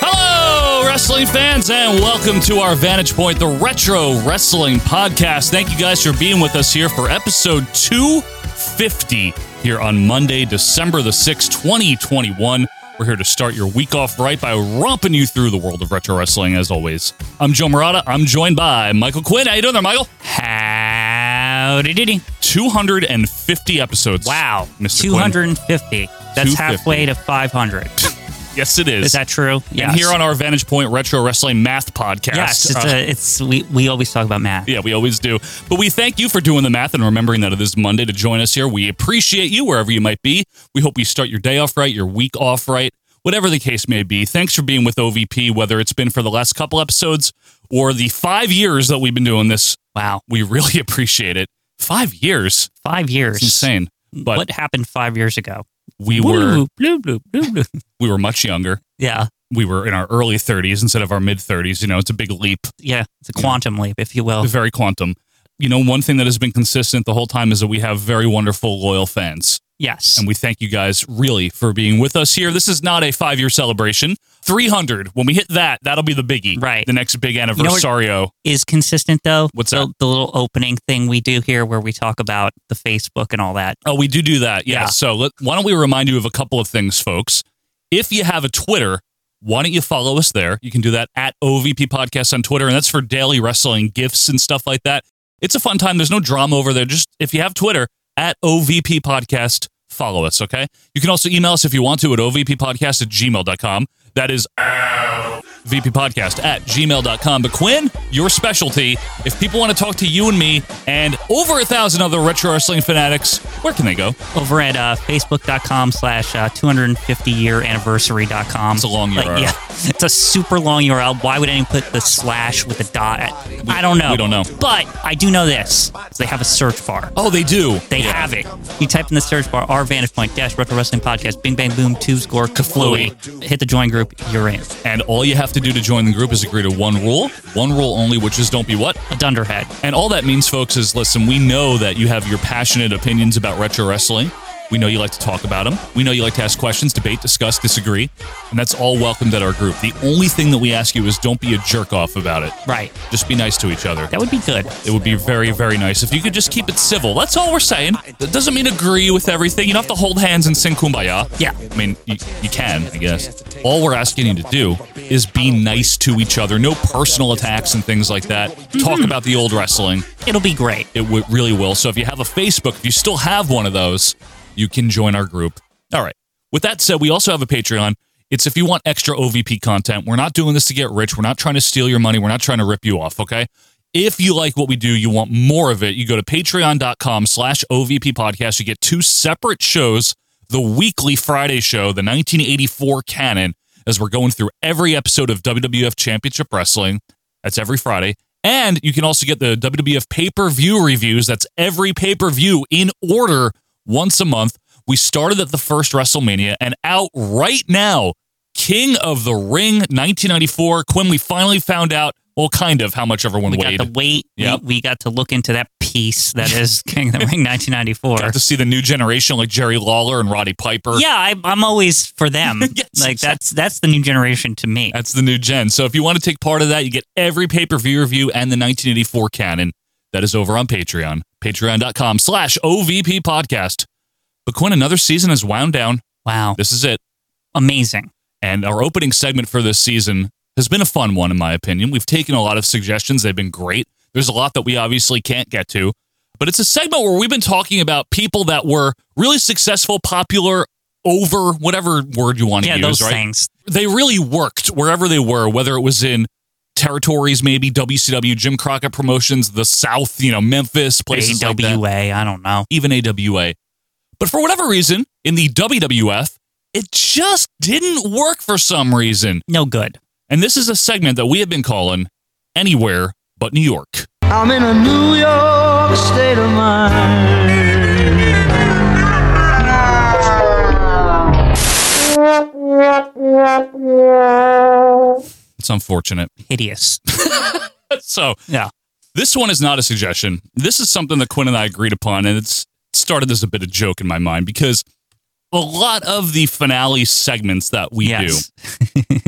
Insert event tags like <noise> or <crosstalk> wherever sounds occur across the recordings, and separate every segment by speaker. Speaker 1: Hello, wrestling fans, and welcome to our Vantage Point, the Retro Wrestling Podcast. Thank you guys for being with us here for episode 250 here on Monday, December the 6th, 2021. We're here to start your week off right by romping you through the world of retro wrestling, as always. I'm Joe Morata. I'm joined by Michael Quinn. How you doing there, Michael?
Speaker 2: Howdy diddy.
Speaker 1: 250 episodes.
Speaker 2: Wow.
Speaker 1: Mr. Quinn.
Speaker 2: 250. That's
Speaker 1: 250.
Speaker 2: halfway
Speaker 1: <laughs>
Speaker 2: to 500.
Speaker 1: Yes, it is.
Speaker 2: Is that true?
Speaker 1: And here on our Vantage Point Retro Wrestling Math Podcast.
Speaker 2: Yes, it's,
Speaker 1: uh,
Speaker 2: a, it's we, we always talk about math.
Speaker 1: Yeah, we always do. But we thank you for doing the math and remembering that it is Monday to join us here. We appreciate you wherever you might be. We hope you start your day off right, your week off right, whatever the case may be. Thanks for being with OVP, whether it's been for the last couple episodes or the five years that we've been doing this. Wow, we really <laughs> appreciate it. Five years.
Speaker 2: Five years.
Speaker 1: It's insane. But
Speaker 2: what happened five years ago?
Speaker 1: we were
Speaker 2: Woo, bloop, bloop, bloop, bloop.
Speaker 1: we were much younger.
Speaker 2: <laughs> Yeah.
Speaker 1: We were in our early 30s instead of our mid 30s. You know, it's a big leap.
Speaker 2: Yeah. It's a quantum leap, if you will.
Speaker 1: very quantum. You know, one thing that has been consistent the whole time is that we have very wonderful, loyal fans.
Speaker 2: Yes.
Speaker 1: And we thank you guys really for being with us here. This is not a five year celebration. 300, when we hit that, that'll be the biggie.
Speaker 2: Right.
Speaker 1: The next big
Speaker 2: what-
Speaker 1: anniversario.
Speaker 2: Is consistent, though.
Speaker 1: What's
Speaker 2: the,
Speaker 1: that?
Speaker 2: the little opening thing we do here where we talk about the Facebook and all that?
Speaker 1: Oh, we do do that. Yeah.
Speaker 2: Yeah.
Speaker 1: So let, why don't we remind you of a couple of things, folks? If you have a Twitter, why don't you follow us there? You can do that at OVP Podcast on Twitter, and that's for daily wrestling gifts and stuff like that. It's a fun time. There's no drama over there. Just if you have Twitter at OVP Podcast, follow us, okay? You can also email us if you want to at OVPpodcast at gmail.com. That is VP Podcast at gmail.com. But Quinn, your specialty. If people want to talk to you and me and over a thousand other retro wrestling fanatics, where can they go?
Speaker 2: over at uh, facebook.com slash uh, 250 year anniversary.com.
Speaker 1: It's a long URL.
Speaker 2: yeah, <laughs> it's a super long URL. Why would anyone put the slash with a dot? At, I don't know.
Speaker 1: we don't know.
Speaker 2: But I do know this. They have a search bar.
Speaker 1: Oh, they do.
Speaker 2: They
Speaker 1: Yeah.
Speaker 2: have it. You type in the search bar, our vantage point, dash retro wrestling podcast, bing bang boom, two score, kaflooey. Hit the join group, you're in.
Speaker 1: And all you have to do to join the group is agree to one rule, one rule only, which is don't be what?
Speaker 2: A dunderhead.
Speaker 1: And all that means, folks, is listen, we know that you have your passionate opinions about retro wrestling. We know you like to talk about them. We know you like to ask questions, debate, discuss, disagree. And that's all welcomed at our group. The only thing that we ask you is don't be a jerk off about it.
Speaker 2: Right.
Speaker 1: Just be nice to each other.
Speaker 2: That would be good.
Speaker 1: It would be very, very nice if you could just keep it civil. That's all we're saying. That doesn't mean agree with everything. You don't have to hold hands and sing kumbaya.
Speaker 2: Yeah.
Speaker 1: I mean, you, you can, I guess. All we're asking you to do is be nice to each other. No personal attacks and things like that. Talk about the old wrestling.
Speaker 2: Mm-hmm. It'll be great.
Speaker 1: It w- really will. So if you have a Facebook, if you still have one of those, you can join our group. All right. With that said, we also have a Patreon. It's if you want extra OVP content. We're not doing this to get rich. We're not trying to steal your money. We're not trying to rip you off. Okay. If you like what we do, you want more of it, you go to patreon.com slash OVP podcast. You get two separate shows the weekly Friday show, the 1984 canon, as we're going through every episode of WWF Championship Wrestling. That's every Friday. And you can also get the WWF pay per view reviews. That's every pay per view in order once a month. We started at the first WrestleMania and out right now, King of the Ring 1994. Quinn, we finally found out, well, kind of how much everyone
Speaker 2: We
Speaker 1: weighed.
Speaker 2: got to wait. We-
Speaker 1: Yep.
Speaker 2: We, got to look into that piece that
Speaker 1: <laughs>
Speaker 2: is King of the Ring 1994.
Speaker 1: Got to see the new generation like Jerry Lawler and Roddy Piper.
Speaker 2: Yeah, I, I'm always
Speaker 1: <laughs>
Speaker 2: for them. like that's that's the new generation to me.
Speaker 1: That's the new gen. So if you want to take part of that, you get every pay per view review and the 1984 canon. That is over on Patreon. Patreon.com slash OVP podcast. But Quinn, another season has wound down.
Speaker 2: Wow,
Speaker 1: This is it.
Speaker 2: amazing.
Speaker 1: And our opening segment for this season has been a fun one, in my opinion. We've taken a lot of suggestions, they've been great. There's a lot that we obviously can't get to, but it's a segment where we've been talking about people that were really successful, popular, over whatever word you want to
Speaker 2: Yeah,
Speaker 1: use,
Speaker 2: those
Speaker 1: right?
Speaker 2: things.
Speaker 1: they really worked wherever they were, whether it was in territories, maybe WCW, Jim Crockett Promotions, the South, you know, Memphis, places like that,
Speaker 2: AWA, I don't know.
Speaker 1: even AWA. But for whatever reason, in the WWF, it just didn't work for some reason.
Speaker 2: No good.
Speaker 1: And this is a segment that we have been calling Anywhere But New York.
Speaker 3: I'm in a New York state of mind.
Speaker 1: It's unfortunate.
Speaker 2: Hideous.
Speaker 1: So
Speaker 2: Yeah.
Speaker 1: This one is not a suggestion. This is something that Quinn and I agreed upon, and it's started as a bit of joke in my mind because a lot of the finale segments that we
Speaker 2: Yes.
Speaker 1: do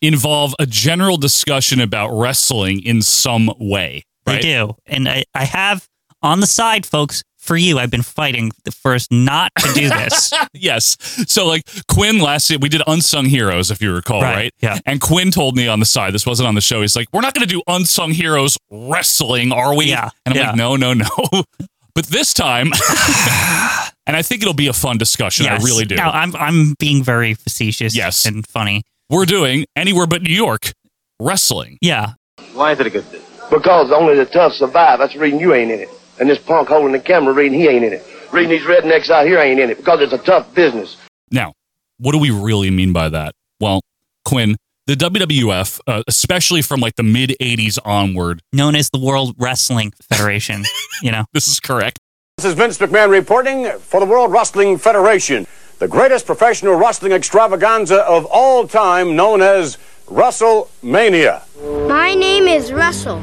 Speaker 1: involve a general discussion about wrestling in some way.
Speaker 2: They
Speaker 1: Right?
Speaker 2: do. And I, I have on the side, folks, for you, I've been fighting the first not to
Speaker 1: <laughs>
Speaker 2: do this.
Speaker 1: yes. So like Quinn last year, we did unsung heroes, if you recall, right?
Speaker 2: Right, yeah.
Speaker 1: And Quinn told me on the side, this wasn't on the show. He's like, "We're not going to do unsung heroes wrestling, are we?"
Speaker 2: Yeah,
Speaker 1: And I'm
Speaker 2: yeah.
Speaker 1: like, "No, no, <laughs> no." but this time, <laughs> and I think it'll be a fun discussion.
Speaker 2: Yes. uh,
Speaker 1: I really do.
Speaker 2: No, I'm, I'm being very facetious
Speaker 1: Yes.
Speaker 2: and funny.
Speaker 1: We're doing anywhere but New York wrestling.
Speaker 2: Yeah.
Speaker 4: Why is it a good thing?
Speaker 5: Because only the tough survive. That's the reason you ain't in it. And this punk holding the camera reading he ain't in it. Reading these rednecks out here ain't in it because it's a tough business.
Speaker 1: Now, what do we really mean by that? Well, Quinn, the WWF, uh, especially from like the mid '80s onward,
Speaker 2: Known as the World Wrestling
Speaker 1: <laughs>
Speaker 2: Federation, you know.
Speaker 1: this is correct.
Speaker 6: This is Vince McMahon reporting for the World Wrestling Federation, the greatest professional wrestling extravaganza of all time, known as WrestleMania.
Speaker 7: My name is Russell.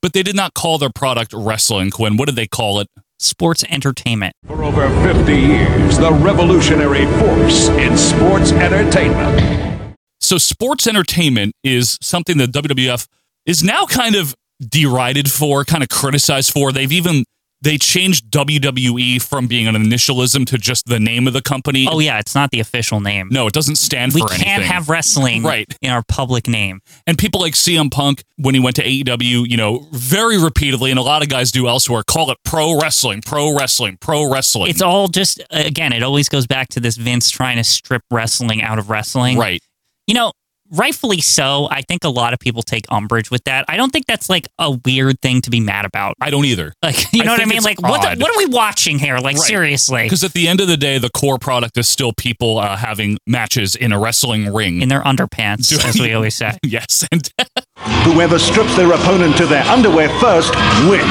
Speaker 1: But they did not call their product wrestling, Quinn. What did they call it?
Speaker 2: Sports entertainment.
Speaker 6: For over 50 years, the revolutionary force in sports entertainment.
Speaker 1: So sports entertainment is something that WWF is now kind of derided for, kind of criticized for. They've even they changed WWE from being an initialism to just the name of the company.
Speaker 2: Oh, yeah. It's not the official name.
Speaker 1: No, it doesn't stand
Speaker 2: we
Speaker 1: for
Speaker 2: can't
Speaker 1: anything.
Speaker 2: have wrestling
Speaker 1: Right.
Speaker 2: in our public name.
Speaker 1: and people like CM Punk when he went to AEW, you know, very repeatedly, and a lot of guys do elsewhere, call it pro wrestling, pro wrestling, pro wrestling.
Speaker 2: It's all just, again, it always goes back to this Vince trying to strip wrestling out of wrestling.
Speaker 1: right.
Speaker 2: you know, rightfully so. I think a lot of people take umbrage with that. I don't think that's like a weird thing to be mad about.
Speaker 1: I don't either.
Speaker 2: Like, <laughs> you
Speaker 1: I
Speaker 2: know what I
Speaker 1: think
Speaker 2: mean?
Speaker 1: it's
Speaker 2: Like, what,
Speaker 1: odd.
Speaker 2: the, what are we watching here? Like,
Speaker 1: Right.
Speaker 2: seriously,
Speaker 1: Because at the end of the day, the core product is still people uh, having matches in a wrestling ring.
Speaker 2: in their underpants, as we always say.
Speaker 1: <laughs> yes, and <laughs>
Speaker 6: Whoever strips their opponent to their underwear first wins.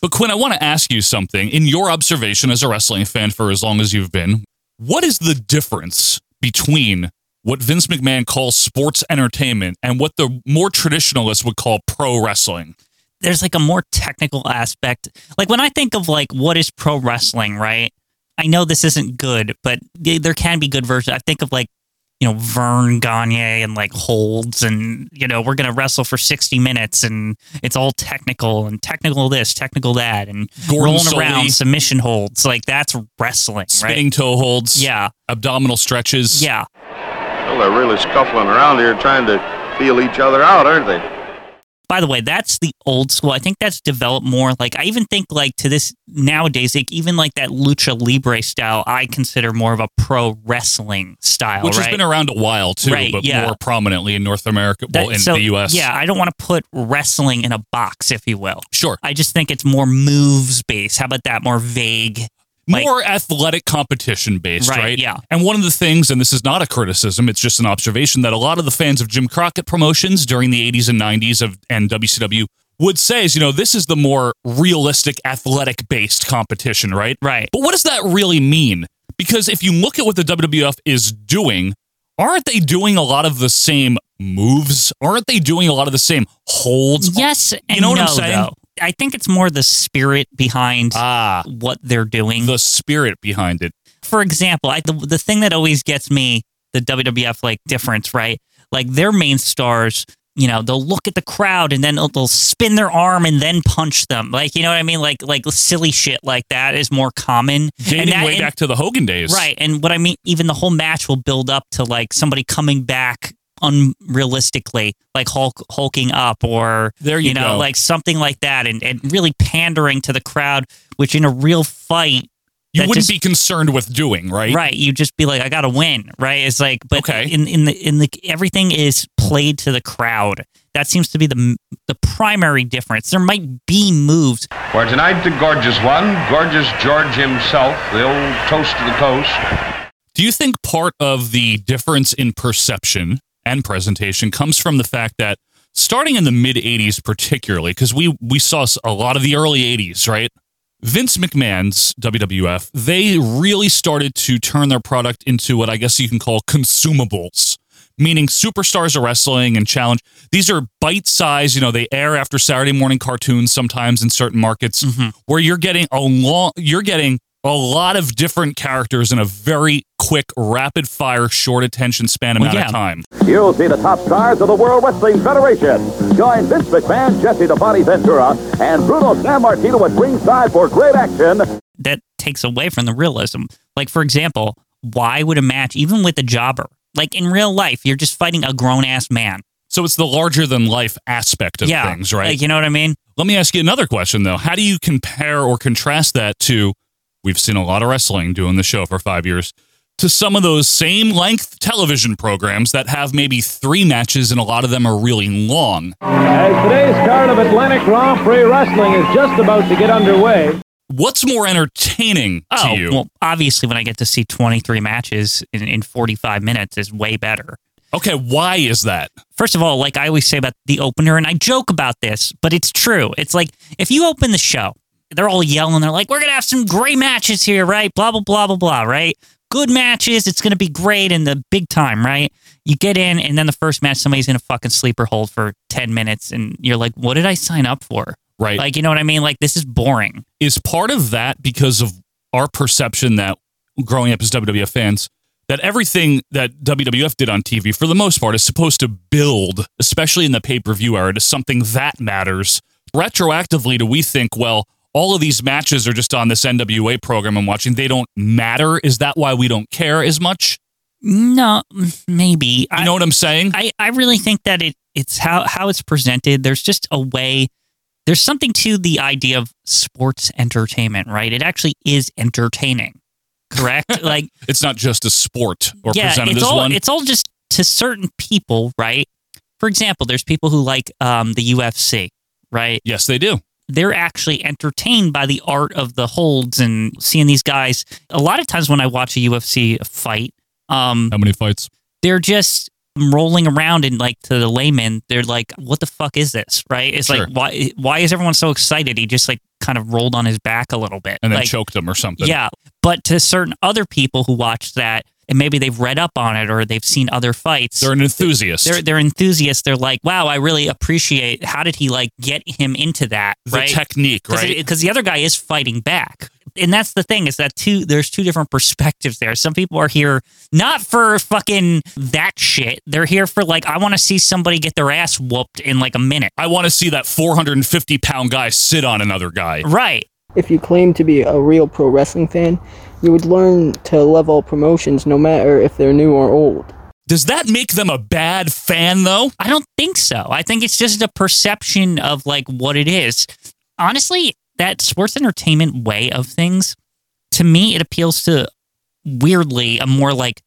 Speaker 1: But Quinn, I want to ask you something. In your observation as a wrestling fan for as long as you've been, what is the difference between what Vince McMahon calls sports entertainment and what the more traditionalists would call pro wrestling?
Speaker 2: There's like a more technical aspect. Like, when I think of like what is pro wrestling, right? I know this isn't good, but th- there can be good versions. I think of like, you know, Vern Gagne and like holds, and you know, we're gonna wrestle for sixty minutes, and it's all technical and technical this, technical that, and
Speaker 1: Gordon
Speaker 2: rolling
Speaker 1: Sully.
Speaker 2: around submission holds. Like that's wrestling,
Speaker 1: Spinning
Speaker 2: right?
Speaker 1: toe holds,
Speaker 2: Yeah,
Speaker 1: abdominal stretches.
Speaker 2: yeah.
Speaker 4: Well, they're really scuffling around here trying to feel each other out, aren't they?
Speaker 2: By the way, that's the old school. I think that's developed more. Like I even think like to this nowadays, like even like that lucha libre style, I consider more of a pro wrestling style,
Speaker 1: Which
Speaker 2: right?
Speaker 1: has been around a while too,
Speaker 2: Right,
Speaker 1: but
Speaker 2: yeah.
Speaker 1: more prominently in North America, well,
Speaker 2: That-
Speaker 1: in
Speaker 2: so,
Speaker 1: the U.S.
Speaker 2: Yeah, I don't want to put wrestling in a box, if you will.
Speaker 1: sure.
Speaker 2: I just think it's more moves based. How about that? More vague. Like-
Speaker 1: more athletic competition based, right,
Speaker 2: Right, yeah.
Speaker 1: And one of the things, and this is not a criticism, it's just an observation that a lot of the fans of Jim Crockett promotions during the 80s and 90s of and WCW would say is, you know, this is the more realistic athletic based competition, right?
Speaker 2: Right.
Speaker 1: But what does that really mean? Because if you look at what the WWF is doing, aren't they doing a lot of the same moves? Aren't they doing a lot of the same holds?
Speaker 2: Yes, and
Speaker 1: know what
Speaker 2: no,
Speaker 1: I'm saying?
Speaker 2: though. I think it's more the spirit behind
Speaker 1: Ah,
Speaker 2: what they're doing.
Speaker 1: the spirit behind it.
Speaker 2: for example, I, the, the thing that always gets me the WWF like difference, right? Like their main stars, you know, they'll look at the crowd and then they'll, they'll spin their arm and then punch them. Like, you know what I mean? Like, like silly shit like that is more common.
Speaker 1: Dating
Speaker 2: and that,
Speaker 1: way
Speaker 2: and-
Speaker 1: back to the Hogan days.
Speaker 2: Right. And what I mean, even the whole match will build up to like somebody coming back unrealistically, like Hulk hulking up or
Speaker 1: There you
Speaker 2: know,
Speaker 1: go.
Speaker 2: like something like that and, and really pandering to the crowd, which in a real fight
Speaker 1: You
Speaker 2: that
Speaker 1: wouldn't
Speaker 2: just-
Speaker 1: be concerned with doing, right?
Speaker 2: Right. You just be like, I gotta win, right? It's like but
Speaker 1: Okay.
Speaker 2: in, in the in the everything is played to the crowd. That seems to be the the primary difference. There might be moves.
Speaker 4: Where tonight, the gorgeous one, gorgeous George himself, the old toast of the coast.
Speaker 1: Do you think part of the difference in perception and presentation comes from the fact that starting in the mid 80s, particularly, because we, we saw a lot of the early 80s, right? Vince McMahon's WWF, they really started to turn their product into what I guess you can call consumables, meaning superstars of wrestling and challenge. These are bite size, you know, they air after Saturday morning cartoons sometimes in certain markets
Speaker 2: Mm-hmm.
Speaker 1: where you're getting a long, you're getting a lot of different characters in a very quick, rapid fire, short attention span amount
Speaker 2: yeah.
Speaker 1: of time.
Speaker 8: You see the top stars of the World Wrestling Federation. Join Vince McMahon, Jesse the Body Ventura, and Bruno San Martino at ringside for great action.
Speaker 2: That takes away from the realism. Like for example, why would a match even with a jobber? Like in real life, you're just fighting a grown ass man.
Speaker 1: So it's the larger than life aspect of
Speaker 2: Yeah.
Speaker 1: things, right?
Speaker 2: Like, you know what I mean?
Speaker 1: Let me ask you another question, though. How do you compare or contrast that to? We've seen a lot of wrestling doing the show for five years. To some of those same length television programs that have maybe three matches and a lot of them are really long.
Speaker 9: As today's card of Atlantic Raw Free Wrestling is just about to get underway.
Speaker 1: What's more entertaining
Speaker 2: oh,
Speaker 1: to you?
Speaker 2: Well, obviously, when I get to see 23 matches in, in 45 minutes is way better.
Speaker 1: Okay, why is that?
Speaker 2: First of all, like I always say about the opener, and I joke about this, but it's true. It's like if you open the show, they're all yelling, they're like, we're going to have some great matches here, right? Blah, blah, blah, blah, blah, right? Good matches. It's going to be great in the big time, right? You get in, and then the first match, somebody's in a fucking sleeper hold for 10 minutes, and you're like, what did I sign up for?
Speaker 1: Right.
Speaker 2: Like, you know what I mean? Like, this is boring.
Speaker 1: Is part of that because of our perception that growing up as WWF fans, that everything that WWF did on TV for the most part is supposed to build, especially in the pay per view era, to something that matters. Retroactively, do we think, well, all of these matches are just on this NWA program I'm watching. They don't matter. Is that why we don't care as much?
Speaker 2: No, maybe. You
Speaker 1: know what I'm saying?
Speaker 2: I, I really think that it it's how, how it's presented. There's just a way there's something to the idea of sports entertainment, right? It actually is entertaining.
Speaker 1: <laughs>
Speaker 2: Correct? like
Speaker 1: It's not just a sport or presented
Speaker 2: it's
Speaker 1: as
Speaker 2: all
Speaker 1: one.
Speaker 2: it's all just to certain people, right? For example, there's people who like um, the UFC, right?
Speaker 1: Yes, they do.
Speaker 2: They're actually entertained by the art of the holds and seeing these guys. A lot of times when I watch a UFC fight, um,
Speaker 1: How many fights?
Speaker 2: they're just rolling around and like to the layman, they're like, "What the fuck is this?" Right? It's
Speaker 1: Sure.
Speaker 2: like, why why is everyone so excited? He just like kind of rolled on his back a little bit
Speaker 1: And then
Speaker 2: Like,
Speaker 1: choked them or something.
Speaker 2: Yeah, but to certain other people who watch that and maybe they've read up on it or they've seen other fights,
Speaker 1: They're an enthusiast.
Speaker 2: they're they're enthusiasts. They're like, "Wow, I really appreciate. How did he like get him into that?
Speaker 1: The technique, right?
Speaker 2: Because the other guy is fighting back." And that's the thing is that two there's two different perspectives there. Some people are here not for fucking that shit. They're here for like I want to see somebody get their ass whooped in like a minute.
Speaker 1: I want to see that 450 pound guy sit on another guy.
Speaker 2: Right.
Speaker 10: If you claim to be a real pro wrestling fan, you would learn to love all promotions no matter if they're new or old.
Speaker 1: Does that make them a bad fan though?
Speaker 2: I don't think so. I think it's just a perception of like what it is. Honestly, that sports entertainment way of things, to me, it appeals to weirdly a more like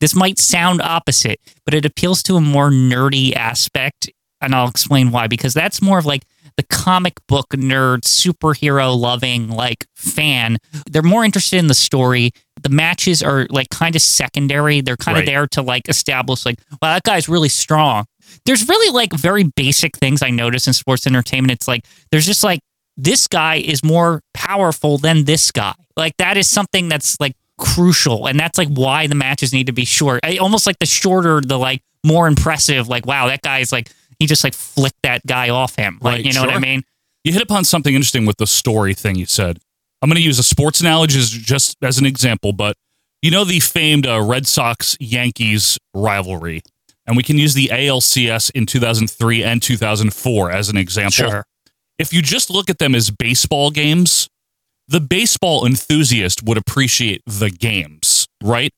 Speaker 2: this might sound opposite, but it appeals to a more nerdy aspect. And I'll explain why, because that's more of like the comic book nerd, superhero loving like fan. They're more interested in the story. The matches are like kind of secondary. They're kind
Speaker 1: Right.
Speaker 2: of there to like establish like, wow, that guy's really strong. There's really like very basic things I notice in sports entertainment. It's like there's just like this guy is more powerful than this guy. Like that is something that's like crucial, and that's like why the matches need to be short. I, almost like the shorter, the like more impressive. Like wow, that guy's like he just like flicked that guy off him. Like
Speaker 1: Right,
Speaker 2: you know what I
Speaker 1: sure.
Speaker 2: mean?
Speaker 1: You hit upon something interesting with the story thing you said. I'm going to use a sports analogy as, just as an example, but you know the famed uh, Red Sox Yankees rivalry, and we can use the ALCS in 2003 and 2004 as an example.
Speaker 2: Sure.
Speaker 1: If you just look at them as baseball games, the baseball enthusiast would appreciate the games, right?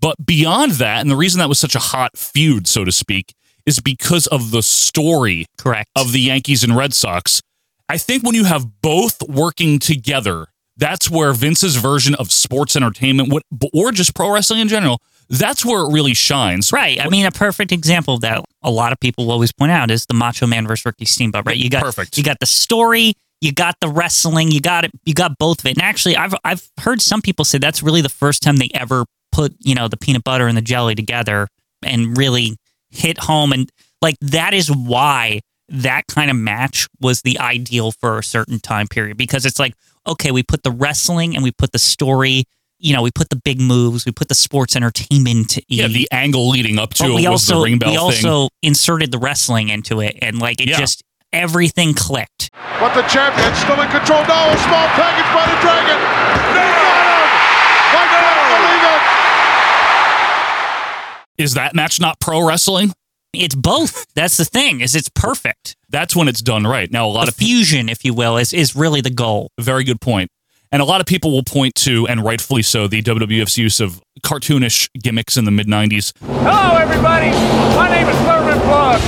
Speaker 1: But beyond that, and the reason that was such a hot feud, so to speak, is because of the story
Speaker 2: correct
Speaker 1: of the Yankees and Red Sox. I think when you have both working together, that's where Vince's version of sports entertainment, what, or just pro wrestling in general, That's where it really shines.
Speaker 2: Right. I mean, a perfect example of that, a lot of people will always point out, is the Macho Man versus Ricky Steamboat. Right. You got perfect. You got the story. You got the wrestling. You got it. You got both of it. And actually, I've I've heard some people say that's really the first time they ever put you know the peanut butter and the jelly together and really hit home. And like that is why that kind of match was the ideal for a certain time period because it's like okay, we put the wrestling and we put the story you know, we put the big moves, we put the sports entertainment. In,
Speaker 1: yeah, the angle leading up to
Speaker 2: but
Speaker 1: it
Speaker 2: we
Speaker 1: was
Speaker 2: also,
Speaker 1: the ring bell
Speaker 2: We
Speaker 1: thing.
Speaker 2: also inserted the wrestling into it, and like it
Speaker 1: Yeah.
Speaker 2: just everything clicked.
Speaker 11: But the champion's still in control. No, small package by the Dragon. No! I can't believe it.
Speaker 1: Is that match not pro wrestling?
Speaker 2: It's both. That's the thing. Is it's perfect.
Speaker 1: That's when it's done right. Now a lot
Speaker 2: The
Speaker 1: of fusion, if you will,
Speaker 2: is is really the goal.
Speaker 1: Very good point. And a lot of people will point to, and rightfully so, the WWF's use of cartoonish gimmicks in the mid '90s.
Speaker 12: Hello, everybody. My name is Thurman Plug.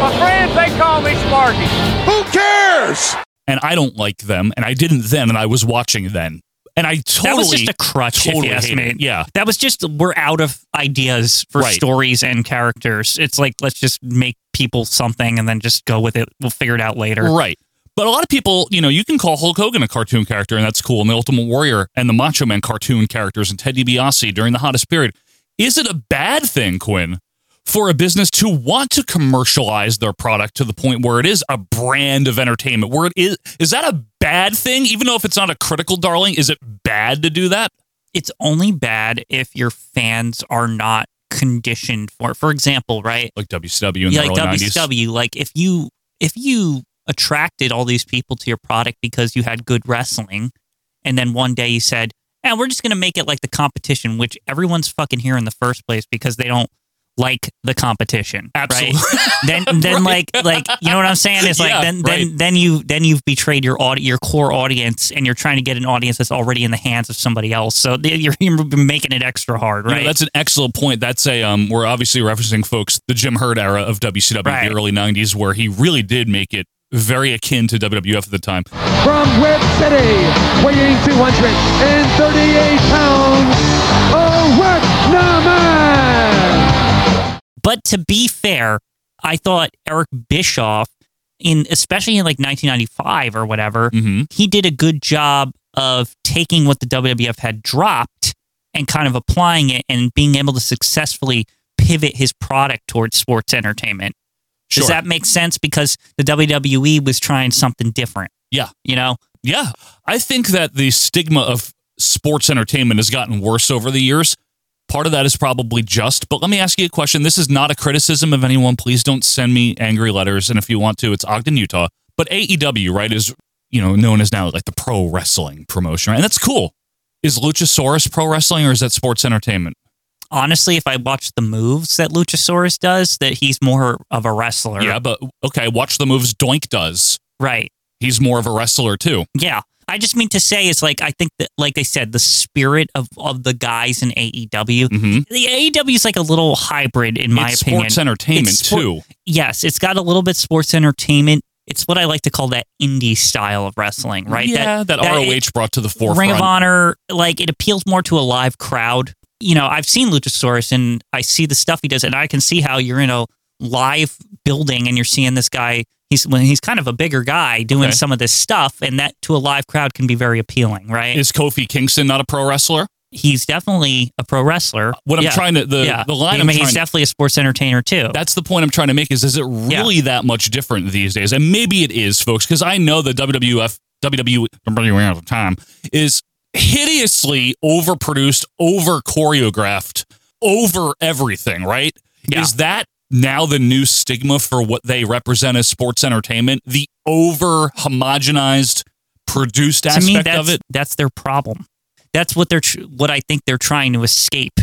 Speaker 12: My friends, they call me Sparky.
Speaker 11: Who cares?
Speaker 1: And I don't like them, and I didn't then, and I was watching then, and I totally
Speaker 2: that was just a crutch,
Speaker 1: Totally
Speaker 2: if you ask
Speaker 1: hate
Speaker 2: me.
Speaker 1: it. Yeah,
Speaker 2: that was just we're out of ideas for
Speaker 1: Right.
Speaker 2: stories and characters. It's like let's just make people something and then just go with it. We'll figure it out later.
Speaker 1: Right. But a lot of people, you know, you can call Hulk Hogan a cartoon character, and that's cool. And the Ultimate Warrior and the Macho Man cartoon characters and Ted DiBiase during the hottest period. Is it a bad thing, Quinn, for a business to want to commercialize their product to the point where it is a brand of entertainment? Where it is, is that a bad thing? Even though if it's not a critical darling, is it bad to do that?
Speaker 2: It's only bad if your fans are not conditioned for it. For example, right?
Speaker 1: Like WCW in
Speaker 2: yeah,
Speaker 1: the
Speaker 2: like
Speaker 1: early 90s.
Speaker 2: WCW, like if you if you attracted all these people to your product because you had good wrestling, and then one day you said, "And we're just going to make it like the competition," which everyone's fucking here in the first place because they don't like the competition.
Speaker 1: <laughs>
Speaker 2: Absolutely. Right? <laughs> then then like like you know what I'm saying? It's like
Speaker 1: Yeah,
Speaker 2: then
Speaker 1: right.
Speaker 2: then then you then you've betrayed your audi- your core audience, and you're trying to get an audience that's already in the hands of somebody else. So th- you're, you're making it extra hard,
Speaker 1: You know,
Speaker 2: right?
Speaker 1: that's an excellent point. That's a um, we're obviously referencing folks the Jim Herd era of WCW, the early '90s, where he really did make it very akin to WWF at the time.
Speaker 9: From Whip City, weighing 238 pounds, Owen Norman.
Speaker 2: But to be fair, I thought Eric Bischoff, in especially in like 1995 or whatever,
Speaker 1: Mm-hmm.
Speaker 2: he did a good job of taking what the WWF had dropped and kind of applying it and being able to successfully pivot his product towards sports entertainment.
Speaker 1: Sure.
Speaker 2: Does that make sense? Because the WWE was trying something different.
Speaker 1: Yeah.
Speaker 2: You know?
Speaker 1: Yeah. I think that the stigma of sports entertainment has gotten worse over the years. Part of that is probably just, but let me ask you a question. This is not a criticism of anyone. Please don't send me angry letters. And if you want to, it's Ogden, Utah. But AEW, right, is, you know, known as now like the pro wrestling promotion, right? And that's cool. Is Luchasaurus pro wrestling or is that sports entertainment?
Speaker 2: Honestly, if I watch the moves that Luchasaurus does, that he's more of a wrestler.
Speaker 1: Yeah, but okay, watch the moves Doink does.
Speaker 2: Right.
Speaker 1: He's more of a wrestler too.
Speaker 2: Yeah. I just mean to say it's like I think that like they said, the spirit of, of the guys in AEW. The AEW is like a little hybrid in my
Speaker 1: Mm-hmm. Mm. It's
Speaker 2: opinion.
Speaker 1: sports entertainment, too.
Speaker 2: Yes, it's got a little bit sports entertainment. It's what I like to call that indie style of wrestling, right?
Speaker 1: Yeah, that, ROH brought to the forefront.
Speaker 2: Ring of Honor, like it appeals more to a live crowd. You know, I've seen Luchasaurus and I see the stuff he does, and I can see how you're in a live building and you're seeing this guy. He's when he's kind of a bigger guy doing
Speaker 1: Okay.
Speaker 2: some of this stuff, and that to a live crowd can be very appealing, right?
Speaker 1: Is Kofi Kingston not a pro wrestler?
Speaker 2: He's definitely a pro wrestler.
Speaker 1: What I'm
Speaker 2: Yeah.
Speaker 1: trying to the
Speaker 2: Yeah.
Speaker 1: the line
Speaker 2: I
Speaker 1: I'm
Speaker 2: mean, he's
Speaker 1: trying-
Speaker 2: definitely a sports entertainer too.
Speaker 1: That's the point I'm trying to make is is it really that much different these days? And maybe it is, folks, because I know the WWF WWE at the time is hideously overproduced, over choreographed, over everything, right? Is that now the new stigma for what they represent as sports entertainment? The over homogenized produced
Speaker 2: to me,
Speaker 1: aspect
Speaker 2: that's,
Speaker 1: of it?
Speaker 2: That's their problem. That's what they're tr- what I think they're trying to escape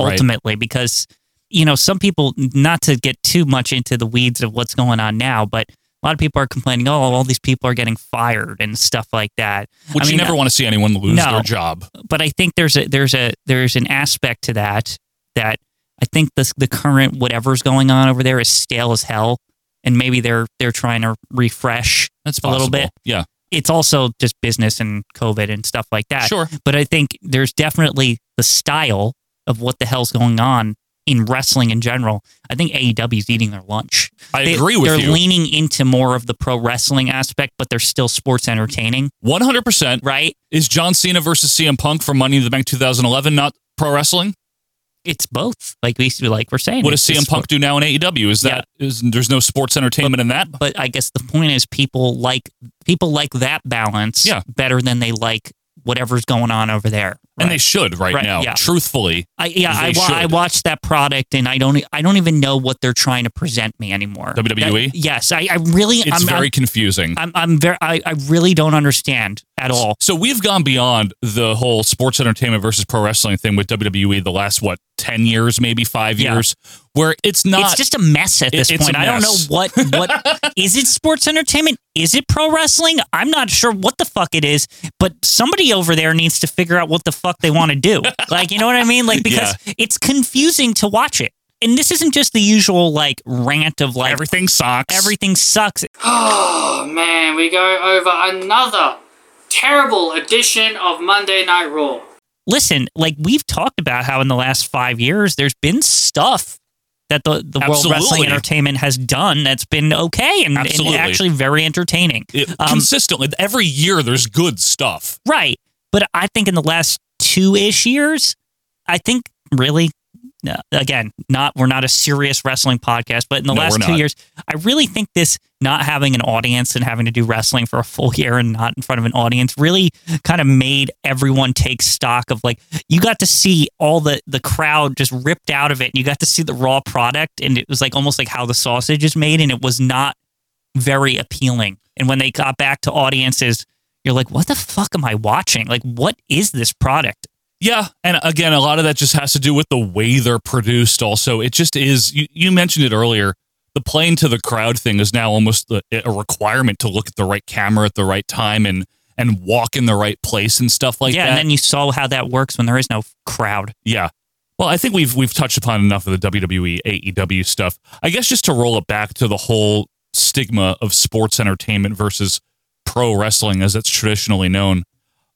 Speaker 1: Right.
Speaker 2: ultimately because you know some people not to get too much into the weeds of what's going on now, but a lot of people are complaining. Oh, all these people are getting fired and stuff like that.
Speaker 1: Which
Speaker 2: I
Speaker 1: you
Speaker 2: mean,
Speaker 1: never
Speaker 2: uh,
Speaker 1: want to see anyone lose
Speaker 2: no.
Speaker 1: their job.
Speaker 2: But I think there's a there's a there's an aspect to that that I think the the current whatever's going on over there is stale as hell, and maybe they're they're trying to refresh
Speaker 1: That's
Speaker 2: a little
Speaker 1: possible.
Speaker 2: bit
Speaker 1: Yeah.
Speaker 2: it's also just business and COVID and stuff like that.
Speaker 1: Sure.
Speaker 2: But I think there's definitely the style of what the hell's going on in wrestling in general. I think AEW is eating their lunch.
Speaker 1: I agree with
Speaker 2: they're
Speaker 1: you.
Speaker 2: They're leaning into more of the pro wrestling aspect, but they're still sports entertaining.
Speaker 1: 100%.
Speaker 2: Right?
Speaker 1: Is John Cena versus CM Punk from Money in the Bank 2011 not pro wrestling?
Speaker 2: It's both. Like we like we're saying.
Speaker 1: What does
Speaker 2: it's
Speaker 1: CM
Speaker 2: just
Speaker 1: Punk do now in AEW? Is that is there's no sports entertainment in that?
Speaker 2: But I guess the point is people like people like that balance
Speaker 1: Yeah.
Speaker 2: better than they like whatever's going on over there.
Speaker 1: And they should right,
Speaker 2: Right,
Speaker 1: now,
Speaker 2: yeah.
Speaker 1: truthfully.
Speaker 2: I, yeah,
Speaker 1: they
Speaker 2: I, wa-
Speaker 1: should.
Speaker 2: I watched that product, and I don't, e, I don't even know what they're trying to present me anymore.
Speaker 1: WWE?
Speaker 2: That- yes, I, I really,
Speaker 1: E? It's
Speaker 2: I'm,
Speaker 1: very
Speaker 2: I'm,
Speaker 1: confusing.
Speaker 2: I'm, I'm very, I, I really don't understand at all.
Speaker 1: So we've gone beyond the whole sports entertainment versus pro wrestling thing with WWE the last what ten years, maybe five
Speaker 2: Yeah.
Speaker 1: years, where it's not.
Speaker 2: it's just a mess at
Speaker 1: It-
Speaker 2: this
Speaker 1: it's a
Speaker 2: point. I don't know
Speaker 1: mess.
Speaker 2: what,
Speaker 1: <laughs>
Speaker 2: what is it? Sports entertainment? Is it pro wrestling? I'm not sure what the fuck it is. But somebody over there needs to figure out what the fuck they want to do. like, you know what I mean? Like because it's confusing to watch it. And this isn't just the usual like rant of like
Speaker 1: everything sucks.
Speaker 2: Everything sucks.
Speaker 13: Oh man, we go over another terrible edition of Monday Night Raw.
Speaker 2: listen, like we've talked about how in the last five years there's been stuff that the, the World
Speaker 1: Absolutely.
Speaker 2: Wrestling Entertainment has done that's been okay and, and
Speaker 1: Absolutely.
Speaker 2: actually very entertaining.
Speaker 1: It-
Speaker 2: Um,
Speaker 1: consistently, every year there's good stuff.
Speaker 2: Right. But I think in the last two ish years, I think really, no, again, not we're not a serious wrestling podcast, but in the
Speaker 1: No,
Speaker 2: last
Speaker 1: we're
Speaker 2: two
Speaker 1: not.
Speaker 2: years, I really think this not having an audience and having to do wrestling for a full year and not in front of an audience really kind of made everyone take stock of like you got to see all the the crowd just ripped out of it, and you got to see the raw product, and it was like almost like how the sausage is made, and it was not very appealing. And when they got back to audiences, you're like, what the fuck am I watching? Like, what is this product?
Speaker 1: Yeah, and again, a lot of that just has to do with the way they're produced. Also, it just is. You, you mentioned it earlier. The playing to the crowd thing is now almost a, a requirement to look at the right camera at the right time and and walk in the right place and stuff like
Speaker 2: yeah,
Speaker 1: that.
Speaker 2: and then you saw how that works when there is no crowd.
Speaker 1: Yeah. Well, I think we've we've touched upon enough of the E, WWE AEW stuff. I guess just to roll it back to the whole stigma of sports entertainment versus pro wrestling as it's traditionally known.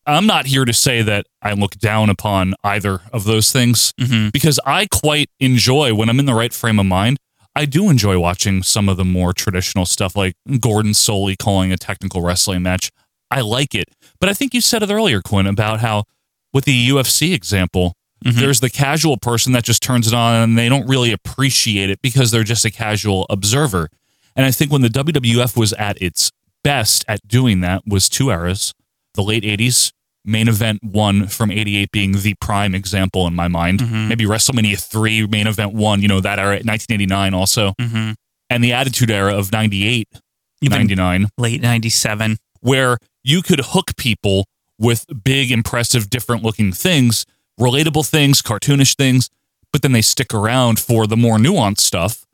Speaker 1: I'm not here to say that I look down upon either of those things because I quite enjoy when I'm in the right frame of mind. I do enjoy watching some of the more traditional stuff like Gordon Soley calling a technical wrestling match. I like it. But I think you said it earlier, Quinn, about how with the UFC example, there's the casual person that just turns it on and they don't really appreciate it because they're just a casual observer. And I think when the WWF was at its best at doing that was two eras, the late 80s, main event one from 88 being the prime example in my mind. Maybe WrestleMania 3, main event one, you know, that era, 1989 also.
Speaker 2: Mhm.
Speaker 1: And the Attitude Era of 98,
Speaker 2: Even
Speaker 1: 99
Speaker 2: late 97
Speaker 1: where you could hook people with big impressive different looking things relatable things cartoonish things but then they stick around for the more nuanced stuff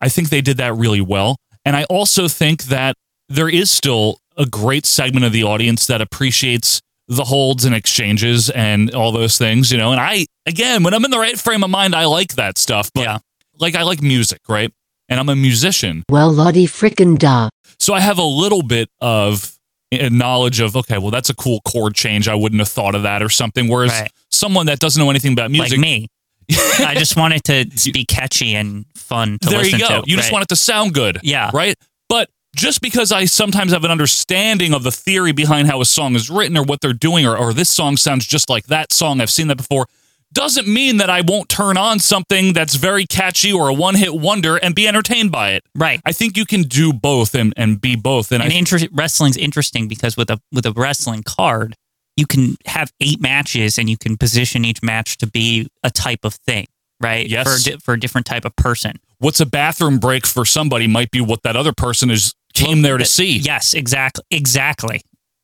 Speaker 1: i think they did that really well and i also think that there is still a great segment of the audience that appreciates the holds and exchanges and all those things you know and i again when i'm in the right frame of mind i like that stuff but like i like music right and i'm a musician
Speaker 14: Well, Lottie frickin' da.
Speaker 1: so I have a little bit of a knowledge of okay, well that's a cool chord change. I wouldn't have thought of that or something. Whereas
Speaker 2: Right.
Speaker 1: someone that doesn't know anything about music, <laughs>
Speaker 2: like me. I just want it to be catchy and fun to
Speaker 1: there you
Speaker 2: listen
Speaker 1: go.
Speaker 2: to.
Speaker 1: you just
Speaker 2: right?
Speaker 1: want it to sound good,
Speaker 2: Yeah.
Speaker 1: right? But just because I sometimes have an understanding of the theory behind how a song is written or what they're doing, or, or this song sounds just like that song, I've seen that before, doesn't mean that I won't turn on something that's very catchy or a one hit wonder and be entertained by it.
Speaker 2: Right.
Speaker 1: I think you can do both and, and be both. And,
Speaker 2: and
Speaker 1: I,
Speaker 2: inter- wrestling's interesting because with a with a wrestling card, you can have eight matches and you can position each match to be a type of thing, right?
Speaker 1: Yes.
Speaker 2: For a, di- for a different type of person.
Speaker 1: what's a bathroom break for somebody might be what that other person is came there to see.
Speaker 2: Yes, exactly. Exactly.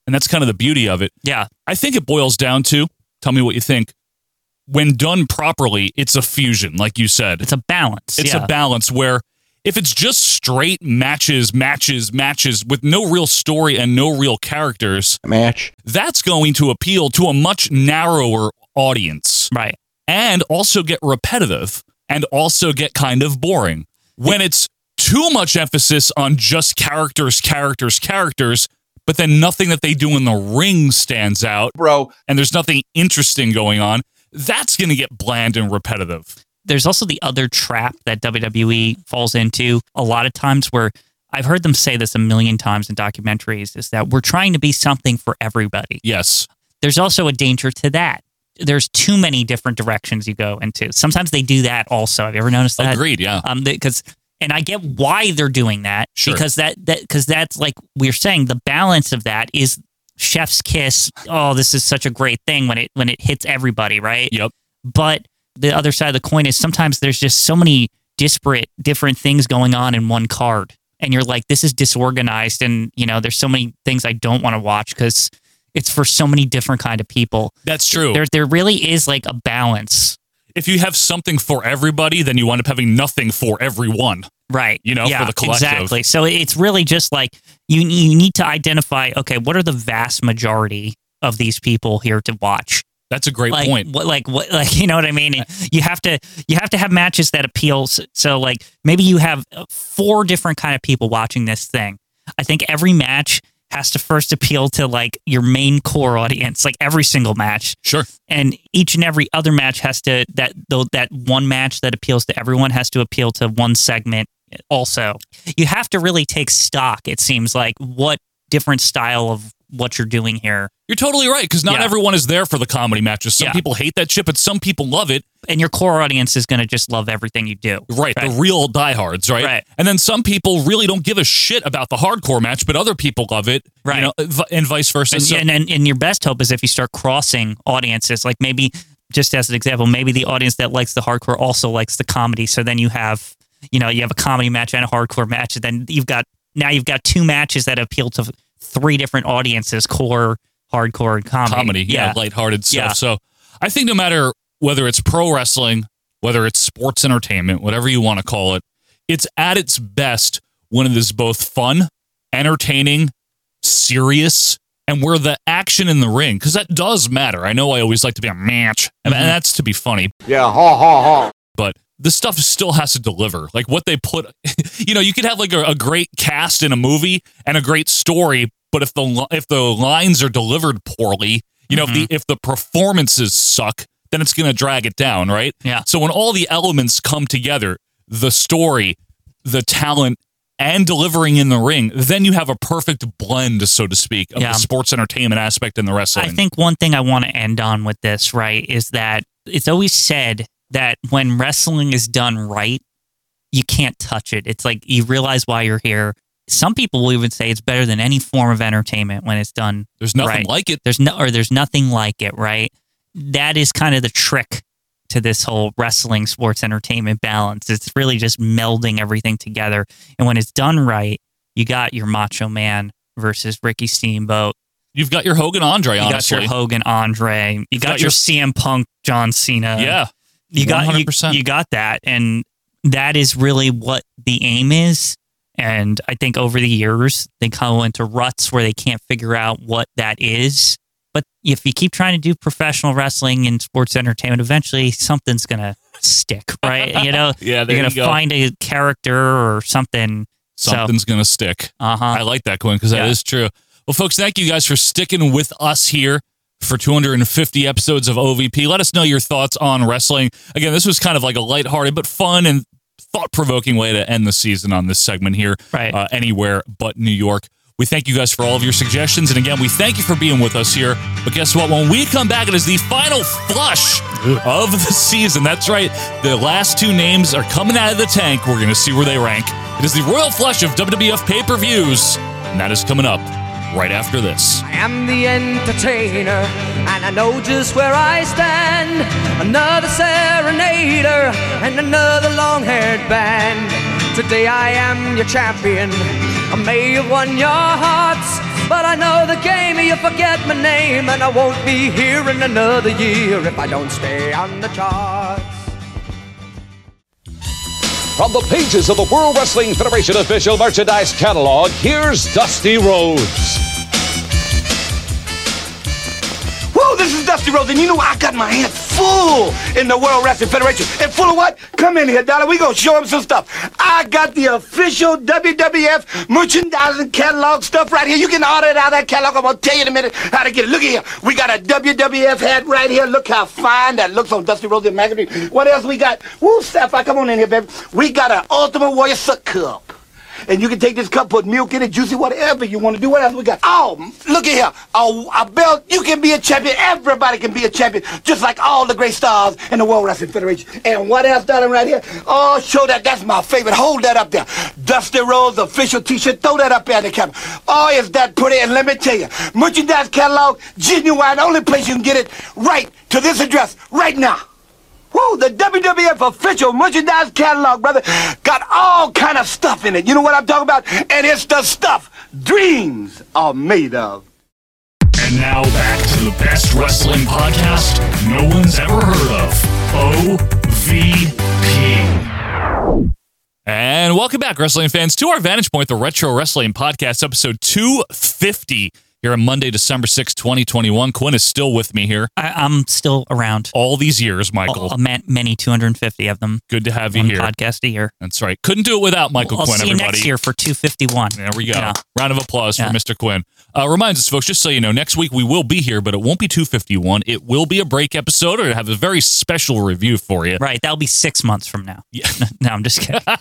Speaker 1: And that's kind of the beauty of it.
Speaker 2: Yeah.
Speaker 1: I think it boils down to tell me what you think. When done properly, it's a fusion, like you said. It's
Speaker 2: a balance.
Speaker 1: It's
Speaker 2: yeah.
Speaker 1: a balance where if it's just straight matches, matches, matches with no real story and no real characters,
Speaker 15: match.
Speaker 1: that's going to appeal to a much narrower audience.
Speaker 2: Right.
Speaker 1: And also get repetitive and also get kind of boring. When it's too much emphasis on just characters, characters, characters, but then nothing that they do in the ring stands out. Bro. And there's nothing interesting going on. that's going to get bland and repetitive.
Speaker 2: There's also the other trap that WWE falls into a lot of times where I've heard them say this a million times in documentaries is that we're trying to be something for everybody.
Speaker 1: Yes.
Speaker 2: There's also a danger to that. There's too many different directions you go into. Sometimes they do that also. Have you ever noticed that?
Speaker 1: Agreed, yeah.
Speaker 2: Um, because and I get why they're doing that
Speaker 1: Sure.
Speaker 2: because that that because that's like we're saying the balance of that is chef's kiss. Oh, this is such a great thing when it when it hits everybody, right?
Speaker 1: Yep.
Speaker 2: But the other side of the coin is sometimes there's just so many disparate different things going on in one card and you're like this is disorganized and you know there's so many things I don't want to watch cuz it's for so many different kind of people.
Speaker 1: That's true.
Speaker 2: There there really is like a balance.
Speaker 1: If you have something for everybody, then you wind up having nothing for everyone.
Speaker 2: Right.
Speaker 1: You know,
Speaker 2: yeah,
Speaker 1: for the collective.
Speaker 2: Exactly. So it's really just like you you need to identify okay, what are the vast majority of these people here to watch?
Speaker 1: That's a great
Speaker 2: like,
Speaker 1: point.
Speaker 2: What, like what like <laughs> you know what I mean? And you have to you have to have matches that appeal. So, so like maybe you have uh, four different kind of people watching this thing. I think every match has to first appeal to like your main core audience, like every single match.
Speaker 1: Sure.
Speaker 2: And each and every other match has to that though that one match that appeals to everyone has to appeal to one segment also. You have to really take stock, it seems like, what different style of what you're doing here.
Speaker 1: You're totally right because not
Speaker 2: Yeah.
Speaker 1: everyone is there for the comedy matches. Some
Speaker 2: Yeah.
Speaker 1: people hate that shit, but some people love it.
Speaker 2: And your core audience is going to just love everything you do.
Speaker 1: Right, the real diehards, right?
Speaker 2: Right.
Speaker 1: And then some people really don't give a shit about the hardcore match, but other people love it, right? You know, v- and vice versa.
Speaker 2: And,
Speaker 1: So-
Speaker 2: and, and, and your best hope is if you start crossing audiences, like maybe just as an example, maybe the audience that likes the hardcore also likes the comedy. So then you have, you know, you have a comedy match and a hardcore match. And then you've got, now you've got two matches that appeal to three different audiences, core, hardcore, and comedy.
Speaker 1: comedy, yeah, lighthearted stuff.
Speaker 2: Yeah.
Speaker 1: So I think no matter whether it's pro wrestling, whether it's sports entertainment, whatever you want to call it, it's at its best when it is both fun, entertaining, serious, and where the action in the ring, because that does matter. I know I always like to be a match, and and that's to be funny.
Speaker 6: Yeah, ha ha ha.
Speaker 1: But the stuff still has to deliver. Like what they put, <laughs> you know, you could have like a, a great cast in a movie and a great story, but if the li- if the lines are delivered poorly, you know,
Speaker 2: Mm-hmm.
Speaker 1: if the if the performances suck, then it's going to drag it down, right?
Speaker 2: Yeah.
Speaker 1: So when all the elements come together, the story, the talent, and delivering in the ring, then you have a perfect blend, so to speak, of
Speaker 2: Yeah.
Speaker 1: the sports entertainment aspect and the wrestling.
Speaker 2: I think one thing I want to end on with this, right, is that it's always said that when wrestling is done right, you can't touch it. It's like you realize why you're here. Some people will even say it's better than any form of entertainment when it's done.
Speaker 1: There's nothing
Speaker 2: right.
Speaker 1: like it.
Speaker 2: There's no or there's nothing like it, right? That is kind of the trick to this whole wrestling sports entertainment balance. It's really just melding everything together. And when it's done right, you got your Macho Man versus Ricky Steamboat.
Speaker 1: You've got your Hogan Andre,
Speaker 2: You
Speaker 1: honestly.
Speaker 2: got your Hogan Andre. You, got,
Speaker 1: got
Speaker 2: your,
Speaker 1: your-
Speaker 2: CM Punk John Cena.
Speaker 1: Yeah.
Speaker 2: You got you-
Speaker 1: 100%.
Speaker 2: You, got that. And that is really what the aim is. And I think over the years they kind of went to ruts where they can't figure out what that is. But if you keep trying to do professional wrestling and sports entertainment, eventually something's gonna
Speaker 1: <laughs>
Speaker 2: stick, right? You know,
Speaker 1: Yeah, there
Speaker 2: you're gonna
Speaker 1: you go.
Speaker 2: find a character or something. So-
Speaker 1: Something's going to stick.
Speaker 2: Uh-huh.
Speaker 1: I like that, Quinn, because that
Speaker 2: Yeah.
Speaker 1: is true. Well, folks, thank you guys for sticking with us here for 250 episodes of OVP. Let us know your thoughts on wrestling. Again, this was kind of like a lighthearted but fun and thought-provoking way to end the season on this segment here,
Speaker 2: right.
Speaker 1: uh, anywhere but New York. We thank you guys for all of your suggestions, and again, we thank you for being with us here. But guess what? When we come back, it is the final flush of the season. That's right. The last two names are coming out of the tank. We're going to see where they rank. It is the royal flush of WWF pay-per-views, and that is coming up right after this.
Speaker 14: I am the entertainer, and I know just where I stand. Another serenader and another long haired band. Today I am your champion. I may have won your hearts, but I know the game, you forget my name, and I won't be here in another year if I don't stay on the charts.
Speaker 15: From the pages of the World Wrestling Federation official merchandise catalog, here's Dusty Rhodes.
Speaker 14: Woo, this is Dusty
Speaker 16: Dusty Rhodes, and you know I got my hands full in the World Wrestling Federation. And full of what? Come in here, Dollar. We gonna show him some stuff. I got the official WWF merchandising catalog stuff right here. You can order it out of that catalog. I'm gonna tell you in a minute how to get it. Look at here. We got a WWF hat right here. Look how fine that looks on Dusty Rhodes and magazine. What else we got? Woo, Sapphire, come on in here, baby. We got an Ultimate Warrior Suck Cup. And you can take this cup, put milk in it, juicy, whatever you want to do. What else we got? Oh, look at here. A, a belt. You can be a champion. Everybody can be a champion, just like all the great stars in the World Wrestling Federation. And what else, darling, right here? Oh, show that. That's my favorite. Hold that up there. Dusty Rose official t-shirt. Throw that up there in the camera. Oh, is that pretty? And let me tell you, merchandise catalog, genuine. Only place you can get it right to this address right now. Woo, the WWF official merchandise catalog, brother, got all kind of stuff in it. You know what I'm talking about? And it's the stuff dreams are made of.
Speaker 1: And now back to the best wrestling podcast no one's ever heard of OVP. And welcome back, wrestling fans, to our Vantage Point, the Retro Wrestling Podcast, episode 250 here on Monday, December sixth, twenty 2021. Quinn is still with me here.
Speaker 2: I, I'm still around.
Speaker 1: All these years, Michael.
Speaker 2: I met many 250 of them.
Speaker 1: Good to have you
Speaker 2: One
Speaker 1: here.
Speaker 2: podcast a year.
Speaker 1: That's right. Couldn't do it without Michael
Speaker 2: I'll
Speaker 1: Quinn,
Speaker 2: see you
Speaker 1: everybody.
Speaker 2: next year for 251.
Speaker 1: There we go.
Speaker 2: Yeah.
Speaker 1: Round of applause
Speaker 2: Yeah.
Speaker 1: for Mr. Quinn. Uh, reminds us, folks, just so you know, next week we will be here, but it won't be 251. It will be a break episode or have a very special review for you.
Speaker 2: Right. That'll be six months from now.
Speaker 1: Yeah. <laughs>
Speaker 2: no, I'm just kidding. <laughs>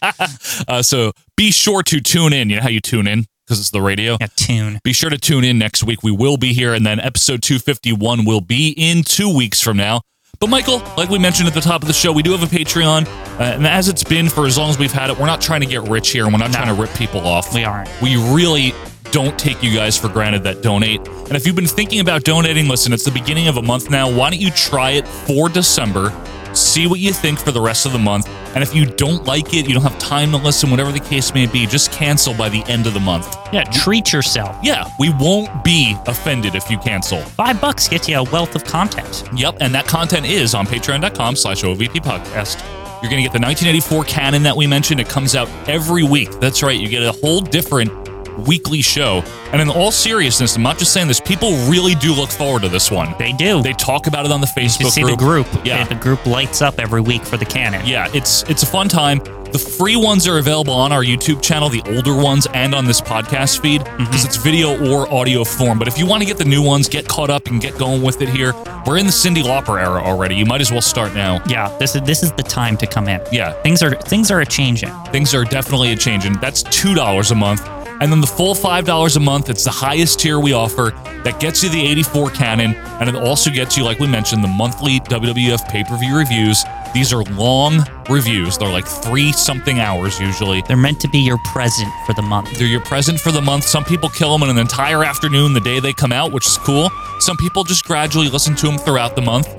Speaker 1: Uh, so be sure to tune in. You know how you tune in? Because it's the radio. Yeah,
Speaker 2: tune.
Speaker 1: Be sure to tune in next week. We will be here, and then episode 251 will be in two weeks from now. But, Michael, like we mentioned at the top of the show, we do have a Patreon. Uh, and as it's been for as long as we've had it, we're not trying to get rich here and we're not trying to rip people off. We
Speaker 2: aren't.
Speaker 1: We really don't take you guys for granted that donate. And if you've been thinking about donating, listen, it's the beginning of a month now. Why don't you try it for December? see what you think for the rest of the month. And if you don't like it, you don't have time to listen, whatever the case may be, just cancel by the end of the month.
Speaker 2: Yeah, treat yourself.
Speaker 1: Yeah, we won't be offended if you cancel.
Speaker 2: Five bucks gets you a wealth of content.
Speaker 1: Yep, and that content is on patreon.com slash OVP podcast. You're going to get the 1984 canon that we mentioned. It comes out every week. That's right. You get a whole different weekly show. And in all seriousness, I'm not just saying this, people really do look forward to this one.
Speaker 2: They do.
Speaker 1: They talk about it on the Facebook
Speaker 2: You see
Speaker 1: group.
Speaker 2: the group.
Speaker 1: Yeah.
Speaker 2: The group lights up every week for the canon.
Speaker 1: Yeah, it's it's a fun time. The free ones are available on our YouTube channel, the older ones, and on this podcast feed because it's video or audio form. But if you want to get the new ones, get caught up and get going with it here. We're in the Cindy Lauper era already. You might as well start now.
Speaker 2: Yeah, this is this is the time to come in.
Speaker 1: Yeah.
Speaker 2: Things are things are a changing.
Speaker 1: Things are definitely a changing. That's $2 a month. And then the full $5 a month, it's the highest tier we offer that gets you the 84 canon. And it also gets you, like we mentioned, the monthly WWF pay per view reviews. These are long reviews, they're like three something hours usually.
Speaker 2: They're meant to be your present for the month.
Speaker 1: They're your present for the month. Some people kill them in an entire afternoon the day they come out, which is cool. Some people just gradually listen to them throughout the month.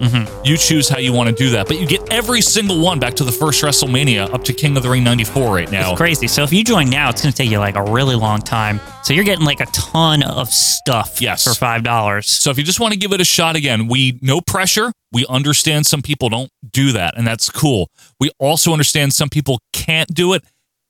Speaker 1: You choose how you want to do that. But you get every single one back to the first WrestleMania up to King of the Ring 94 right now.
Speaker 2: It's crazy. So if you join now, it's going to take you like a really long time. So you're getting like a ton of stuff
Speaker 1: Yes.
Speaker 2: for five dollars.
Speaker 1: So if you just want to give it a shot again, we no pressure. We understand some people don't do that, and that's cool. We also understand some people can't do it.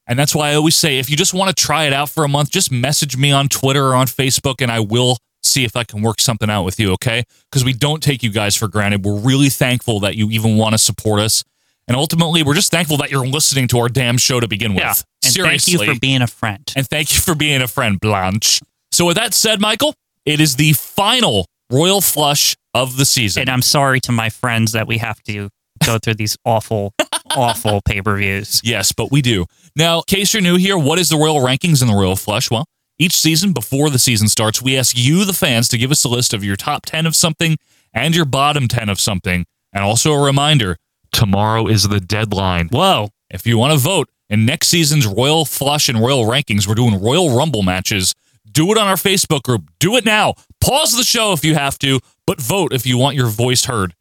Speaker 1: And that's why I always say if you just want to try it out for a month, just message me on Twitter or on Facebook and I will see if I can work something out with you, okay? Because we don't take you guys for granted. We're really thankful that you even want to support us. And ultimately, we're just thankful that you're listening to our damn show to begin with.
Speaker 2: Yeah. And
Speaker 1: Seriously.
Speaker 2: thank you for being a friend.
Speaker 1: And thank you for being a friend, Blanche. So, with that said, Michael, it is the final royal flush of the season.
Speaker 2: And I'm sorry to my friends that we have to go through these
Speaker 1: <laughs>
Speaker 2: awful, awful pay per views.
Speaker 1: Yes, but we do. Now, in case you're new here, what is the Royal Rankings and the Royal Flush? Well, each season before the season starts, we ask you, the fans, to give us a list of your top 10 of something and your bottom 10 of something. And also a reminder tomorrow is the deadline.
Speaker 2: Whoa.
Speaker 1: If you want to vote in next season's Royal Flush and Royal Rankings, we're doing Royal Rumble matches. Do it on our Facebook group. Do it now. Pause the show if you have to, but vote if you want your voice heard.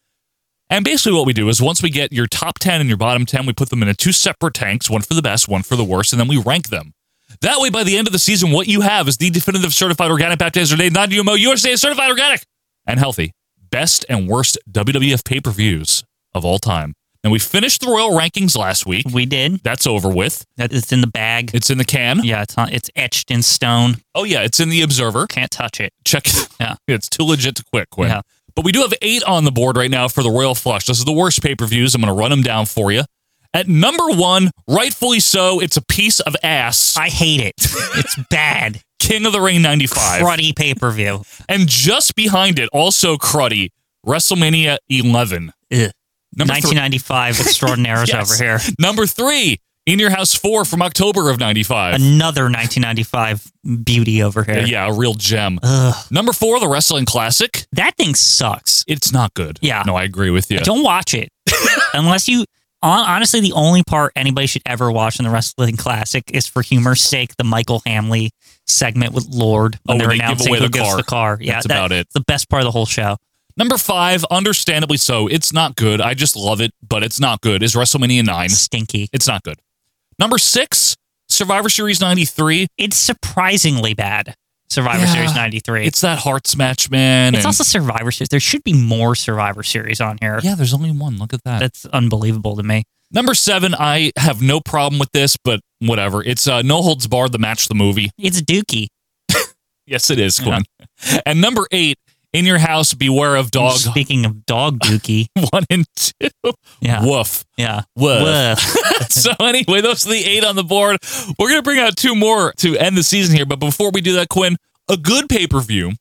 Speaker 1: And basically, what we do is once we get your top 10 and your bottom 10, we put them into two separate tanks one for the best, one for the worst, and then we rank them. That way, by the end of the season, what you have is the definitive certified organic baptizer day, non GMO, USA certified organic and healthy. Best and worst WWF pay per views of all time. And we finished the Royal Rankings last week.
Speaker 2: We did.
Speaker 1: That's over with.
Speaker 2: That it's in the bag.
Speaker 1: It's in the can.
Speaker 2: Yeah, it's on, it's etched in stone.
Speaker 1: Oh, yeah. It's in the Observer.
Speaker 2: Can't touch it.
Speaker 1: Check it.
Speaker 2: <laughs> Yeah.
Speaker 1: It's too legit to quit, Quinn.
Speaker 2: Yeah.
Speaker 1: But we do have eight on the board right now for the Royal Flush. This is the worst pay per views. I'm going to run them down for you. At number one, rightfully so, it's a piece of ass.
Speaker 2: I <laughs> hate it.
Speaker 1: <laughs>
Speaker 2: It's bad.
Speaker 1: King of the Ring 95.
Speaker 2: Cruddy pay per view.
Speaker 1: And just behind it, also cruddy, WrestleMania 11.
Speaker 2: Ugh.
Speaker 1: Number three- <laughs>
Speaker 2: 1995 extraordinaires
Speaker 1: Yes.
Speaker 2: over here.
Speaker 1: Number three, In Your House 4 from October of 95.
Speaker 2: Another 1995 beauty over here.
Speaker 1: Yeah, a real gem. Number four, the Wrestling Classic.
Speaker 2: That thing sucks.
Speaker 1: It's not good.
Speaker 2: Yeah.
Speaker 1: No, I agree with you.
Speaker 2: Don't watch it <laughs> unless you. hon- Honestly, the only part anybody should ever watch in the wrestling classic is for humor's sake the Michael Hamley segment with Lord
Speaker 1: Oh, when
Speaker 2: when they're
Speaker 1: they give
Speaker 2: announcing
Speaker 1: away
Speaker 2: who
Speaker 1: the
Speaker 2: gives
Speaker 1: car.
Speaker 2: the car. Yeah,
Speaker 1: That's
Speaker 2: that-
Speaker 1: about it.
Speaker 2: The best part of the whole show.
Speaker 1: Number five, understandably so, it's not good. I just love it, but it's not good. Is WrestleMania 9.
Speaker 2: Stinky.
Speaker 1: It's not good. Number six, Survivor Series 93.
Speaker 2: It's surprisingly bad. Survivor
Speaker 1: Yeah.
Speaker 2: Series '93.
Speaker 1: It's that Hearts match, man.
Speaker 2: It's
Speaker 1: and-
Speaker 2: also Survivor Series. There should be more Survivor Series on here.
Speaker 1: Yeah, there's only one. Look at that.
Speaker 2: That's unbelievable to me.
Speaker 1: Number seven, I have no problem with this, but whatever. It's uh, No Holds Barred, the match, the movie.
Speaker 2: It's Dookie.
Speaker 1: Yes, it is, Glenn. <laughs> And number eight, In Your House, Beware of Dog.
Speaker 2: Speaking of dog Dookie,
Speaker 1: <laughs> One and two.
Speaker 2: Yeah.
Speaker 1: Woof.
Speaker 2: yeah.
Speaker 1: Woof.
Speaker 2: Woof.
Speaker 1: <laughs>
Speaker 2: <laughs>
Speaker 1: so anyway, those are the eight on the board. We're gonna bring out two more to end the season here. But before we do that, Quinn, a good pay per view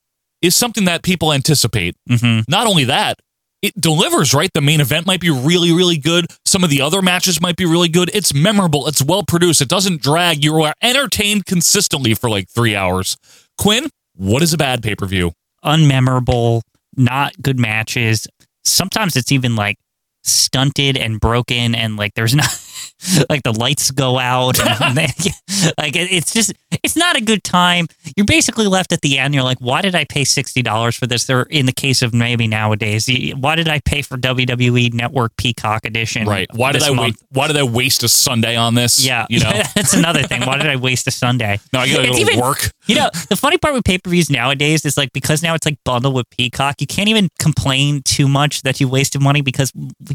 Speaker 1: is something that people anticipate.
Speaker 2: Mhm.
Speaker 1: Not only that, it delivers. Right, the main event might be really, really good. Some of the other matches might be really good. It's memorable. It's well produced. It doesn't drag. You are entertained consistently for like three hours. Quinn, what is a bad pay per view?
Speaker 2: unmemorable, not good matches. Sometimes it's even like stunted and broken, and like there's not <laughs> like the lights go
Speaker 1: <laughs>
Speaker 2: out. <laughs> And they, like it- it's just it's not a good time. You're basically left at the end. You're like, why did I pay sixty dollars for this? Or in the case of maybe nowadays, you- why did I pay for WWE Network Peacock Edition?
Speaker 1: Right. Why did
Speaker 2: this
Speaker 1: I wait?
Speaker 2: month?
Speaker 1: Why did I waste a Sunday on this?
Speaker 2: Yeah,
Speaker 1: You know.
Speaker 2: <laughs> that's another thing. Why did I waste a Sunday?
Speaker 1: No, I gotta
Speaker 2: It's
Speaker 1: go to work.
Speaker 2: You know, the funny part with pay per views nowadays is like because now it's like bundled with Peacock, you can't even complain too much that you wasted money because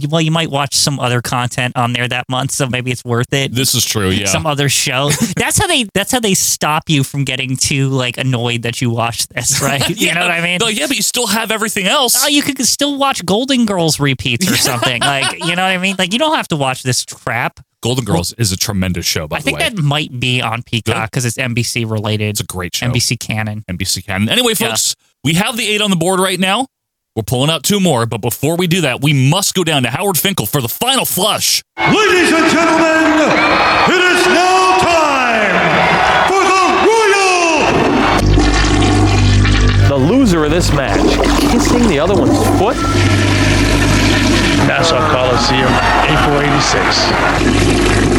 Speaker 2: well, you might watch some other content on there that month, so maybe it's worth it.
Speaker 1: This is true. Yeah.
Speaker 2: Some other show. that's how they. That's how they stop you from getting too like annoyed that you watched
Speaker 1: <laughs>
Speaker 2: this, right? You know what I mean?
Speaker 1: No, yeah, but you still have everything else.
Speaker 2: Oh, you could still watch Golden
Speaker 1: <laughs>
Speaker 2: Girls repeats or something. like, you know what I mean? Like, you don't have to watch this crap.
Speaker 1: Golden Girls is a tremendous show, by
Speaker 2: I
Speaker 1: the
Speaker 2: think
Speaker 1: way.
Speaker 2: that might be on Peacock because it's NBC related. It's a
Speaker 1: great show.
Speaker 2: NBC canon.
Speaker 1: NBC canon. Anyway,
Speaker 2: Yeah.
Speaker 1: folks, we have the eight on the board right now. We're pulling out two more, but before we do that, we must go down to Howard Finkel for the final flush.
Speaker 12: Ladies and gentlemen, it is now time for the Royal
Speaker 9: The loser of this match kissing the other one's foot?
Speaker 12: Nassau Coliseum, April 86.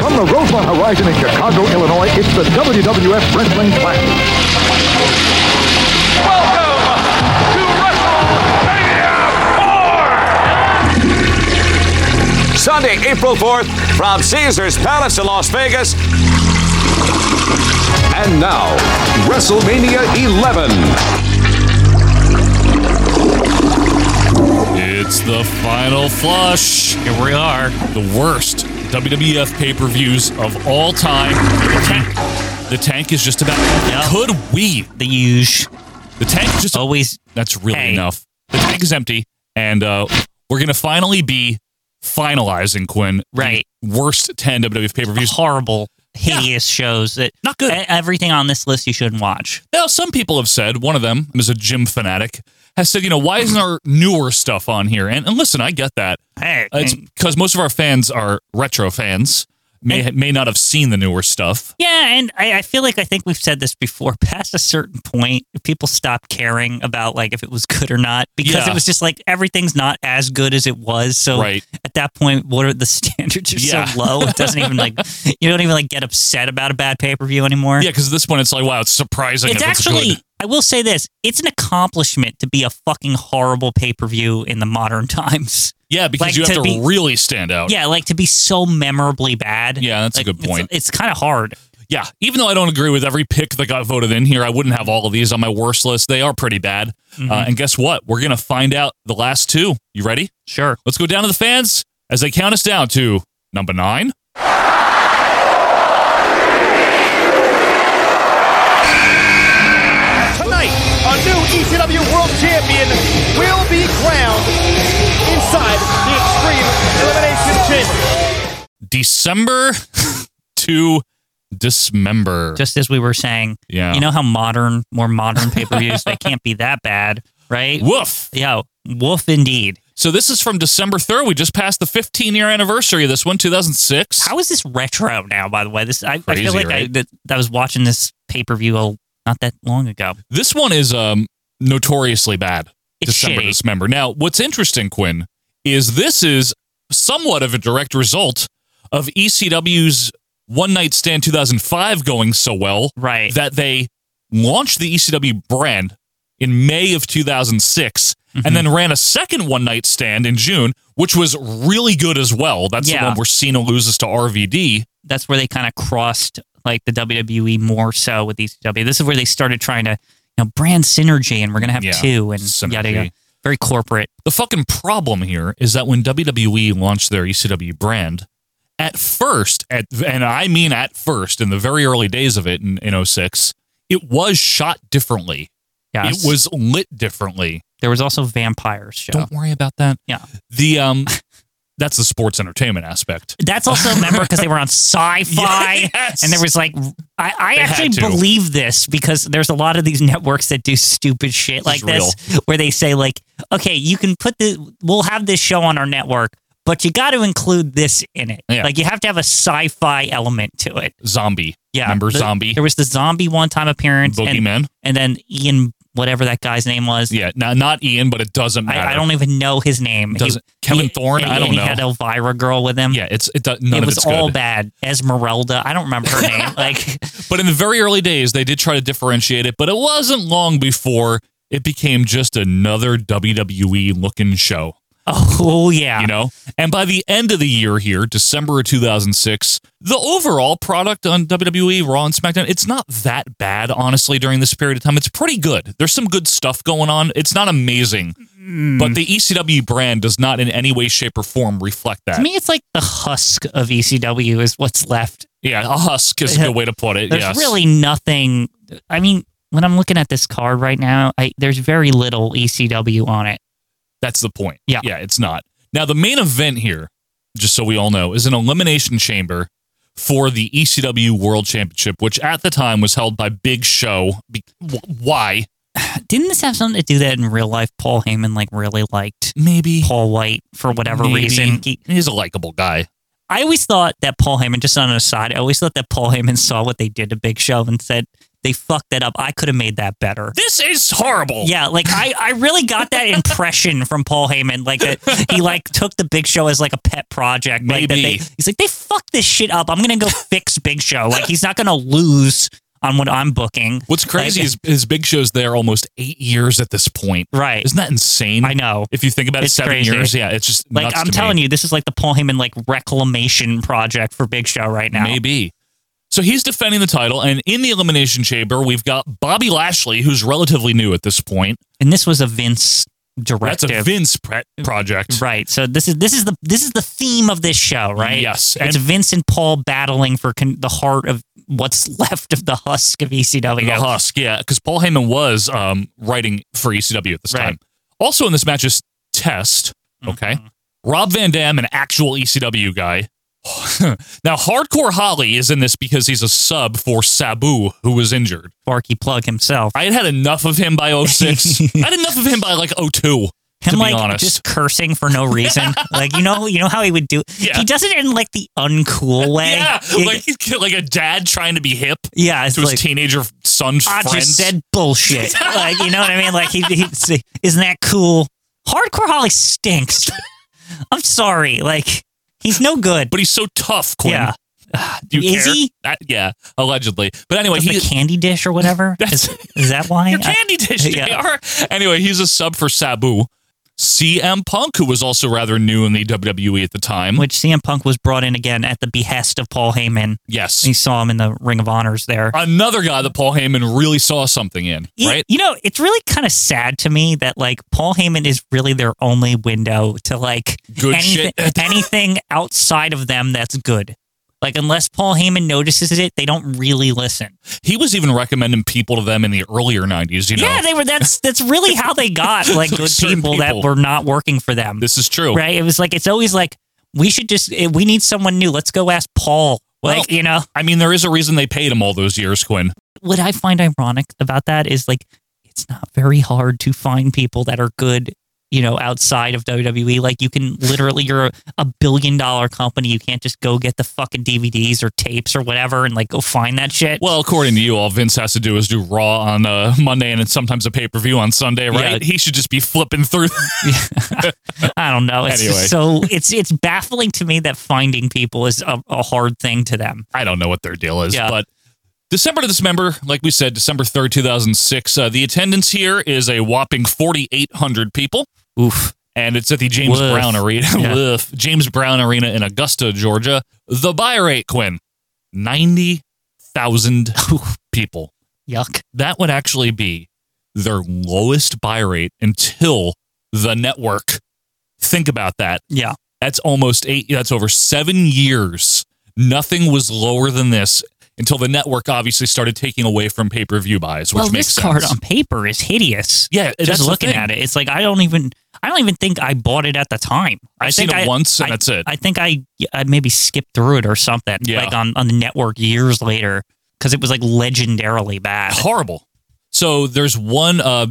Speaker 8: From the Rosemont Horizon in Chicago, Illinois, it's the WWF Wrestling Classic.
Speaker 6: Sunday, April 4th, from Caesars Palace in Las Vegas.
Speaker 15: And now, WrestleMania 11.
Speaker 1: It's the final flush.
Speaker 2: Here we are.
Speaker 1: The worst WWF pay per views of all time. The tank, the tank is just about. Could we?
Speaker 2: The huge.
Speaker 1: The tank just
Speaker 2: Always.
Speaker 1: That's really
Speaker 2: Hey.
Speaker 1: enough. The tank is empty, and uh, we're gonna finally be finalizing Quinn. the
Speaker 2: Right.
Speaker 1: Worst ten WWF pay per views.
Speaker 2: Horrible, hideous shows that
Speaker 1: Not good.
Speaker 2: e- everything on this list you shouldn't watch.
Speaker 1: Now, some people have said, one of them is a gym fanatic, has said, you know, why isn't our newer stuff on here? And, and listen, I get that.
Speaker 2: Hey,
Speaker 1: Uh, It's because most of our fans are retro fans, may, may not have seen the newer
Speaker 2: <laughs>
Speaker 1: stuff.
Speaker 2: Yeah, and I, I feel like I think we've said this before. <laughs> Past a certain point, people stop caring about like if it was good or not because
Speaker 1: Yeah.
Speaker 2: it was just like everything's not as good as it was. So
Speaker 1: Right.
Speaker 2: at that point, what are the <laughs> standards are
Speaker 1: Yeah.
Speaker 2: so low? It doesn't
Speaker 1: <laughs>
Speaker 2: even like you don't even like get upset about a bad pay per view anymore.
Speaker 1: Yeah, because at this point, it's like, wow, it's surprising.
Speaker 2: it's
Speaker 1: if
Speaker 2: actually
Speaker 1: good.
Speaker 2: I will say this: it's an accomplishment to be a fucking horrible pay per view in the modern <laughs> times.
Speaker 1: Yeah, because
Speaker 2: like,
Speaker 1: you have
Speaker 2: to
Speaker 1: to
Speaker 2: be-
Speaker 1: really stand out.
Speaker 2: Yeah, like to be so memorably bad.
Speaker 1: Yeah, that's a
Speaker 2: Like,
Speaker 1: good point.
Speaker 2: It's, it's kind of hard.
Speaker 1: Yeah, even though I don't agree with every pick that got voted in here, I wouldn't have all of these on my worst list. They are pretty bad.
Speaker 2: Mm-hmm.
Speaker 1: Uh, and guess what? We're going to find out the last two. You ready?
Speaker 2: Sure.
Speaker 1: Let's go down to the fans as they count us down to number nine, December <laughs> to dismember.
Speaker 2: Just as we were saying,
Speaker 1: Yeah.
Speaker 2: you know how modern, more modern pay per views, they can't be that bad, right?
Speaker 1: Woof.
Speaker 2: Yeah, woof indeed.
Speaker 1: So this is from December 3rd. We just passed the 15 year anniversary of this one, 2006.
Speaker 2: How is this retro now, by the way? This I, I
Speaker 1: Crazy,
Speaker 2: feel like I,
Speaker 1: right?
Speaker 2: that, I was watching this pay per view not that long ago.
Speaker 1: This one is um notoriously bad.
Speaker 2: It's
Speaker 1: December
Speaker 2: shitty.
Speaker 1: Dismember. Now, what's interesting, Quinn, is this is somewhat of a direct result of ECW's One Night Stand 2005 going so well,
Speaker 2: right?
Speaker 1: That they launched the ECW brand in May of 2006,
Speaker 2: Mm-hmm.
Speaker 1: and then ran a second One Night Stand in June, which was really good as well. That's the
Speaker 2: Yeah.
Speaker 1: one where Cena loses to RVD.
Speaker 2: That's where they kind of crossed like the WWE more so with ECW. This is where they started trying to, you know, brand synergy, and we're gonna have
Speaker 1: Yeah,
Speaker 2: two and yada yada.
Speaker 1: synergy.
Speaker 2: Very corporate.
Speaker 1: The fucking problem here is that when WWE launched their ECW brand, at first, at and I mean at first, in the very early days of it in, in 06, it was shot differently.
Speaker 2: Yes.
Speaker 1: It was lit differently.
Speaker 2: There was also vampires show.
Speaker 1: Don't worry about that.
Speaker 2: Yeah.
Speaker 1: The um that's the sports entertainment aspect.
Speaker 2: That's also remember because they were
Speaker 1: <laughs>
Speaker 2: on sci-fi,
Speaker 1: Yes.
Speaker 2: and there was like I, I
Speaker 1: They had
Speaker 2: actually
Speaker 1: to.
Speaker 2: believe this because there's a lot of these networks that do stupid shit like
Speaker 1: is real.
Speaker 2: this, where they say like, okay, you can put the we'll have this show on our network, but you got to include this in it.
Speaker 1: Yeah.
Speaker 2: Like you have to have a sci-fi element to it.
Speaker 1: Zombie.
Speaker 2: Yeah,
Speaker 1: Remember
Speaker 2: the-
Speaker 1: zombie?
Speaker 2: There was the zombie one-time appearance, and-
Speaker 1: Boogeyman.
Speaker 2: and, then Ian whatever that guy's name was.
Speaker 1: Yeah, not not Ian, but it doesn't matter.
Speaker 2: I, I don't even know his name. He-
Speaker 1: Doesn't- Kevin Thorne?
Speaker 2: and-
Speaker 1: I
Speaker 2: and
Speaker 1: don't
Speaker 2: he
Speaker 1: know.
Speaker 2: had Elvira girl with him.
Speaker 1: Yeah, it's it does none
Speaker 2: it
Speaker 1: of
Speaker 2: was
Speaker 1: it's
Speaker 2: all
Speaker 1: good.
Speaker 2: bad. Esmeralda. I don't remember
Speaker 1: <laughs>
Speaker 2: her name. Like
Speaker 1: But in the very early days, they did try to differentiate it, but it wasn't long before it became just another WWE looking show.
Speaker 2: Oh, yeah.
Speaker 1: You know? And by the end of the year here, December of 2006, the overall product on WWE, Raw, and SmackDown, it's not that bad, honestly, during this period of time. It's pretty good. There's some good stuff going on. It's not amazing,
Speaker 2: Mm.
Speaker 1: but the ECW brand does not in any way, shape, or form reflect that.
Speaker 2: to me, it's like the husk of ECW is what's left.
Speaker 1: yeah, a husk is a good way to put it.
Speaker 2: There's
Speaker 1: yes.
Speaker 2: really nothing. I mean, when I'm looking at this card right now, I, there's very little ECW on it.
Speaker 1: That's the point. Yeah. Yeah, it's not. Now, the main event here, just so we all know, is an elimination chamber for the ECW World Championship, which at the time was held by Big Show. Be- wh- Why?
Speaker 2: Didn't this have something to do that in real life? Paul Heyman like really liked
Speaker 1: maybe
Speaker 2: Paul White for whatever
Speaker 1: Maybe.
Speaker 2: reason. He-
Speaker 1: He's a likable guy.
Speaker 2: I always thought that Paul Heyman, just on an aside, I always thought that Paul Heyman saw what they did to Big Show and said, they fucked that up. I could have made that better.
Speaker 1: This is horrible.
Speaker 2: Yeah, like I, I really
Speaker 1: <laughs>
Speaker 2: got that impression from Paul Heyman. Like that he like took the Big Show as like a pet project. Like that
Speaker 1: Maybe.
Speaker 2: they, he's like, they fucked this shit up. I'm gonna go fix Big Show. Like he's not gonna lose on what I'm booking.
Speaker 1: What's crazy
Speaker 2: Like,
Speaker 1: is his Big Show's there almost eight years at this point.
Speaker 2: Right.
Speaker 1: Isn't that insane? I
Speaker 2: know.
Speaker 1: If you think about it,
Speaker 2: It's
Speaker 1: seven
Speaker 2: crazy.
Speaker 1: years. Yeah, it's just
Speaker 2: like
Speaker 1: nuts
Speaker 2: I'm
Speaker 1: to
Speaker 2: telling
Speaker 1: me.
Speaker 2: you, this is like the Paul Heyman like reclamation project for Big Show right now.
Speaker 1: Maybe. So he's defending the title, and in the Elimination Chamber, we've got Bobby Lashley, who's relatively new at this point.
Speaker 2: And this was a Vince directive.
Speaker 1: That's a Vince pre- project.
Speaker 2: Right. So this is this is the this is the theme of this show, right?
Speaker 1: Yes,
Speaker 2: It's
Speaker 1: and-
Speaker 2: Vince and Paul battling for con- the heart of what's <laughs> left of the husk of E ECW.
Speaker 1: The Husk, yeah, because Paul Heyman was um, writing for ECW at this time. Also in this match is Test,
Speaker 2: Mm-hmm.
Speaker 1: okay? Rob Van Dam, an actual ECW guy. <laughs> now, Hardcore Holly is in this because he's a sub for Sabu, who was injured.
Speaker 2: Barky Plug himself.
Speaker 1: I had had enough of him by
Speaker 2: <laughs>
Speaker 1: 06. I had enough of him by like 02,
Speaker 2: Him
Speaker 1: to
Speaker 2: like
Speaker 1: be honest.
Speaker 2: just cursing for
Speaker 1: <laughs>
Speaker 2: no reason. like you know you know how he would do.
Speaker 1: Yeah.
Speaker 2: He does it in like the
Speaker 1: <laughs>
Speaker 2: uncool way.
Speaker 1: yeah,
Speaker 2: He-
Speaker 1: like he's ki- like a dad trying to be hip.
Speaker 2: Yeah, it's
Speaker 1: to his
Speaker 2: like-
Speaker 1: teenager son's
Speaker 2: I
Speaker 1: friends.
Speaker 2: just said
Speaker 1: <laughs>
Speaker 2: bullshit. like you know what I mean? Like he, he isn't that cool? Hardcore Holly stinks. <laughs> I'm sorry. Like he's no good.
Speaker 1: But he's so tough, Quinn. Ah,
Speaker 2: Yeah.
Speaker 1: Do you
Speaker 2: Is
Speaker 1: care?
Speaker 2: he?
Speaker 1: That- yeah, allegedly. But anyway,
Speaker 2: Was
Speaker 1: he
Speaker 2: the candy dish or
Speaker 1: <laughs>
Speaker 2: whatever. is, is that why?
Speaker 1: Your candy dish,
Speaker 2: <laughs> Yeah.
Speaker 1: JR. Anyway, he's a sub for Sabu. CM Punk, who was also rather new in the WWE at the time.
Speaker 2: Uh, Which CM Punk was brought in again at the behest of Paul Heyman.
Speaker 1: Yes.
Speaker 2: He saw him in the Ring of Honors there.
Speaker 1: Another guy that Paul Heyman really saw something in,
Speaker 2: You-
Speaker 1: right?
Speaker 2: You know, it's really kind of sad to me that like Paul Heyman is really their only window to like
Speaker 1: Good
Speaker 2: anything,
Speaker 1: shit. <laughs>
Speaker 2: anything outside of them that's good. Like unless Paul Heyman notices it, they don't really listen.
Speaker 1: He was even recommending people to them in the earlier 90s, you know?
Speaker 2: Yeah, they were. That's that's really how they got like
Speaker 1: <laughs>
Speaker 2: good
Speaker 1: Certain
Speaker 2: people, that
Speaker 1: people.
Speaker 2: were not working for them.
Speaker 1: This is true.
Speaker 2: Right? It was like it's always like we should just eh, we need someone new. Let's go ask Paul. Like you know,
Speaker 1: I mean, there is a reason they paid him all those years, Quinn.
Speaker 2: what I find ironic about that is like it's not very hard to find people that are good, you know, outside of WWE. Like you can literally you're a, a billion dollar company. You can't just go get the fucking DVDs or tapes or whatever and like go find that shit.
Speaker 1: Well, according to you, all Vince has to do is do Raw on uh, Monday and then sometimes a pay per view on Sunday, right?
Speaker 2: Yeah.
Speaker 1: He should just be flipping through. <laughs>
Speaker 2: I don't know. It's
Speaker 1: Anyway.
Speaker 2: just so it's it's baffling to me that finding people is a, a hard thing to them.
Speaker 1: I don't know what their deal is, but December to December, like we said, December 3rd, 2006. Uh, the attendance here is a whopping 4,800 people.
Speaker 2: Oof.
Speaker 1: And it's at the James
Speaker 2: Woof.
Speaker 1: Brown Arena.
Speaker 2: Yeah.
Speaker 1: Woof. James Brown Arena in Augusta, Georgia. The buy rate, Quinn,
Speaker 2: <laughs>
Speaker 1: 90,000 people.
Speaker 2: Yuck.
Speaker 1: That would actually be their lowest buy rate until the network. Think about that.
Speaker 2: Yeah.
Speaker 1: That's almost eight, that's over seven years. Nothing was lower than this until the network obviously started taking away from pay per view buys, which
Speaker 2: well,
Speaker 1: makes
Speaker 2: this
Speaker 1: sense.
Speaker 2: card um, on paper is hideous.
Speaker 1: Yeah, that's
Speaker 2: just
Speaker 1: the
Speaker 2: looking
Speaker 1: thing.
Speaker 2: at it, it's like I don't even I don't even think I bought it at the time. I
Speaker 1: I've
Speaker 2: think
Speaker 1: seen it
Speaker 2: I-
Speaker 1: once and that's it.
Speaker 2: I think I I maybe skipped through it or something.
Speaker 1: Yeah.
Speaker 2: like on on the network years later because it was like legendarily bad.
Speaker 1: horrible. So there's one uh,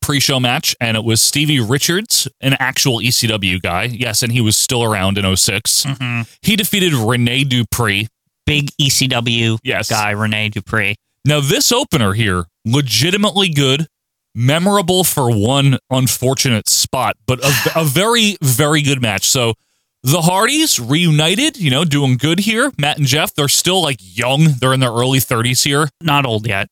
Speaker 1: pre-show match, and it was Stevie Richards, an actual ECW guy. Yes, and he was still around in 6
Speaker 2: Mm-hmm.
Speaker 1: He defeated Rene Dupree,
Speaker 2: big ECW
Speaker 1: yes.
Speaker 2: guy, Rene Dupree.
Speaker 1: Now this opener here, legitimately good, memorable for one unfortunate spot, but
Speaker 2: <sighs>
Speaker 1: a, a very very good match. So. The Hardys reunited, you know, doing good here. Matt and Jeff, they're still like young. They're in their early 30s here.
Speaker 2: Not old yet.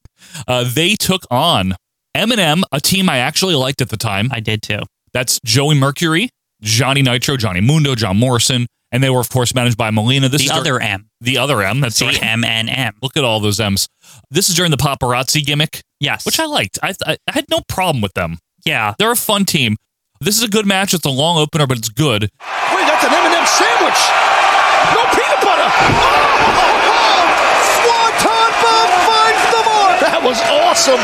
Speaker 1: Uh, they took on Eminem, a team I actually liked at the time.
Speaker 2: I did too.
Speaker 1: That's Joey Mercury, Johnny Nitro, Johnny Mundo, John Morrison, and they were of course managed by Molina. This
Speaker 2: The
Speaker 1: is dur-
Speaker 2: other M.
Speaker 1: the other M. That's
Speaker 2: The
Speaker 1: right.
Speaker 2: M and M.
Speaker 1: Look at all those M's. This is during the paparazzi gimmick.
Speaker 2: Yes.
Speaker 1: which I liked. I, I I had no problem with them.
Speaker 2: Yeah,
Speaker 1: they're a fun team. This is a good match. It's a long opener, but it's good.
Speaker 12: Wait, that's an M&M sandwich. No peanut butter. Oh, Swanton Bob finds the mark. That was awesome.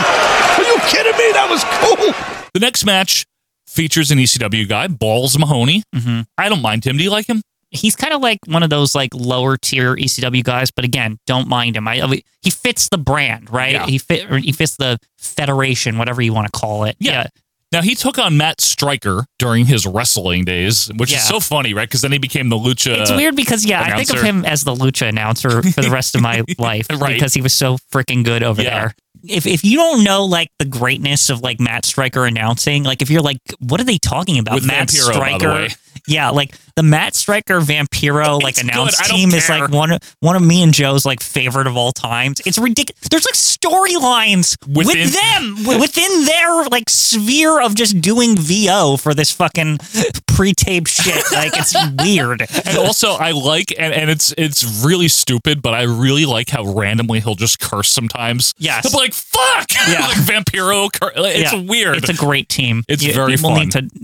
Speaker 12: Are you kidding me? That was cool.
Speaker 1: The next match features an ECW guy, Balls Mahoney. Mm-hmm. I don't mind him. Do you like him?
Speaker 2: He's kind of like one of those like lower tier ECW guys, but again, don't mind him. I, I mean, he fits the brand, right?
Speaker 1: Yeah.
Speaker 2: He fit or he fits the federation, whatever you want to call it.
Speaker 1: Yeah. Now he took on Matt Stryker during his wrestling days, which
Speaker 2: Yeah.
Speaker 1: is so funny, right? Because then he became the lucha.
Speaker 2: It's weird because yeah, I think of
Speaker 1: announcer.
Speaker 2: him as the lucha announcer for the rest
Speaker 1: <laughs>
Speaker 2: of my life
Speaker 1: Right.
Speaker 2: because he was so freaking good over
Speaker 1: Yeah.
Speaker 2: there. If if you don't know like the greatness of like Matt Stryker announcing, like if you're like, what are they talking about?
Speaker 1: With
Speaker 2: Matt
Speaker 1: Vampiro, by the way.
Speaker 2: Yeah, like the Matt Stryker Vampiro like
Speaker 1: It's
Speaker 2: announce
Speaker 1: good. I don't
Speaker 2: team is
Speaker 1: care.
Speaker 2: like one of one of me and Joe's like favorite of all times. It's ridiculous. There's like storylines
Speaker 1: Within- <laughs>
Speaker 2: with them wi- within their like sphere of just doing VO for this fucking pre-taped shit. Like
Speaker 1: <laughs>
Speaker 2: it's weird.
Speaker 1: and also I like and, and it's it's really stupid, but I really like how randomly he'll just curse sometimes.
Speaker 2: Yes.
Speaker 1: He'll be like, fuck <laughs>
Speaker 2: Yeah.
Speaker 1: like Vampiro cur- like, it's
Speaker 2: Yeah.
Speaker 1: weird.
Speaker 2: It's a great team.
Speaker 1: It's very
Speaker 2: people
Speaker 1: fun.
Speaker 2: Need to, <sighs>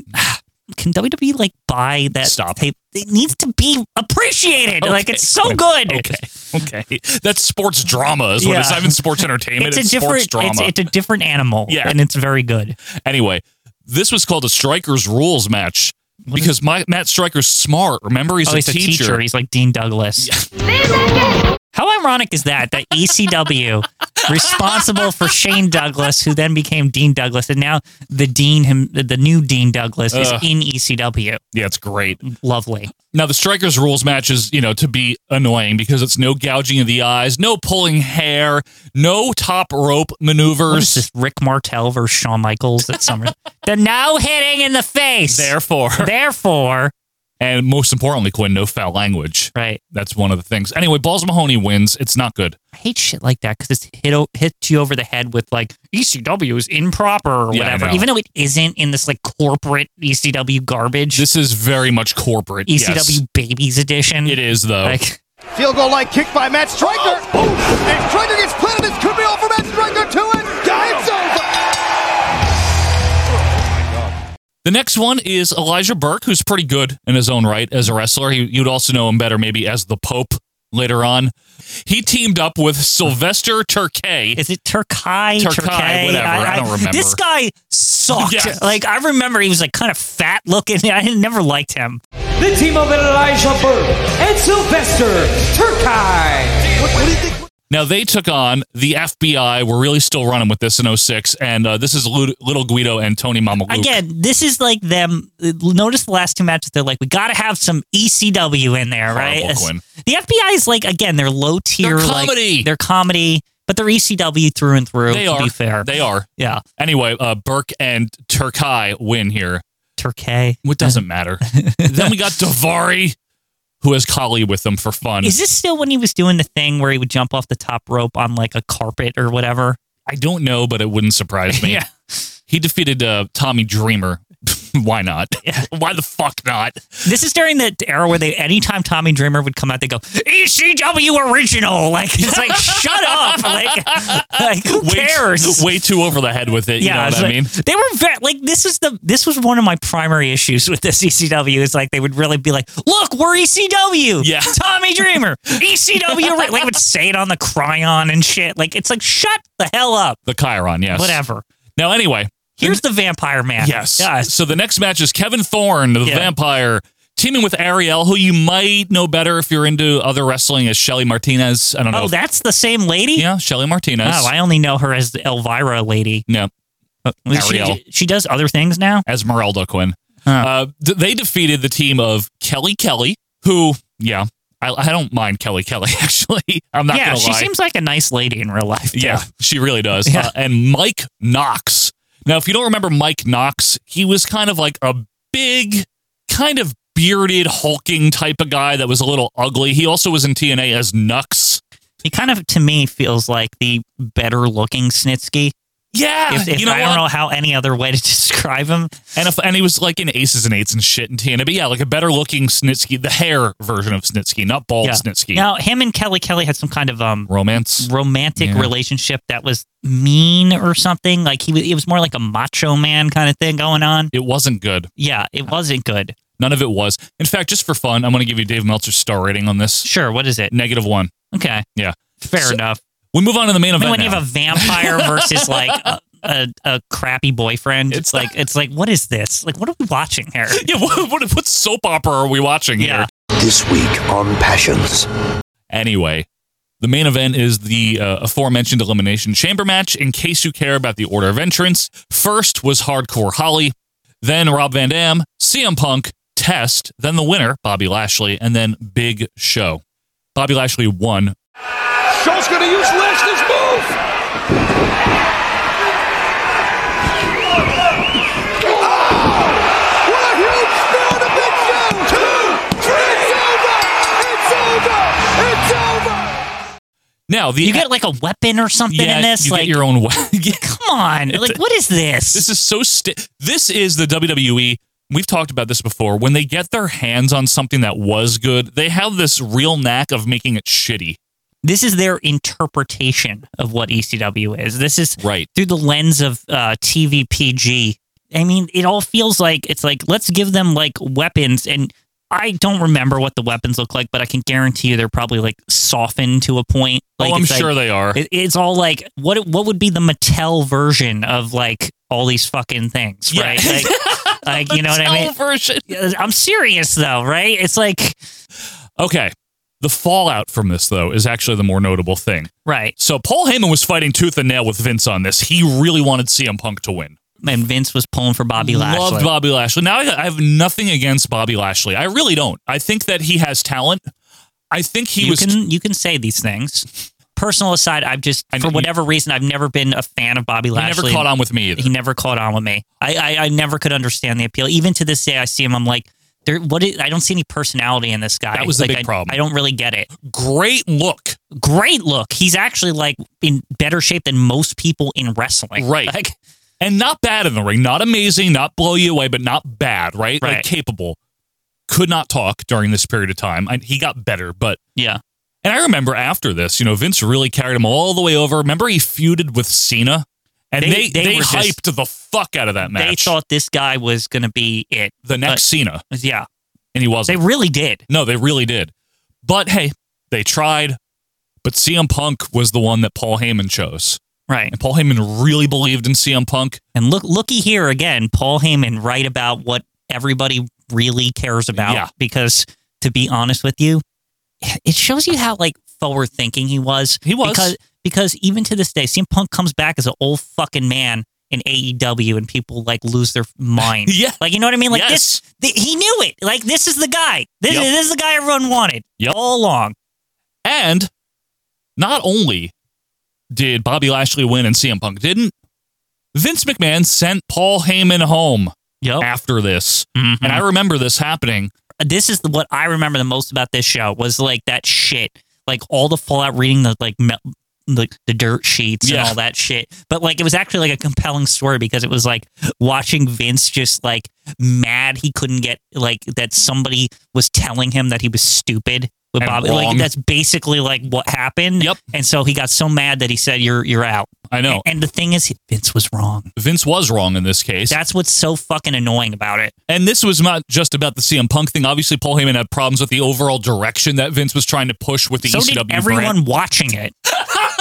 Speaker 2: can WWE like buy that
Speaker 1: Stop.
Speaker 2: tape? It needs to be appreciated. Like
Speaker 1: <laughs> Okay,
Speaker 2: it's so
Speaker 1: Quinn.
Speaker 2: good.
Speaker 1: Okay. Okay. That's sports drama is what
Speaker 2: Yeah.
Speaker 1: it's not even sports entertainment.
Speaker 2: It's
Speaker 1: It's,
Speaker 2: a
Speaker 1: sports
Speaker 2: different.
Speaker 1: drama.
Speaker 2: It's, it's a different animal.
Speaker 1: Yeah.
Speaker 2: and it's very good.
Speaker 1: anyway, this was called a strikers rules match. Because my, Matt Stryker's smart. Remember, he's,
Speaker 2: Oh,
Speaker 1: a,
Speaker 2: he's a
Speaker 1: teacher.
Speaker 2: teacher. He's like Dean Douglas. <laughs> How ironic is that? That ECW, responsible for Shane Douglas, who then became Dean Douglas, and now the Dean, him, the new Dean Douglas, is
Speaker 1: Ugh.
Speaker 2: in ECW.
Speaker 1: Yeah, it's great.
Speaker 2: Lovely.
Speaker 1: Now the strikers rules match is, you know, to be annoying because it's no gouging of the eyes, no pulling hair, no top rope maneuvers.
Speaker 2: What is <laughs> this Rick Martel versus Shawn Michaels
Speaker 1: <laughs>
Speaker 2: at Summer? the no hitting in the face.
Speaker 1: Therefore,
Speaker 2: Therefore,
Speaker 1: and most importantly, Quinn, no foul language.
Speaker 2: Right.
Speaker 1: That's one of the things. Anyway, Balls Mahoney wins. It's not good.
Speaker 2: I hate shit like that because it's hit o- hits you over the head with like ECW is improper or
Speaker 1: Yeah, I
Speaker 2: whatever,
Speaker 1: know.
Speaker 2: even though it isn't in this like corporate ECW garbage,
Speaker 1: This is very much corporate.
Speaker 2: ECW
Speaker 1: yes.
Speaker 2: babies edition.
Speaker 1: It is though.
Speaker 2: E Like,
Speaker 12: Field goal line kick by Matt Stryker. And Stryker gets planted. This could be all for Matt Stryker to it. It's over.
Speaker 1: the next one is Elijah Burke, who's pretty good in his own right as a wrestler. He, you'd also know him better maybe as the Pope later on. He teamed up with Sylvester Turkey.
Speaker 2: is it Turkai?
Speaker 1: Turkai, whatever, I don't remember.
Speaker 2: This guy sucked.
Speaker 1: Yes.
Speaker 2: <laughs> Like I remember, he was like kind of fat looking. I never liked him.
Speaker 17: the team of Elijah Burke and Sylvester Turkai.
Speaker 1: Now they took on the FBI. We're really still running with this in 06. and uh, this is Lu- Little Guido and Tony Mamaluke.
Speaker 2: Again, this is like them. Notice the last two matches. They're like, we got to have some ECW in there, right?
Speaker 1: Horrible,
Speaker 2: It's-
Speaker 1: Quinn.
Speaker 2: The FBI is like, again, they're low tier.
Speaker 1: They're
Speaker 2: like-
Speaker 1: comedy.
Speaker 2: they're comedy, but they're ECW through and through.
Speaker 1: They
Speaker 2: to
Speaker 1: are
Speaker 2: be fair.
Speaker 1: They are.
Speaker 2: Yeah.
Speaker 1: Anyway, uh, Burke and Turkai win here.
Speaker 2: Turkai.
Speaker 1: It doesn't
Speaker 2: <laughs>
Speaker 1: matter. then we got Davari, who has Kali with them for fun.
Speaker 2: Is this still when he was doing the thing where he would jump off the top rope on like a carpet or whatever?
Speaker 1: I don't know, but it wouldn't surprise me.
Speaker 2: <laughs> Yeah.
Speaker 1: He defeated uh, Tommy Dreamer. <laughs> Why
Speaker 2: <laughs>
Speaker 1: not? Why the fuck not?
Speaker 2: This is during the era where they, anytime Tommy Dreamer would come out, they go ECW original. Like it's like shut up. <laughs> Like, like who
Speaker 1: Way-
Speaker 2: cares?
Speaker 1: Way too over the head with it.
Speaker 2: yeah,
Speaker 1: you know
Speaker 2: it's
Speaker 1: what I
Speaker 2: like-
Speaker 1: mean?
Speaker 2: They were very, like this is the this was one of my primary issues with this <laughs> ECW is like they would really be like, look, we're ECW.
Speaker 1: Yeah.
Speaker 2: <laughs> Tommy Dreamer, E ECW. Like they would say it on the cryon and shit. Like it's like shut the hell up.
Speaker 1: The Chiron, yes.
Speaker 2: Whatever.
Speaker 1: Now, anyway,
Speaker 2: Here's the vampire man.
Speaker 1: Yes.
Speaker 2: Yeah.
Speaker 1: So the next match is Kevin Thorne, the
Speaker 2: Yeah.
Speaker 1: vampire, teaming with Ariel, who you might know better if you're into other wrestling as Shelly Martinez. I don't know.
Speaker 2: Oh,
Speaker 1: if-
Speaker 2: that's the same lady.
Speaker 1: yeah, Shelly Martinez.
Speaker 2: Oh, I only know her as the Elvira lady.
Speaker 1: no,
Speaker 2: She-
Speaker 1: Ariel.
Speaker 2: she does other things now.
Speaker 1: Esmeralda Quinn. Uh, d- they defeated the team of Kelly Kelly, who, yeah, I, I don't mind Kelly Kelly, <laughs> actually. I'm not
Speaker 2: yeah,
Speaker 1: going to
Speaker 2: she
Speaker 1: lie.
Speaker 2: seems like a nice lady in real life. too.
Speaker 1: Yeah, she really does.
Speaker 2: Yeah.
Speaker 1: Uh, and Mike Knox. Now, if you don't remember Mike Knox, he was kind of like a big, kind of bearded, hulking type of guy that was a little ugly. He also was in TNA as Nux.
Speaker 2: He kind of, to me, feels like the better looking Snitsky.
Speaker 1: Yeah,
Speaker 2: If, if
Speaker 1: you know
Speaker 2: I
Speaker 1: what?
Speaker 2: don't know how any other way to <laughs> describe him.
Speaker 1: And if, and he was like in Aces and Eights and shit in TNA. But yeah, like a better looking Snitsky, the hair version of Snitsky, not bald
Speaker 2: Yeah.
Speaker 1: Snitsky.
Speaker 2: Now, him and Kelly Kelly had some kind of um
Speaker 1: Romance.
Speaker 2: romantic
Speaker 1: Yeah.
Speaker 2: relationship that was mean or something. Like he was, it was more like a macho man kind of thing going on.
Speaker 1: It wasn't good.
Speaker 2: Yeah, it wasn't good.
Speaker 1: None of it was. In fact, just for fun, I'm going to give you Dave Meltzer's star rating on this.
Speaker 2: Sure, what is it?
Speaker 1: Negative one.
Speaker 2: Okay,
Speaker 1: Yeah.
Speaker 2: fair
Speaker 1: So-
Speaker 2: enough.
Speaker 1: We move on to the main
Speaker 2: I mean,
Speaker 1: event.
Speaker 2: when you
Speaker 1: now.
Speaker 2: have
Speaker 1: <laughs>
Speaker 2: a vampire versus like a, a, a crappy boyfriend, it's like it's like what is this? Like what are we watching
Speaker 1: <laughs>
Speaker 2: here?
Speaker 1: yeah, what, what, what soap opera are we watching here?
Speaker 18: This week on Passions.
Speaker 1: Anyway, the main event is the uh, aforementioned Elimination Chamber match, in case you care about the order of entrance. First was Hardcore Holly, then Rob Van Dam, CM Punk, Test, then the winner, Bobby Lashley, and then Big Show. Bobby Lashley won.
Speaker 12: Show's going to use Lashley's move. Oh, what a huge spill to Big Show. Two, three. It's over. It's over. It's over.
Speaker 1: Now, the
Speaker 2: You get like a weapon or something
Speaker 1: yeah,
Speaker 2: in this.
Speaker 1: you
Speaker 2: like
Speaker 1: get your own <laughs> way.
Speaker 2: <laughs> come on, like what is this?
Speaker 1: This is so sti- This is the WWE. We've talked about this before. When they get their hands on something that was good, they have this real knack of making it shitty.
Speaker 2: this is their interpretation of what ECW is. This is
Speaker 1: Right.
Speaker 2: through the lens of uh, TVPG. I mean, it all feels like it's like let's give them like weapons, and I don't remember what the weapons look like, but I can guarantee you they're probably like softened to a point. Like,
Speaker 1: oh, I'm
Speaker 2: it's like-
Speaker 1: sure they are.
Speaker 2: It, it's all like what what would be the Mattel version of like all these fucking things,
Speaker 1: Yeah.
Speaker 2: right? Like,
Speaker 1: <laughs>
Speaker 2: like you know what I mean?
Speaker 1: version.
Speaker 2: Yeah, I'm serious though, right? It's like
Speaker 1: Okay. The fallout from this, though, is actually the more notable thing.
Speaker 2: right.
Speaker 1: So Paul Heyman was fighting tooth and nail with Vince on this. He really wanted CM Punk to win.
Speaker 2: And Vince was pulling for Bobby Lashley.
Speaker 1: Loved Bobby Lashley. Now I I have nothing against Bobby Lashley. I really don't. I think that he has talent. I think he
Speaker 2: you
Speaker 1: was.
Speaker 2: can you can say these things. Personal aside, I've just for
Speaker 1: you-
Speaker 2: whatever reason I've never been a fan of Bobby
Speaker 1: he never
Speaker 2: Lashley.
Speaker 1: caught on with me either.
Speaker 2: He never caught on with me. I, I I never could understand the appeal. Even to this day, I see him. I'm like, there. What is, I don't see any personality in this guy.
Speaker 1: That was the
Speaker 2: like,
Speaker 1: big
Speaker 2: I,
Speaker 1: problem.
Speaker 2: I don't really get it.
Speaker 1: Great look.
Speaker 2: Great look. He's actually like in better shape than most people in wrestling.
Speaker 1: Right.
Speaker 2: <laughs> Like,
Speaker 1: and not bad in the ring. Not amazing, not blow you away, but not bad, right? Like
Speaker 2: Right.
Speaker 1: capable. Could not talk during this period of time. I, he got better, but
Speaker 2: yeah.
Speaker 1: and I remember after this, you know, Vince really carried him all the way over. Remember he feuded with Cena, and
Speaker 2: They-
Speaker 1: they they,
Speaker 2: they were just-
Speaker 1: hyped the fuck out of that
Speaker 2: They
Speaker 1: match.
Speaker 2: thought this guy was gonna be it.
Speaker 1: the next Cena,
Speaker 2: But, yeah.
Speaker 1: and he
Speaker 2: They
Speaker 1: wasn't.
Speaker 2: really did.
Speaker 1: no, they really did. But hey, they tried. But CM Punk was the one that Paul Heyman chose,
Speaker 2: Right.
Speaker 1: and Paul Heyman really believed in CM Punk.
Speaker 2: And look, looky here again, Paul Heyman, right about what everybody really cares about.
Speaker 1: Yeah.
Speaker 2: Because to be honest with you, it shows you how like forward thinking he was. He
Speaker 1: was.
Speaker 2: because because even to this day, CM Punk comes back as an old fucking man in AEW, and people like lose their mind.
Speaker 1: <laughs> Yeah.
Speaker 2: like you know what I mean. Like
Speaker 1: Yes.
Speaker 2: this, th- he knew it. Like this is the guy. This,
Speaker 1: Yep.
Speaker 2: this is the guy everyone wanted all along.
Speaker 1: And not only did Bobby Lashley win and CM Punk didn't, Vince McMahon sent Paul Heyman home after this.
Speaker 2: Mm-hmm.
Speaker 1: And I remember this happening.
Speaker 2: This is what I remember the most about this show was like that shit, like all the fallout reading the like me- the, the dirt sheets
Speaker 1: Yeah.
Speaker 2: and all that shit. But like it was actually like a compelling story because it was like watching Vince just like mad he couldn't get like that somebody was telling him that he was stupid with
Speaker 1: And
Speaker 2: Bobby.
Speaker 1: wrong.
Speaker 2: Like that's basically like what happened. Yep. And so he got so mad that he said you're you're out.
Speaker 1: I know.
Speaker 2: And the thing is Vince was wrong.
Speaker 1: Vince was wrong in this case.
Speaker 2: That's what's so fucking annoying about it.
Speaker 1: And this was not just about the CM Punk thing. Obviously, Paul Heyman had problems with the overall direction that Vince was trying to push with the
Speaker 2: so
Speaker 1: ECW.
Speaker 2: did
Speaker 1: E
Speaker 2: everyone
Speaker 1: brand.
Speaker 2: watching it. <laughs>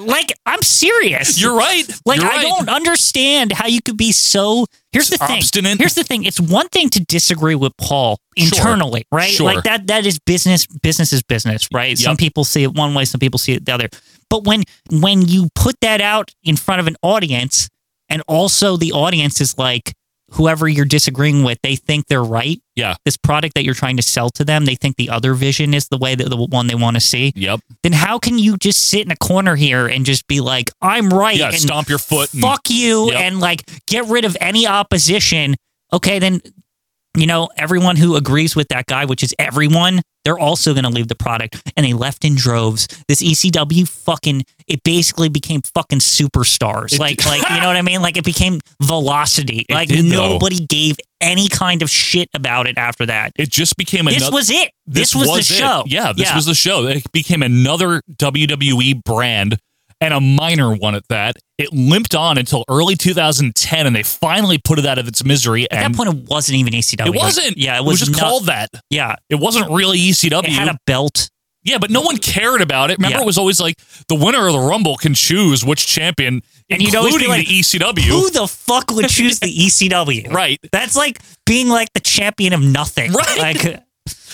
Speaker 2: like I'm serious.
Speaker 1: You're right.
Speaker 2: Like
Speaker 1: You're
Speaker 2: I
Speaker 1: right.
Speaker 2: don't understand how you could be so. Here's the thing.
Speaker 1: Obstinate.
Speaker 2: Here's the thing. It's one thing to disagree with Paul
Speaker 1: Sure.
Speaker 2: internally, right?
Speaker 1: Sure.
Speaker 2: Like that. That is business. Business is business, right? Some people see it one way. Some people see it the other. But when when you put that out in front of an audience, and also the audience is like whoever you're disagreeing with, they think they're right.
Speaker 1: Yeah.
Speaker 2: This product that you're trying to sell to them, they think the other vision is the way that the one they want to see.
Speaker 1: Yep.
Speaker 2: Then how can you just sit in a corner here and just be like, I'm right?
Speaker 1: Yeah,
Speaker 2: and
Speaker 1: stomp your foot and-
Speaker 2: Fuck you.
Speaker 1: Yep.
Speaker 2: And like get rid of any opposition. Okay, then you know, everyone who agrees with that guy, which is everyone, they're also going to leave the product. And they left in droves. This ECW fucking, it basically became fucking superstars.
Speaker 1: It
Speaker 2: like,
Speaker 1: did-
Speaker 2: like you know what I mean? Like it became velocity. like
Speaker 1: did, though.
Speaker 2: nobody gave any kind of shit about it after that.
Speaker 1: It just became
Speaker 2: This
Speaker 1: another.
Speaker 2: was it. This was the
Speaker 1: it.
Speaker 2: show.
Speaker 1: Yeah, this
Speaker 2: Yeah.
Speaker 1: was the show. It became another WWE brand and a minor one at that. It limped on until early 2010, and they finally put it out of its misery.
Speaker 2: At
Speaker 1: and
Speaker 2: that point, it wasn't even ECW.
Speaker 1: it wasn't.
Speaker 2: Yeah,
Speaker 1: it
Speaker 2: it was,
Speaker 1: was, just
Speaker 2: not-
Speaker 1: called that.
Speaker 2: Yeah,
Speaker 1: It wasn't really ECW.
Speaker 2: it had a belt.
Speaker 1: yeah, but no one cared about it. Remember,
Speaker 2: Yeah.
Speaker 1: it was always like the winner of the Rumble can choose which champion,
Speaker 2: And you'd always be
Speaker 1: including
Speaker 2: like,
Speaker 1: the E ECW.
Speaker 2: Who the fuck would choose the
Speaker 1: <laughs>
Speaker 2: ECW?
Speaker 1: Right.
Speaker 2: That's like being like the champion of nothing.
Speaker 1: Right.
Speaker 2: Like <laughs>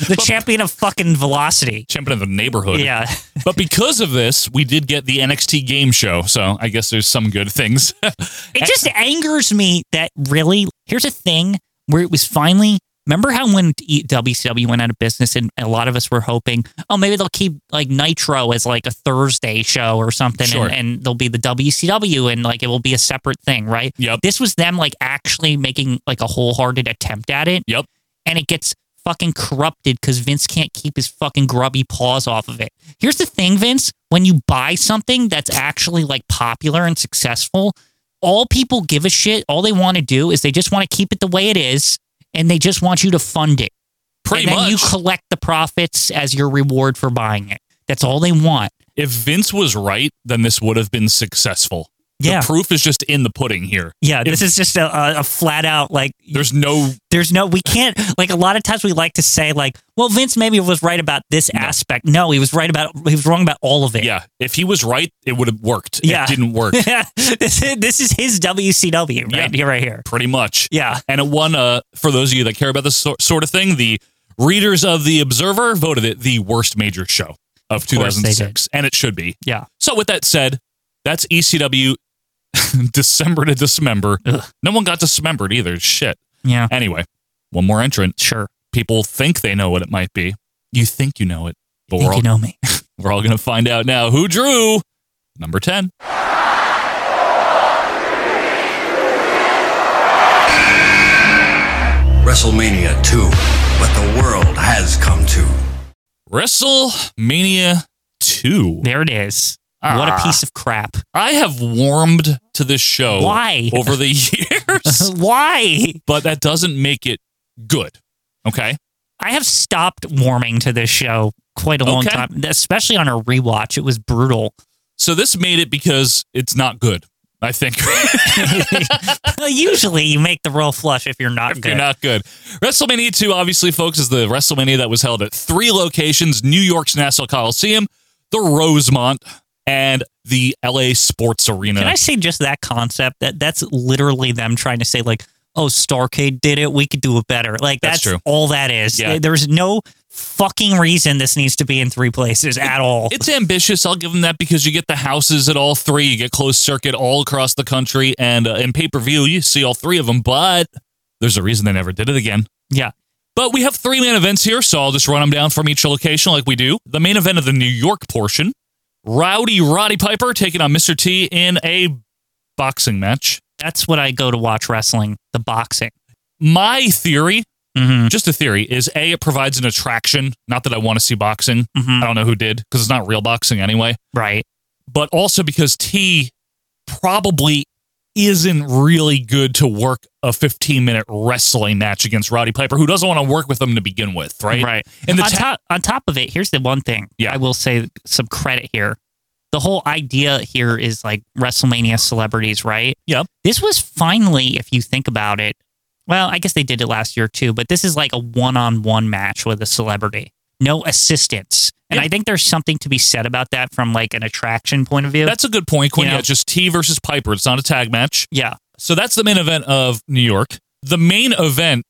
Speaker 2: the champion of fucking velocity.
Speaker 1: champion of the neighborhood.
Speaker 2: Yeah.
Speaker 1: but because of this, we did get the NXT game show. So I guess there's some good things. <laughs>
Speaker 2: It just angers me that really, here's a thing where it was finally. Remember how when E- WCW went out of business and a lot of us were hoping, oh, maybe they'll keep like Nitro as like a Thursday show or something
Speaker 1: Sure.
Speaker 2: and, and there'll be the WCW and like it will be a separate thing, right?
Speaker 1: Yep.
Speaker 2: This was them like actually making like a wholehearted attempt at it.
Speaker 1: Yep.
Speaker 2: And it gets fucking corrupted because Vince can't keep his fucking grubby paws off of it. Here's the thing, Vince when you buy something that's actually like popular and successful, all people give a shit. All they want to do is they just want to keep it the way it is and they just want you to fund it.
Speaker 1: Pretty
Speaker 2: and then you
Speaker 1: much.
Speaker 2: collect the profits as your reward for buying it. That's all they want.
Speaker 1: if Vince was right, then this would have been successful.
Speaker 2: Yeah.
Speaker 1: The proof is just in the pudding here.
Speaker 2: Yeah,
Speaker 1: If
Speaker 2: this is just a, a flat out like.
Speaker 1: There's no.
Speaker 2: There's no, we can't, like, a lot of times we like to say, like, well, Vince maybe was right about this aspect. No, he was right about, he was wrong about all of it.
Speaker 1: Yeah. If he was right, it would have worked.
Speaker 2: Yeah.
Speaker 1: It didn't work.
Speaker 2: <laughs> this, is, this is his WCW right
Speaker 1: Yeah.
Speaker 2: here, right here.
Speaker 1: Pretty much.
Speaker 2: Yeah.
Speaker 1: And it won, uh, for those of you that care about this sor- sort of thing, the readers of The Observer voted it the worst major show of
Speaker 2: course they did.
Speaker 1: 2006. And it should be.
Speaker 2: Yeah.
Speaker 1: So with that said, that's ECW <laughs> December to Dismember. No one got dismembered either. Shit.
Speaker 2: Yeah.
Speaker 1: <laughs> Anyway, one more entrant.
Speaker 2: Sure.
Speaker 1: People think they know what it might be. You think you know it, but
Speaker 2: think
Speaker 1: we're all
Speaker 2: you know me.
Speaker 1: we're all gonna find out now who drew number ten.
Speaker 18: WrestleMania 2, what the world has come to.
Speaker 1: WrestleMania two.
Speaker 2: There it is. What a
Speaker 1: Ah.
Speaker 2: piece of crap.
Speaker 1: I have warmed to this show
Speaker 2: Why?
Speaker 1: <laughs> over the
Speaker 2: <laughs>
Speaker 1: years,
Speaker 2: Why?
Speaker 1: but that doesn't make it good. Okay.
Speaker 2: I have stopped warming to this show quite a long
Speaker 1: Okay.
Speaker 2: time, especially on a rewatch. It
Speaker 1: <laughs>
Speaker 2: was brutal.
Speaker 1: So this made it because it's not good. I
Speaker 2: <laughs>
Speaker 1: think. <laughs>
Speaker 2: Usually you make the roll flush if you're not
Speaker 1: If
Speaker 2: good.
Speaker 1: You're not good. WrestleMania 2, obviously, folks, is the WrestleMania that was held at three locations New York's Nassau Coliseum, the Rosemont, and the LA Sports Arena.
Speaker 2: Can I say just that concept that that's literally them trying to say like oh, Starcade did it. We could do it better. Like
Speaker 1: That's
Speaker 2: that's,
Speaker 1: true.
Speaker 2: all that is.
Speaker 1: Yeah.
Speaker 2: There's no fucking reason this needs to be in three places at all.
Speaker 1: It's ambitious. I'll give them that because you get the houses at all three. You get closed circuit all across the country, and uh, in pay per view, you see all three of them. But there's a reason they never did it again.
Speaker 2: Yeah.
Speaker 1: But we have three main events here, so I'll just run them down from each location like we do. The main event of the New York portion Rowdy Roddy Piper taking on Mr. T in a boxing match.
Speaker 2: That's what I go to watch wrestling, the boxing.
Speaker 1: My theory,
Speaker 2: Mm-hmm.
Speaker 1: just a theory, is A, it provides an attraction. Not that I want to see boxing. I don't know who did because it's not real boxing anyway.
Speaker 2: Mm-hmm. Right.
Speaker 1: But also because T probably isn't really good to work a 15 minute wrestling match against Roddy Piper, who doesn't want to work with him to begin with, right?
Speaker 2: Right.
Speaker 1: And the
Speaker 2: on,
Speaker 1: ta-
Speaker 2: top, on top of it, here's the one thing yeah. I will say some credit here. The whole idea here is like WrestleMania celebrities, right?
Speaker 1: Yep.
Speaker 2: This was finally, if you think about it, well, I guess they did it last year too, but this is like a one on one match with a celebrity, no assistance. And I think there's something to be said about that from like an attraction point of view.
Speaker 1: That's a good point, Quinn.
Speaker 2: You know?
Speaker 1: Yeah, just T versus Piper. It's not a tag match.
Speaker 2: Yeah.
Speaker 1: So that's the main event of New York. The main event,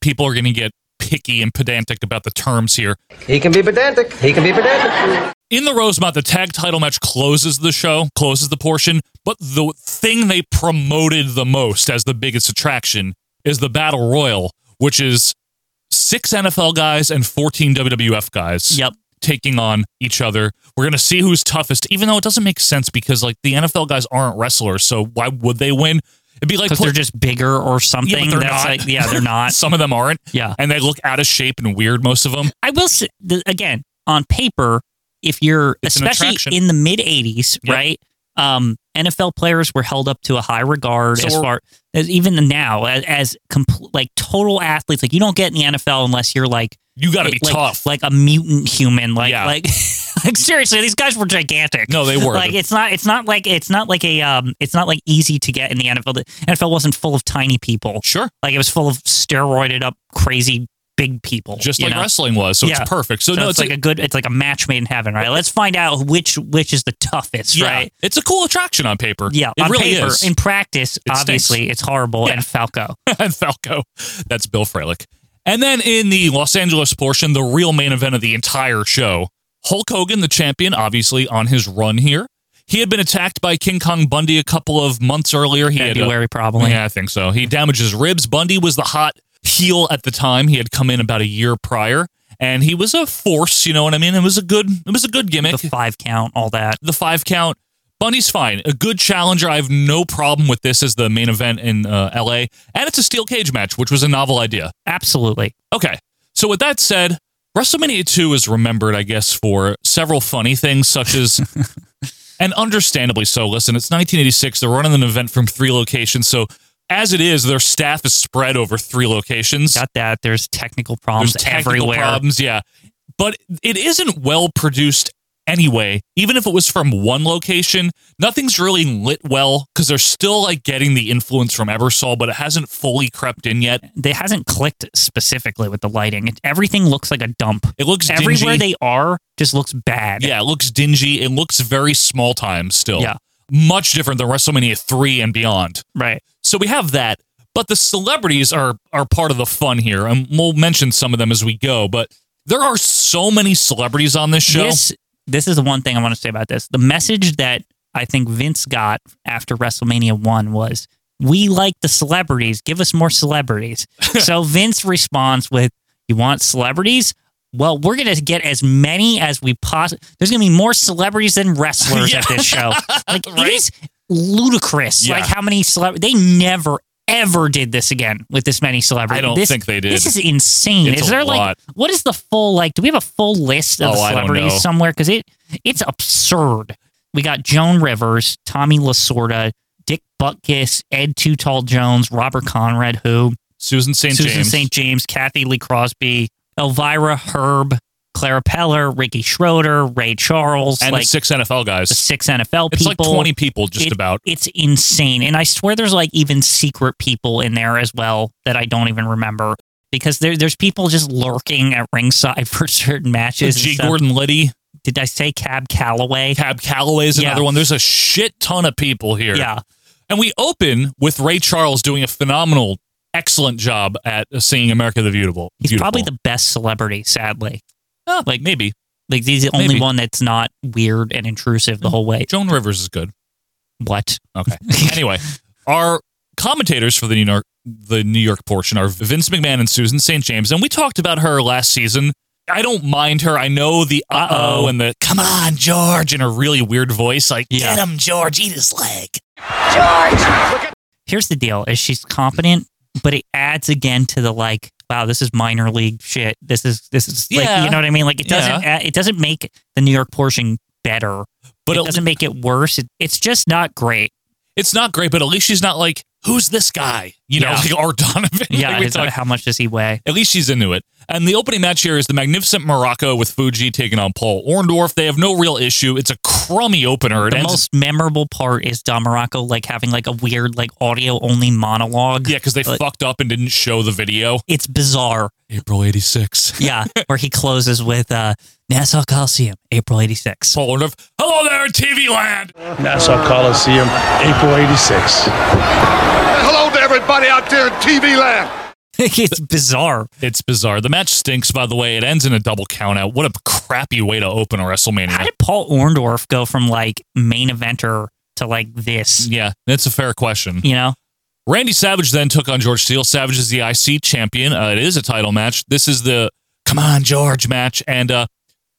Speaker 1: people are going to get picky and pedantic about the terms here.
Speaker 17: He can be pedantic. He can be pedantic.
Speaker 1: In the Rosemont, the tag title match closes the show, closes the portion, but the thing they promoted the most as the biggest attraction is the Battle Royal, which is six NFL guys and 14 WWF guys.
Speaker 2: Yep.
Speaker 1: Taking on each other. We're going to see who's toughest, even though it doesn't make sense because, like, the NFL guys aren't wrestlers, so why would they win? It'd be like
Speaker 2: because they're just bigger or something.
Speaker 1: Yeah, but they're
Speaker 2: That's
Speaker 1: not.
Speaker 2: like- yeah, they're
Speaker 1: <laughs>
Speaker 2: not.
Speaker 1: Some of them aren't.
Speaker 2: Yeah.
Speaker 1: Uh-huh. And they look out of shape and weird, most of them.
Speaker 2: I will say th- again on paper, if you're
Speaker 1: It's an
Speaker 2: especially
Speaker 1: attraction.
Speaker 2: in the mid '80s, right? Um, NFL players were held up to a high regard
Speaker 1: So
Speaker 2: as
Speaker 1: we're-
Speaker 2: far as even now as, as compl- like total athletes. Like you don't get in the NFL unless you're like eh,
Speaker 1: You gotta be
Speaker 2: like-
Speaker 1: tough.
Speaker 2: like a mutant human. Like
Speaker 1: Yeah.
Speaker 2: like. <laughs> Like seriously, these guys were gigantic.
Speaker 1: No, they were.
Speaker 2: Like it's not, it's not like it's not like a, um, it's not like easy to get in the NFL. The NFL wasn't full of tiny people.
Speaker 1: Sure,
Speaker 2: like it was full of steroided up, crazy big people.
Speaker 1: Just
Speaker 2: you
Speaker 1: like
Speaker 2: know?
Speaker 1: wrestling was. So it's perfect. So, no,
Speaker 2: it's, like a, good. It's like a match made in heaven, right? Let's find out which which is the toughest,
Speaker 1: yeah,
Speaker 2: right?
Speaker 1: It's a cool attraction on paper.
Speaker 2: Yeah,
Speaker 1: It
Speaker 2: on
Speaker 1: really
Speaker 2: paper.
Speaker 1: is.
Speaker 2: In practice,
Speaker 1: stinks.
Speaker 2: obviously, it's horrible. And Falco,
Speaker 1: <laughs> and Falco. That's Bill Frelick. And then in the Los Angeles portion, the real main event of the entire show, Hulk Hogan, the champion, obviously on his run here. He had been attacked by King Kong Bundy a couple of months earlier. He had uh, a-
Speaker 2: February probably.
Speaker 1: Yeah, I think so. He damaged his ribs. Bundy was the hot heel at the time. He had come in about a year prior, and he was a force. You know what I mean? It was a good. It was a good gimmick.
Speaker 2: the five count, all that.
Speaker 1: the five count. Bundy's fine, a good challenger. I have no problem with this as the main event in uh, L.A. And it's a steel cage match, which was a novel idea.
Speaker 2: Absolutely.
Speaker 1: Okay, so with that said, WrestleMania 2 is remembered, I guess, for several funny things, such
Speaker 2: <laughs>
Speaker 1: as, and understandably so. Listen, it's 1986. They're running an event from three locations, so as it is, their staff is spread over three locations.
Speaker 2: Got that. There's technical problems
Speaker 1: There's technical
Speaker 2: everywhere.
Speaker 1: Problems, yeah. But it isn't well produced anyway. Even if it was from one location, nothing's really lit well because they're still like getting the influence from Ebersol, but it hasn't fully crept in yet.
Speaker 2: They hasn't clicked specifically with the lighting. It, everything looks like a dump.
Speaker 1: It looks
Speaker 2: everywhere
Speaker 1: dingy.
Speaker 2: they are just looks bad.
Speaker 1: Yeah, it looks dingy. It looks very small time still.
Speaker 2: Yeah.
Speaker 1: Much different than WrestleMania 3 and beyond.
Speaker 2: Right.
Speaker 1: So we have that, but the celebrities are are part of the fun here, and we'll mention some of them as we go. But there are so many celebrities on this show.
Speaker 2: This this is the one thing I want to say about this. The message that I think Vince got after WrestleMania one was we like the celebrities. Give us
Speaker 1: <laughs>
Speaker 2: more celebrities. so Vince responds with, "You want celebrities? Well, we're gonna get as many as we possibly. There's gonna be more celebrities than wrestlers
Speaker 1: <laughs>
Speaker 2: at this show. Like it is ludicrous.
Speaker 1: Yeah.
Speaker 2: Like how many celebrities? They never." Ever did this again with this many celebrities?
Speaker 1: I don't
Speaker 2: This-
Speaker 1: think they did.
Speaker 2: This is insane.
Speaker 1: It's
Speaker 2: is
Speaker 1: a
Speaker 2: there
Speaker 1: lot.
Speaker 2: like what is the full like? Do we have a full list of
Speaker 1: Oh, I don't know.
Speaker 2: celebrities somewhere? Because it it's absurd. We got Joan Rivers, Tommy Lasorda, Dick Butkus, Ed Too Tall Jones, Robert Conrad, who
Speaker 1: Susan St.
Speaker 2: Susan
Speaker 1: James.
Speaker 2: St. James, Kathy Lee Crosby, Elvira Herb, Clara Peller, Ricky Schroeder, Ray Charles,
Speaker 1: and
Speaker 2: like
Speaker 1: the six NFL guys.
Speaker 2: the six NFL
Speaker 1: it's
Speaker 2: people.
Speaker 1: like 20 people just
Speaker 2: It-
Speaker 1: about.
Speaker 2: It's insane. And I swear there's like even secret people in there as well that I don't even remember because there, there's people just lurking at ringside <laughs> for certain matches. and
Speaker 1: G.
Speaker 2: stuff.
Speaker 1: Gordon Liddy,
Speaker 2: Did I say Cab Calloway?
Speaker 1: Cab Calloway is
Speaker 2: Yeah.
Speaker 1: another one. There's a shit ton of people here.
Speaker 2: Yeah.
Speaker 1: And we open with Ray Charles doing a phenomenal excellent job at seeing America the Beautiful.
Speaker 2: He's
Speaker 1: Beautiful.
Speaker 2: probably the best celebrity, sadly.
Speaker 1: Oh, like maybe.
Speaker 2: Like he's the only
Speaker 1: Maybe. Mm.
Speaker 2: one that's not weird and intrusive the whole way.
Speaker 1: Joan Rivers is good.
Speaker 2: What? <laughs>
Speaker 1: Okay. anyway, our commentators for the New York the New York portion are Vince McMahon and Susan St. James, and we talked about her last season. I don't mind her. I know the uh oh and the come on, George, in a really weird voice, like get him, George, eat his leg.
Speaker 2: Here's the deal: is she's competent, but it adds again to the like, wow, this is minor league shit. This is this is like,
Speaker 1: Yeah.
Speaker 2: you know what I mean? Like it doesn't
Speaker 1: Yeah.
Speaker 2: add, it doesn't make the New York portion better,
Speaker 1: But
Speaker 2: but it,
Speaker 1: it-
Speaker 2: doesn't make it worse. It, it's just
Speaker 1: <laughs>
Speaker 2: not great.
Speaker 1: It's not great, but at least she's not like, who's this guy? You know,
Speaker 2: Yeah.
Speaker 1: like Art Donovan. <laughs>
Speaker 2: Yeah,
Speaker 1: Like, we
Speaker 2: it's,
Speaker 1: talked-
Speaker 2: how much does he weigh?
Speaker 1: At least she's into it. And the opening match here is the magnificent Morocco with Fuji taking on Paul Orndorff. They have no real issue. It's a crummy opener. It
Speaker 2: the
Speaker 1: ends-
Speaker 2: most memorable part is Don Morocco like having like a weird like audio only monologue.
Speaker 1: yeah, because they
Speaker 2: Like,
Speaker 1: fucked up and didn't show the video.
Speaker 2: it's bizarre.
Speaker 1: April 86.
Speaker 2: Yeah, where he closes with uh, Nassau Coliseum, April '86.
Speaker 1: Paul Orndorff, hello there, TV land.
Speaker 19: Nassau Coliseum, April 86.
Speaker 11: Hello to everybody out there in TV land.
Speaker 2: <laughs> it's bizarre.
Speaker 1: It's bizarre. The match stinks, by the way. It ends in a double countout. What a crappy way to open a WrestleMania.
Speaker 2: How did Paul Orndorff go from like main eventer to like this?
Speaker 1: Yeah, that's a fair question.
Speaker 2: You know,
Speaker 1: Randy Savage then took on George Steele. Savage is the IC champion. Uh, it is a title match. This is the come on George match, and uh,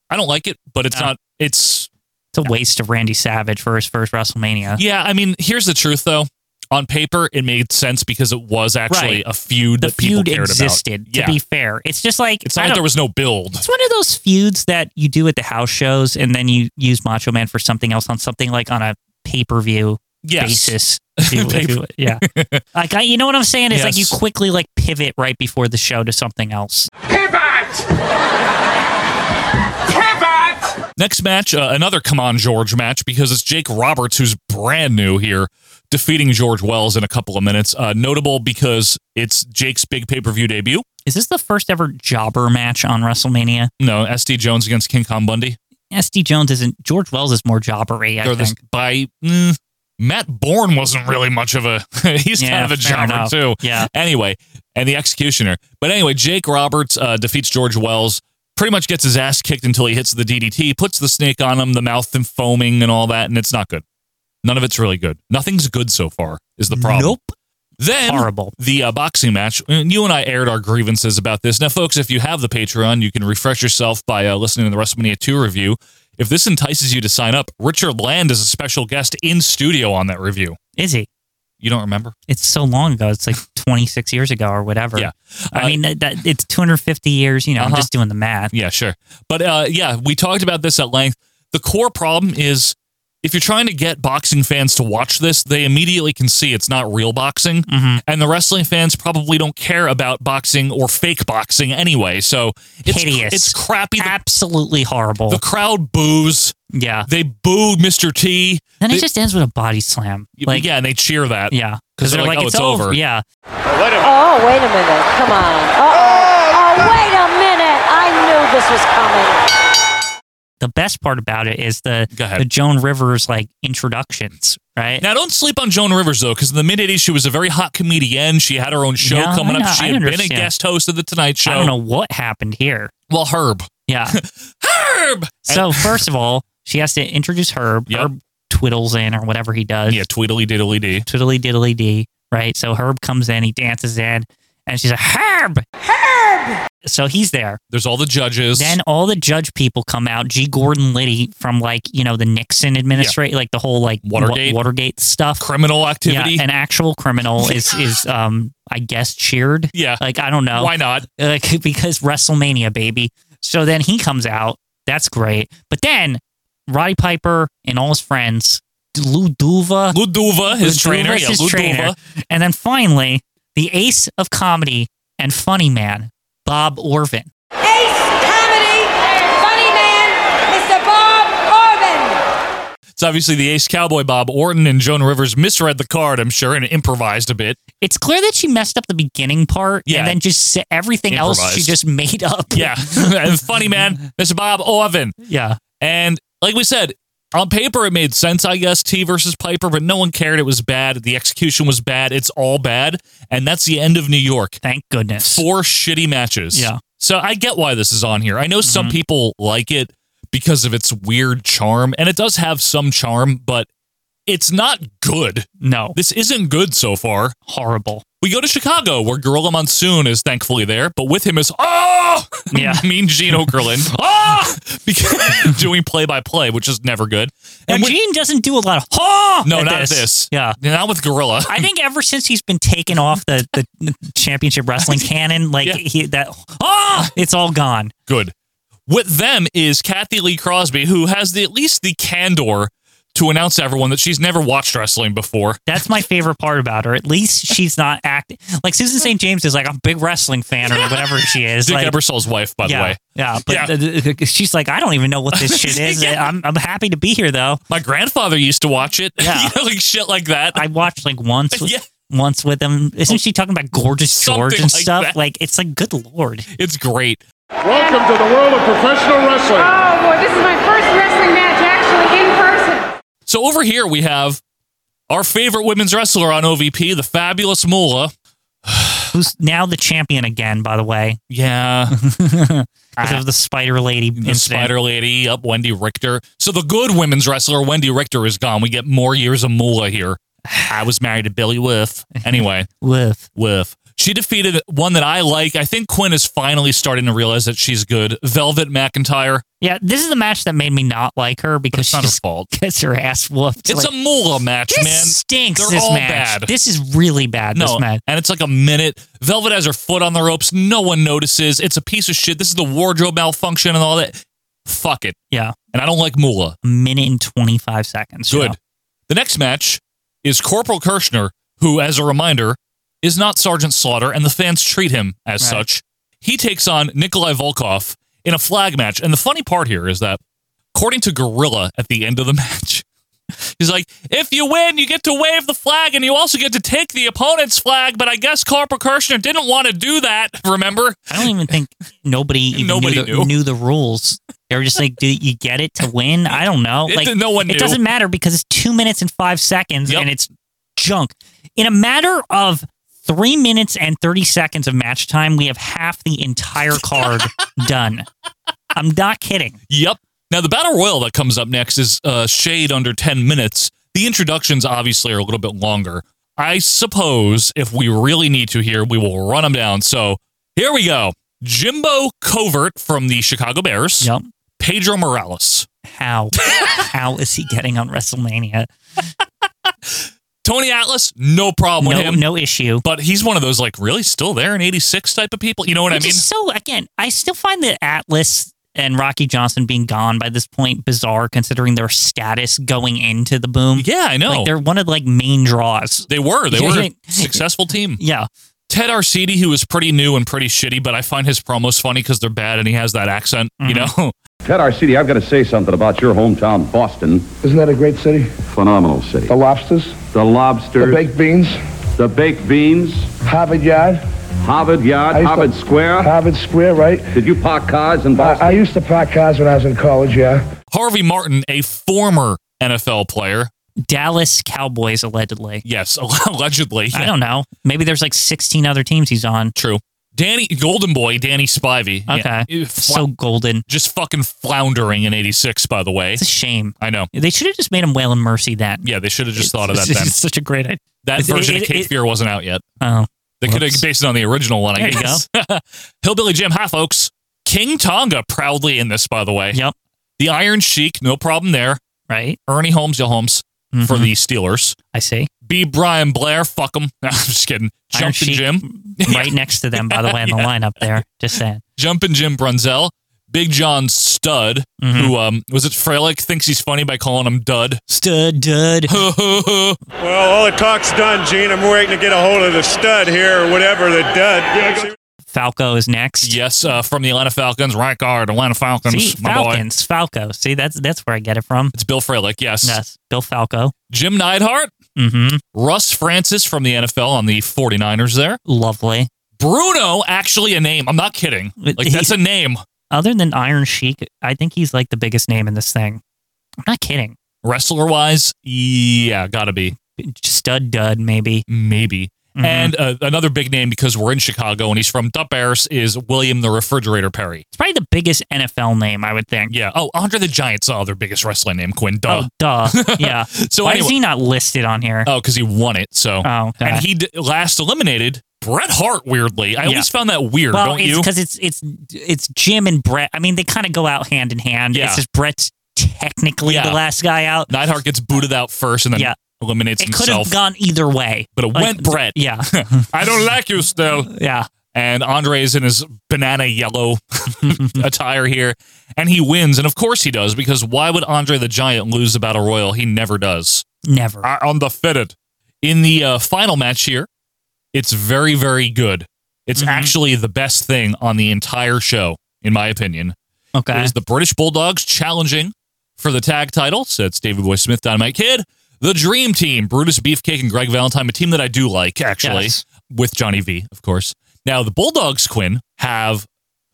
Speaker 1: I don't like it, but it's not. It's
Speaker 2: it's a waste of Randy Savage for his first WrestleMania.
Speaker 1: yeah. I mean, here's the truth though. On paper, it made sense because it was actually
Speaker 2: Right.
Speaker 1: a feud
Speaker 2: The
Speaker 1: that people
Speaker 2: feud
Speaker 1: cared
Speaker 2: existed.
Speaker 1: about.
Speaker 2: To be fair, it's just like
Speaker 1: it's not
Speaker 2: I
Speaker 1: like
Speaker 2: don't-
Speaker 1: there was no build.
Speaker 2: It's one of those feuds that you do at the house shows, and then you use Macho Man for something else on something like on a pay per view
Speaker 1: Yes. <laughs>
Speaker 2: basis. If you- if you-
Speaker 1: Pay-
Speaker 2: yeah, like I, you know what I'm saying? It's like you
Speaker 1: Yes.
Speaker 2: quickly like pivot right before the show to something else.
Speaker 1: Next match, uh, another Come On George match because it's Jake Roberts who's brand new here, defeating George Wells in a couple of minutes. Uh, notable because it's Jake's big pay per view debut.
Speaker 2: Is this the first ever jobber match on WrestleMania?
Speaker 1: No, SD Jones against King Kong Bundy.
Speaker 2: SD Jones isn't. George Wells is more jobbery. I
Speaker 1: Or this
Speaker 2: think.
Speaker 1: by mm, Matt Bourne wasn't really much of a <laughs> he's
Speaker 2: Yeah,
Speaker 1: kind of a
Speaker 2: fair
Speaker 1: jobber
Speaker 2: enough.
Speaker 1: too.
Speaker 2: Yeah.
Speaker 1: Anyway, and the Executioner. But anyway, Jake Roberts uh, defeats George Wells. Pretty much gets his ass kicked until he hits the DDT, puts the snake on him, the mouth and foaming and all that, and it's not good. None of it's really good. Nothing's good so far is the problem.
Speaker 2: Nope.
Speaker 1: Then
Speaker 2: Horrible.
Speaker 1: the uh, boxing match. And You and I aired our grievances about this. Now, folks, if you have the Patreon, you can refresh yourself by uh, listening to the WrestleMania 2 review. If this entices you to sign up, Richard Land is a special guest in studio on that review.
Speaker 2: Is he?
Speaker 1: You don't remember?
Speaker 2: It's so long ago. It's like <laughs> 26 years ago or whatever.
Speaker 1: Yeah.
Speaker 2: I
Speaker 1: Uh,
Speaker 2: mean, that, that, it's 250 years. You know, I'm
Speaker 1: Uh-huh.
Speaker 2: just doing the math.
Speaker 1: Yeah, sure. But uh, yeah, we talked about this at length. The core problem is if you're trying to get boxing fans to watch this, they immediately can see it's not real boxing.
Speaker 2: Mm-hmm.
Speaker 1: And the wrestling fans probably don't care about boxing or fake boxing anyway. So it's,
Speaker 2: Hideous.
Speaker 1: it's crappy. The,
Speaker 2: Absolutely horrible.
Speaker 1: the crowd boos.
Speaker 2: yeah.
Speaker 1: They booed Mr. T.
Speaker 2: Then
Speaker 1: They-
Speaker 2: it just ends with a body slam. Like,
Speaker 1: yeah, and they cheer that.
Speaker 2: yeah.
Speaker 1: Because they're, like, oh, it's, over.
Speaker 2: Yeah.
Speaker 20: Oh, wait a minute. Come on. Uh-oh. Oh, wait a minute. I knew this was coming.
Speaker 2: The best part about it is the
Speaker 1: Go ahead.
Speaker 2: the Joan Rivers like introductions, right?
Speaker 1: Now, don't sleep on Joan Rivers, though, because in the mid 80s, she was a very hot comedian. She had her own show
Speaker 2: Yeah, I
Speaker 1: coming
Speaker 2: know.
Speaker 1: up. She
Speaker 2: I
Speaker 1: had
Speaker 2: understand.
Speaker 1: been a guest host of The Tonight Show.
Speaker 2: I don't know what happened here.
Speaker 1: Well, Herb.
Speaker 2: Yeah.
Speaker 1: Herb!
Speaker 2: so first of all, she has to introduce Herb. Herb twiddles in or whatever he does.
Speaker 1: Yeah, Tweedly Diddly D.
Speaker 2: Twiddly diddly d. Right. So Herb comes in, he dances in, and she's like, Herb! Herb! So he's there.
Speaker 1: There's all the judges.
Speaker 2: Then all the judge people come out. G. Gordon Liddy from like you know the Nixon administration, like the whole like wa-
Speaker 1: Watergate.
Speaker 2: Watergate stuff.
Speaker 1: criminal activity.
Speaker 2: Yeah, an actual criminal is is um I guess cheered.
Speaker 1: Yeah.
Speaker 2: like I don't know
Speaker 1: Why not?
Speaker 2: like Uh, <laughs> because WrestleMania, baby. So then he comes out. That's great. But then Roddy Piper and all his friends, Lou Duva,
Speaker 1: Luduva, his
Speaker 2: Luduva
Speaker 1: trainer.
Speaker 2: is
Speaker 1: Yeah,
Speaker 2: his
Speaker 1: Luduva.
Speaker 2: trainer. and then finally the ace of comedy and funny man, Bob Orvin.
Speaker 20: Ace Comedy, Funny Man, Mr. Bob Orban.
Speaker 1: It's obviously the ace cowboy Bob Orton and Joan Rivers misread the card, I'm sure, and improvised a bit.
Speaker 2: It's clear that she messed up the beginning part,
Speaker 1: Yeah.
Speaker 2: and then just s- everything else she
Speaker 1: Improvised.
Speaker 2: just <laughs> made up.
Speaker 1: <laughs> Yeah. and funny man, Mr. Bob Orvin.
Speaker 2: yeah.
Speaker 1: And like we said, On paper, it made sense, I guess, T versus Piper, but no one cared. It was bad. The execution was bad. It's all bad. And that's the end of New York.
Speaker 2: Thank goodness.
Speaker 1: Four shitty matches.
Speaker 2: Yeah. Mm-hmm.
Speaker 1: So I get why this is on here. I know some people like it because of its weird charm, and it does have some charm, but it's not good.
Speaker 2: No.
Speaker 1: This isn't good so far.
Speaker 2: Horrible.
Speaker 1: We go to Chicago, where Gorilla Monsoon is thankfully there, but with him is oh <laughs>
Speaker 2: Yeah.
Speaker 1: mean Gene
Speaker 2: <laughs>
Speaker 1: Okerlund ah <laughs> because, doing play by play, which is never good.
Speaker 2: And
Speaker 1: with-
Speaker 2: Gene doesn't do a lot of ha.
Speaker 1: no,
Speaker 2: at
Speaker 1: not
Speaker 2: this.
Speaker 1: this.
Speaker 2: Yeah.
Speaker 1: not with Gorilla. <laughs>
Speaker 2: I think ever since he's been taken off the, the, the
Speaker 1: <laughs>
Speaker 2: championship wrestling canon, like he, that, ah, it's all gone.
Speaker 1: good. With them is Kathy Lee Crosby, who has the, at least the candor to announce to everyone that she's never watched wrestling before.
Speaker 2: That's my favorite part about her. At least she's not acting like Susan St. James is like I'm a big wrestling fan or
Speaker 1: <laughs>
Speaker 2: whatever she is.
Speaker 1: Dick
Speaker 2: like,
Speaker 1: Ebersol's wife, by
Speaker 2: yeah,
Speaker 1: the way.
Speaker 2: Yeah, but uh, she's like, I don't even know what
Speaker 1: <laughs>
Speaker 2: this shit is.
Speaker 1: Yeah.
Speaker 2: I'm, I'm happy to be here though.
Speaker 1: My grandfather used to watch it. <laughs>
Speaker 2: Yeah.
Speaker 1: You know, like shit like that.
Speaker 2: I watched like once, with,
Speaker 1: Yeah.
Speaker 2: once with him. Isn't she talking about gorgeous George
Speaker 1: Something
Speaker 2: and
Speaker 1: like
Speaker 2: stuff?
Speaker 1: that.
Speaker 2: Like it's like, good lord,
Speaker 1: It's great.
Speaker 11: Welcome to the world of professional wrestling.
Speaker 21: Oh boy, this is my first wrestling match actually in person.
Speaker 1: So over here we have our favorite women's wrestler on OVP, the fabulous Moolah.
Speaker 2: who's now the champion again? By the way, <laughs>
Speaker 1: Yeah.
Speaker 2: 'Cause of the Spider Lady
Speaker 1: Ah. The
Speaker 2: incident.
Speaker 1: Spider Lady, up Wendy Richter. So the good women's wrestler, Wendy Richter, is gone. We get more years of Moolah here. I was married to Billy Whiff.
Speaker 2: <laughs>
Speaker 1: Anyway,
Speaker 2: Whiff.
Speaker 1: Whiff. She defeated one that I like. I think Quinn is finally starting to realize that she's good. Velvet McIntyre.
Speaker 2: Yeah, this is the match that made me not like her because
Speaker 1: it's
Speaker 2: she
Speaker 1: not her
Speaker 2: just
Speaker 1: fault.
Speaker 2: <laughs> gets her ass whooped.
Speaker 1: It's
Speaker 2: Like,
Speaker 1: a Moolah match,
Speaker 2: this
Speaker 1: man.
Speaker 2: stinks.
Speaker 1: They're
Speaker 2: this
Speaker 1: all
Speaker 2: match.
Speaker 1: bad.
Speaker 2: This is really bad.
Speaker 1: No,
Speaker 2: This match.
Speaker 1: and it's like a minute. Velvet has her foot on the ropes. No one notices. It's a piece of shit. This is the wardrobe malfunction and all that. Fuck it.
Speaker 2: Yeah,
Speaker 1: And I don't like Moolah.
Speaker 2: a minute and twenty five seconds. you
Speaker 1: Good.
Speaker 2: know.
Speaker 1: The next match is Corporal Kirshner, who, as a reminder, is not Sergeant Slaughter, and the fans treat him as
Speaker 2: Right.
Speaker 1: such. He takes on Nikolai Volkov in a flag match. And the funny part here is that, according to Gorilla at the end of the <laughs> match, he's like, if you win, you get to wave the flag and you also get to take the opponent's flag. But I guess Corporal Kirshner didn't want to do that, <laughs> remember?
Speaker 2: I don't
Speaker 1: <laughs>
Speaker 2: even think nobody even
Speaker 1: Nobody
Speaker 2: knew, the,
Speaker 1: knew.
Speaker 2: knew the rules. They were just like, "Do you get it to win?" I don't know.
Speaker 1: It-
Speaker 2: Like,
Speaker 1: no one knew.
Speaker 2: It doesn't matter because it's two minutes and five seconds,
Speaker 1: Yep.
Speaker 2: and it's junk. In a matter of three minutes and thirty seconds of match time, we have half the entire
Speaker 1: <laughs>
Speaker 2: card done. I'm not kidding.
Speaker 1: Yep. Now the battle royal that comes up next is uh, shade under ten minutes. The introductions obviously are a little bit longer. I suppose if we really need to here, we will run them down. So here we go: Jimbo Covert from the Chicago Bears,
Speaker 2: Yep.
Speaker 1: Pedro Morales, <laughs>
Speaker 2: How? How is he getting on WrestleMania?
Speaker 1: Tony Atlas, no problem
Speaker 2: No,
Speaker 1: with him.
Speaker 2: no issue.
Speaker 1: But he's one of those like really still there in '86 type of people. You know what I
Speaker 2: Which
Speaker 1: mean?
Speaker 2: is so again, I still find that Atlas and Rocky Johnson being gone by this point bizarre, considering their status going into the boom.
Speaker 1: Yeah, I know.
Speaker 2: Like they're one of like main draws.
Speaker 1: they were. They
Speaker 2: Yeah,
Speaker 1: were
Speaker 2: yeah.
Speaker 1: a
Speaker 2: <laughs>
Speaker 1: successful team.
Speaker 2: Yeah,
Speaker 1: Ted Arcidi, who is pretty new and pretty shitty, but I find his promos funny because they're bad and he has that accent, you
Speaker 2: Mm-hmm.
Speaker 1: know? <laughs>
Speaker 22: Ted Arcidi, I've got to say something about your hometown, Boston.
Speaker 23: Isn't that a great city?
Speaker 22: Phenomenal city.
Speaker 23: The lobsters,
Speaker 22: The lobsters,
Speaker 23: the baked beans,
Speaker 22: the baked beans,
Speaker 23: Harvard Yard,
Speaker 22: Harvard
Speaker 23: I
Speaker 22: Yard,
Speaker 23: used to-
Speaker 22: Harvard Square.
Speaker 23: Harvard Square, right?
Speaker 22: Did you park cars in
Speaker 23: I,
Speaker 22: Boston?
Speaker 23: I used to park cars when I was in college, yeah.
Speaker 1: Harvey Martin, a former NFL player.
Speaker 2: Dallas Cowboys allegedly.
Speaker 1: Yes, <laughs> allegedly.
Speaker 2: I don't know. Maybe there's like 16 other teams he's on.
Speaker 1: True. Danny, Golden Boy, Danny Spivey.
Speaker 2: Okay.
Speaker 1: Yeah.
Speaker 2: So golden.
Speaker 1: Just fucking floundering in 86, by the way.
Speaker 2: It's a shame.
Speaker 1: I know.
Speaker 2: They should have just made him Wail and Mercy then.
Speaker 1: Yeah, they should have just thought of that
Speaker 2: It's
Speaker 1: then.
Speaker 2: <laughs> such a great idea.
Speaker 1: That
Speaker 2: It's-
Speaker 1: version
Speaker 2: it-
Speaker 1: of Cape
Speaker 2: it-
Speaker 1: Fear wasn't out yet.
Speaker 2: Oh.
Speaker 1: They could have
Speaker 2: Whoops.
Speaker 1: based it on the original one, I
Speaker 2: There
Speaker 1: <laughs>
Speaker 2: you
Speaker 1: guess. Hillbilly Jim, hi, folks. King Tonga proudly in this, by the way.
Speaker 2: Yep.
Speaker 1: The Iron Sheik, no problem there.
Speaker 2: Right.
Speaker 1: Ernie Holmes, Yo Holmes for
Speaker 2: Mhm.
Speaker 1: the Steelers.
Speaker 2: I see.
Speaker 1: B. Brian Blair, fuck <laughs> him. I'm just kidding.
Speaker 2: Iron
Speaker 1: Jumping
Speaker 2: Sheik
Speaker 1: Jim.
Speaker 2: <laughs> Right next to them, by the way, in the
Speaker 1: Yeah.
Speaker 2: lineup there.
Speaker 1: <laughs>
Speaker 2: Just saying.
Speaker 1: Jumping Jim Brunzel. Big John Stud,
Speaker 2: Mhm.
Speaker 1: who um was it Frelick thinks he's funny by calling him Dud.
Speaker 2: Stud, dud.
Speaker 24: Well, all the talk's done, Gene. I'm waiting to get a hold of the stud here, or whatever the dud.
Speaker 2: Falco is next.
Speaker 1: <laughs> yes, uh, from the Atlanta Falcons, right guard, Atlanta Falcons,
Speaker 2: See,
Speaker 1: my boy.
Speaker 2: Falcons, Falco. See, that's that's where I get it from.
Speaker 1: It's Bill Frelick, yes.
Speaker 2: Yes, Bill Falco.
Speaker 1: Jim Neidhart,
Speaker 2: Mm-hmm.
Speaker 1: Russ Francis from the NFL on the 49ers there.
Speaker 2: Lovely.
Speaker 1: Bruno, actually a name. I'm not kidding.
Speaker 2: But
Speaker 1: Like that's
Speaker 2: he-
Speaker 1: a name.
Speaker 2: Other than Iron Sheik, I think he's like the biggest name in this thing. I'm not kidding.
Speaker 1: Wrestler wise, yeah, gotta be.
Speaker 2: Stud Dud, maybe.
Speaker 1: Maybe.
Speaker 2: Mhm.
Speaker 1: And uh, another big name because we're in Chicago and he's from Dup Bears is William the Refrigerator Perry.
Speaker 2: It's probably the biggest NFL name, I would think.
Speaker 1: Yeah. Oh, Andre the Giant's other biggest wrestling name, Quinn. Duh.
Speaker 2: Oh,
Speaker 1: <laughs>
Speaker 2: duh. Yeah.
Speaker 1: So
Speaker 2: why is
Speaker 1: anyway-
Speaker 2: he not listed on here?
Speaker 1: Oh, because he won it. So,
Speaker 2: Oh, okay.
Speaker 1: and he d- last eliminated Bret Hart. Weirdly, I
Speaker 2: Yeah.
Speaker 1: always found that weird.
Speaker 2: well,
Speaker 1: don't
Speaker 2: it's
Speaker 1: you?
Speaker 2: Because it's it's it's Jim and Brett. I mean, they kind of go out hand in hand.
Speaker 1: Yeah.
Speaker 2: It's just Brett's technically
Speaker 1: Yeah.
Speaker 2: the last guy out.
Speaker 1: Neidhart gets booted out first and then
Speaker 2: Yeah.
Speaker 1: eliminates
Speaker 2: It could
Speaker 1: himself.
Speaker 2: have gone either way,
Speaker 1: but it
Speaker 2: Like,
Speaker 1: went Brett. <laughs>
Speaker 2: Yeah,
Speaker 1: I don't like you still.
Speaker 2: yeah.
Speaker 1: And Andre's in his banana
Speaker 2: <laughs>
Speaker 1: yellow attire here, and he wins. And of course he does, because why would Andre the Giant lose the Battle Royal? He never does.
Speaker 2: Never.
Speaker 1: I, I'm the fitted. In the uh, final match here, it's very, very good. It's
Speaker 2: Mm-hmm.
Speaker 1: actually the best thing on the entire show, in my opinion.
Speaker 2: Okay.
Speaker 1: It is the British Bulldogs challenging for the tag title. So it's David Boy Smith, Dynamite Kid, the Dream Team, Brutus Beefcake and Greg Valentine, a team that I do like, actually,
Speaker 2: Yes.
Speaker 1: with Johnny V, of course. Now, the Bulldogs, Quinn, have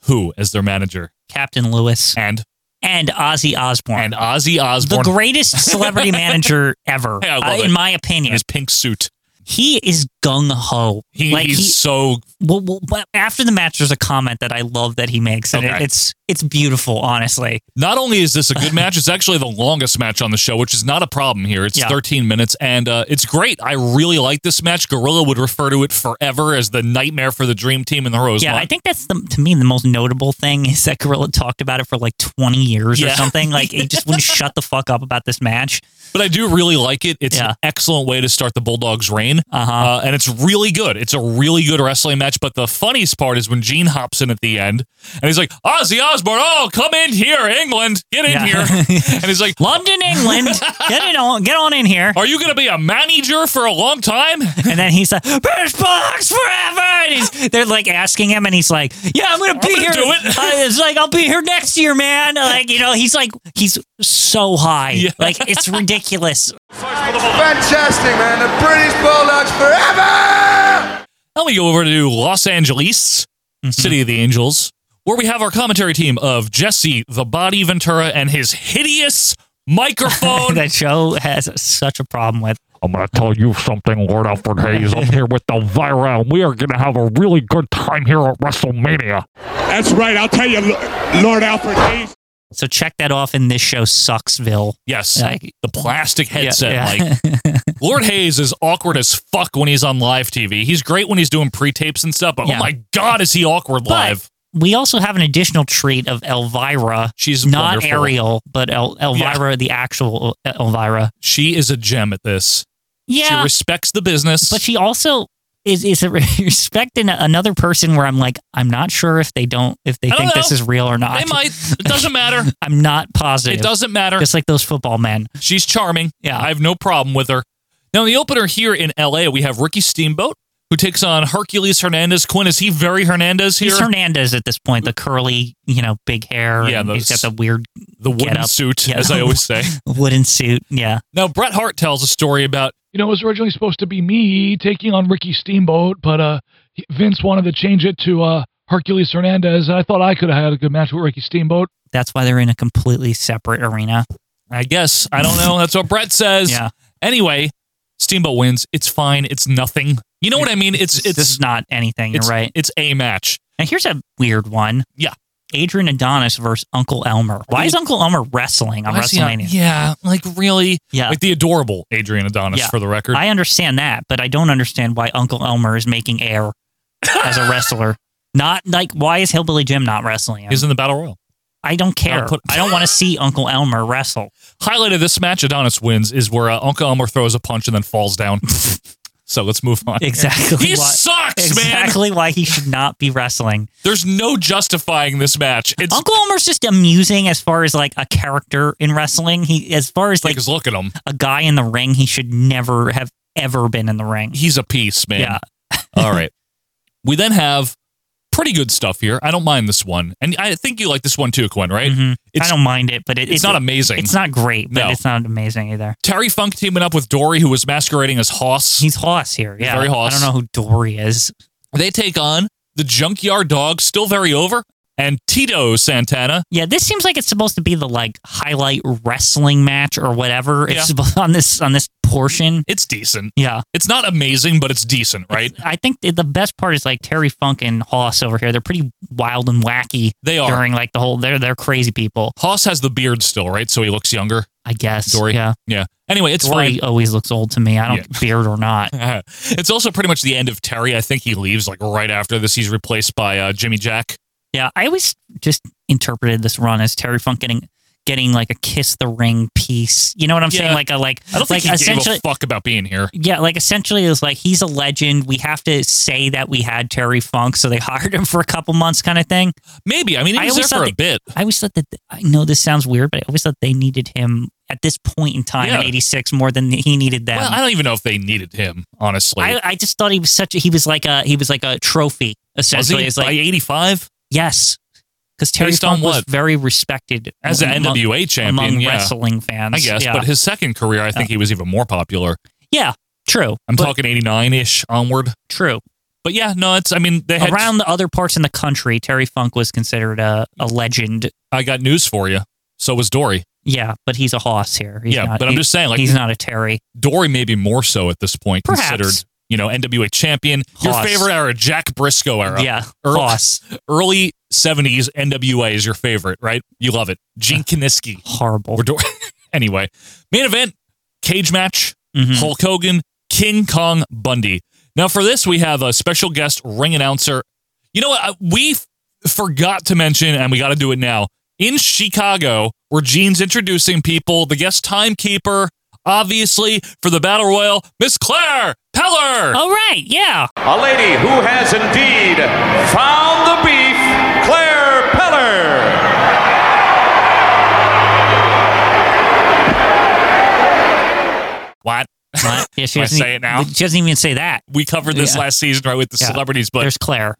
Speaker 1: who as their manager?
Speaker 2: Captain Lewis
Speaker 1: And
Speaker 2: and Ozzy Osbourne,
Speaker 1: and Ozzy
Speaker 2: the
Speaker 1: Osbourne
Speaker 2: greatest
Speaker 1: <laughs>
Speaker 2: celebrity manager ever,
Speaker 1: Hey, I love
Speaker 2: uh,
Speaker 1: it.
Speaker 2: in my opinion.
Speaker 1: in his pink suit.
Speaker 2: he is gung ho.
Speaker 1: He, he's so
Speaker 2: Well, well, but after the match, there's a comment that I love that he makes, and it-
Speaker 1: Okay.
Speaker 2: it's it's beautiful, honestly.
Speaker 1: Not only is this a
Speaker 2: <laughs>
Speaker 1: good match, it's actually the longest match on the show, which is not a problem here. It's
Speaker 2: Yeah.
Speaker 1: 13 minutes, and uh, it's great. I really like this match. Gorilla would refer to it forever as the nightmare for the Dream Team and the Rosemont.
Speaker 2: Yeah, I think that's the to me the most notable thing is that Gorilla talked about it for like 20 years
Speaker 1: Yeah.
Speaker 2: or something. Like he just wouldn't shut the fuck up about this match.
Speaker 1: But I do really like it. It's
Speaker 2: Yeah.
Speaker 1: an excellent way to start the Bulldogs' reign,
Speaker 2: Uh-huh.
Speaker 1: uh, and it's really good. It's a really good wrestling match. But the funniest part is when Gene hops in at the end, and he's like, "Ozzy Osbourne, oh, come in here, England, get in
Speaker 2: Yeah. <laughs>
Speaker 1: here," and he's like,
Speaker 2: London, England, get it on, get on in here.
Speaker 1: "Are you going to be a manager for a long time?"
Speaker 2: <laughs> And then he's like, "British Bulldogs forever." And he's, they're like asking him, and he's like, "Yeah, I'm gonna be
Speaker 1: gonna
Speaker 2: here."
Speaker 1: do
Speaker 2: <laughs>
Speaker 1: it.
Speaker 2: Uh, it's like I'll be here next year, man. Like you know, he's like he's so high, like it's ridiculous.
Speaker 16: Fantastic, man. The British Bulldogs forever!
Speaker 1: Now we go over to Los Angeles,
Speaker 3: Mm-hmm.
Speaker 1: City of the Angels, where we have our commentary team of Jesse the Body Ventura and his hideous
Speaker 3: <laughs>
Speaker 1: microphone.
Speaker 2: that show has such a problem with.
Speaker 3: I'm going to tell you something, Lord Alfred Hayes. I'm here with Elvira, and we are going to have a really good time here at WrestleMania.
Speaker 19: That's right. I'll tell you, Lord Alfred Hayes.
Speaker 2: So check that off in this show, Sucksville.
Speaker 1: yes,
Speaker 2: Like-
Speaker 1: the plastic headset.
Speaker 2: yeah.
Speaker 1: Like
Speaker 2: <laughs>
Speaker 1: Lord Hayes is awkward as fuck when he's on live TV. He's great when he's doing pre-tapes and stuff, but
Speaker 2: Yeah.
Speaker 1: oh my god, is he awkward live?
Speaker 2: But we also have an additional treat of Elvira.
Speaker 1: She's
Speaker 2: not
Speaker 1: wonderful.
Speaker 2: Ariel, but El- Elvira, the actual Elvira.
Speaker 1: She is a gem at this.
Speaker 2: Yeah,
Speaker 1: She respects the business.
Speaker 2: but she also is <laughs> is a respecting another person where I'm like, I'm not sure if they don't if they
Speaker 1: I don't
Speaker 2: think
Speaker 1: know.
Speaker 2: this is real or not.
Speaker 1: they might.
Speaker 2: <laughs>
Speaker 1: It doesn't matter.
Speaker 2: I'm not positive.
Speaker 1: It doesn't matter.
Speaker 2: Just like those football men.
Speaker 1: She's charming.
Speaker 2: Yeah.
Speaker 1: I have no problem with her. Now, in the opener here in LA, we have Ricky Steamboat, who takes on Hercules Hernandez. Quinn, is he very Hernandez here?
Speaker 2: He's Hernandez at this point, the curly, you know, big hair.
Speaker 1: Yeah,
Speaker 2: and he's
Speaker 1: those-
Speaker 2: got the weird
Speaker 1: the wooden
Speaker 2: get-up.
Speaker 1: suit,
Speaker 2: Yeah.
Speaker 1: as I always
Speaker 2: <laughs>
Speaker 1: say.
Speaker 2: wooden suit. Yeah.
Speaker 1: now, Bret Hart tells a story about
Speaker 3: You know, it was originally supposed to be me taking on Ricky Steamboat, but uh, he- Vince wanted to change it to uh, Hercules Hernandez, and I thought I could have had a good match with Ricky Steamboat.
Speaker 2: That's why they're in a completely separate arena.
Speaker 1: I guess. I don't know. That's what Brett says.
Speaker 2: Yeah.
Speaker 1: Anyway, Steamboat wins. It's fine. It's nothing. You know what I mean? It's
Speaker 2: It's
Speaker 1: it's
Speaker 2: just not anything. You're
Speaker 1: it's,
Speaker 2: right.
Speaker 1: It's a match.
Speaker 2: And here's a weird one.
Speaker 1: Yeah.
Speaker 2: Adrian Adonis versus Uncle Elmer. Why is Uncle Elmer wrestling on
Speaker 1: Why is he on-
Speaker 2: WrestleMania?
Speaker 1: yeah, like really.
Speaker 2: Yeah.
Speaker 1: Like the adorable Adrian Adonis
Speaker 2: Yeah.
Speaker 1: for the record.
Speaker 2: I understand that, but I don't understand why Uncle Elmer is making air as <laughs> a wrestler. Not like why is Hillbilly Jim not wrestling?
Speaker 1: He's in the Battle Royal.
Speaker 2: I don't care.
Speaker 1: I'll put-
Speaker 2: I don't want to see Uncle Elmer wrestle.
Speaker 1: highlight of this match Adonis wins is where uh, Uncle Elmer throws a punch and then falls down. <laughs> so let's move on.
Speaker 2: <laughs> Exactly.
Speaker 1: He
Speaker 2: why,
Speaker 1: sucks, man.
Speaker 2: Exactly why he should not be wrestling.
Speaker 1: There's no justifying this match. It's
Speaker 2: Uncle Elmer's just amusing as far as like a character in wrestling. He as far as
Speaker 1: like,
Speaker 2: like
Speaker 1: just look at him.
Speaker 2: a guy in the ring, he should never have ever been in the ring.
Speaker 1: He's a piece, man.
Speaker 2: Yeah.
Speaker 1: <laughs> All right. We then have pretty good stuff here. I don't mind this one. And I think you like this one too, Quinn, right?
Speaker 2: Mhm.
Speaker 1: It's,
Speaker 2: I don't mind it, but it,
Speaker 1: it's not amazing.
Speaker 2: It's not great, but
Speaker 1: No.
Speaker 2: it's not amazing either.
Speaker 1: Terry Funk teaming up with Dory, who was masquerading as Hoss.
Speaker 2: He's Hoss here.
Speaker 1: He's
Speaker 2: Yeah,
Speaker 1: very Hoss.
Speaker 2: I don't know who Dory is.
Speaker 1: they take on the Junkyard Dog, still very over. and Tito Santana.
Speaker 2: Yeah, this seems like it's supposed to be the like highlight wrestling match or whatever. It's supposed- <laughs> on this on this portion.
Speaker 1: It's decent.
Speaker 2: Yeah.
Speaker 1: It's not amazing, but it's decent, right?
Speaker 2: I think th- the best part is like Terry Funk and Hoss over here. They're pretty wild and wacky.
Speaker 1: They are.
Speaker 2: during like the whole. They're they're crazy people.
Speaker 1: Haas has the beard still, right? So he looks younger.
Speaker 2: I guess.
Speaker 1: Dory.
Speaker 2: Yeah.
Speaker 1: Yeah. Anyway, it's
Speaker 2: Dory
Speaker 1: fine.
Speaker 2: always looks old to me. I don't beard or not.
Speaker 1: <laughs> it's also pretty much the end of Terry. I think he leaves like right after this. He's replaced by uh, Jimmy Jack.
Speaker 2: Yeah, I always just interpreted this run as Terry Funk getting getting like a kiss the ring piece. You know what I'm saying?
Speaker 1: Yeah.
Speaker 2: Like a like
Speaker 1: I don't think
Speaker 2: like
Speaker 1: he gave
Speaker 2: essentially
Speaker 1: a fuck about being here.
Speaker 2: yeah, like essentially it was like he's a legend. We have to say that we had Terry Funk, so they <laughs> hired him for a couple months, kind of thing.
Speaker 1: Maybe. I mean, he was there
Speaker 2: always
Speaker 1: for
Speaker 2: thought
Speaker 1: a
Speaker 2: that-
Speaker 1: bit.
Speaker 2: I always thought that I know this sounds weird, but I always thought they needed him at this point in time
Speaker 1: Yeah.
Speaker 2: in '86 more than he needed them.
Speaker 1: Well, I don't even know if they needed him, honestly.
Speaker 2: I, I just thought he was such a, he was like a he was like a trophy essentially.
Speaker 1: he
Speaker 2: It's like
Speaker 1: by 85?
Speaker 2: Yes, because Terry
Speaker 1: Based on
Speaker 2: Funk was
Speaker 1: what?
Speaker 2: very respected
Speaker 1: As an
Speaker 2: among-
Speaker 1: NWA champion,
Speaker 2: among
Speaker 1: yeah.
Speaker 2: wrestling fans.
Speaker 1: I guess,
Speaker 2: yeah.
Speaker 1: but his second career, I think he was even more popular.
Speaker 2: yeah, true.
Speaker 1: I'm
Speaker 2: but
Speaker 1: talking 89 ish onward.
Speaker 2: true.
Speaker 1: But yeah, no, it's, I mean, they had.
Speaker 2: Around the other parts in the country, Terry Funk was considered a, a legend.
Speaker 1: I got news for you. So was Dory.
Speaker 2: Yeah, but he's a hoss here. He's
Speaker 1: yeah,
Speaker 2: not-
Speaker 1: but I'm
Speaker 2: he-
Speaker 1: just saying, like,
Speaker 2: he's not a Terry.
Speaker 1: Dory maybe more so at this point,
Speaker 2: Perhaps.
Speaker 1: considered you know NWA champion. Your
Speaker 2: Hoss.
Speaker 1: favorite era, Jack Briscoe era.
Speaker 2: Yeah,
Speaker 1: Earl-
Speaker 2: Hoss.
Speaker 1: early '70s NWA is your favorite, right? You love it.
Speaker 2: <laughs>
Speaker 1: Gene Kaniski.
Speaker 2: Horrible.
Speaker 1: Or Dory. <laughs> anyway, main event, cage match,
Speaker 2: Mhm.
Speaker 1: Hulk Hogan, King Kong Bundy. Now for this, we have a special guest ring announcer. You know what? I- We f- forgot to mention, and we got to do it now. In Chicago, where Gene's introducing people, the guest timekeeper, obviously for the battle royal, Miss Claire Peller.
Speaker 2: All right, yeah.
Speaker 4: A lady who has indeed found the beef, Claire Peller.
Speaker 1: What? <laughs>
Speaker 2: What? Yeah, she
Speaker 1: Do I
Speaker 2: doesn't
Speaker 1: say
Speaker 2: e-
Speaker 1: it now?
Speaker 2: She doesn't even say that.
Speaker 1: We covered this
Speaker 2: Yeah.
Speaker 1: last season, right, with the
Speaker 2: Yeah.
Speaker 1: celebrities, but
Speaker 2: There's Claire.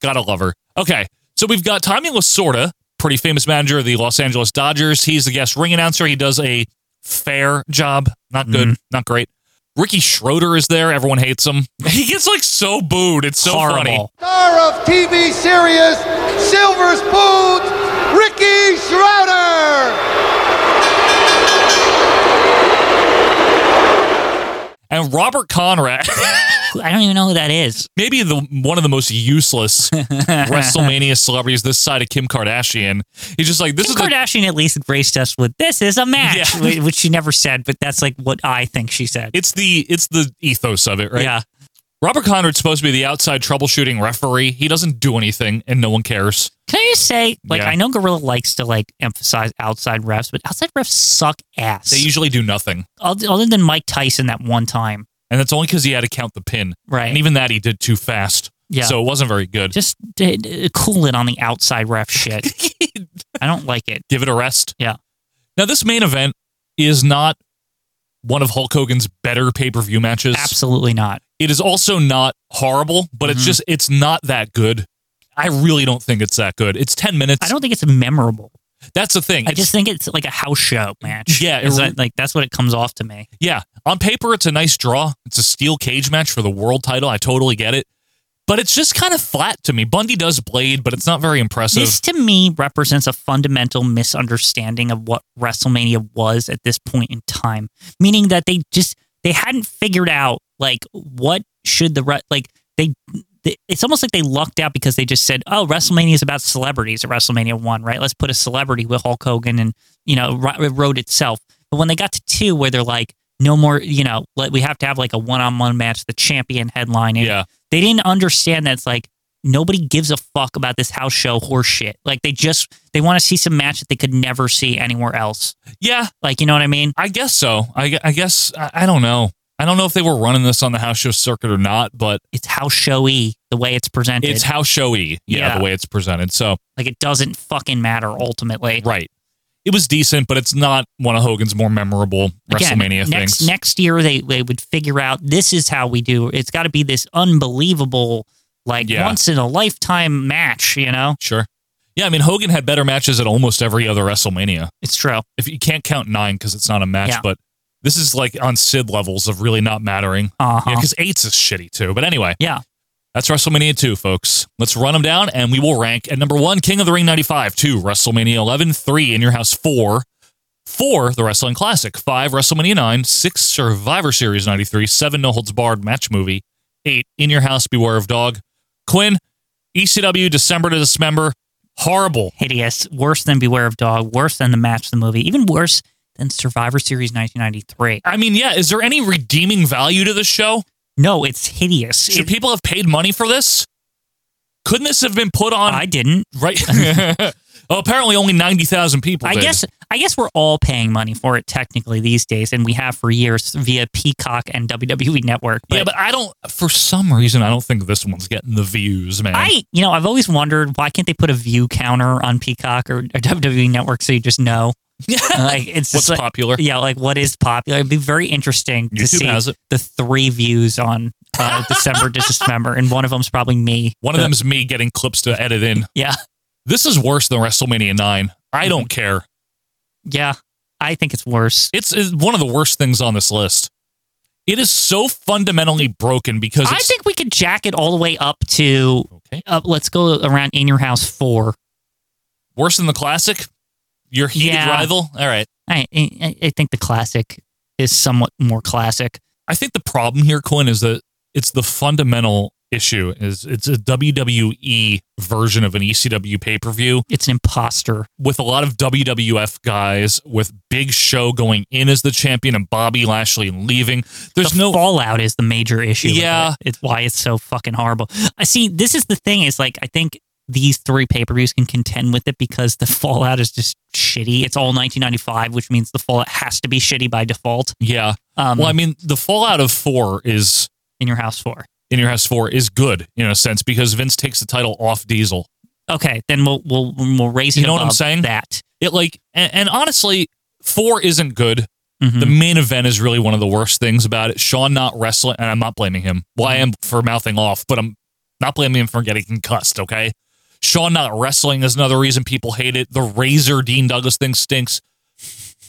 Speaker 1: gotta love her. Okay, so we've got Tommy Lasorda, pretty famous manager of the Los Angeles Dodgers. He's the guest ring announcer. He does a fair job, not good,
Speaker 2: Mm-hmm.
Speaker 1: not great. Ricky Schroeder is there. Everyone hates
Speaker 2: <laughs>
Speaker 1: him. He gets like so booed. It's so
Speaker 2: Horrible.
Speaker 1: funny.
Speaker 5: Star of TV series Silver Spoons, Ricky Schroeder.
Speaker 1: And Robert Conrad, <laughs>
Speaker 2: I don't even know who that is.
Speaker 1: maybe the one of the most
Speaker 2: <laughs>
Speaker 1: useless WrestleMania celebrities this side of Kim Kardashian. He's just like this
Speaker 2: Kim
Speaker 1: is the
Speaker 2: Kardashian at least graced us with this is a match,
Speaker 1: Yeah.
Speaker 2: whi- <laughs> which she never said, but that's like what I think she said.
Speaker 1: it's the it's the ethos of it, right?
Speaker 2: Yeah.
Speaker 1: Robert Conrad's supposed to be the outside troubleshooting referee. He doesn't do anything, and no one cares.
Speaker 2: Can I just say, like,
Speaker 1: Yeah.
Speaker 2: I know Gorilla likes to like emphasize outside refs, but outside refs suck ass.
Speaker 1: They usually do nothing.
Speaker 2: Oth- other than Mike Tyson that one time,
Speaker 1: And that's only because he had to count the pin.
Speaker 2: Right.
Speaker 1: And even that he did too fast.
Speaker 2: Yeah.
Speaker 1: So it wasn't very good.
Speaker 2: just d- d- cool it on the outside ref shit.
Speaker 1: <laughs>
Speaker 2: I don't like it.
Speaker 1: Give it a rest.
Speaker 2: Yeah.
Speaker 1: Now, this main event is not one of Hulk Hogan's better pay per view matches.
Speaker 2: Absolutely not.
Speaker 1: It is also not horrible, but
Speaker 2: Mm-hmm.
Speaker 1: it's just, it's not that good. I really don't think it's that good. It's 10 minutes.
Speaker 2: I don't think it's memorable.
Speaker 1: That's the thing.
Speaker 2: I
Speaker 1: It's-
Speaker 2: just think it's like a house show match.
Speaker 1: Yeah, it
Speaker 2: Is
Speaker 1: re-
Speaker 2: that- like that's what it comes off to me.
Speaker 1: yeah, on paper, it's a nice draw. It's a steel cage match for the world title. I totally get it. But it's just kind of flat to me. Bundy does blade, but it's not very impressive.
Speaker 2: This to me represents a fundamental misunderstanding of what WrestleMania was at this point in time. Meaning that they just they hadn't figured out like what should the re- like they, they it's almost like they lucked out because they just said, "Oh, WrestleMania is about celebrities at WrestleMania 1, right? Let's put a celebrity with Hulk Hogan and, you know, ri- it wrote itself." But when they got to 2 where they're like, "No more, you know, like, we have to have like a one-on-one match, the champion headlining."
Speaker 1: Yeah.
Speaker 2: they didn't understand that it's like nobody gives a fuck about this house show horse shit. Like they just they want to see some match that they could never see anywhere else.
Speaker 1: yeah,
Speaker 2: Like you know what I mean?
Speaker 1: I guess so. I, gue- I guess I, I don't know. I don't know if they were running this on the house show circuit or not, but
Speaker 2: It's house showy the way it's presented.
Speaker 1: it's house showy. Yeah,
Speaker 2: Yeah.
Speaker 1: the way it's presented. So
Speaker 2: like it doesn't fucking matter ultimately.
Speaker 1: right, it was decent, but it's not one of Hogan's more memorable
Speaker 2: Again,
Speaker 1: WrestleMania
Speaker 2: next,
Speaker 1: things.
Speaker 2: Next year they they would figure out this is how we do. It's got to be this unbelievable like
Speaker 1: Yeah.
Speaker 2: once in a lifetime match. You know,
Speaker 1: Sure. Yeah, I mean Hogan had better matches at almost every other WrestleMania.
Speaker 2: it's true.
Speaker 1: If you can't count nine because it's not a match,
Speaker 2: Yeah.
Speaker 1: but this is like on Sid levels of really not mattering.
Speaker 2: Uh huh.
Speaker 1: because eight's is shitty too. But anyway,
Speaker 2: Yeah.
Speaker 1: That's WrestleMania 2, folks. Let's run them down and we will rank at number one, King of the Ring 95, two, WrestleMania 11, three, In Your House 4, four, The Wrestling Classic, five, WrestleMania 9, six, Survivor Series 93, seven, No Holds Barred Match Movie, eight, In Your House, Beware of Dog. Quinn, ECW, December to Dismember, horrible.
Speaker 2: Hideous. Worse than Beware of Dog. Worse than the match, the movie. Even worse than Survivor Series 1993.
Speaker 1: I mean, yeah, is there any redeeming value to this show?
Speaker 2: No, it's hideous.
Speaker 1: Should people have paid money for this? Couldn't this have been put on?
Speaker 2: I didn't.
Speaker 1: Right. <laughs> well, apparently only 90,000 people
Speaker 2: I
Speaker 1: did.
Speaker 2: guess I guess we're all paying money for it technically these days, and we have for years via Peacock and WWE Network.
Speaker 1: yeah, but I don't, for some reason, I don't think this one's getting the views, man.
Speaker 2: I, you know, I've always wondered why can't they put a view counter on Peacock or, or WWE E Network so you just
Speaker 1: <laughs>
Speaker 2: know. like it's
Speaker 1: What's
Speaker 2: just like-
Speaker 1: popular?
Speaker 2: Yeah, like what is popular? It'd be very interesting to
Speaker 1: YouTube
Speaker 2: see
Speaker 1: has it.
Speaker 2: the three views on uh, December to Dismember, and one of them's probably me.
Speaker 1: One of them's me getting clips to edit in.
Speaker 2: yeah,
Speaker 1: This is worse than WrestleMania 9. I don't
Speaker 2: Mm-hmm.
Speaker 1: care.
Speaker 2: yeah. I think it's worse.
Speaker 1: It's, it's one of the worst things on this list. It is so fundamentally broken because
Speaker 2: I
Speaker 1: it's,
Speaker 2: think we could jack it all the way up to.
Speaker 1: Okay.
Speaker 2: Up, Uh, let's go around in your house four.
Speaker 1: worse than the classic. Your heated
Speaker 2: Yeah.
Speaker 1: rival. All right.
Speaker 2: I, I I think the classic is somewhat more classic.
Speaker 1: I think the problem here, Quinn, is that it's the fundamental issue. Is it's a WWE version of an E ECW pay per view
Speaker 2: It's an imposter.
Speaker 1: with a lot of WWF guys, with Big Show going in as the champion and Bobby Lashley leaving. There's
Speaker 2: the
Speaker 1: no
Speaker 2: fallout is the major issue. with
Speaker 1: Yeah.
Speaker 2: it. it's why it's so fucking horrible. I see. This is the thing. Is like I think these three pay per views can contend with it because the <laughs> fallout is just shitty. It's all 1995, which means the fallout has to be shitty by default.
Speaker 1: yeah.
Speaker 2: Um,
Speaker 1: well, I mean, the fallout of four is
Speaker 2: in your house four.
Speaker 1: in your house four is good in a sense because Vince takes the title off Diesel.
Speaker 2: Okay, then we'll we'll we'll raise
Speaker 1: You
Speaker 2: it
Speaker 1: know what I'm
Speaker 2: above
Speaker 1: saying?
Speaker 2: That
Speaker 1: It like and, and honestly, four isn't good.
Speaker 2: Mhm.
Speaker 1: The main event is really one of the worst things about it. Sean not wrestling, and I'm not blaming him. Well, I am for mouthing off, but I'm not blaming him for getting concussed. Okay, Sean not wrestling is another reason people hate it. The Razor Dean Douglas thing stinks.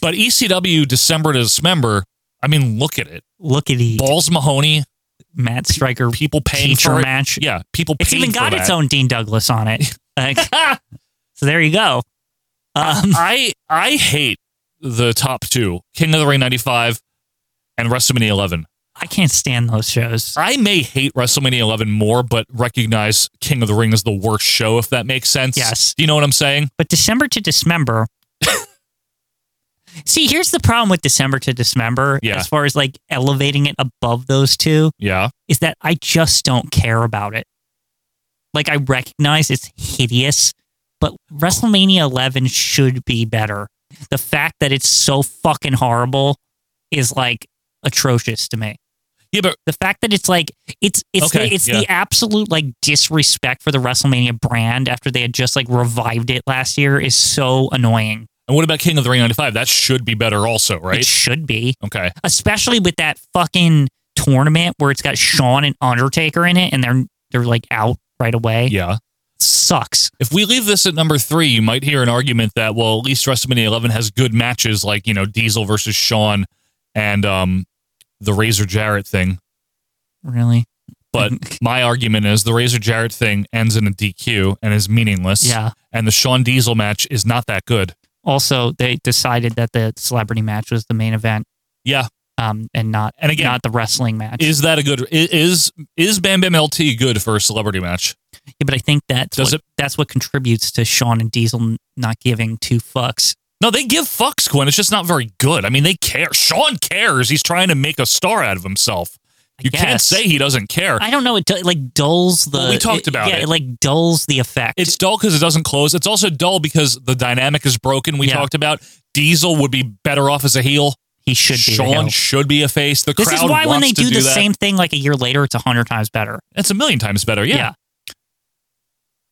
Speaker 1: But ECW December to Dismember, I mean, look at it.
Speaker 2: look at the
Speaker 1: Balls Mahoney,
Speaker 2: Matt Striker
Speaker 1: people paying
Speaker 2: teacher
Speaker 1: for it.
Speaker 2: match.
Speaker 1: Yeah, people.
Speaker 2: It's
Speaker 1: paid
Speaker 2: even
Speaker 1: for
Speaker 2: got
Speaker 1: that.
Speaker 2: its own Dean Douglas
Speaker 1: <laughs>
Speaker 2: on it. Like, <laughs> so there you go. Um,
Speaker 1: I I hate the top two, King of the Ring '95 and WrestleMania 11.
Speaker 2: I can't stand those shows.
Speaker 1: I may hate WrestleMania 11 more, but recognize King of the Ring as the worst show, if that makes sense.
Speaker 2: Yes.
Speaker 1: Do you know what I'm saying?
Speaker 2: But December to Dismember. <laughs> See, here's the problem with December to Dismember
Speaker 1: Yeah.
Speaker 2: as far as like elevating it above those two
Speaker 1: Yeah.
Speaker 2: is that I just don't care about it. Like I recognize it's hideous, but WrestleMania 11 should be better. The fact that it's so fucking horrible is like atrocious to me.
Speaker 1: Yeah, but
Speaker 2: The fact that it's like it's it's
Speaker 1: Okay,
Speaker 2: the, it's
Speaker 1: yeah.
Speaker 2: the absolute like disrespect for the WrestleMania brand after they had just like revived it last year is so annoying.
Speaker 1: and what about King of the Ring 95? That should be better also,
Speaker 2: It
Speaker 1: right?
Speaker 2: should be,
Speaker 1: okay.
Speaker 2: especially with that fucking tournament where it's got Shawn and Undertaker in it, and they're they're like out right away.
Speaker 1: Yeah.
Speaker 2: sucks.
Speaker 1: If we leave this at number three, you might hear an argument that, well, at least WrestleMania 11 has good matches like, you know, Diesel versus Shawn and um, the Razor Jarrett thing.
Speaker 2: Really?
Speaker 1: But
Speaker 2: <laughs>
Speaker 1: my argument is the Razor Jarrett thing ends in a DQ and is meaningless.
Speaker 2: Yeah.
Speaker 1: And the Shawn Diesel match is not that good.
Speaker 2: Also, they decided that the celebrity match was the main event,
Speaker 1: Yeah.
Speaker 2: um, and not
Speaker 1: And again-
Speaker 2: not the wrestling match.
Speaker 1: Is that a good? i- Is is Bam Bam LT good for a celebrity match?
Speaker 2: Yeah, but I think that's
Speaker 1: Does
Speaker 2: what,
Speaker 1: it-
Speaker 2: that's what contributes to Sean and Diesel n- not giving two fucks.
Speaker 1: No, they give fucks, Quinn. It's just not very good. I mean, they care. Sean cares. He's trying to make a star out of himself. You can't
Speaker 2: guess.
Speaker 1: say he doesn't care.
Speaker 2: I don't know. It, du- it like dulls the.
Speaker 1: Well, we talked about
Speaker 2: yeah,
Speaker 1: it.
Speaker 2: it like dulls the effect.
Speaker 1: it's dull because it doesn't close. It's also dull because the dynamic is broken. We
Speaker 2: Yeah.
Speaker 1: talked about Diesel would be better off as a heel.
Speaker 2: he should be. the
Speaker 1: Sean
Speaker 2: heel.
Speaker 1: should be a face. The
Speaker 2: This
Speaker 1: crowd
Speaker 2: is why when
Speaker 1: wants
Speaker 2: they
Speaker 1: to
Speaker 2: do the
Speaker 1: that.
Speaker 2: same thing like a year later, it's a hundred times better.
Speaker 1: It's a million times better. Yeah.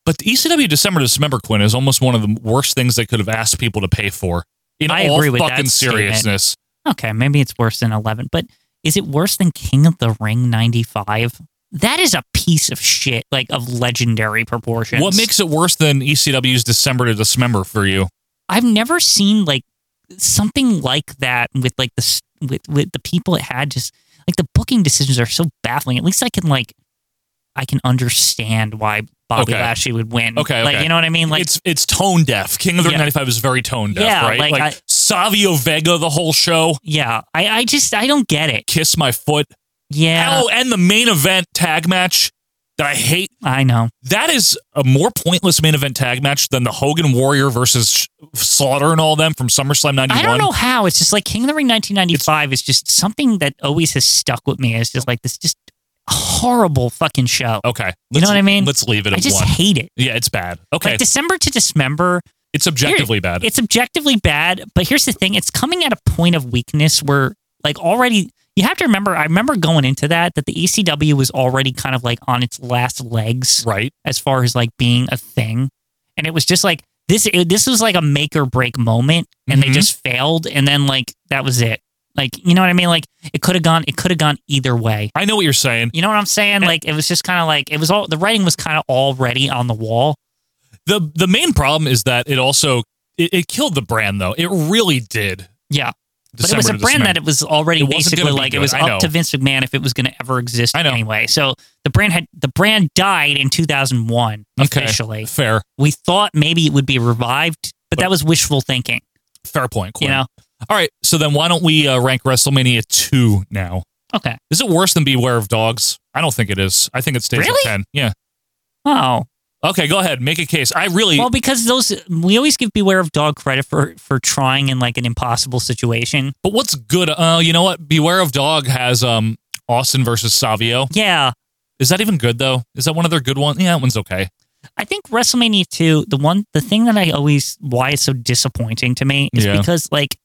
Speaker 1: But the ECW December to December Quinn is almost one of the worst things they could have asked people to pay for. In
Speaker 2: I
Speaker 1: all
Speaker 2: agree with that
Speaker 1: fucking
Speaker 2: statement.
Speaker 1: seriousness.
Speaker 2: Okay, maybe it's worse than eleven, but is it worse than King of the Ring '95? That is a piece of shit, like of legendary proportions.
Speaker 1: What makes it worse than ECW's December to Dismember for you?
Speaker 2: I've never seen like something like that with like the s- with with the people it had. Just like the booking decisions are so baffling. At least I can like I can understand why Bobby
Speaker 1: Okay.
Speaker 2: Lashley would win.
Speaker 1: Okay,
Speaker 2: Like,
Speaker 1: okay.
Speaker 2: you know what I mean? Like
Speaker 1: it's it's tone deaf. King of the Ring
Speaker 2: Yeah.
Speaker 1: 95 is very tone deaf,
Speaker 2: Yeah,
Speaker 1: right?
Speaker 2: like, I-
Speaker 1: Savio Vega the whole show.
Speaker 2: Yeah. I, I just I don't get it.
Speaker 1: Kiss my foot.
Speaker 2: Yeah.
Speaker 1: Oh, and the main event tag match that I hate.
Speaker 2: I know.
Speaker 1: That is a more pointless main event tag match than the Hogan Warrior versus Sh- Slaughter and all them from SummerSlam 91.
Speaker 2: I don't know how. It's just like King of the Ring 1995 is just something that always has stuck with me. It's just like this just horrible fucking show.
Speaker 1: Okay.
Speaker 2: You know what I mean?
Speaker 1: Let's leave it
Speaker 2: I
Speaker 1: at
Speaker 2: just
Speaker 1: one.
Speaker 2: hate it.
Speaker 1: Yeah, it's bad. Okay.
Speaker 2: Like December to Dismember.
Speaker 1: it's objectively bad.
Speaker 2: It's objectively bad, but here's the thing: it's coming at a point of weakness where, like, already you have to remember. I remember going into that that the ECW was already kind of like on its last legs,
Speaker 1: right?
Speaker 2: As far as like being a thing, and it was just like this. It, this was like a make or break moment, and
Speaker 1: Mm-hmm.
Speaker 2: they just failed, and then like that was it. Like, you know what I mean? Like, it could have gone. It could have gone either way.
Speaker 1: I know what you're saying.
Speaker 2: You know what I'm saying? Like, it was just kind of like it was all the writing was kind of already on the wall.
Speaker 1: the the main problem is that it also it, it killed the brand though. It really did.
Speaker 2: Yeah.
Speaker 1: December
Speaker 2: but it was a
Speaker 1: to
Speaker 2: brand
Speaker 1: December.
Speaker 2: that it was already
Speaker 1: It wasn't
Speaker 2: basically
Speaker 1: gonna be
Speaker 2: like
Speaker 1: good,
Speaker 2: it was
Speaker 1: I know.
Speaker 2: up to Vince McMahon if it was going to ever exist anyway. So the brand had the brand died in 2001
Speaker 1: Okay,
Speaker 2: officially.
Speaker 1: fair.
Speaker 2: We thought maybe it would be revived, but that was wishful thinking.
Speaker 1: Fair point. Quinn.
Speaker 2: You know?
Speaker 1: All right. So then why don't we uh, rank WrestleMania two now?
Speaker 2: Okay.
Speaker 1: Is it worse than Beware of Dogs? I don't think it is. I think it stays
Speaker 2: Really?
Speaker 1: at ten. Yeah.
Speaker 2: Oh.
Speaker 1: Okay. Go ahead. Make a case. I really.
Speaker 2: Well, because those we always give Beware of Dog credit for for trying in like an impossible situation.
Speaker 1: but what's good? Uh, you know what? Beware of Dog has um Austin versus Savio.
Speaker 2: Yeah.
Speaker 1: Is that even good though? Is that one of their good ones? Yeah, that one's okay.
Speaker 2: I think WrestleMania 2, the one the thing that I always why it's so disappointing to me is
Speaker 1: Yeah.
Speaker 2: because like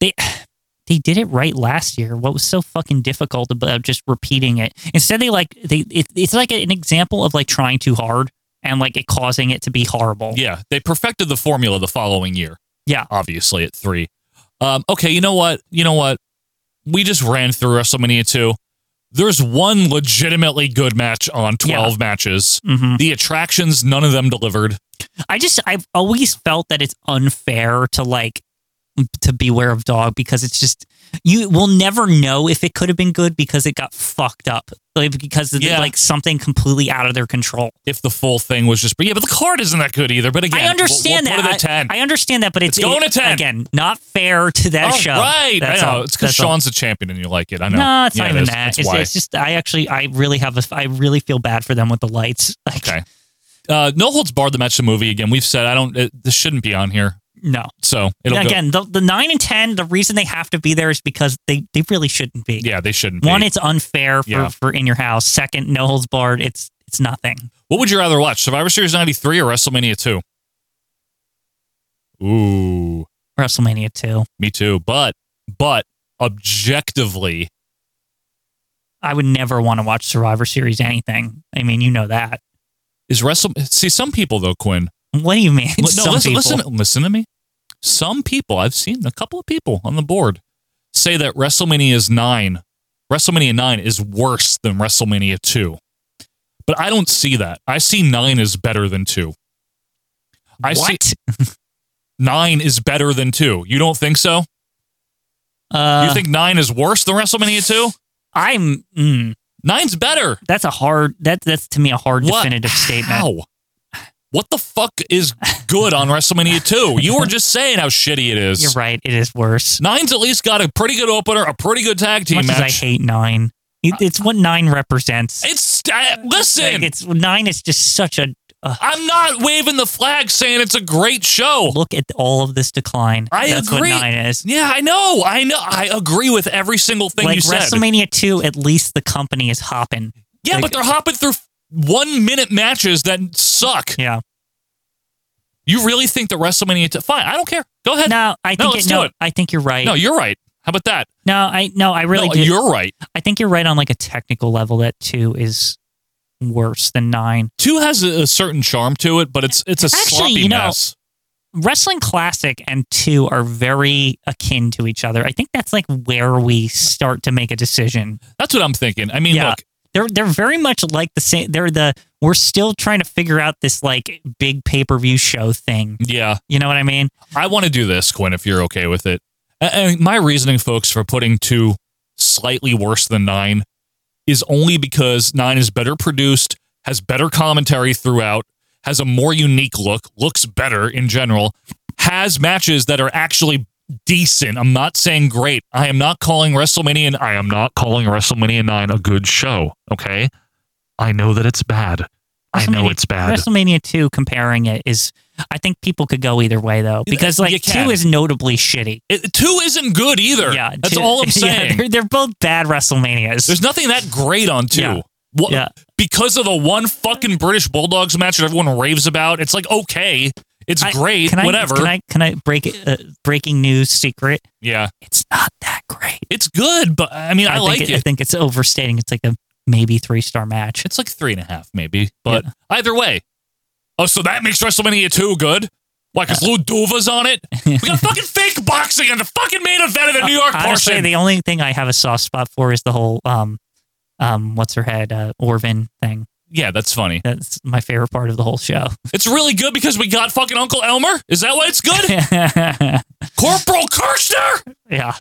Speaker 2: they <sighs> they did it right last year. What was so fucking difficult about just repeating it? Instead they like they it, it's like an example of like trying too hard and like it causing it to be horrible.
Speaker 1: Yeah, they perfected the formula the following year.
Speaker 2: Yeah.
Speaker 1: Obviously at three. Um, okay, you know what? You know what? We just ran through WrestleMania 2. There's one legitimately good match on 12 matches.
Speaker 2: Mhm.
Speaker 1: The attractions, none of them delivered.
Speaker 2: I just I've always felt that it's unfair to like to beware of dog because it's just you will never know if it could have been good because it got fucked up like because of
Speaker 1: Yeah.
Speaker 2: like something completely out of their control.
Speaker 1: If the full thing was just, but yeah, but the card isn't that good either. But again,
Speaker 2: I understand
Speaker 1: we'll, we'll Put it
Speaker 2: that.
Speaker 1: at 10.
Speaker 2: I, I understand that, but it's,
Speaker 1: It's going to 10.
Speaker 2: again. Not fair to that
Speaker 1: Oh,
Speaker 2: show.
Speaker 1: Right.
Speaker 2: That's
Speaker 1: I know.
Speaker 2: all.
Speaker 1: It's because
Speaker 2: That's all.
Speaker 1: Sean's a champion and you like it. I know.
Speaker 2: No, it's
Speaker 1: Yeah,
Speaker 2: not
Speaker 1: it
Speaker 2: even
Speaker 1: is.
Speaker 2: that.
Speaker 1: That's
Speaker 2: It's,
Speaker 1: why.
Speaker 2: it's just I actually I really have a I really feel bad for them with the lights. <laughs> Like,
Speaker 1: okay. Uh, no holds barred the match of the movie again. We've said I don't. It, this shouldn't be on here.
Speaker 2: No.
Speaker 1: So it'll go-
Speaker 2: again, the, the nine and ten. The reason they have to be there is because they they really shouldn't be.
Speaker 1: yeah, they shouldn't.
Speaker 2: One,
Speaker 1: be.
Speaker 2: it's unfair for,
Speaker 1: Yeah.
Speaker 2: for in your house. Second, no holds barred. It's it's nothing.
Speaker 1: What would you rather watch, Survivor Series 93 or WrestleMania 2? Ooh,
Speaker 2: WrestleMania two.
Speaker 1: me too. But, but objectively,
Speaker 2: I would never want to watch Survivor Series anything. I mean, you know that.
Speaker 1: is Wrestle. See, some people, though, Quinn.
Speaker 2: What do you mean?
Speaker 1: Li-
Speaker 2: Some
Speaker 1: listen,
Speaker 2: people.
Speaker 1: listen, listen to me. Some people, I've seen a couple of people on the board say that WrestleMania is 9, WrestleMania 9 is worse than WrestleMania 2. But I don't see that. I see 9 is better than 2. I see <laughs> 9 is better than 2. You don't think so?
Speaker 2: Uh,
Speaker 1: you think 9 is worse than WrestleMania 2?
Speaker 2: I'm mm,
Speaker 1: Nine's better.
Speaker 2: That's a hard. That that's to me a hard
Speaker 1: What?
Speaker 2: definitive statement.
Speaker 1: How? What the fuck is good on WrestleMania 2? You were just saying how shitty it is.
Speaker 2: You're right. It is worse.
Speaker 1: Nine's at least got a pretty good opener, a pretty good tag
Speaker 2: As
Speaker 1: team
Speaker 2: much as I
Speaker 1: match.
Speaker 2: hate nine,
Speaker 1: Uh,
Speaker 2: It- it's what nine represents.
Speaker 1: It's I- listen.
Speaker 2: Like, it's nine is just such a. Uh,
Speaker 1: I'm not waving the flag saying it's a great show.
Speaker 2: look at all of this decline.
Speaker 1: Oh. I
Speaker 2: that's
Speaker 1: agree.
Speaker 2: what nine is.
Speaker 1: Yeah, I know. I know. I agree with every single thing
Speaker 2: like
Speaker 1: you said.
Speaker 2: WrestleMania two, at least the company is hopping.
Speaker 1: yeah,
Speaker 2: like-
Speaker 1: but they're hopping through one minute matches that suck.
Speaker 2: Yeah.
Speaker 1: You really think that WrestleMania? T- Fine, I don't care. Go ahead.
Speaker 2: No, I think
Speaker 1: let's
Speaker 2: it,
Speaker 1: do
Speaker 2: no,
Speaker 1: it.
Speaker 2: I think you're right.
Speaker 1: No, you're right. How about that?
Speaker 2: No, I no, I really
Speaker 1: No,
Speaker 2: do.
Speaker 1: you're right.
Speaker 2: I think you're right on like a technical level that two is worse than nine.
Speaker 1: Two has a, a certain charm to it, but it's it's a
Speaker 2: Actually,
Speaker 1: sloppy
Speaker 2: you know,
Speaker 1: mess.
Speaker 2: Wrestling Classic and two are very akin to each other. I think that's like where we start to make a decision.
Speaker 1: That's what I'm thinking. I mean,
Speaker 2: yeah,
Speaker 1: look,
Speaker 2: they're they're very much like the same. They're the we're still trying to figure out this like big pay per view show thing.
Speaker 1: yeah,
Speaker 2: You know what I mean?
Speaker 1: I want to do this, Quinn, if you're okay with it. A- And my reasoning, folks, for putting two slightly worse than nine is only because nine is better produced. has better commentary throughout, has a more unique look, looks better in general, has matches that are actually decent. I'm not saying great. I am not calling WrestleMania and I am not calling WrestleMania 9 a good show, okay? I know that it's bad. I know
Speaker 2: WrestleMania-
Speaker 1: it's bad.
Speaker 2: WrestleMania 2 comparing it is I think people could go either way though because
Speaker 1: You
Speaker 2: like
Speaker 1: can.
Speaker 2: 2 is notably shitty.
Speaker 1: It- 2 isn't good either.
Speaker 2: Yeah,
Speaker 1: That's
Speaker 2: two-
Speaker 1: all I'm
Speaker 2: <laughs> yeah,
Speaker 1: saying.
Speaker 2: they're, they're both bad WrestleManias.
Speaker 1: There's nothing that great on two.
Speaker 2: Yeah.
Speaker 1: What,
Speaker 2: Yeah.
Speaker 1: Because of the one fucking British Bulldogs match that everyone raves about, it's like okay, it's
Speaker 2: I-
Speaker 1: great,
Speaker 2: can I,
Speaker 1: whatever.
Speaker 2: Can I can I break uh, breaking news secret?
Speaker 1: yeah,
Speaker 2: It's not that great.
Speaker 1: it's good, but I mean, I,
Speaker 2: think
Speaker 1: like it.
Speaker 2: I think it's overstating. It's like a maybe three star match.
Speaker 1: It's like three and a half, maybe. But either way, oh, so that makes WrestleMania two good. Why? Because Lou Duva's on it. We
Speaker 2: <laughs>
Speaker 1: got fucking fake boxing on the fucking main event of the New York
Speaker 2: Honestly,
Speaker 1: portion.
Speaker 2: the only thing I have a soft spot for is the whole um, um, what's her head uh, Orvin thing.
Speaker 1: yeah, that's funny.
Speaker 2: That's my favorite part of the whole show. <laughs>
Speaker 1: It's really good because we got fucking Uncle Elmer. Is that why it's good?
Speaker 2: <laughs>
Speaker 1: Corporal Kirchner.
Speaker 2: Yeah.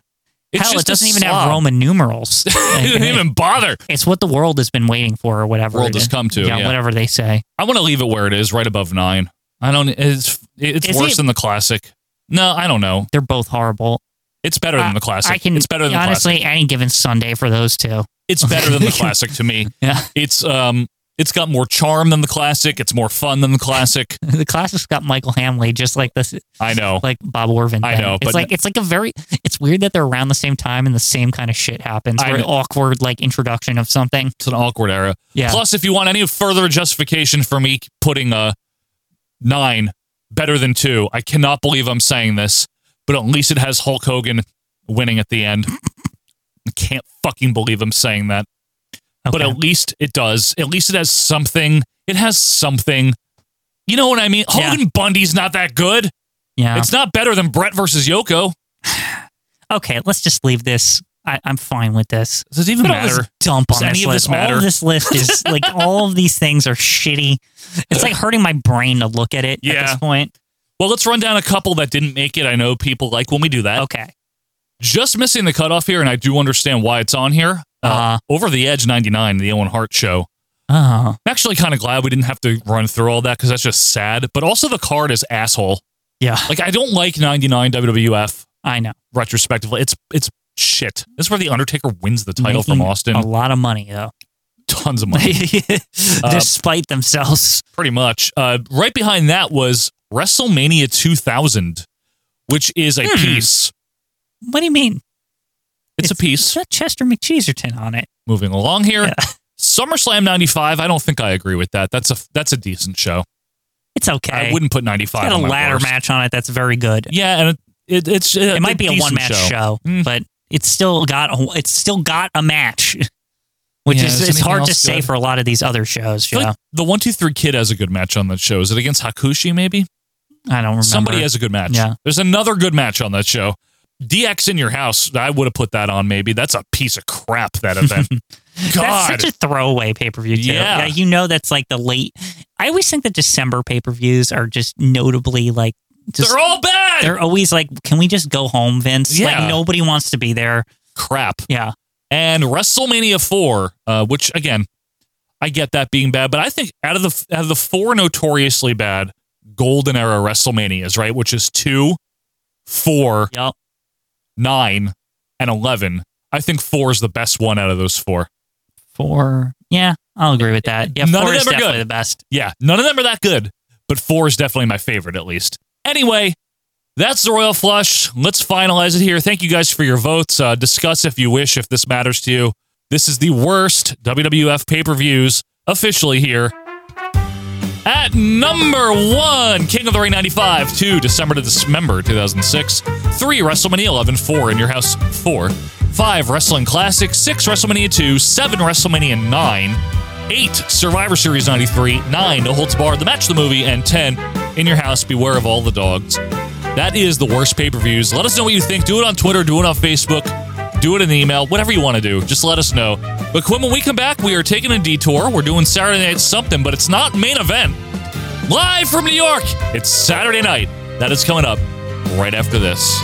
Speaker 1: It's
Speaker 2: Hell,
Speaker 1: just
Speaker 2: it doesn't
Speaker 1: a
Speaker 2: even have
Speaker 1: slob. <laughs>
Speaker 2: Roman numerals.
Speaker 1: They didn't even bother.
Speaker 2: It's what the world has been waiting for, or whatever.
Speaker 1: World
Speaker 2: it
Speaker 1: has
Speaker 2: is.
Speaker 1: come to, yeah.
Speaker 2: whatever they say.
Speaker 1: I want to leave it where it is, right above nine. I don't. It's it's
Speaker 2: Is
Speaker 1: worse
Speaker 2: it-
Speaker 1: than the classic. No, I don't know.
Speaker 2: They're both horrible.
Speaker 1: It's better than the classic.
Speaker 2: I can.
Speaker 1: It's better than the
Speaker 2: honestly
Speaker 1: classic.
Speaker 2: any given Sunday for those two. <laughs>
Speaker 1: It's better than the classic to me.
Speaker 2: Yeah.
Speaker 1: It's um. It's got more charm than the classic. It's more fun than the classic.
Speaker 2: the classic's got Michael Hamley, just like this,
Speaker 1: I know.
Speaker 2: like Bob Orvin.
Speaker 1: I
Speaker 2: thing.
Speaker 1: know,
Speaker 2: It's
Speaker 1: but-
Speaker 2: like it's like a very. It's weird that they're around the same time and the same kind of shit happens.
Speaker 1: I
Speaker 2: Very
Speaker 1: know.
Speaker 2: awkward, like introduction of something.
Speaker 1: It's an awkward era.
Speaker 2: Yeah.
Speaker 1: Plus, if you want any further justification for me putting a nine better than two, I cannot believe I'm saying this, but at least it has Hulk Hogan winning at the end. I can't fucking believe I'm saying that. But
Speaker 2: Okay.
Speaker 1: at least it does. At least it has something. It has something. You know what I mean?
Speaker 2: Yeah.
Speaker 1: Hogan Bundy's not that good.
Speaker 2: Yeah.
Speaker 1: It's not better than Brett versus Yoko.
Speaker 2: okay, let's just leave this. I, I'm fine with this.
Speaker 1: Does it even
Speaker 2: Look at all this
Speaker 1: matter?
Speaker 2: dump
Speaker 1: Does
Speaker 2: on
Speaker 1: any
Speaker 2: this
Speaker 1: of this
Speaker 2: list. all
Speaker 1: matter?
Speaker 2: of this
Speaker 1: <laughs>
Speaker 2: list is like all of these things are shitty. It's like hurting my brain to look at it at
Speaker 1: Yeah.
Speaker 2: this point.
Speaker 1: Well, let's run down a couple that didn't make it. I know people like when we do that.
Speaker 2: Okay.
Speaker 1: just missing the cutoff here, and I do understand why it's on here. Uh,
Speaker 2: Uh-huh.
Speaker 1: Over the Edge 99, the Owen Hart show.
Speaker 2: Oh,
Speaker 1: I'm actually kind of glad we didn't have to run through all that because that's just sad. But also, the card is asshole.
Speaker 2: yeah.
Speaker 1: Like, I don't like 99 WWF
Speaker 2: I know.
Speaker 1: retrospectively. It's it's shit. This is where The Undertaker wins the title
Speaker 2: Making
Speaker 1: from Austin.
Speaker 2: A lot of money though,
Speaker 1: Tons of
Speaker 2: <laughs>
Speaker 1: money, Uh,
Speaker 2: despite themselves.
Speaker 1: pretty much. Uh, right behind that was WrestleMania 2000, which is
Speaker 2: Hmm.
Speaker 1: a piece.
Speaker 2: What do you mean?
Speaker 1: It's, a piece.
Speaker 2: got Chester McCheeserton on it.
Speaker 1: Moving along here.
Speaker 2: Yeah.
Speaker 1: SummerSlam 95, I don't think I agree with that. That's a that's a decent show.
Speaker 2: It's okay.
Speaker 1: I wouldn't put
Speaker 2: It's
Speaker 1: 95
Speaker 2: got a
Speaker 1: on my
Speaker 2: ladder
Speaker 1: worst.
Speaker 2: match on it that's very good.
Speaker 1: Yeah, and it, it, it's uh,
Speaker 2: it might be a
Speaker 1: decent Hmm.
Speaker 2: one match show, but it's still got a, it's still got a match, <laughs> which
Speaker 1: Yeah,
Speaker 2: is
Speaker 1: is
Speaker 2: it's
Speaker 1: anything
Speaker 2: hard to
Speaker 1: else
Speaker 2: say
Speaker 1: good?
Speaker 2: for a lot of these other shows.
Speaker 1: I feel
Speaker 2: Yeah,
Speaker 1: like the one two three kid has a good match on that show. Is it against Hakushi? Maybe
Speaker 2: I don't remember.
Speaker 1: somebody has a good match.
Speaker 2: Yeah.
Speaker 1: there's another good match on that show. DX in your house. I would have put that on. Maybe that's a piece of crap.
Speaker 2: <laughs>
Speaker 1: That event.
Speaker 2: That's
Speaker 1: God,
Speaker 2: such a throwaway pay per view.
Speaker 1: Yeah.
Speaker 2: you know that's like the late. I always think that December pay per views are just notably like just
Speaker 1: they're all bad.
Speaker 2: they're always like, can we just go home, Vince?
Speaker 1: Yeah.
Speaker 2: Like nobody wants to be there.
Speaker 1: crap.
Speaker 2: Yeah,
Speaker 1: And WrestleMania four, uh, which again, I get that being bad, but I think out of the out of the four notoriously bad golden era WrestleManias, right, which is two, four,
Speaker 2: yep.
Speaker 1: nine, and eleven. I think four is the best one out of those four.
Speaker 2: Four. Yeah, I'll agree with that. Yeah,
Speaker 1: None of
Speaker 2: four is
Speaker 1: them are
Speaker 2: definitely
Speaker 1: good.
Speaker 2: the best.
Speaker 1: Yeah, none of them are that good, but four is definitely my favorite, at least. Anyway, that's the Royal Flush. Let's finalize it here. Thank you guys for your votes. Uh, discuss if you wish, if this matters to you. This is the worst WWF pay per views officially here. At number one, King of the Ring 95, two, December to Dismember 2006, three, WrestleMania 11, four, In Your House, four, five, Wrestling Classic, six, WrestleMania 2, seven, WrestleMania 9, eight, Survivor Series 93, nine, No Holds Barred, The Match, The Movie, and 10, In Your House, Beware of All the Dogs. That is the worst pay per views. Let us know what you think. Do it on Twitter, do it on Facebook. Do it in the email, whatever you want to do. Just let us know. But Quinn, when we come back, we are taking a detour. We're doing Saturday Night Something, but it's not main event. Live from New York, it's Saturday night. That is coming up right after this.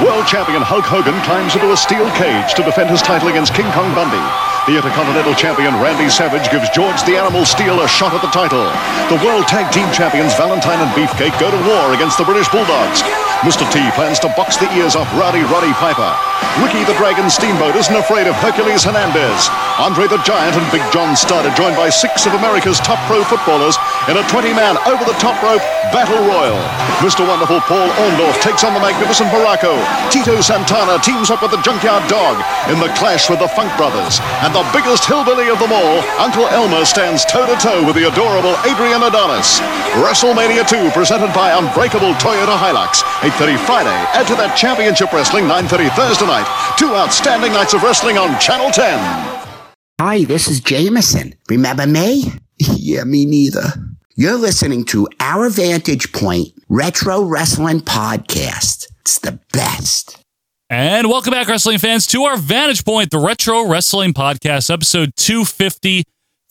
Speaker 7: World champion Hulk Hogan climbs into a steel cage to defend his title against King Kong Bundy. The Intercontinental Champion Randy Savage gives George the Animal Steel a shot at the title. The World Tag Team Champions Valentine and Beefcake go to war against the British Bulldogs. Mr. T plans to box the ears off Rowdy Roddy Piper. Ricky the Dragon Steamboat isn't afraid of Hercules Hernandez. Andre the Giant and Big John Studd are joined by six of America's top pro footballers in a 20-man over-the-top rope battle royal. Mr. Wonderful Paul Orndorff takes on the magnificent Baracco. Tito Santana teams up with the Junkyard Dog in the clash with the Funk Brothers. And the biggest hillbilly of them all, Uncle Elmer stands toe-to-toe with the adorable Adrian Adonis. WrestleMania 2 presented by Unbreakable Toyota Hilux. 8.30 Friday. Add to that Championship Wrestling 9.30 Thursday night. Two outstanding nights of wrestling on Channel 10.
Speaker 10: Hi, this is Jameson. Remember me? Yeah, me neither. You're listening to Our Vantage Point Retro Wrestling Podcast. It's the best.
Speaker 1: And welcome back, wrestling fans, to our Vantage Point, the Retro Wrestling Podcast, episode 250.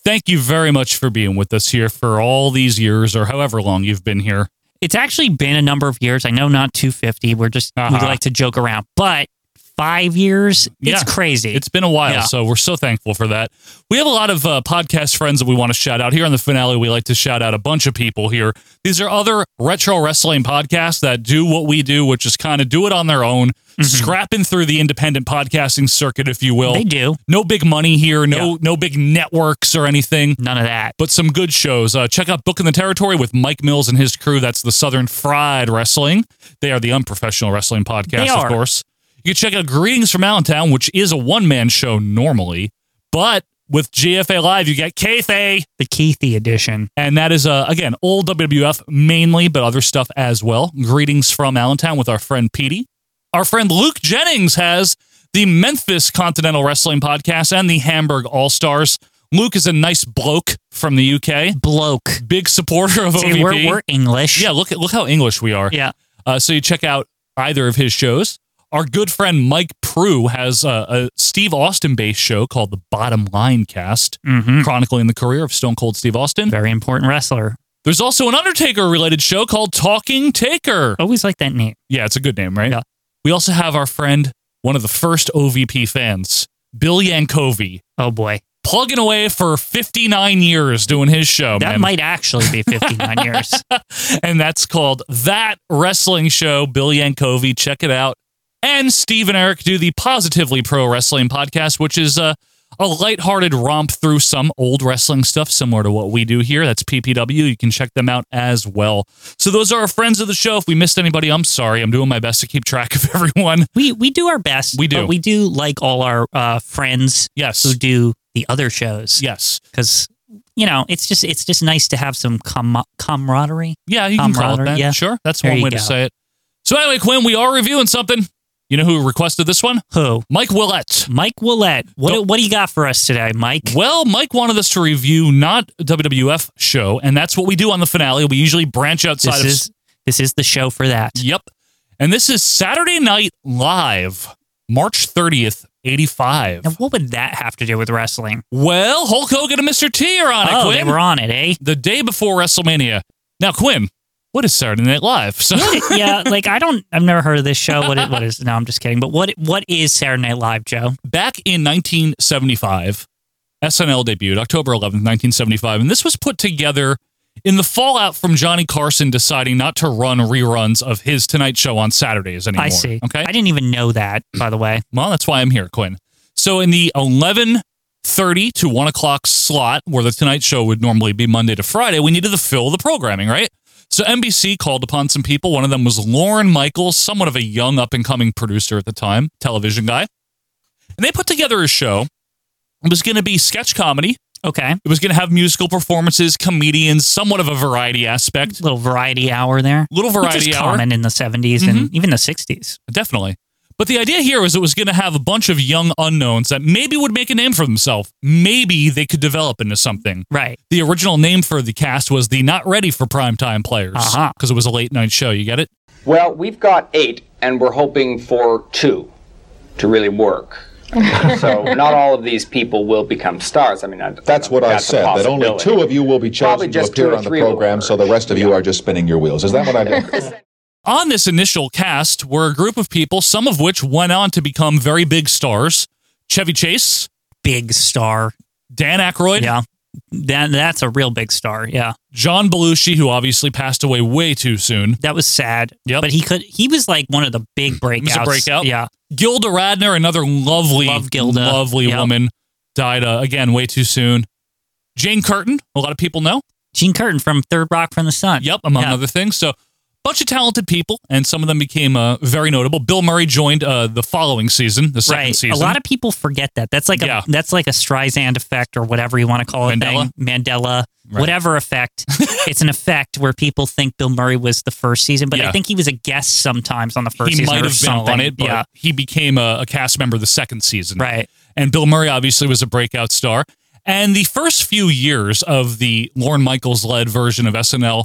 Speaker 1: Thank you very much for being with us here for all these years or however long you've been here.
Speaker 2: It's actually been a number of years. I know not 250. We're just,
Speaker 1: Uh-huh.
Speaker 2: we like to joke around, but five years? It's crazy.
Speaker 1: It's been a while,
Speaker 2: Yeah.
Speaker 1: so we're so thankful for that. We have a lot of uh, podcast friends that we want to shout out. Here on the finale, we like to shout out a bunch of people here. These are other retro wrestling podcasts that do what we do, which is kind of do it on their own, scrapping through the independent podcasting circuit, if you will.
Speaker 2: Mm-hmm. They do.
Speaker 1: No big money here, no no big networks or anything.
Speaker 2: None of that.
Speaker 1: But some good shows. Uh, check out Book in the Territory with Mike Mills and his crew. That's the Southern Fried Wrestling. They are the unprofessional wrestling podcast,
Speaker 2: They
Speaker 1: of
Speaker 2: are.
Speaker 1: course. You can check out Greetings from Allentown, which is a one man show normally, but with GFA Live, you get Keithy.
Speaker 2: The Keithy edition.
Speaker 1: And that is, uh, again, old WWF mainly, but other stuff as well. Greetings from Allentown with our friend Petey. Our friend Luke Jennings has the Memphis Continental Wrestling Podcast and the Hamburg All Stars. Luke is a nice bloke from the UK.
Speaker 2: Bloke.
Speaker 1: Big supporter of
Speaker 2: See,
Speaker 1: OVP.
Speaker 2: we're- we're English.
Speaker 1: Yeah, look at look how English we are.
Speaker 2: Yeah.
Speaker 1: Uh, so you check out either of his shows. Our good friend Mike Prue has uh, a Steve Austin based show called The Bottom Line Cast, chronicling the career of Stone Cold Steve Austin.
Speaker 2: Mm-hmm. Very important wrestler.
Speaker 1: There's also an Undertaker related show called Talking Taker.
Speaker 2: Always like that name.
Speaker 1: Yeah, it's a good name, right? Yeah. We also have our friend, one of the first OVP fans, Bill Yankovi.
Speaker 2: Oh, boy.
Speaker 1: Plugging away for 59 years doing his show.
Speaker 2: that
Speaker 1: man.
Speaker 2: might actually be
Speaker 1: <laughs>
Speaker 2: 59 years.
Speaker 1: and that's called That Wrestling Show. Bill Yankovi, check it out. And Steve and Eric do the Positively Pro Wrestling podcast, which is a, a lighthearted romp through some old wrestling stuff similar to what we do here. That's PPW. You can check them out as well. So those are our friends of the show. If we missed anybody, I'm sorry. I'm doing my best to keep track of <laughs> everyone.
Speaker 2: We we do our best.
Speaker 1: We do.
Speaker 2: But we do like all our uh, friends
Speaker 1: Yes.
Speaker 2: who do the other shows.
Speaker 1: Yes.
Speaker 2: Because, you know, it's just it's just nice to have some com- camaraderie.
Speaker 1: Yeah, you can call it
Speaker 2: Camaraderie,
Speaker 1: that.
Speaker 2: yeah.
Speaker 1: Sure. That's
Speaker 2: There
Speaker 1: one
Speaker 2: you
Speaker 1: way to
Speaker 2: go.
Speaker 1: say it. So anyway, Quinn, we are reviewing something. You know who requested this one?
Speaker 2: Who?
Speaker 1: Mike Willett.
Speaker 2: Mike Willett. What, do- what do you got for us today, Mike?
Speaker 1: Well, Mike wanted us to review not a WWF show, and that's what we do on the finale. We usually branch outside
Speaker 2: This
Speaker 1: of
Speaker 2: is this is the show for that.
Speaker 1: Yep. And this is Saturday Night Live, March 30th, 85.
Speaker 2: Now, what would that have to do with wrestling?
Speaker 1: Well, Hulk Hogan and Mr. T are on it,
Speaker 2: Oh,
Speaker 1: Quinn.
Speaker 2: they were on it, eh?
Speaker 1: The day before WrestleMania. Now, Quinn, what is Saturday Night Live? So <laughs>
Speaker 2: yeah, like I don't, I've never heard of this show. What, it, what is? No, I'm just kidding. But what, what is Saturday Night Live, Joe?
Speaker 1: back in 1975, SNL debuted October 11th, 1975, and this was put together in the fallout from Johnny Carson deciding not to run reruns of his Tonight Show on Saturdays anymore.
Speaker 2: I see.
Speaker 1: Okay.
Speaker 2: I didn't even know that, by the way.
Speaker 1: Well, that's why I'm here, Quinn. So in the 11:30 to 1 o'clock slot, where the Tonight Show would normally be Monday to Friday, we needed to fill the programming, right? So NBC called upon some people. One of them was Lauren Michaels, somewhat of a young up-and-coming producer at the time, television guy, and they put together a show. It was going to be sketch comedy.
Speaker 2: Okay.
Speaker 1: It was going to have musical performances, comedians, somewhat of a variety aspect.
Speaker 2: Little variety hour there.
Speaker 1: Little
Speaker 2: Which
Speaker 1: variety
Speaker 2: is
Speaker 1: hour. Mm-hmm.
Speaker 2: common in the 70s and even the 60s.
Speaker 1: Definitely. But the idea here was it was going to have a bunch of young unknowns that maybe would make a name for themselves. Maybe they could develop into something.
Speaker 2: Right.
Speaker 1: The original name for the cast was the Not Ready for Primetime Players because
Speaker 2: Uh-huh.
Speaker 1: it was a late night show. You get it?
Speaker 13: Well, we've got eight, and we're hoping for two to really work.
Speaker 22: <laughs>
Speaker 13: so not all of these people will become stars. I mean, I,
Speaker 14: That's what I
Speaker 13: that's a
Speaker 14: said, that only
Speaker 13: possibility.
Speaker 14: two of you will be
Speaker 13: Probably
Speaker 14: chosen to
Speaker 13: just two
Speaker 14: appear
Speaker 13: or
Speaker 14: on the
Speaker 13: three will
Speaker 14: program, so the rest of you are just spinning your wheels. Is that what I did?
Speaker 1: On this initial cast were a group of people, some of which went on to become very big stars. Chevy Chase,
Speaker 2: big star.
Speaker 1: Dan Aykroyd,
Speaker 2: yeah, that, that's a real big star. Yeah,
Speaker 1: John Belushi, who obviously passed away way too soon.
Speaker 2: That was sad. Yeah, but he could. He was like one of the big breakouts.
Speaker 1: was a breakout.
Speaker 2: Yeah,
Speaker 1: Gilda Radner, another lovely,
Speaker 2: Love Gilda.
Speaker 1: lovely
Speaker 2: Yep.
Speaker 1: woman, died uh, again way too soon. Jane Curtin, a lot of people know.
Speaker 2: Gene Curtin from Third Rock from the Sun.
Speaker 1: Yep, among
Speaker 2: Yeah.
Speaker 1: other things. So, bunch of talented people, and some of them became uh, very notable. Bill Murray joined uh, the following season, the second
Speaker 2: right.
Speaker 1: season.
Speaker 2: A lot of people forget that. That's like
Speaker 1: Yeah.
Speaker 2: a that's like a Streisand effect or whatever you want to call it.
Speaker 1: Mandela?
Speaker 2: Thing. Mandela.
Speaker 1: Right.
Speaker 2: Whatever
Speaker 1: <laughs>
Speaker 2: effect. it's an effect where people think Bill Murray was the first season, but
Speaker 1: Yeah.
Speaker 2: I think he was a guest sometimes on the first
Speaker 1: he
Speaker 2: season.
Speaker 1: might have
Speaker 2: or
Speaker 1: been
Speaker 2: something.
Speaker 1: on it, but
Speaker 2: yeah.
Speaker 1: he became a, a cast member the second season.
Speaker 2: Right.
Speaker 1: And Bill Murray obviously was a breakout star. And the first few years of the Lorne Michaels led version of SNL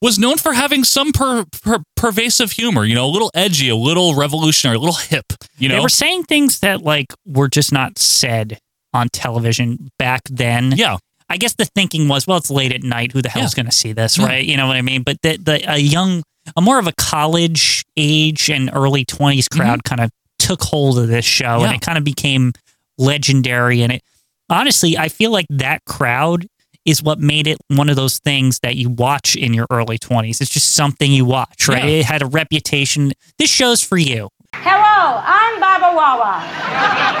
Speaker 1: was known for having some per, per, pervasive humor, you know, a little edgy, a little revolutionary, a little hip, you know.
Speaker 2: They were saying things that like were just not said on television back then.
Speaker 1: Yeah.
Speaker 2: I guess the thinking was, well, it's late at night. Who the hell's going to see this,
Speaker 1: Yeah.
Speaker 2: right? You know what I mean? But the, the a young, a more of a college age and early twenties crowd kind of took hold of this show,
Speaker 1: Mm-hmm. Yeah.
Speaker 2: and it kind of became legendary. And it honestly, I feel like that crowd is what made it one of those things that you watch in your early twenties. It's just something you watch, right?
Speaker 1: Yeah.
Speaker 2: It had a reputation. This show's for you.
Speaker 21: Hello, I'm Baba Wawa,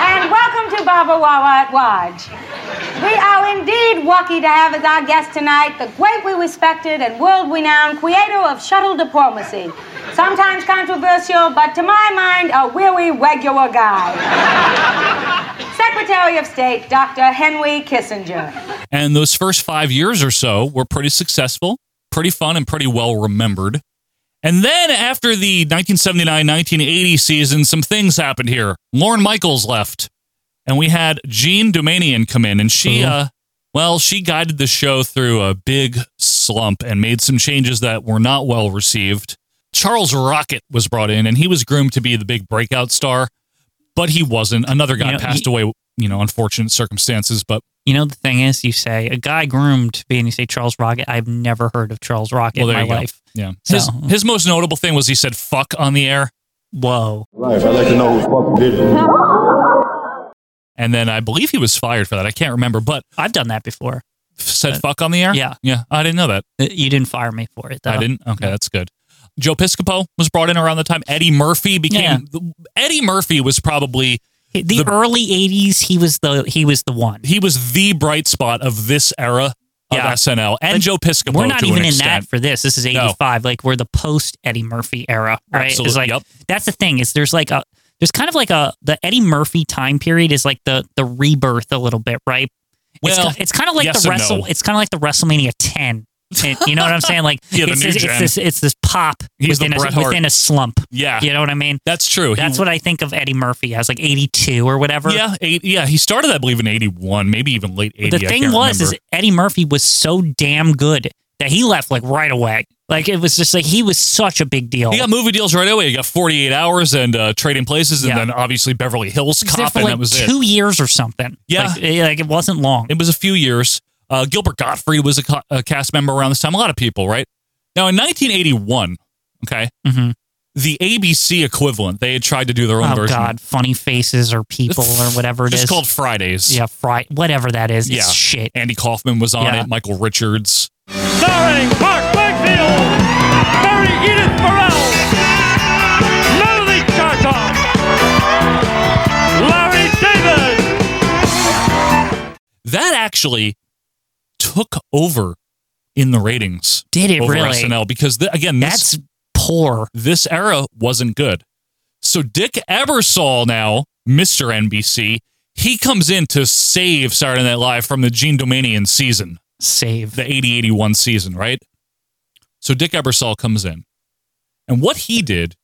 Speaker 21: and welcome to Baba Wawa at Lodge. We are indeed lucky to have as our guest tonight the greatly respected and world-renowned creator of shuttle diplomacy. Sometimes controversial, but to my mind, a really regular guy. Secretary of State, Dr. Henry Kissinger.
Speaker 1: And those first five years or so were pretty successful, pretty fun, and pretty well remembered. And then after the 1979 1980 season, some things happened here. Lauren Michaels left, and we had Jean Dumanian come in, and she, uh, well, she guided the show through a big slump and made some changes that were not well received. Charles Rocket was brought in, and he was groomed to be the big breakout star, but he wasn't. Another guy
Speaker 2: You know,
Speaker 1: passed
Speaker 2: he-
Speaker 1: away, you know, unfortunate circumstances, but
Speaker 2: You know, the thing is, you say a guy groomed to be, and you say Charles Rocket. I've never heard of Charles Rocket
Speaker 1: Well,
Speaker 2: in
Speaker 1: there
Speaker 2: my
Speaker 1: you go.
Speaker 2: life.
Speaker 1: Yeah.
Speaker 2: So- uh-huh.
Speaker 1: His, his most notable thing was he said fuck on the air.
Speaker 2: Whoa.
Speaker 6: Life. I'd like to know who fuck did it.
Speaker 1: And then I believe he was fired for that. I can't remember, but
Speaker 2: I've done that before.
Speaker 1: said fuck on the air?
Speaker 2: Uh, Yeah.
Speaker 1: Yeah. I didn't know that.
Speaker 2: Uh, You didn't fire me for it, though.
Speaker 1: I didn't. Okay. That's good. Joe Piscopo was brought in around the time. Eddie Murphy became.
Speaker 2: Yeah.
Speaker 1: the- Eddie Murphy was probably.
Speaker 2: The, early '80s, he was the he was the one.
Speaker 1: He was the bright spot of this era of
Speaker 2: Yeah.
Speaker 1: SNL and Joe Piscopo.
Speaker 2: We're not
Speaker 1: to
Speaker 2: even
Speaker 1: an
Speaker 2: in that
Speaker 1: extent.
Speaker 2: for this. This is
Speaker 1: No.
Speaker 2: '85. Like we're the post Eddie Murphy era, right? It's
Speaker 1: Absolutely.
Speaker 2: like
Speaker 1: Yep.
Speaker 2: that's the thing is there's like a there's kind of like a the Eddie Murphy time period is like the the rebirth a little bit, right? It's
Speaker 1: Well,
Speaker 2: ki- it's, kind of like
Speaker 1: yes
Speaker 2: the
Speaker 1: and
Speaker 2: wrestle.
Speaker 1: no.
Speaker 2: It's kind of like the WrestleMania 10. And you know what I'm saying? Like
Speaker 1: <laughs> Yeah, the
Speaker 2: it's,
Speaker 1: new
Speaker 2: this, it's
Speaker 1: gen.
Speaker 2: this it's this pop
Speaker 1: He's the
Speaker 2: within
Speaker 1: Bret
Speaker 2: a,
Speaker 1: Hart.
Speaker 2: within a slump.
Speaker 1: Yeah.
Speaker 2: You know what I mean?
Speaker 1: That's true. He-
Speaker 2: That's what I think of Eddie Murphy as like 82 or whatever.
Speaker 1: Yeah. Eight, yeah. He started, I believe, in 81, maybe even late 80.
Speaker 2: The
Speaker 1: I
Speaker 2: thing
Speaker 1: can't
Speaker 2: was,
Speaker 1: remember.
Speaker 2: is Eddie Murphy was so damn good that he left like right away. Like it was just like he was such a big deal.
Speaker 1: He got movie deals right away. He got 48 hours and uh, Trading Places, and
Speaker 2: Yeah.
Speaker 1: then obviously Beverly Hills
Speaker 2: He was there
Speaker 1: Cop,
Speaker 2: for
Speaker 1: and
Speaker 2: like
Speaker 1: that was
Speaker 2: two
Speaker 1: it.
Speaker 2: years or something.
Speaker 1: Yeah.
Speaker 2: like, eh, like, it wasn't long.
Speaker 1: It was a few years. Uh, Gilbert Gottfried was a, co- a cast member around this time. A lot of people, right? Now in 1981, okay,
Speaker 2: Mhm.
Speaker 1: the ABC equivalent, they had tried to do their own
Speaker 2: Oh
Speaker 1: version.
Speaker 2: God, funny faces or people or whatever it is.
Speaker 1: It's called Fridays.
Speaker 2: yeah, fry whatever that is.
Speaker 1: Yeah.
Speaker 2: It's shit.
Speaker 1: Andy Kaufman was on
Speaker 2: Yeah.
Speaker 1: it. Michael Richards.
Speaker 12: Starring Mark Wakefield, Mary Edith Burrell, Melanie Chartoff, Larry Davis.
Speaker 1: That actually took over in the ratings.
Speaker 2: Did it
Speaker 1: over
Speaker 2: really?
Speaker 1: SNL because th- again, this,
Speaker 2: That's poor.
Speaker 1: this era wasn't good. So Dick Ebersol now, Mr. NBC, he comes in to save Saturday Night Live from the Gene Domanian season,
Speaker 2: Save.
Speaker 1: the 80-81 season, right? So Dick Ebersol comes in. And what he did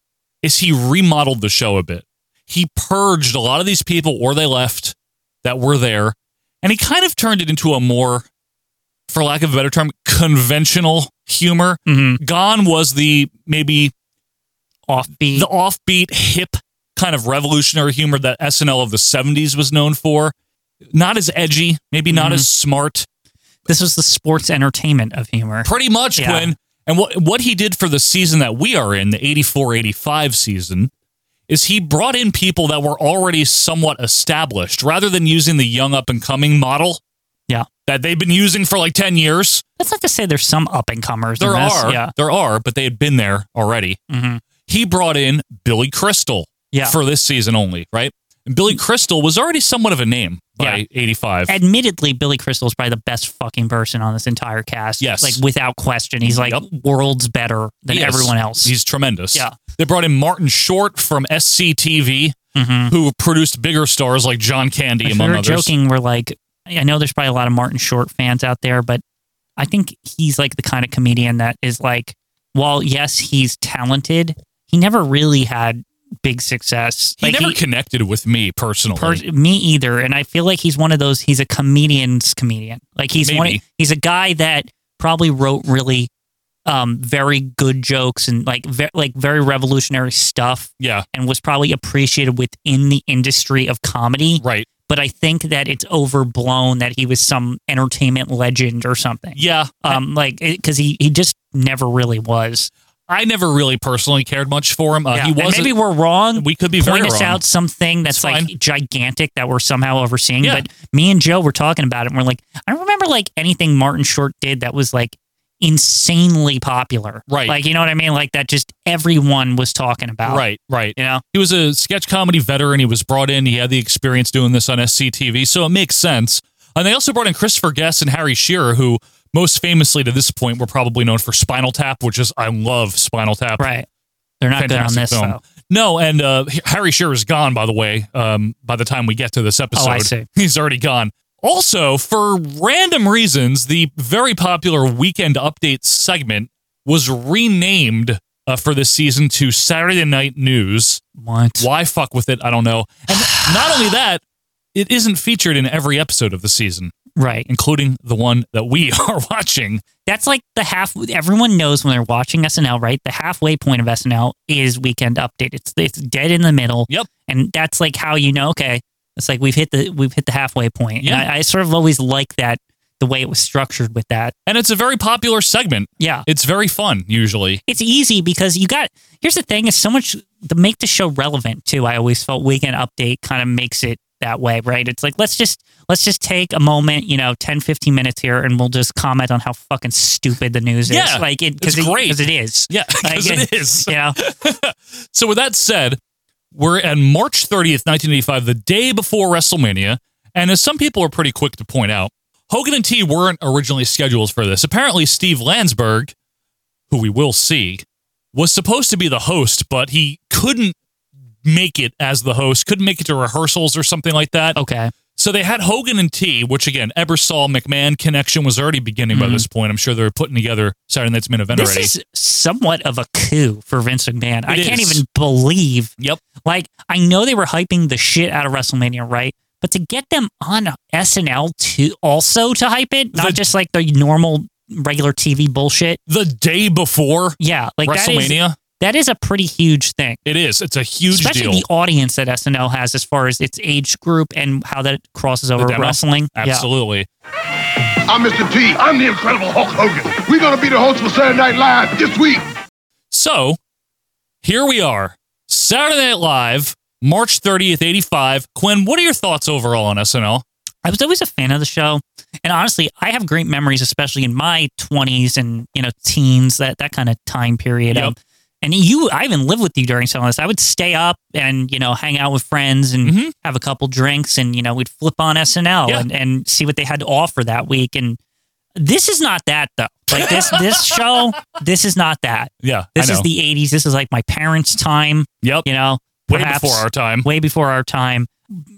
Speaker 1: is he remodeled the show a bit. He purged a lot of these people or they left that were there, and he kind of turned it into a more for lack of a better term, conventional humor. Gone was the maybe
Speaker 2: Offbeat.
Speaker 1: the offbeat, hip kind of revolutionary humor that SNL of the 70s was known for. Not as edgy, maybe not as smart,
Speaker 2: This was the sports entertainment of humor.
Speaker 1: pretty much,
Speaker 2: Yeah.
Speaker 1: Quinn. And what what he did for the season that we are in, the 84-85 season, is he brought in people that were already somewhat established rather than using the young up and coming model.
Speaker 2: Yeah.
Speaker 1: That they've been using for like 10 years.
Speaker 2: That's not to say there's some up and comers.
Speaker 1: There
Speaker 2: in this.
Speaker 1: are.
Speaker 2: Yeah.
Speaker 1: There are, but they had been there already.
Speaker 2: Mhm.
Speaker 1: He brought in Billy Crystal
Speaker 2: Yeah.
Speaker 1: for this season only, right? And Billy Crystal was already somewhat of a name by 85.
Speaker 2: Admittedly, Billy Crystal is probably the best fucking person on this entire cast.
Speaker 1: Yes.
Speaker 2: Like without question, he's like
Speaker 1: Yep.
Speaker 2: worlds better than
Speaker 1: Yes.
Speaker 2: everyone else.
Speaker 1: He's tremendous.
Speaker 2: Yeah.
Speaker 1: They brought in Martin Short from SCTV, who produced bigger stars like John Candy,
Speaker 2: Mm-hmm. if we
Speaker 1: among
Speaker 2: were
Speaker 1: others.
Speaker 2: joking, we're like, I know there's probably a lot of Martin Short fans out there, but I think he's like the kind of comedian that is like, while yes, he's talented, he never really had big success.
Speaker 1: He
Speaker 2: Like,
Speaker 1: never connected with me personally.
Speaker 2: per- me either. And I feel like he's one of those. He's a comedian's comedian. Like he's one.
Speaker 1: Maybe.
Speaker 2: He's a guy that probably wrote really, um, very good jokes and like ve- like very revolutionary stuff.
Speaker 1: Yeah.
Speaker 2: and was probably appreciated within the industry of comedy.
Speaker 1: Right.
Speaker 2: But I think that it's overblown that he was some entertainment legend or something.
Speaker 1: yeah.
Speaker 2: Um, like because he he just never really was.
Speaker 1: I never really personally cared much for him. Uh,
Speaker 2: Yeah,
Speaker 1: He
Speaker 2: and
Speaker 1: was.
Speaker 2: maybe we're wrong.
Speaker 1: We could be
Speaker 2: point
Speaker 1: very
Speaker 2: us
Speaker 1: wrong.
Speaker 2: out something that's
Speaker 1: It's
Speaker 2: like
Speaker 1: fine.
Speaker 2: gigantic that we're somehow overseeing.
Speaker 1: Yeah.
Speaker 2: But me and Joe were talking about it, and we're like, I don't remember like anything Martin Short did that was like insanely popular.
Speaker 1: Right.
Speaker 2: Like you know what I mean? Like that just everyone was talking about.
Speaker 1: Right, right.
Speaker 2: You know?
Speaker 1: He was a sketch comedy veteran. He was brought in. He had the experience doing this on SCTV, so it makes sense. And they also brought in Christopher Guest and Harry Shearer, who most famously to this point were probably known for Spinal Tap, which is I love Spinal Tap.
Speaker 2: Right. They're not good on this
Speaker 1: film.
Speaker 2: though.
Speaker 1: No, and uh, H- Harry Shearer's gone. By the way, um, by the time we get to this episode,
Speaker 2: I see.
Speaker 1: <laughs> he's already gone. Also, for random reasons, the very popular Weekend Update segment was renamed uh, for this season to Saturday Night News.
Speaker 2: What?
Speaker 1: Why fuck with it? I don't know. And not only that, it isn't featured in every episode of the season,
Speaker 2: Right.
Speaker 1: including the one that we <laughs> are watching.
Speaker 2: That's like the half. Everyone knows when they're watching SNL, right? The halfway point of SNL is Weekend Update. It's it's dead in the middle.
Speaker 1: Yep.
Speaker 2: And that's like how you know. Okay, it's like we've hit the we've hit the halfway point.
Speaker 1: Yeah.
Speaker 2: And I, I sort of always like that the way it was structured with that.
Speaker 1: And it's a very popular segment.
Speaker 2: Yeah.
Speaker 1: It's very fun, usually.
Speaker 2: It's easy because you got. Here's the thing: is so much to make the show relevant too. I always felt Weekend Update kind of makes it that way, right? It's like let's just let's just take a moment, you know, 10, 15 minutes here, and we'll just comment on how fucking stupid the news
Speaker 1: Yeah.
Speaker 2: is. Like it
Speaker 1: It's
Speaker 2: because it,
Speaker 1: great.
Speaker 2: 'cause it is.
Speaker 1: Yeah, <laughs>
Speaker 2: Like,
Speaker 1: because it is.
Speaker 2: You know,
Speaker 1: So with that said, we're at March 30th, 1985, the day before WrestleMania, and as some people are pretty quick to point out, Hogan and T weren't originally scheduled for this. Apparently, Steve Landsberg, who we will see, was supposed to be the host, but he couldn't make it as the host, couldn't make it to rehearsals or something like that.
Speaker 2: okay.
Speaker 1: So they had Hogan and T, which again, Ebersol McMahon connection was already beginning by this point. I'm sure they were putting together Saturday Night's Main Event
Speaker 2: Mm-hmm. This
Speaker 1: already.
Speaker 2: is somewhat of a coup for Vince McMahon. I
Speaker 1: It
Speaker 2: can't
Speaker 1: is.
Speaker 2: even believe.
Speaker 1: Yep.
Speaker 2: Like, I know they were hyping the shit out of WrestleMania, right? But to get them on SNL to also to hype it, not
Speaker 1: The-
Speaker 2: just like the normal regular TV bullshit.
Speaker 1: the day before
Speaker 2: Yeah, like
Speaker 1: WrestleMania.
Speaker 2: That is, that is a pretty huge thing.
Speaker 1: It is. It's a huge
Speaker 2: Especially
Speaker 1: deal.
Speaker 2: the audience that SNL has as far as its age group and how that crosses over
Speaker 1: demo?
Speaker 2: wrestling. Yeah.
Speaker 1: Absolutely.
Speaker 6: I'm Mr. T. I'm the Incredible Hulk Hogan. We're gonna be the host for Saturday Night Live this week.
Speaker 1: So here we are. Saturday Night Live, March 30th, 85. Quinn, what are your thoughts overall on SNL?
Speaker 2: I was always a fan of the show, and honestly, I have great memories, especially in my twenties and you know teens that that kind of time period.
Speaker 1: Yep.
Speaker 2: of- and you, I even lived with you during some of this. I would stay up and you know hang out with friends and
Speaker 1: Mhm.
Speaker 2: have a couple drinks, and you know we'd flip on SNL
Speaker 1: Yeah.
Speaker 2: and, and see what they had to offer that week. And this is not that though. Like this
Speaker 1: <laughs>
Speaker 2: this show, this is not that.
Speaker 1: Yeah,
Speaker 2: This
Speaker 1: I know.
Speaker 2: is the '80s. This is like my parents' time.
Speaker 1: Yep.
Speaker 2: You know,
Speaker 1: Way
Speaker 2: perhaps-
Speaker 1: before our time.
Speaker 2: way before our time.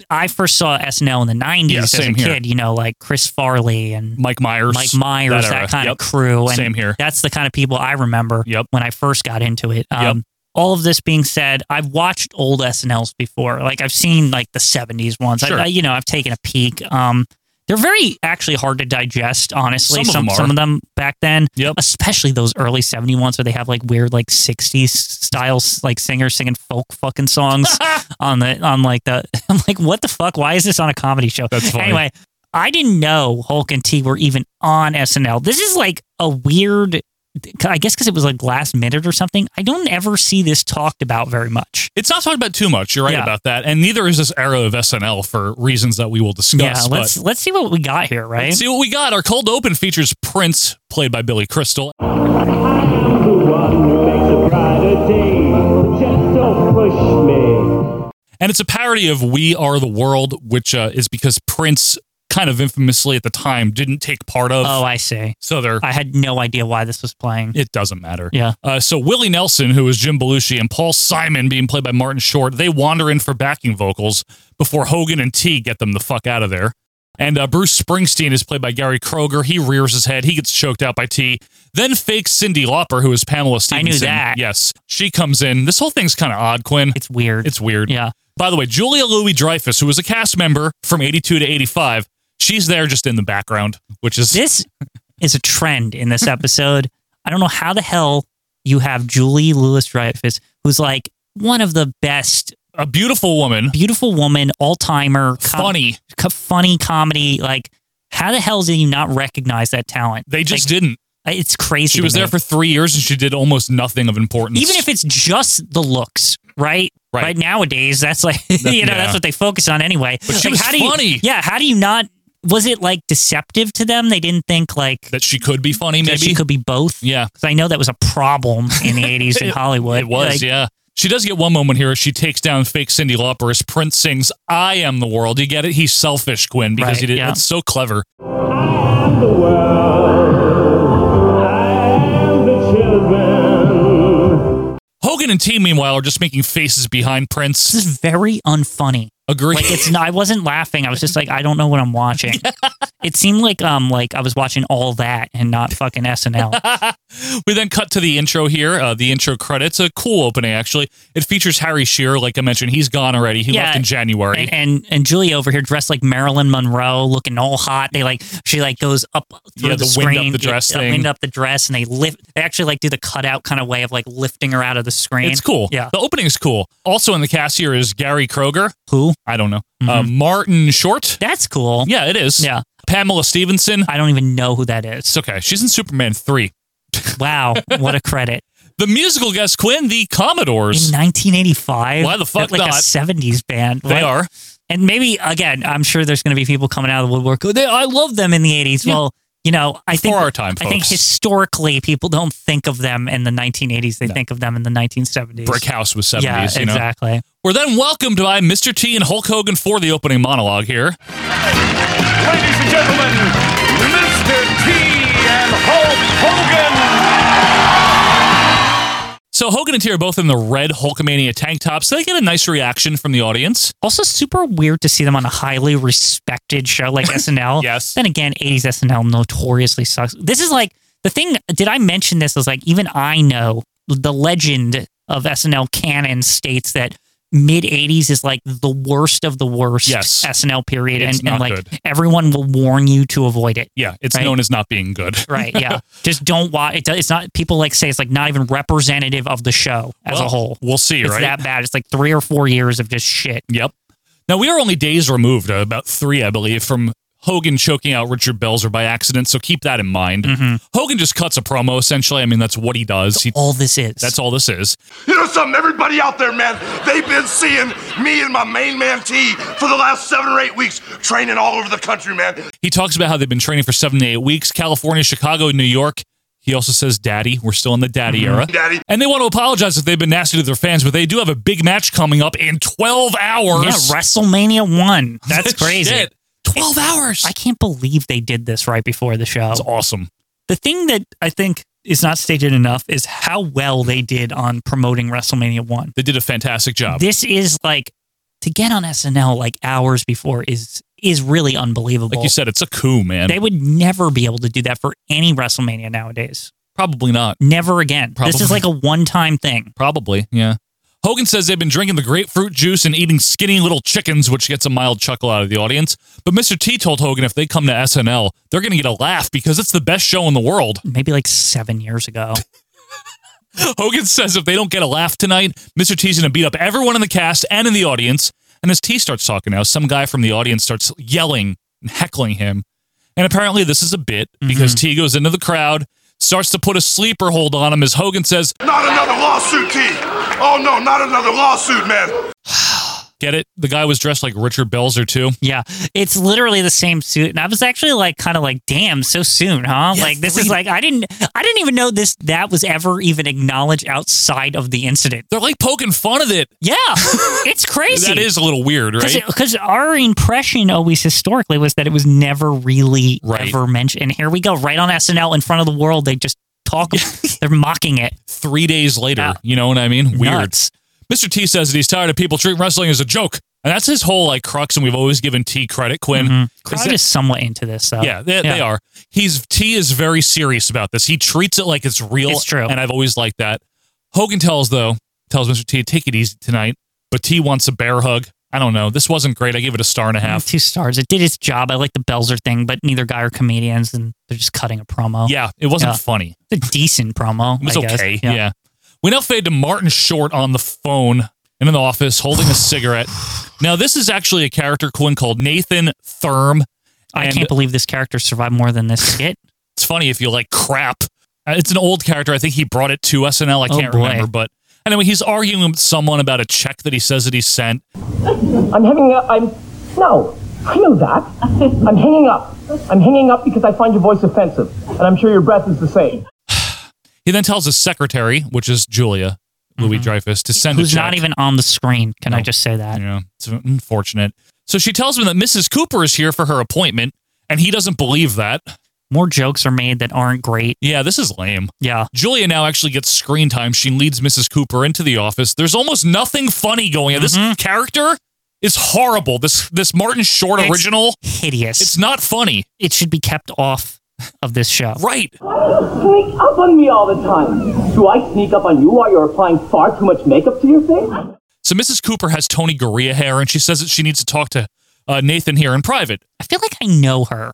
Speaker 2: I first saw SNL in the 90s
Speaker 1: Yeah,
Speaker 2: as a
Speaker 1: same
Speaker 2: kid,
Speaker 1: here.
Speaker 2: you know, like Chris Farley and
Speaker 1: Mike Myers.
Speaker 2: Mike Myers, that,
Speaker 1: era.
Speaker 2: kind
Speaker 1: Yep.
Speaker 2: of crew. And
Speaker 1: Same here.
Speaker 2: That's the kind of people I remember
Speaker 1: Yep.
Speaker 2: when I first got into it.
Speaker 1: Yep.
Speaker 2: Um, All of this being said, I've watched old SNLs before. Like I've seen like the 70s ones.
Speaker 1: Sure.
Speaker 2: I, I, you know, I've taken a peek. Um, they're very actually hard to digest, honestly.
Speaker 1: Some of
Speaker 2: some,
Speaker 1: them are.
Speaker 2: some of them back then,
Speaker 1: Yep.
Speaker 2: especially those early 70 ones where they have like weird like 60s styles like singers singing folk
Speaker 1: <laughs>
Speaker 2: fucking songs on the on like the <laughs> I'm like what the fuck why is this on a comedy show
Speaker 1: That's funny.
Speaker 2: anyway I didn't know Hulk and T were even on SNL this is like a weird I guess because it was like last minute or something. I don't ever see this talked about very much.
Speaker 1: It's not talked about too much. You're right
Speaker 2: Yeah.
Speaker 1: about that, and neither is this era of SNL for reasons that we will discuss.
Speaker 2: Yeah, let's
Speaker 1: but
Speaker 2: let's see what we got here, right?
Speaker 1: let's see what we got. Our cold open features Prince, played by Billy Crystal. And it's a parody of We Are the World, which uh, is because Prince, kind of infamously at the time, didn't take part of.
Speaker 2: Oh, I see.
Speaker 1: So they're.
Speaker 2: I had no idea why this was playing.
Speaker 1: It doesn't matter.
Speaker 2: Yeah.
Speaker 1: Uh, so Willie Nelson, who is Jim Belushi, and Paul Simon, being played by Martin Short, they wander in for backing vocals before Hogan and T get them the fuck out of there. And uh, Bruce Springsteen is played by Gary Kroger. He rears his head. He gets choked out by T. Then fake Cindy Lauper, who is Pamela Stevenson.
Speaker 2: that.
Speaker 1: Yes. She comes in. This whole thing's kind of odd, Quinn.
Speaker 2: It's weird.
Speaker 1: It's weird.
Speaker 2: Yeah.
Speaker 1: By the way, Julia Louis Dreyfus, who was a cast member from 82 to 85, she's there just in the background, which is.
Speaker 2: This is a trend
Speaker 1: <laughs>
Speaker 2: in this episode. I don't know how the hell you have Julie Lewis Dreyfus, who's like one of the best,
Speaker 1: a beautiful woman,
Speaker 2: beautiful woman, all timer,
Speaker 1: Funny.
Speaker 2: funny comedy. Like, how the hell did you not recognize that talent?
Speaker 1: They just
Speaker 2: Like,
Speaker 1: didn't.
Speaker 2: It's crazy.
Speaker 1: She
Speaker 2: to
Speaker 1: was there
Speaker 2: me.
Speaker 1: for three years and she did almost nothing of importance.
Speaker 2: even if it's just the looks, right?
Speaker 1: Right.
Speaker 2: nowadays, that's like <laughs> you know
Speaker 1: yeah.
Speaker 2: that's what they focus on anyway.
Speaker 1: But she
Speaker 2: Like,
Speaker 1: was
Speaker 2: how do you-
Speaker 1: funny.
Speaker 2: yeah, how do you not? Was it like deceptive to them? They didn't think like
Speaker 1: that she could be funny, maybe
Speaker 2: that she could be both.
Speaker 1: Yeah,
Speaker 2: Because I know that was a problem in the eighties in
Speaker 1: <laughs> It-
Speaker 2: Hollywood.
Speaker 1: It was,
Speaker 2: Like,
Speaker 1: yeah. She does get one moment here. She takes down fake Cindy Lauper as Prince sings "I Am the World." You get it? He's selfish, Quinn, because
Speaker 2: Right,
Speaker 1: he did.
Speaker 2: yeah.
Speaker 1: It's so clever. Hogan and T, meanwhile, are just making faces behind Prince.
Speaker 2: <laughs> This is very unfunny.
Speaker 1: Agree.
Speaker 2: Like it's not, I wasn't laughing. I was just like, I don't know what
Speaker 1: <laughs>
Speaker 2: I'm watching. It seemed like um like I was watching all that and not
Speaker 1: <laughs>
Speaker 2: fucking SNL.
Speaker 1: We then cut to the intro here, uh, the intro credits. A cool opening, actually. It features Harry Shearer, like I mentioned. He's gone already. He
Speaker 2: Yeah.
Speaker 1: left in January.
Speaker 2: and, and and Julia over here dressed like Marilyn Monroe, looking all hot. They like she like goes up through
Speaker 1: Yeah,
Speaker 2: the,
Speaker 1: the wind up
Speaker 2: screen,
Speaker 1: the dress
Speaker 2: yeah,
Speaker 1: thing.
Speaker 2: wind up the dress, and they lift. They actually like do the cutout kind of way of like lifting her out of the screen.
Speaker 1: It's cool.
Speaker 2: Yeah,
Speaker 1: The opening is cool. Also in the cast here is Gary Kroger.
Speaker 2: Who?
Speaker 1: I don't know. Uh, Martin Short.
Speaker 2: that's cool.
Speaker 1: Yeah, it is.
Speaker 2: Yeah.
Speaker 1: Pamela Stevenson.
Speaker 2: I don't even know who that
Speaker 1: It's
Speaker 2: is.
Speaker 1: okay. She's in Superman 3. <laughs>
Speaker 2: Wow, what a credit!
Speaker 1: The musical guest, Quinn, the
Speaker 2: In
Speaker 1: Commodores.
Speaker 2: 1985,
Speaker 1: Why the fuck
Speaker 2: they're like a
Speaker 1: not?
Speaker 2: 70s band.
Speaker 1: They
Speaker 2: What?
Speaker 1: are.
Speaker 2: and maybe again, I'm sure there's going to be people coming out of the woodwork. "Oh, They, I love them in the 80s. Well, you know, I think
Speaker 1: For our time,
Speaker 2: I think
Speaker 1: folks.
Speaker 2: historically, people don't think of them in the 1980s. They think of them in the 1970s.
Speaker 1: Brick House was 70s,
Speaker 2: yeah,
Speaker 1: you know?
Speaker 2: exactly.
Speaker 1: We're then welcomed by Mr. T and Hulk Hogan for the opening monologue here.
Speaker 4: Ladies and gentlemen, Mr. T and Hulk Hogan.
Speaker 1: So Hogan and T are both in the red Hulkamania tank tops. So they get a nice reaction from the audience.
Speaker 2: Also, super weird to see them on a highly respected
Speaker 1: <laughs>
Speaker 2: show like SNL.
Speaker 1: Yes.
Speaker 2: Then again, 80s SNL notoriously sucks. This is like the thing. Did I mention this? Is like even I know the legend of SNL canon states that mid 80s is like the worst of the worst
Speaker 1: Yes.
Speaker 2: SNL period,
Speaker 1: It's
Speaker 2: and,
Speaker 1: not
Speaker 2: and like
Speaker 1: good.
Speaker 2: everyone will warn you to avoid it.
Speaker 1: Yeah, it's
Speaker 2: Right.
Speaker 1: known as not being good. <laughs>
Speaker 2: Right, yeah. Just don't watch it. do- It's not people like say it's like not even representative of the show as
Speaker 1: Well,
Speaker 2: a whole.
Speaker 1: We'll see,
Speaker 2: It's
Speaker 1: right?
Speaker 2: that bad. It's like three or four years of just shit.
Speaker 1: Yep. Now we are only days removed, uh, about three, I believe, from Hogan choking out Richard Belzer by accident. So keep that in mind. Hogan just cuts a promo essentially. I mean, that's what he does. He,
Speaker 2: Mm-hmm. All this is.
Speaker 1: that's all this is.
Speaker 6: You know something, everybody out there, man, they've been seeing me and my main man T for the last seven or eight weeks training all over the country, man.
Speaker 1: He talks about how they've been training for seven to eight weeks, California, Chicago, New York. He also says, "Daddy, we're still in the daddy
Speaker 2: Mm-hmm.
Speaker 1: era."
Speaker 6: Daddy.
Speaker 1: And they want to apologize if they've been nasty to their fans, but they do have a big match coming up in twelve hours.
Speaker 2: Yeah, WrestleMania
Speaker 1: <laughs>
Speaker 2: one. That's crazy.
Speaker 1: Shit. Twelve hours.
Speaker 2: I can't believe they did this right before the show.
Speaker 1: That's awesome.
Speaker 2: The thing that I think is not stated enough is how well they did on promoting WrestleMania one.
Speaker 1: They did a fantastic job.
Speaker 2: This is like to get on SNL like hours before is is really unbelievable.
Speaker 1: like you said, it's a coup, man.
Speaker 2: they would never be able to do that for any WrestleMania nowadays.
Speaker 1: probably not.
Speaker 2: Never again. This is
Speaker 1: Probably.
Speaker 2: like a one time thing.
Speaker 1: Probably, yeah. Hogan says they've been drinking the grapefruit juice and eating skinny little chickens, which gets a mild chuckle out of the audience. But Mr. T told Hogan if they come to SNL, they're going to get a laugh because it's the best show in the world. <laughs>
Speaker 2: Maybe like seven years ago.
Speaker 1: Hogan says if they don't get a laugh tonight, Mr. T's going to beat up everyone in the cast and in the audience. And as T starts talking now, some guy from the audience starts yelling and heckling him. And apparently, this is a bit because T goes into the crowd, starts to put a sleeper hold on him as Hogan says,
Speaker 6: Not another lawsuit, T. Oh no, not another lawsuit, man.
Speaker 1: Get it? The guy was dressed like Richard Belzer, too.
Speaker 2: Yeah. It's literally the same suit. And I was actually like kind of like, damn, so soon, huh? like this is like I didn't I didn't even know this that was ever even acknowledged outside of the incident.
Speaker 1: They're like poking fun of it. <laughs>
Speaker 2: Yeah. it's crazy.
Speaker 1: That is a little weird, right?
Speaker 2: Because our impression always historically was that it was never really ever mentioned. And here we go, right on SNL in front of the world, they just talk <laughs> they're mocking it.
Speaker 1: Three days later, you know what I mean? Weird. Mr. T says that he's tired of people treating wrestling as a joke. And that's his whole like crux, and we've always given T credit, Quinn.
Speaker 2: Mhm.
Speaker 1: is
Speaker 2: Crowd
Speaker 1: that-
Speaker 2: is somewhat into this though.
Speaker 1: yeah, they, they are. He's T is very serious about this. He treats it like it's real.
Speaker 2: It's true.
Speaker 1: and I've always liked that. Hogan tells though tells Mr. T take it easy tonight, but T wants a bear hug. I don't know. This wasn't great. I gave it a star and a half.
Speaker 2: Two stars. It did its job. I like the Belzer thing, but neither guy are comedians, and they're just cutting a promo.
Speaker 1: Yeah, it wasn't funny.
Speaker 2: It's a decent promo.
Speaker 1: It was
Speaker 2: I guess.
Speaker 1: okay. Yeah. We now fade to Martin Short on the phone in an office holding a
Speaker 2: <sighs>
Speaker 1: cigarette. Now this is actually a character Quinn called Nathan Thurm.
Speaker 2: I
Speaker 1: and-
Speaker 2: can't believe this character survived more
Speaker 1: <laughs>
Speaker 2: than this skit.
Speaker 1: It's funny if you like crap. Uh, It's an old character. I think he brought it to SNL. I
Speaker 2: Oh,
Speaker 1: can't
Speaker 2: boy.
Speaker 1: remember, but anyway, he's arguing with someone about a check that he says that he sent.
Speaker 8: I'm hanging up. I'm. No, I know that. I'm hanging up. I'm hanging up because I find your voice offensive, and I'm sure your breath is the same.
Speaker 1: He then tells his secretary, which is Julia Louis Dreyfus, to send a
Speaker 2: Mm-hmm. Who's
Speaker 1: check.
Speaker 2: not even on the screen? Can I just say that?
Speaker 1: Yeah, it's unfortunate. So she tells him that Mrs. Cooper is here for her appointment, and he doesn't believe that.
Speaker 2: More jokes are made that aren't great.
Speaker 1: Yeah, this is lame.
Speaker 2: Yeah.
Speaker 1: Julia now actually gets screen time. She leads Mrs. Cooper into the office. There's almost nothing funny going on.
Speaker 2: Mm-hmm.
Speaker 1: This character is horrible. This this Martin Short
Speaker 2: It's
Speaker 1: original.
Speaker 2: hideous.
Speaker 1: It's not funny.
Speaker 2: It should be kept
Speaker 1: <laughs>
Speaker 2: off of this show.
Speaker 1: Right.
Speaker 8: Sneak up on me all the time. Do I sneak up on you while you're applying far too much makeup to your face?
Speaker 1: So Mrs. Cooper has Tony Garea hair, and she says that she needs to talk to uh, Nathan here in private.
Speaker 2: I feel like I know her.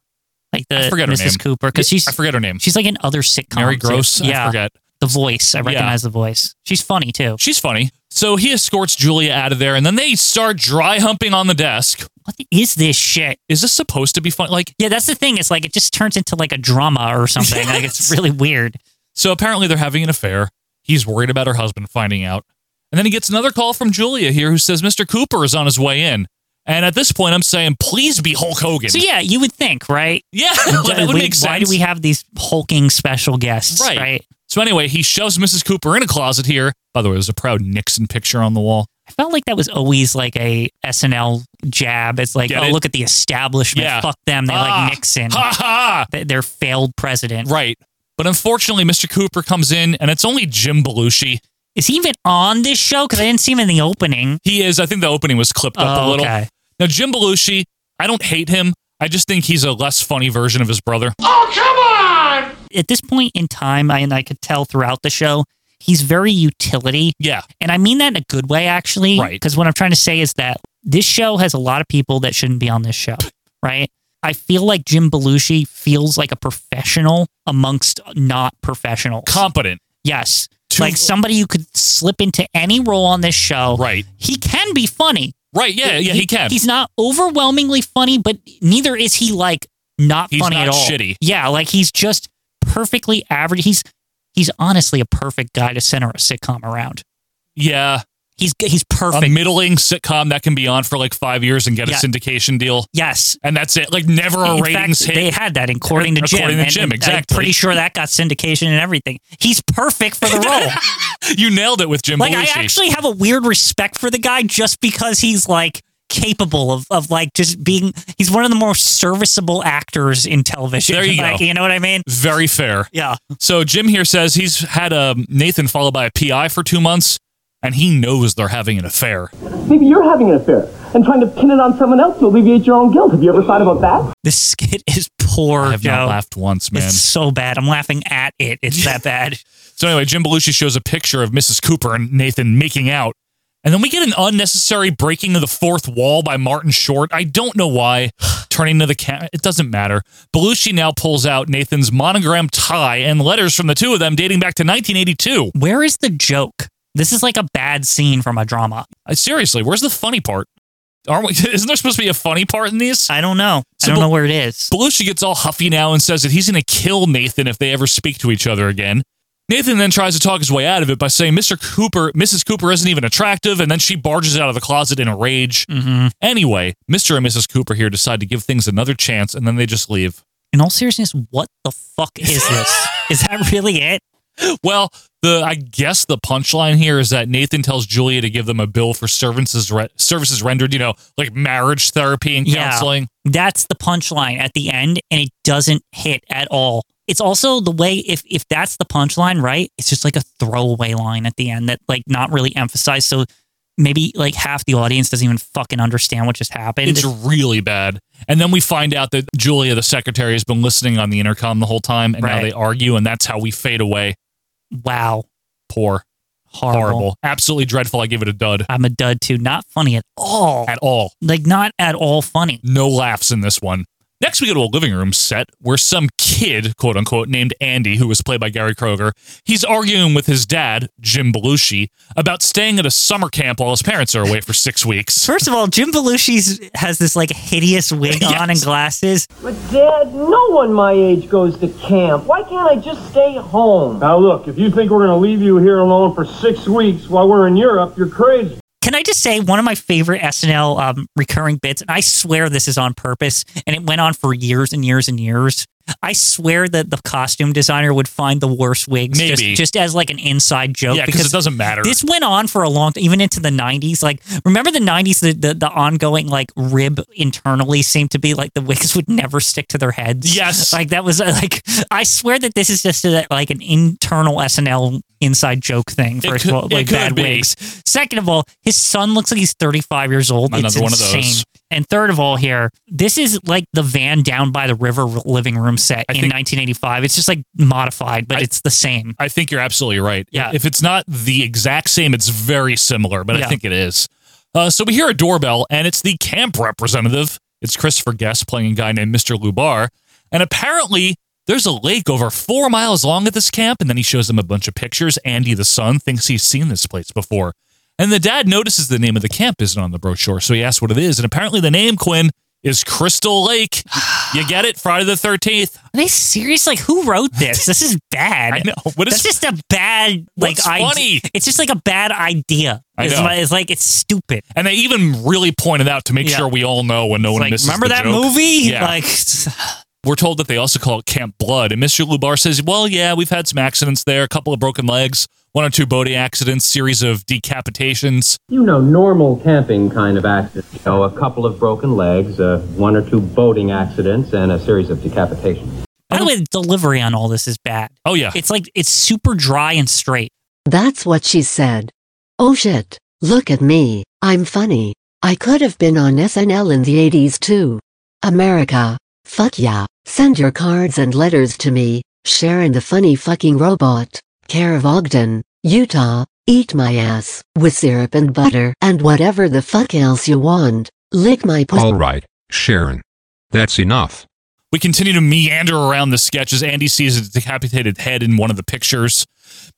Speaker 2: Like the
Speaker 1: I forget her
Speaker 2: Mrs.
Speaker 1: name.
Speaker 2: Uh, Cooper because she's
Speaker 1: I forget her name.
Speaker 2: she's like in other sitcoms.
Speaker 1: Mary Gross? I
Speaker 2: Yeah.
Speaker 1: forget.
Speaker 2: The voice. I recognize the voice. She's funny too.
Speaker 1: She's funny. So he escorts Julia out of there, and then they start dry humping on the desk.
Speaker 2: What is this shit?
Speaker 1: Is this supposed to be fun? Like,
Speaker 2: Yeah, that's the thing. It's like it just turns into like a drama or something.
Speaker 1: <laughs>
Speaker 2: Like it's really weird.
Speaker 1: so apparently they're having an affair. He's worried about her husband finding out. And then he gets another call from Julia here who says Mr. Cooper is on his way in. And at this point, I'm saying, please be Hulk Hogan.
Speaker 2: So yeah, you would think, right?
Speaker 1: Yeah, <laughs> that would
Speaker 2: We-
Speaker 1: make
Speaker 2: Why do
Speaker 1: sense.
Speaker 2: we have these hulking special guests?
Speaker 1: Right.
Speaker 2: Right.
Speaker 1: So anyway, he shoves Mrs. Cooper in a closet here. By the way, there's a proud Nixon picture on the wall.
Speaker 2: I felt like that was always like a SNL jab. It's like,
Speaker 1: Get
Speaker 2: oh,
Speaker 1: it?
Speaker 2: look at the establishment.
Speaker 1: Yeah.
Speaker 2: Fuck them. They
Speaker 1: Ah.
Speaker 2: like Nixon.
Speaker 1: Ha ha!
Speaker 2: They- Their failed president.
Speaker 1: Right. But unfortunately, Mr. Cooper comes in, and it's only Jim Belushi.
Speaker 2: Is he even on this show? Because I didn't see him in the opening.
Speaker 1: He is. I think the opening was clipped up
Speaker 2: Oh,
Speaker 1: a little.
Speaker 2: okay.
Speaker 1: Now, Jim Belushi, I don't hate him. I just think he's a less funny version of his brother.
Speaker 2: Oh, come on! At this point in time, I, and I could tell throughout the show, he's very utility.
Speaker 1: Yeah.
Speaker 2: And I mean that in a good way, actually. Right. Because what I'm trying to say is that this show has a lot of people that shouldn't be on this show, right? I feel like Jim Belushi feels like a professional amongst not professionals.
Speaker 1: Competent.
Speaker 2: Yes. like somebody who could slip into any role on this show.
Speaker 1: Right.
Speaker 2: He can be funny.
Speaker 1: Right. Yeah. Yeah. He, can.
Speaker 2: He's not overwhelmingly funny, but neither is he like not
Speaker 1: He's
Speaker 2: funny
Speaker 1: not
Speaker 2: at all.
Speaker 1: shitty.
Speaker 2: Yeah, like he's just perfectly average. He's he's honestly a perfect guy to center a sitcom around.
Speaker 1: Yeah.
Speaker 2: He's he's perfect.
Speaker 1: A middling sitcom that can be on for like five years and get a
Speaker 2: Yeah.
Speaker 1: syndication deal.
Speaker 2: Yes.
Speaker 1: And that's it. Like never a
Speaker 2: In
Speaker 1: ratings hit.
Speaker 2: fact, They had that in according to Jim.
Speaker 1: According to
Speaker 2: and-
Speaker 1: Jim,
Speaker 2: and
Speaker 1: exactly.
Speaker 2: I'm pretty sure that got syndication and everything. He's
Speaker 1: <laughs>
Speaker 2: perfect for the role.
Speaker 1: you nailed it with Jim
Speaker 2: like
Speaker 1: Belushi.
Speaker 2: I actually have a weird respect for the guy just because he's like capable of, of like just being he's one of the more serviceable actors in television.
Speaker 1: There you
Speaker 2: Like,
Speaker 1: go.
Speaker 2: You know what I mean?
Speaker 1: Very fair.
Speaker 2: Yeah.
Speaker 1: So Jim here says he's had um, Nathan followed by a PI for two months, and he knows they're having an affair.
Speaker 8: Maybe you're having an affair and trying to pin it on someone else to alleviate your own guilt. Have you ever thought about that?
Speaker 2: This skit is poor.
Speaker 1: I have
Speaker 2: Joe.
Speaker 1: not laughed once, man.
Speaker 2: It's so bad. I'm laughing at it.
Speaker 1: <laughs>
Speaker 2: It's that bad.
Speaker 1: So anyway, Jim Belushi shows a picture of Mrs. Cooper and Nathan making out. And then we get an unnecessary breaking of the fourth wall by Martin Short. I don't know
Speaker 2: <sighs>
Speaker 1: why. Turning to the camera, it doesn't matter. Belushi now pulls out Nathan's monogram tie and letters from the two of them dating back to 1982.
Speaker 2: Where is the joke? This is like a bad scene from a drama.
Speaker 1: Uh, seriously, where's the funny part? Aren't we, <laughs> isn't there supposed to be a funny part in these?
Speaker 2: I don't know. I don't know where it is.
Speaker 1: Belushi gets all huffy now and says that he's going to kill Nathan if they ever speak to each other again. Nathan then tries to talk his way out of it by saying Mr. Cooper, Mrs. Cooper isn't even attractive, and then she barges out of the closet in a rage.
Speaker 2: Mhm.
Speaker 1: Anyway, Mr. and Mrs. Cooper here decide to give things another chance, and then they just leave.
Speaker 2: In all seriousness, what the fuck is this? is that really it?
Speaker 1: Well, the I guess the punchline here is that Nathan tells Julia to give them a bill for services re- services rendered, you know, like marriage therapy and counseling.
Speaker 2: Yeah, that's the punchline at the end, and it doesn't hit at all. It's also the way if if that's the punchline, right? It's just like a throwaway line at the end that like not really emphasized. So maybe like half the audience doesn't even fucking understand what just happened.
Speaker 1: It's really bad. And then we find out that Julia, the secretary, has been listening on the intercom the whole time, and now
Speaker 2: Right.
Speaker 1: they argue, and that's how we fade away.
Speaker 2: wow,
Speaker 1: Poor,
Speaker 2: Horrible.
Speaker 1: absolutely dreadful. I give it a dud.
Speaker 2: I'm a dud too. Not funny at all.
Speaker 1: At all.
Speaker 2: Like not at all funny.
Speaker 1: No laughs in this one. Next, we go to a living room set where some kid, quote unquote, named Andy, who was played by Gary Kroger, he's arguing with his dad, Jim Belushi, about staying at a summer camp while his parents are away for six weeks.
Speaker 2: First of all, Jim Belushi's has this like hideous wig on and glasses.
Speaker 8: But Dad, no one my age goes to camp. Why can't I just stay home? Now look, if you think we're gonna leave you here alone for six weeks while we're in Europe, you're crazy.
Speaker 2: Can I just say one of my favorite SNL um, recurring bits, and I swear this is on purpose, and it went on for years and years and years. I swear that the costume designer would find the worst wigs just,
Speaker 1: Maybe.
Speaker 2: just as like an inside joke.
Speaker 1: Yeah, 'cause it doesn't matter.
Speaker 2: This went on for a long time, even into the 90s. Like, remember the 90s, the, the, the ongoing like rib internally seemed to be like the wigs would never stick to their heads.
Speaker 1: Yes.
Speaker 2: Like, that was uh, like, I swear that this is just a, like an internal SNL inside joke thing, first
Speaker 1: could-
Speaker 2: of all,
Speaker 1: it
Speaker 2: like
Speaker 1: could
Speaker 2: bad
Speaker 1: be.
Speaker 2: wigs. Second of all, his son looks like he's 35 years old. it's
Speaker 1: Another one of
Speaker 2: insane.
Speaker 1: those.
Speaker 2: And third of all, here, this is like the van down by the river living room set in 1985. It's just like modified, but it's the same.
Speaker 1: I think you're absolutely right. Yeah. If it's not the exact same, it's very similar, but I
Speaker 2: Yeah.
Speaker 1: think it is. Uh, so we hear a doorbell, and it's the camp representative. It's Christopher Guest playing a guy named Mr. Lubar. And apparently, there's a lake over four miles long at this camp. And then he shows them a bunch of pictures. Andy, the son, thinks he's seen this place before. And the dad notices the name of the camp isn't on the brochure. So he asks what it is. And apparently, the name, Quinn, is Crystal Lake. You get it? Friday the 13th.
Speaker 2: Are they serious? Like, who wrote this? This is
Speaker 1: <laughs>
Speaker 2: bad. I know.
Speaker 1: What is-
Speaker 2: That's just a bad, like,
Speaker 1: What's
Speaker 2: idea.
Speaker 1: funny?
Speaker 2: It's just like a bad idea.
Speaker 1: I
Speaker 2: It's
Speaker 1: know.
Speaker 2: like- It's like, it's stupid.
Speaker 1: And they even really pointed out to make
Speaker 2: Yeah.
Speaker 1: sure we all know when no
Speaker 2: It's
Speaker 1: one
Speaker 2: like,
Speaker 1: misses.
Speaker 2: remember
Speaker 1: the
Speaker 2: that
Speaker 1: joke.
Speaker 2: movie?
Speaker 1: Yeah.
Speaker 2: <laughs> Like,
Speaker 1: We're told that they also call it Camp Blood. And Mr. Lubar says, well, yeah, we've had some accidents there, a couple of broken legs, one or two boating accidents, series of decapitations.
Speaker 9: You know, normal camping kind of accidents. You know, a couple of broken legs, uh, one or two boating accidents, and a series of decapitations.
Speaker 2: by the way, the delivery on all this is bad.
Speaker 1: Oh, yeah.
Speaker 2: It's like, it's super dry and straight.
Speaker 14: That's what she said. Oh shit, look at me, I'm funny. I could have been on SNL in the 80s too. America. Fuck yeah. Send your cards and letters to me, Sharon the funny fucking robot. Care of Ogden, Utah. Eat my ass with syrup and butter and whatever the fuck else you want. Lick my pussy.
Speaker 15: All right, Sharon. That's enough.
Speaker 1: We continue to meander around the sketches. Andy sees a decapitated head in one of the pictures.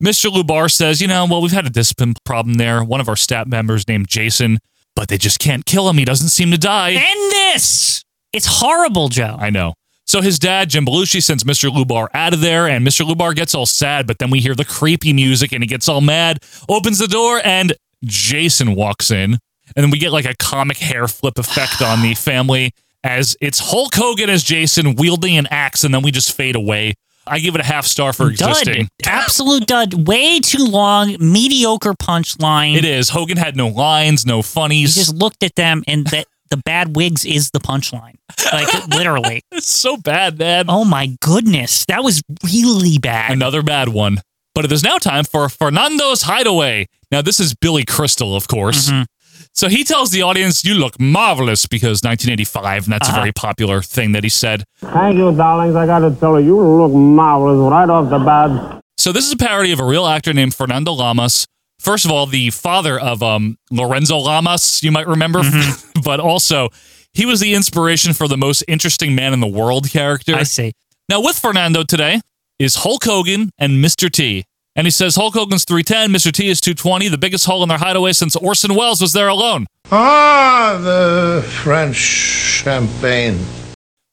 Speaker 1: Mr. Lubar says, you know, well, we've had a discipline problem there. One of our staff members named Jason, but they just can't kill him. He doesn't seem to die.
Speaker 2: End this! It's horrible, Joe.
Speaker 1: I know. So his dad, Jim Belushi, sends Mr. Lubar out of there, and Mr. Lubar gets all sad, but then we hear the creepy music and he gets all mad, opens the door, and Jason walks in. And then we get like a comic hair flip effect on
Speaker 2: <sighs>
Speaker 1: the family as it's Hulk Hogan as Jason wielding an axe, and then we just fade away. I give it a half star for existing.
Speaker 2: Dud. Absolute dud. Way too long, mediocre punchline.
Speaker 1: It is. Hogan had no lines, no
Speaker 2: You
Speaker 1: funnies.
Speaker 2: Mm-hmm. just looked at them and that the bad wigs is the punchline. Like
Speaker 1: <laughs>
Speaker 2: literally.
Speaker 1: <laughs> it's so bad, man.
Speaker 2: Oh my goodness. That was really bad.
Speaker 1: Another bad one. But it is now time for Fernando's Hideaway. Now, this is Billy Crystal, of course.
Speaker 2: Mm-hmm.
Speaker 1: So he tells the audience, You look marvelous because 1985, and that's
Speaker 2: Uh-huh.
Speaker 1: a very popular thing that he said.
Speaker 18: Thank you, darlings. I gotta tell you, you look marvelous right off the bat.
Speaker 1: So this is a parody of a real actor named Fernando Lamas. First of all, the father of um, Lorenzo Lamas, you might remember,
Speaker 2: Mm-hmm.
Speaker 1: <laughs> but also he was the inspiration for the most interesting man in the world character. I
Speaker 2: see.
Speaker 1: Now with Fernando today is Hulk Hogan and Mr. T. And he says Hulk Hogan's 310, Mr. T is 220, the biggest hole in their hideaway since Orson Welles was there alone.
Speaker 11: Ah, the French champagne.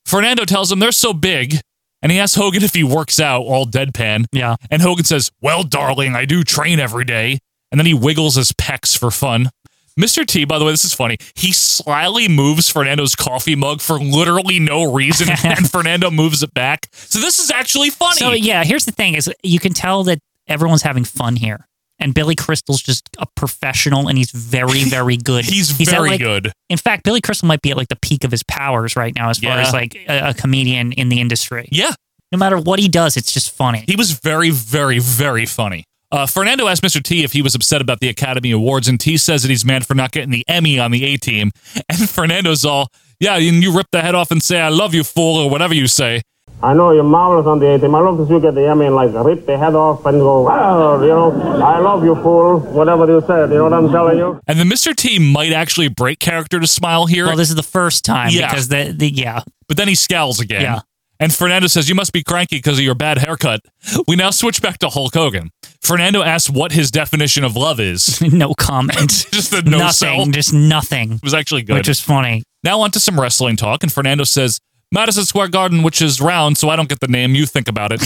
Speaker 1: Fernando tells him they're so big, and he asks Hogan if he works out, all deadpan. Yeah. And Hogan says, Well, darling, I do train every day. And then he wiggles his pecs for fun. Mr. T, by the way, this is funny. He slyly moves Fernando's coffee mug for literally no
Speaker 2: <laughs>
Speaker 1: reason, and Fernando moves it back. So this is actually funny.
Speaker 2: So yeah, here's the thing: is you can tell that everyone's having fun here, and Billy Crystal's just a professional, and
Speaker 1: <laughs>
Speaker 2: he's very, very good.
Speaker 1: He's
Speaker 2: at,
Speaker 1: very
Speaker 2: like-
Speaker 1: good.
Speaker 2: In fact, Billy Crystal might be at like the peak of his powers right now, as far
Speaker 1: Yeah.
Speaker 2: as like a, a comedian in the industry.
Speaker 1: Yeah.
Speaker 2: No matter what he does, it's just funny.
Speaker 1: He was very, very, very funny. Uh, Fernando asked Mr. T if he was upset about the Academy Awards, and T says that he's mad for not getting the Emmy on the A team. <laughs> And Fernando's all, yeah, and you rip the head off and say, I love you, fool, or whatever you say.
Speaker 18: I know you're marvelous on the 8th. I love to look at the Emmy and like rip the head off and go, wow, you know, I love you, fool. Whatever you said, you know what I'm telling you?
Speaker 1: And then Mr. T might actually break character to smile here. Well,
Speaker 2: this is the first time because the, the yeah. <laughs>
Speaker 1: But then he scowls again.
Speaker 2: Yeah.
Speaker 1: And Fernando says, "You must be cranky because of your bad haircut." <laughs> We now switch back to Hulk Hogan. Fernando asks what his definition of love is. <laughs>
Speaker 2: no comment.
Speaker 1: just the no
Speaker 2: nothing.
Speaker 1: sell.
Speaker 2: Just nothing. It
Speaker 1: was actually good.
Speaker 2: Which is funny.
Speaker 1: Now on to some wrestling talk, and Fernando says, Madison Square Garden, which is round, so I don't get the name. You think about it.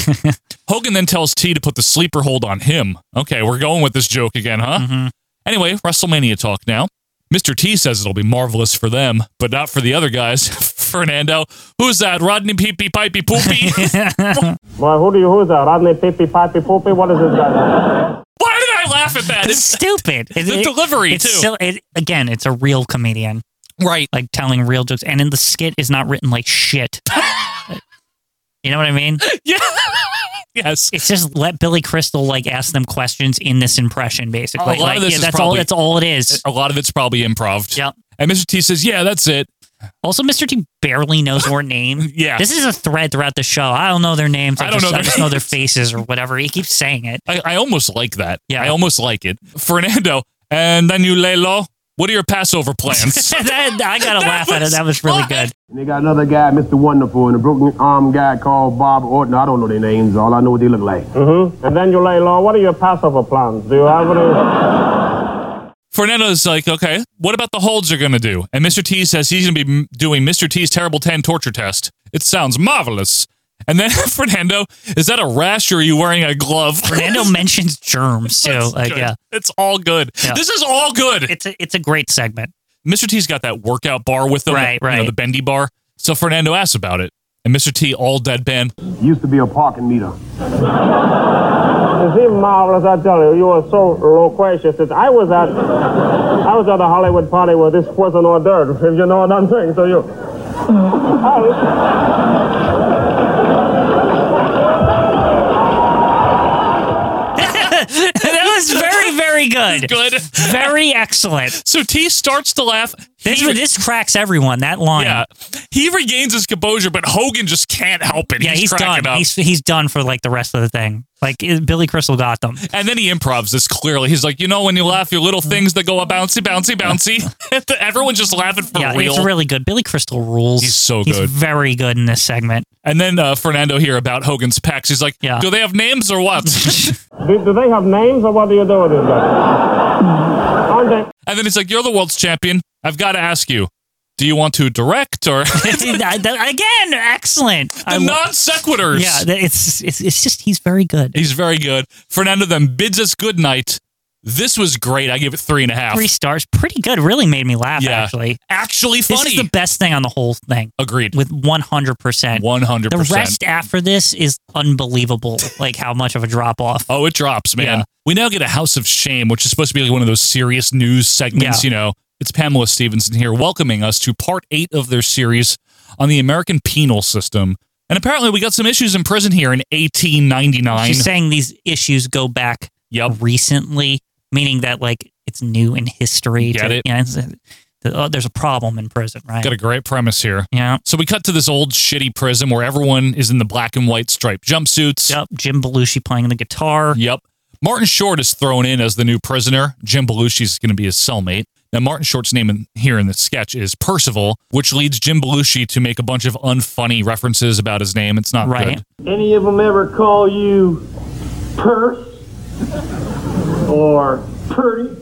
Speaker 1: Hogan then tells T to put the sleeper hold on him. Okay, we're going with this joke again, huh? Anyway, WrestleMania talk now. Mr. T says it'll be marvelous for them, but not for the other guys. <laughs> Fernando, who's that? Rodney Peepy Pipey Poopy?
Speaker 18: Boy, who do you, who's that? Rodney Pippy Pappy Poopy? What is this guy?
Speaker 1: Why did I laugh at that? <laughs>
Speaker 2: It's stupid.
Speaker 1: the delivery,
Speaker 2: it's
Speaker 1: too.
Speaker 2: sil- it, again, it's a real comedian,
Speaker 1: right?
Speaker 2: Like telling real jokes, and in the skit is not written like shit. you know what I mean?
Speaker 1: <laughs> Yeah. <laughs> yes.
Speaker 2: It's just let Billy Crystal like ask them questions in this impression, basically.
Speaker 1: Oh, A lot
Speaker 2: Like,
Speaker 1: of this
Speaker 2: yeah,
Speaker 1: is
Speaker 2: that's all.
Speaker 1: probably- Uh,
Speaker 2: That's all it is.
Speaker 1: A lot of it's probably improv.
Speaker 2: Yep.
Speaker 1: And Mr. T says, "Yeah, that's it."
Speaker 2: Also, Mr. T barely knows our name.
Speaker 1: <laughs> Yeah.
Speaker 2: this is a thread throughout the show. I don't know their names. I,
Speaker 1: I don't
Speaker 2: just,
Speaker 1: know
Speaker 2: I
Speaker 1: their
Speaker 2: just know their faces or whatever. He keeps saying
Speaker 1: <laughs>
Speaker 2: it. <laughs>
Speaker 1: I, I almost like that.
Speaker 2: Yeah.
Speaker 1: I almost like it. Fernando, and then you lay low. What are your Passover plans?
Speaker 2: <laughs> That- I gotta laugh at it. That was really
Speaker 1: <laughs>
Speaker 2: good.
Speaker 18: And they got another guy, Mr. Wonderful, and a broken arm guy called Bob Orton. I don't know their names. All I know what they look like. Mm-hmm. And then you lay low. What are your Passover plans? Do you have any?
Speaker 1: Fernando's like, okay, what about the holds you're going to do? And Mr. T says he's going to be m- doing Mr. T's Terrible 10 torture test. It sounds marvelous. And then <laughs> Fernando, is that a rash or are you wearing a glove?
Speaker 2: Fernando mentions germs too. Like,
Speaker 1: good.
Speaker 2: yeah,
Speaker 1: <laughs> It's all good. This is all good.
Speaker 2: It's a it's a great segment. <laughs>
Speaker 1: Mr. T's got that workout bar with him,
Speaker 2: Right,
Speaker 1: you know,
Speaker 2: right.
Speaker 1: the bendy bar. So Fernando asks about it. And Mr. T, all deadpan,
Speaker 18: Used to be a parking meter. Is he marvelous? I tell you, you are so loquacious. That I was at, I was at a Hollywood party where this was an hors d'oeuvre. If you know what I'm saying, so you. Oh.
Speaker 2: that
Speaker 1: <laughs>
Speaker 2: was very very good.
Speaker 1: Good.
Speaker 2: Very excellent.
Speaker 1: So T starts to laugh.
Speaker 2: This
Speaker 1: He-
Speaker 2: this cracks everyone. That line.
Speaker 1: Yeah. He regains his composure, but Hogan just can't help it.
Speaker 2: Yeah,
Speaker 1: he's,
Speaker 2: he's,
Speaker 1: cracking
Speaker 2: done.
Speaker 1: Up.
Speaker 2: He's he's done for like the rest of the thing. Like it- Billy Crystal got them.
Speaker 1: and then he improvs this clearly. He's like, you know, when you laugh, your little things that go a bouncy, bouncy, bouncy. <laughs> Everyone's just laughing for
Speaker 2: yeah,
Speaker 1: real.
Speaker 2: it's really good. Billy Crystal rules. He's
Speaker 1: so good.
Speaker 2: very good in this segment. <laughs>
Speaker 1: and then uh, Fernando here about Hogan's pecs. He's like,
Speaker 2: Yeah.
Speaker 1: do they have names or
Speaker 2: <laughs>
Speaker 1: what?
Speaker 18: Do, do they have names, or what do you do with this guy? Aren't they?
Speaker 1: and then he's like, you're the world's champion. I've got to ask you, do you want to direct or
Speaker 2: <laughs>
Speaker 1: <laughs>
Speaker 2: I- that- Again, excellent. The
Speaker 1: non sequiturs?
Speaker 2: Yeah, that- it's, it's it's just he's very good.
Speaker 1: He's very good. Fernando then bids us good night. This was great. I give it three and a half.
Speaker 2: Three stars, pretty good. Really made me laugh.
Speaker 1: Yeah.
Speaker 2: Actually,
Speaker 1: Actually
Speaker 2: This
Speaker 1: funny.
Speaker 2: is the best thing on the whole thing.
Speaker 1: Agreed.
Speaker 2: With one hundred percent.
Speaker 1: One hundred
Speaker 2: The
Speaker 1: percent.
Speaker 2: rest after this is unbelievable. like how much of a drop off.
Speaker 1: Oh, it drops, man.
Speaker 2: Yeah.
Speaker 1: We now get a House of Shame, which is supposed to be like one of those serious news segments,
Speaker 2: Yeah.
Speaker 1: you know. It's Pamela Stevenson here welcoming us to part eight of their series on the American penal system. And apparently, we got some issues in prison here in 1899.
Speaker 2: She's saying these issues go back recently, meaning that like it's new in history.
Speaker 1: Get it?
Speaker 2: Yeah, it's- the- oh, there's a problem in prison, right?
Speaker 1: Got a great premise here.
Speaker 2: Yeah.
Speaker 1: So we cut to this old shitty prison where everyone is in the black and white striped jumpsuits.
Speaker 2: Yep. Jim Belushi playing the guitar.
Speaker 1: Yep. Martin Short is thrown in as the new prisoner. Jim Belushi's going to be his cellmate. Now, Martin Short's name in, here in the sketch is Percival, which leads Jim Belushi to make a bunch of unfunny references about his name. It's not
Speaker 2: Right.
Speaker 1: good.
Speaker 8: Any of them ever call you Purse? Or pretty?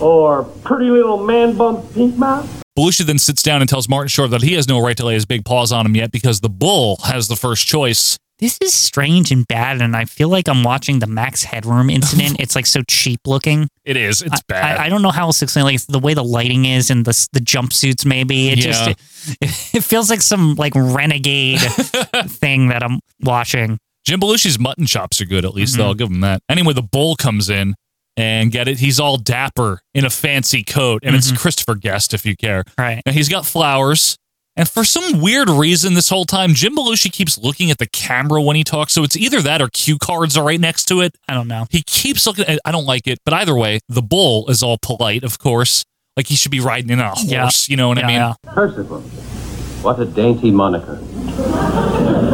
Speaker 8: Or pretty little man bump pink mouth?
Speaker 1: Belushi then sits down and tells Martin Short that he has no right to lay his big paws on him yet because the bull has the first choice.
Speaker 2: This is strange and bad, and I feel like I'm watching the Max Headroom
Speaker 1: <laughs>
Speaker 2: incident. it's like so cheap looking.
Speaker 1: It is. It's
Speaker 2: I-
Speaker 1: bad.
Speaker 2: I, I don't know how else to explain. Like it's the way the lighting is and the s- the jumpsuits, maybe it just
Speaker 1: Yeah.
Speaker 2: it, it feels like some
Speaker 1: <laughs>
Speaker 2: like renegade thing that I'm watching.
Speaker 1: Jim Belushi's mutton chops are good, at least,
Speaker 2: Mm-hmm.
Speaker 1: though. I'll give him that. Anyway, the bull comes in and get it. He's all dapper in a fancy coat, and it's Christopher Guest, if you care.
Speaker 2: Mm-hmm. Right.
Speaker 1: And he's got flowers. And for some weird reason, this whole time, Jim Belushi keeps looking at the camera when he talks. So it's either that or cue cards are right next to it.
Speaker 2: I don't know.
Speaker 1: He keeps looking at I don't like it. But either way, the bull is all polite, of course. Like he should be riding in on a
Speaker 9: Yeah.
Speaker 1: horse. You know what I
Speaker 9: Yeah,
Speaker 1: mean?
Speaker 9: yeah. Percival, what a dainty moniker.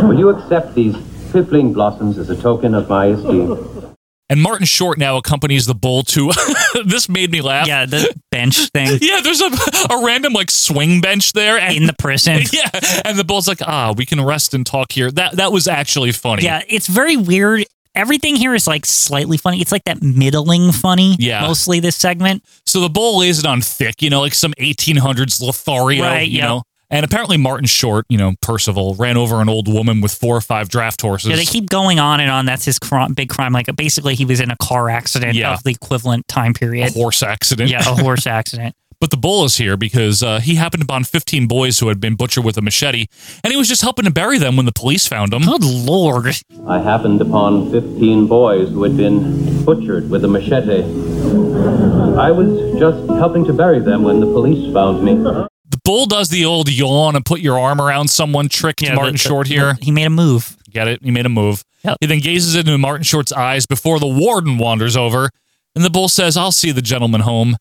Speaker 9: Will you accept these piffling blossoms as a token of my esteem?
Speaker 1: And Martin Short now accompanies the bull to. <laughs> this made me laugh. Yeah,
Speaker 2: the bench thing.
Speaker 1: <laughs> yeah, there's a, a random like swing bench there and,
Speaker 2: in the prison.
Speaker 1: <laughs> Yeah, and the bull's like, ah, we can rest and talk here. That that was actually funny.
Speaker 2: Yeah, it's very weird. Everything here is like slightly funny. It's like that middling funny.
Speaker 1: Yeah.
Speaker 2: Mostly this segment.
Speaker 1: So the bull lays it on thick, you know, like some 1800s Lothario,
Speaker 2: Right,
Speaker 1: you
Speaker 2: yeah.
Speaker 1: know. And apparently Martin Short, you know, Percival ran over an old woman with four or five draft horses.
Speaker 2: Yeah, they keep going on and on. That's his cr- big crime. Like basically, he was in a car accident
Speaker 1: Yeah.
Speaker 2: of the equivalent time period.
Speaker 1: a horse accident.
Speaker 2: Yeah, a horse accident.
Speaker 1: <laughs> But the bull is here because uh, he happened upon 15 boys who had been butchered with a machete, and he was just helping to bury them when the police found him.
Speaker 2: Good lord.
Speaker 9: I happened upon 15 boys who had been butchered with a machete. I was just helping to bury them when the police found me.
Speaker 1: The bull does the old yawn and put your arm around someone trick to
Speaker 2: Yeah,
Speaker 1: Martin
Speaker 2: the- the-
Speaker 1: Short here.
Speaker 2: He made a move. <laughs>
Speaker 1: Get it? He made a move. He then gazes into Martin Short's eyes before the warden wanders over, and the bull says, I'll see the gentleman home.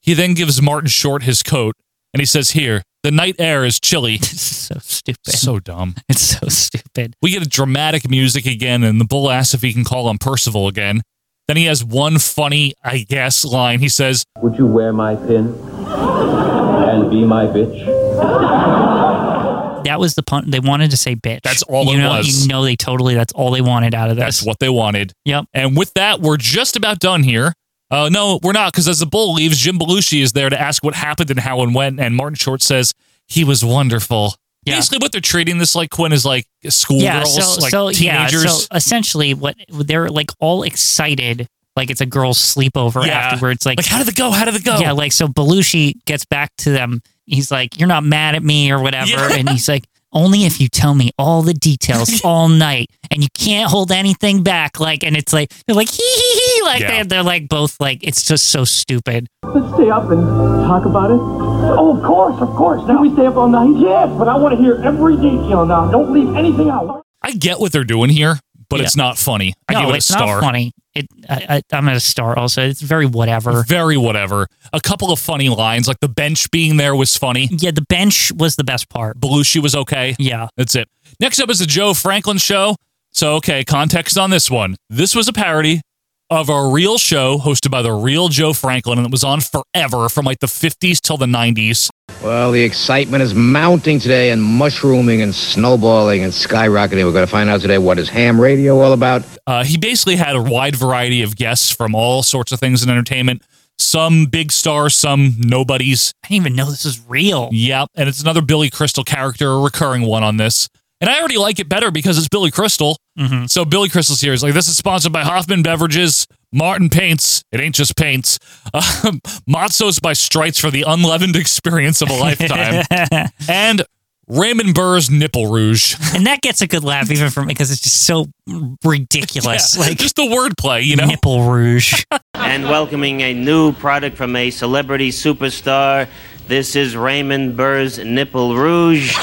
Speaker 1: He then gives Martin Short his coat, and he says, Here, the night air is
Speaker 2: <laughs>
Speaker 1: chilly.
Speaker 2: so stupid.
Speaker 1: So dumb.
Speaker 2: It's <laughs> so stupid.
Speaker 1: We get a dramatic music again, and the bull asks if he can call on Percival again. Then he has one funny, I guess, line. He says,
Speaker 9: Would you wear my pin and be my bitch?
Speaker 2: That was the pun. They wanted to say bitch. That's
Speaker 1: all
Speaker 2: you
Speaker 1: it
Speaker 2: know,
Speaker 1: was.
Speaker 2: You know, they totally. That's all they wanted out of this.
Speaker 1: That's what they wanted.
Speaker 2: Yep.
Speaker 1: And with that, we're just about done here. Uh, no, we're not, because as the bull leaves, Jim Belushi is there to ask what happened and how and when. And Martin Short says, he was wonderful. Basically, what they're treating this like, Quinn, is like schoolgirls, like teenagers.
Speaker 2: Yeah, so essentially, what they're like all excited, like it's a girl's sleepover
Speaker 1: Yeah.
Speaker 2: afterwards. Like,
Speaker 1: Like, how did it go? How did it go?
Speaker 2: Yeah, like so Belushi gets back to them. He's like, "You're not mad at me or whatever,"
Speaker 1: Yeah.
Speaker 2: and he's like, "Only if you tell me all the
Speaker 1: <laughs>
Speaker 2: details all night, and you can't hold anything back." Like, and it's like they're like hee hee hee, like
Speaker 8: Yeah.
Speaker 2: they're, they're like both like it's just so stupid.
Speaker 8: Let's stay up and talk about it. Oh, of course, of course. Now we stay up all night? Yes, but I want to hear every detail now. Don't leave anything out.
Speaker 1: I get what they're doing here, but
Speaker 2: Yeah.
Speaker 1: it's not funny. I
Speaker 2: no,
Speaker 1: give it a
Speaker 2: it's
Speaker 1: star.
Speaker 2: not funny. It, I, I, I'm at a star also. It's very whatever.
Speaker 1: Very whatever. A couple of funny lines, like the bench being there was funny.
Speaker 2: Yeah, the bench was the best part.
Speaker 1: Belushi was okay.
Speaker 2: Yeah.
Speaker 1: That's it. Next up is the Joe Franklin show. So, okay, context on this one. This was a parody of a real show hosted by the real Joe Franklin, and it was on forever from like the 50s till the 90s.
Speaker 22: Well, the excitement is mounting today and mushrooming and snowballing and skyrocketing. We're going to find out today what is ham radio all about.
Speaker 1: Uh, he basically had a wide variety of guests from all sorts of things in entertainment. Some big stars, some nobodies.
Speaker 2: I didn't even know this was
Speaker 1: <laughs>
Speaker 2: real.
Speaker 1: Yep, and it's another Billy Crystal character, a recurring one on this. And I already like it better because it's Billy Crystal.
Speaker 2: Mhm.
Speaker 1: So Billy Crystal's here. He's like, this is sponsored by Hoffman Beverages, Martin Paints. It ain't just paints. <laughs> Um, Matzos by Strites for the unleavened experience of a
Speaker 2: <laughs>
Speaker 1: lifetime. and Raymond Burr's Nipple Rouge.
Speaker 2: and that gets a good laugh even from me because it's just so ridiculous.
Speaker 1: Yeah,
Speaker 2: <laughs> Like
Speaker 1: just the wordplay, you know.
Speaker 2: nipple rouge.
Speaker 17: and welcoming a new product from a celebrity superstar. This is Raymond Burr's Nipple Rouge.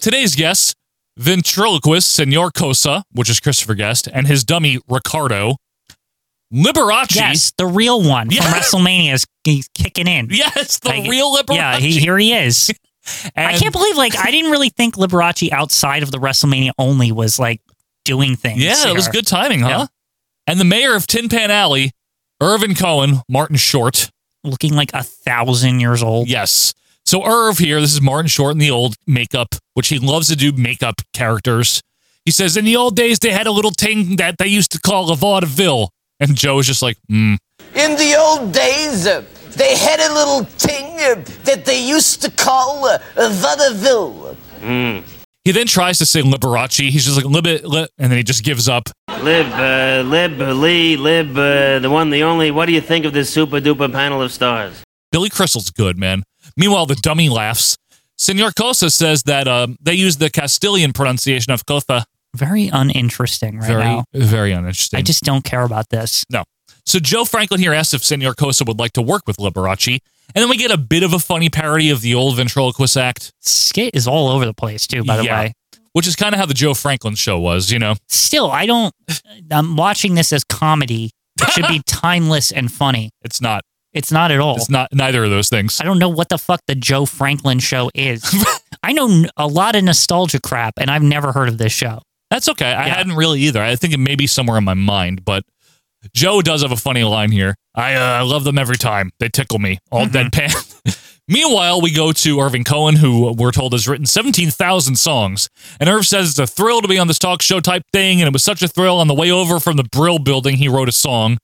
Speaker 1: Today's guests, ventriloquist Senor Cosa, which is Christopher Guest, and his dummy Ricardo. Liberace.
Speaker 2: yes, the real one
Speaker 1: Yeah.
Speaker 2: from WrestleMania is he's kicking in.
Speaker 1: Yes, the
Speaker 2: Like,
Speaker 1: real Liberace.
Speaker 2: Yeah, he, here he
Speaker 1: <laughs>
Speaker 2: is. I can't believe like I didn't really think Liberace outside of the WrestleMania only was like doing things.
Speaker 1: Yeah, it was
Speaker 2: here.
Speaker 1: good timing, huh?
Speaker 2: Yeah.
Speaker 1: And the mayor of Tin Pan Alley, Irvin Cohen, Martin Short.
Speaker 2: Looking like a thousand years old.
Speaker 1: Yes. So Irv here, this is Martin Short in the old makeup, which he loves to do makeup characters. He says, In the old days, they had a little thing that they used to call a vaudeville. And Joe was just like, Hmm.
Speaker 16: In the old days, uh, they had a little thing uh, that they used to call uh, a vaudeville.
Speaker 1: Mm. He then tries to say Liberace. He's just like, Lib, li-, and then he just gives up.
Speaker 17: Lib, uh, Lib, Lee, Lib, uh, the one, the only. What do you think of this super duper panel of stars?
Speaker 1: Billy Crystal's good, man. Meanwhile, the dummy laughs. Senor Cosa says that um, they use the Castilian pronunciation of Cosa.
Speaker 2: Very uninteresting right
Speaker 1: very,
Speaker 2: now.
Speaker 1: very uninteresting.
Speaker 2: I just don't care about this.
Speaker 1: No. So Joe Franklin here asks if Senor Cosa would like to work with Liberace. And then we get a bit of a funny parody of the old ventriloquist act.
Speaker 2: Skit is all over the place, too, by the
Speaker 1: Yeah.
Speaker 2: way.
Speaker 1: Which is kind of how the Joe Franklin show was, you know?
Speaker 2: Still, I don't. I'm watching this as comedy. It
Speaker 1: <laughs>
Speaker 2: should be timeless and funny.
Speaker 1: It's not.
Speaker 2: It's not at all.
Speaker 1: It's not neither of those things.
Speaker 2: I don't know what the fuck the Joe Franklin show
Speaker 1: <laughs>
Speaker 2: is. I know n- a lot of nostalgia crap, and I've never heard of this show.
Speaker 1: That's okay. I hadn't really either. I think it may be somewhere in my mind, but Joe does have a funny line here. I uh, I love them every time. They tickle me. All deadpan. <laughs> Meanwhile, we go to Irving Cohen, who we're told has written 17,000 songs. And Irv says it's a thrill to be on this talk show type thing. And it was such a thrill on the way over from the Brill building, he wrote a song.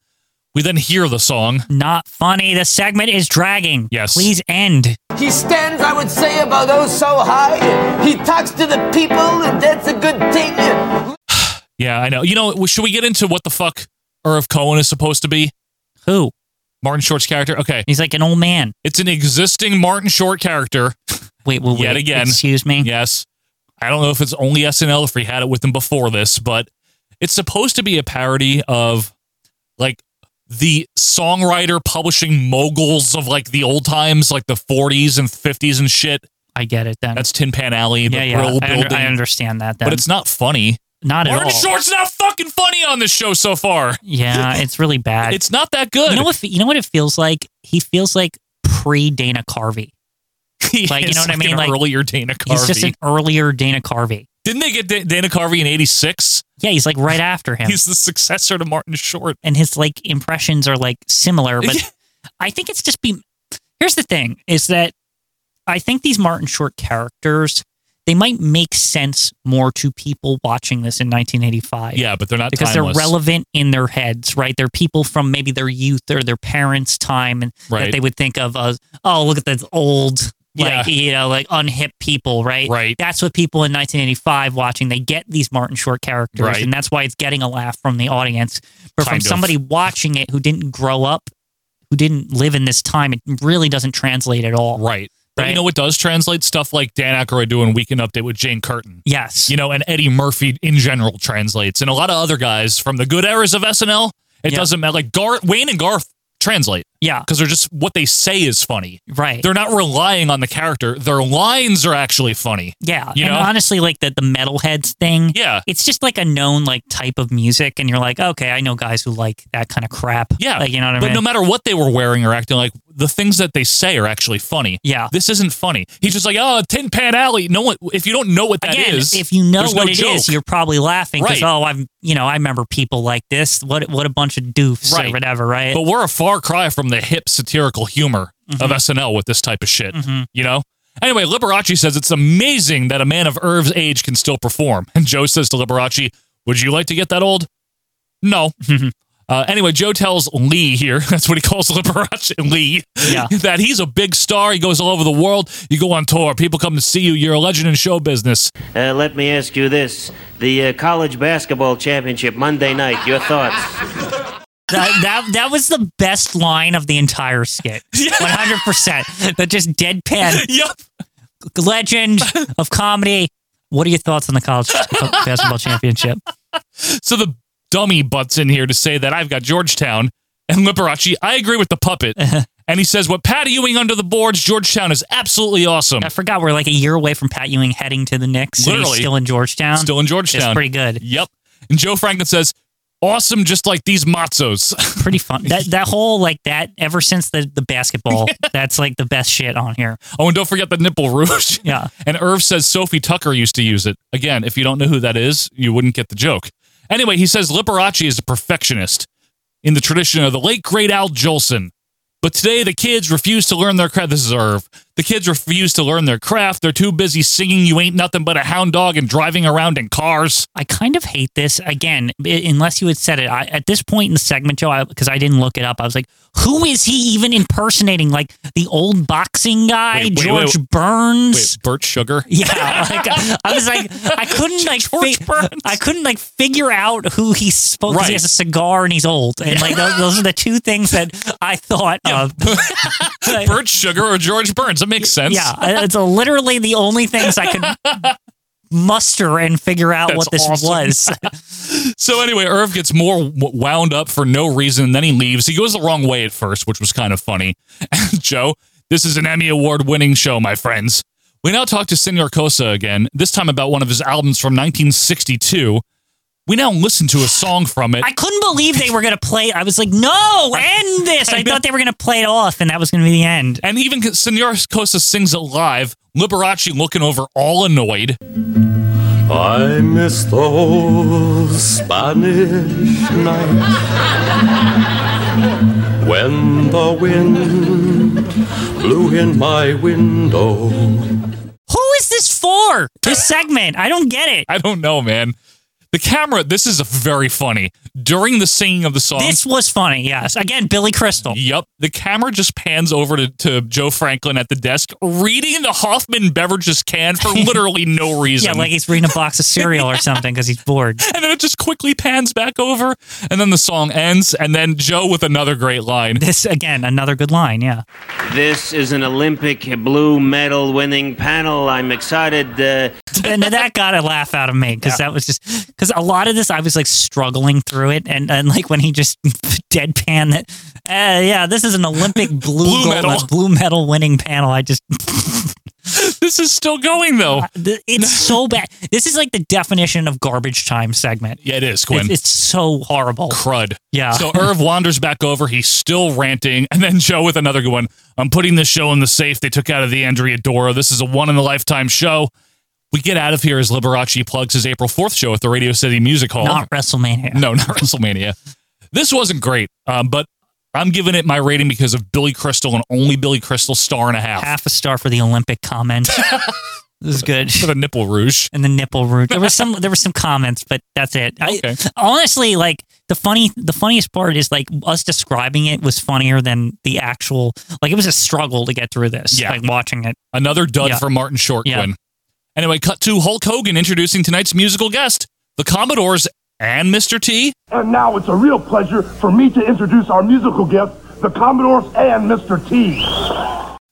Speaker 1: We then hear the song.
Speaker 2: Not funny. The segment is dragging.
Speaker 1: Yes.
Speaker 2: Please end.
Speaker 16: He stands, I would say, about oh so high. He talks to the people, and that's a good thing.
Speaker 1: Yeah, I know. You know, should we get into what the fuck Irv Cohen is supposed to be?
Speaker 2: Who?
Speaker 1: Martin Short's character? Okay.
Speaker 2: He's like an old man.
Speaker 1: It's an existing Martin Short character.
Speaker 2: Wait, wait,
Speaker 1: Yet
Speaker 2: wait.
Speaker 1: again.
Speaker 2: Excuse me.
Speaker 1: Yes. I don't know if it's only SNL if we had it with him before this, but it's supposed to be a parody of like the songwriter publishing moguls of like the old times, like the 40s and 50s and shit.
Speaker 2: I get it then.
Speaker 1: That's Tin Pan Alley, the
Speaker 2: yeah, yeah. I,
Speaker 1: Brill
Speaker 2: under-
Speaker 1: building.
Speaker 2: I understand that. Then.
Speaker 1: But it's not funny.
Speaker 2: not at
Speaker 1: Martin
Speaker 2: all.
Speaker 1: Short's not fucking funny on this show so far. <laughs>
Speaker 2: Yeah, it's really bad.
Speaker 1: It's not that good. <laughs>
Speaker 2: You know what? You know what it feels like. He feels like pre Dana Carvey. like you
Speaker 1: It's
Speaker 2: know what I
Speaker 1: like
Speaker 2: mean?
Speaker 1: an
Speaker 2: Like
Speaker 1: earlier Dana Carvey.
Speaker 2: he's just an earlier Dana Carvey.
Speaker 1: Didn't they get Da- Dana Carvey in '86?
Speaker 2: Yeah, he's like right after him,
Speaker 1: He's the successor to Martin Short.
Speaker 2: and his like impressions are like similar. But I think it's just be. Here's the thing: is that I think these Martin Short characters they might make sense more to people watching this in 1985.
Speaker 1: Yeah, but they're not
Speaker 2: because
Speaker 1: timeless.
Speaker 2: they're relevant in their heads, right? They're people from maybe their youth or their parents' time, and
Speaker 1: Right.
Speaker 2: that they would think of as, oh, look at those old,
Speaker 1: Yeah.
Speaker 2: like you know, like unhip people, right?
Speaker 1: Right.
Speaker 2: That's what people in 1985 watching they get these Martin Short characters,
Speaker 1: Right.
Speaker 2: and that's why it's getting a laugh from the audience, but
Speaker 1: Kind
Speaker 2: from
Speaker 1: of.
Speaker 2: somebody watching it who didn't grow up, who didn't live in this time, it really doesn't translate at all.
Speaker 1: Right. But
Speaker 2: Right.
Speaker 1: you know what does translate? Stuff like Dan Aykroyd doing Weekend Update with Jane Curtin.
Speaker 2: Yes.
Speaker 1: You know, and Eddie Murphy in general translates. And a lot of other guys from the good eras of SNL, it
Speaker 2: Yeah.
Speaker 1: doesn't matter. Like Gar- Wayne and Garth translate
Speaker 2: Yeah.
Speaker 1: because they're just what they say is funny.
Speaker 2: Right.
Speaker 1: They're not relying on the character. Their lines are actually funny.
Speaker 2: Yeah,
Speaker 1: You
Speaker 2: and
Speaker 1: know?
Speaker 2: honestly, like the the metalheads thing.
Speaker 1: Yeah.
Speaker 2: it's just like a known like type of music, and you're like, okay, I know guys who like that kind of crap.
Speaker 1: Yeah.
Speaker 2: like you know what I
Speaker 1: but
Speaker 2: mean.
Speaker 1: no matter what they were wearing or acting like, the things that they say are actually funny.
Speaker 2: Yeah.
Speaker 1: This isn't funny. He's just like, oh, Tin Pan Alley. No one, if you don't know what that
Speaker 2: Again,
Speaker 1: is,
Speaker 2: if you know
Speaker 1: there's
Speaker 2: what
Speaker 1: no
Speaker 2: it
Speaker 1: joke.
Speaker 2: is, you're probably laughing because
Speaker 1: Right.
Speaker 2: oh, I'm you know I remember people like this. What what a bunch of doofs
Speaker 1: Right.
Speaker 2: or whatever, right?
Speaker 1: But we're a far cry from the hip satirical humor of SNL with this type of shit. You know? Anyway, Liberace says it's amazing that a man of Irv's age can still perform. And Joe says to Liberace, Would you like to get that old? No. Uh, anyway, Joe tells Lee here, <laughs> that's what he calls Liberace Lee,
Speaker 2: Yeah.
Speaker 1: <laughs> that he's a big star. He goes all over the world. You go on tour. People come to see you. You're a legend in show business.
Speaker 17: Uh, let me ask you this: the uh, college basketball championship Monday night. Your thoughts?
Speaker 1: <laughs>
Speaker 2: that, that that was the best line of the entire skit. One hundred percent. That just deadpan
Speaker 1: <laughs> Yep.
Speaker 2: legend of comedy. What are your thoughts on the college basketball championship?
Speaker 1: So the dummy butts in here to say that I've got Georgetown and Liberace. I agree with the puppet. and he says, What Pat Ewing under the boards, Georgetown is absolutely awesome.
Speaker 2: I forgot we're like a year away from Pat Ewing heading to the Knicks. and he's
Speaker 1: Literally.
Speaker 2: still in Georgetown.
Speaker 1: Still in Georgetown.
Speaker 2: It's pretty good.
Speaker 1: Yep. And Joe Franklin says, Awesome, just like these matzos. <laughs>
Speaker 2: Pretty fun. That that whole like that ever since the
Speaker 1: <laughs>
Speaker 2: the basketball, that's like the best shit on here.
Speaker 1: oh, and don't forget the nipple rouge.
Speaker 2: Yeah.
Speaker 1: <laughs> And Irv says Sophie Tucker used to use it. Again, if you don't know who that is, you wouldn't get the joke. Anyway, he says Liberace is a perfectionist in the tradition of the late great Al Jolson. But today the kids refuse to learn their craft. This is Irv. The kids refuse to learn their craft. They're too busy singing You Ain't Nothing But a Hound Dog and driving around in cars.
Speaker 2: I kind of hate this. Again, i- unless you had said it, I, at this point in the segment, Joe, because I, didn't look it up, I was like, who is he even impersonating? Like the old boxing guy,
Speaker 1: Wait, wait,
Speaker 2: George
Speaker 1: wait.
Speaker 2: Burns?
Speaker 1: Wait,
Speaker 2: <laughs>
Speaker 1: Bert Sugar?
Speaker 2: Yeah, like, I was like, I couldn't like, fi- I couldn't like figure out who he's supposed. Right. He
Speaker 1: Right.
Speaker 2: has a cigar and he's old, and like those, those are the two things that I thought of.
Speaker 1: <laughs> Bert Sugar or George Burns? That makes sense.
Speaker 2: Yeah, I- it's literally the only things I could muster and figure out what this
Speaker 1: That's awesome.
Speaker 2: was.
Speaker 1: So anyway, Irv gets more w- wound up for no reason, and then he leaves. He goes the wrong way at first, which was kind of funny. <laughs> And Joe, this is an Emmy Award winning show, my friends. We now talk to Senor Cosa again, this time about one of his albums from 1962. We now listen to a song from it.
Speaker 2: I couldn't believe they were going to play. I was like, no, end this. I thought they were going to play it off, and that was going to be the end.
Speaker 1: And even Senor Cosa sings it live, Liberace looking over all annoyed.
Speaker 12: I miss those Spanish nights when the wind blew in my window.
Speaker 2: Who is this for? This segment? I don't get it.
Speaker 1: I don't know, man. The camera, this is very funny. During the singing of the song,
Speaker 2: This was funny, yes. Again, Billy Crystal.
Speaker 1: Yep. The camera just pans over to, to Joe Franklin at the desk, reading the Hoffman beverages can
Speaker 2: <laughs>
Speaker 1: for literally no reason.
Speaker 2: Yeah, like he's reading a box of cereal or something because he's bored.
Speaker 1: and then it just quickly pans back over, and then the song ends, and then Joe with another great line.
Speaker 2: This again, another good line. Yeah.
Speaker 17: This is an Olympic blue medal winning panel. I'm excited. Uh,
Speaker 2: and that got a laugh out of me because that was just because a lot of this I was like struggling through it, and, and like when he just <laughs> deadpan that, uh, yeah, this is an
Speaker 1: <laughs>
Speaker 2: Olympic blue
Speaker 1: Blue
Speaker 2: gold-
Speaker 1: medal.
Speaker 2: blue medal winning panel. I just
Speaker 1: <laughs> This is still going though.
Speaker 2: th- it's so <laughs> bad. This is like the definition of garbage time segment.
Speaker 1: Yeah, it is, Quinn.
Speaker 2: It's, it's so horrible.
Speaker 1: crud.
Speaker 2: Yeah. <laughs>
Speaker 1: So Irv wanders back over. He's still ranting. And then Joe with another good one. I'm putting this show in the safe they took out of the Andrea Dora. This is a one in a lifetime show. We get out of here as Liberace plugs his April 4th show at the Radio City Music Hall.
Speaker 2: Not
Speaker 1: <laughs>
Speaker 2: WrestleMania.
Speaker 1: No, not WrestleMania. This wasn't great, um, but I'm giving it my rating because of Billy Crystal and only Billy Crystal, star and a half.
Speaker 2: Half a star for the Olympic
Speaker 1: <laughs>
Speaker 2: comment. This is good.
Speaker 1: For the nipple rouge.
Speaker 2: and the nipple
Speaker 1: <laughs>
Speaker 2: root. There was some there were some comments, but that's it. I,
Speaker 1: Okay.
Speaker 2: Honestly, like the funny the funniest part is like us describing it was funnier than the actual like it was a struggle to get through this.
Speaker 1: Yeah.
Speaker 2: Like watching it.
Speaker 1: Another dud
Speaker 2: Yeah.
Speaker 1: for Martin Short
Speaker 2: Yeah.
Speaker 1: Quinn. Anyway, cut to Hulk Hogan introducing tonight's musical guest, the Commodores and Mr. T.
Speaker 8: And now it's a real pleasure for me to introduce our musical guest, the Commodores and Mr. T.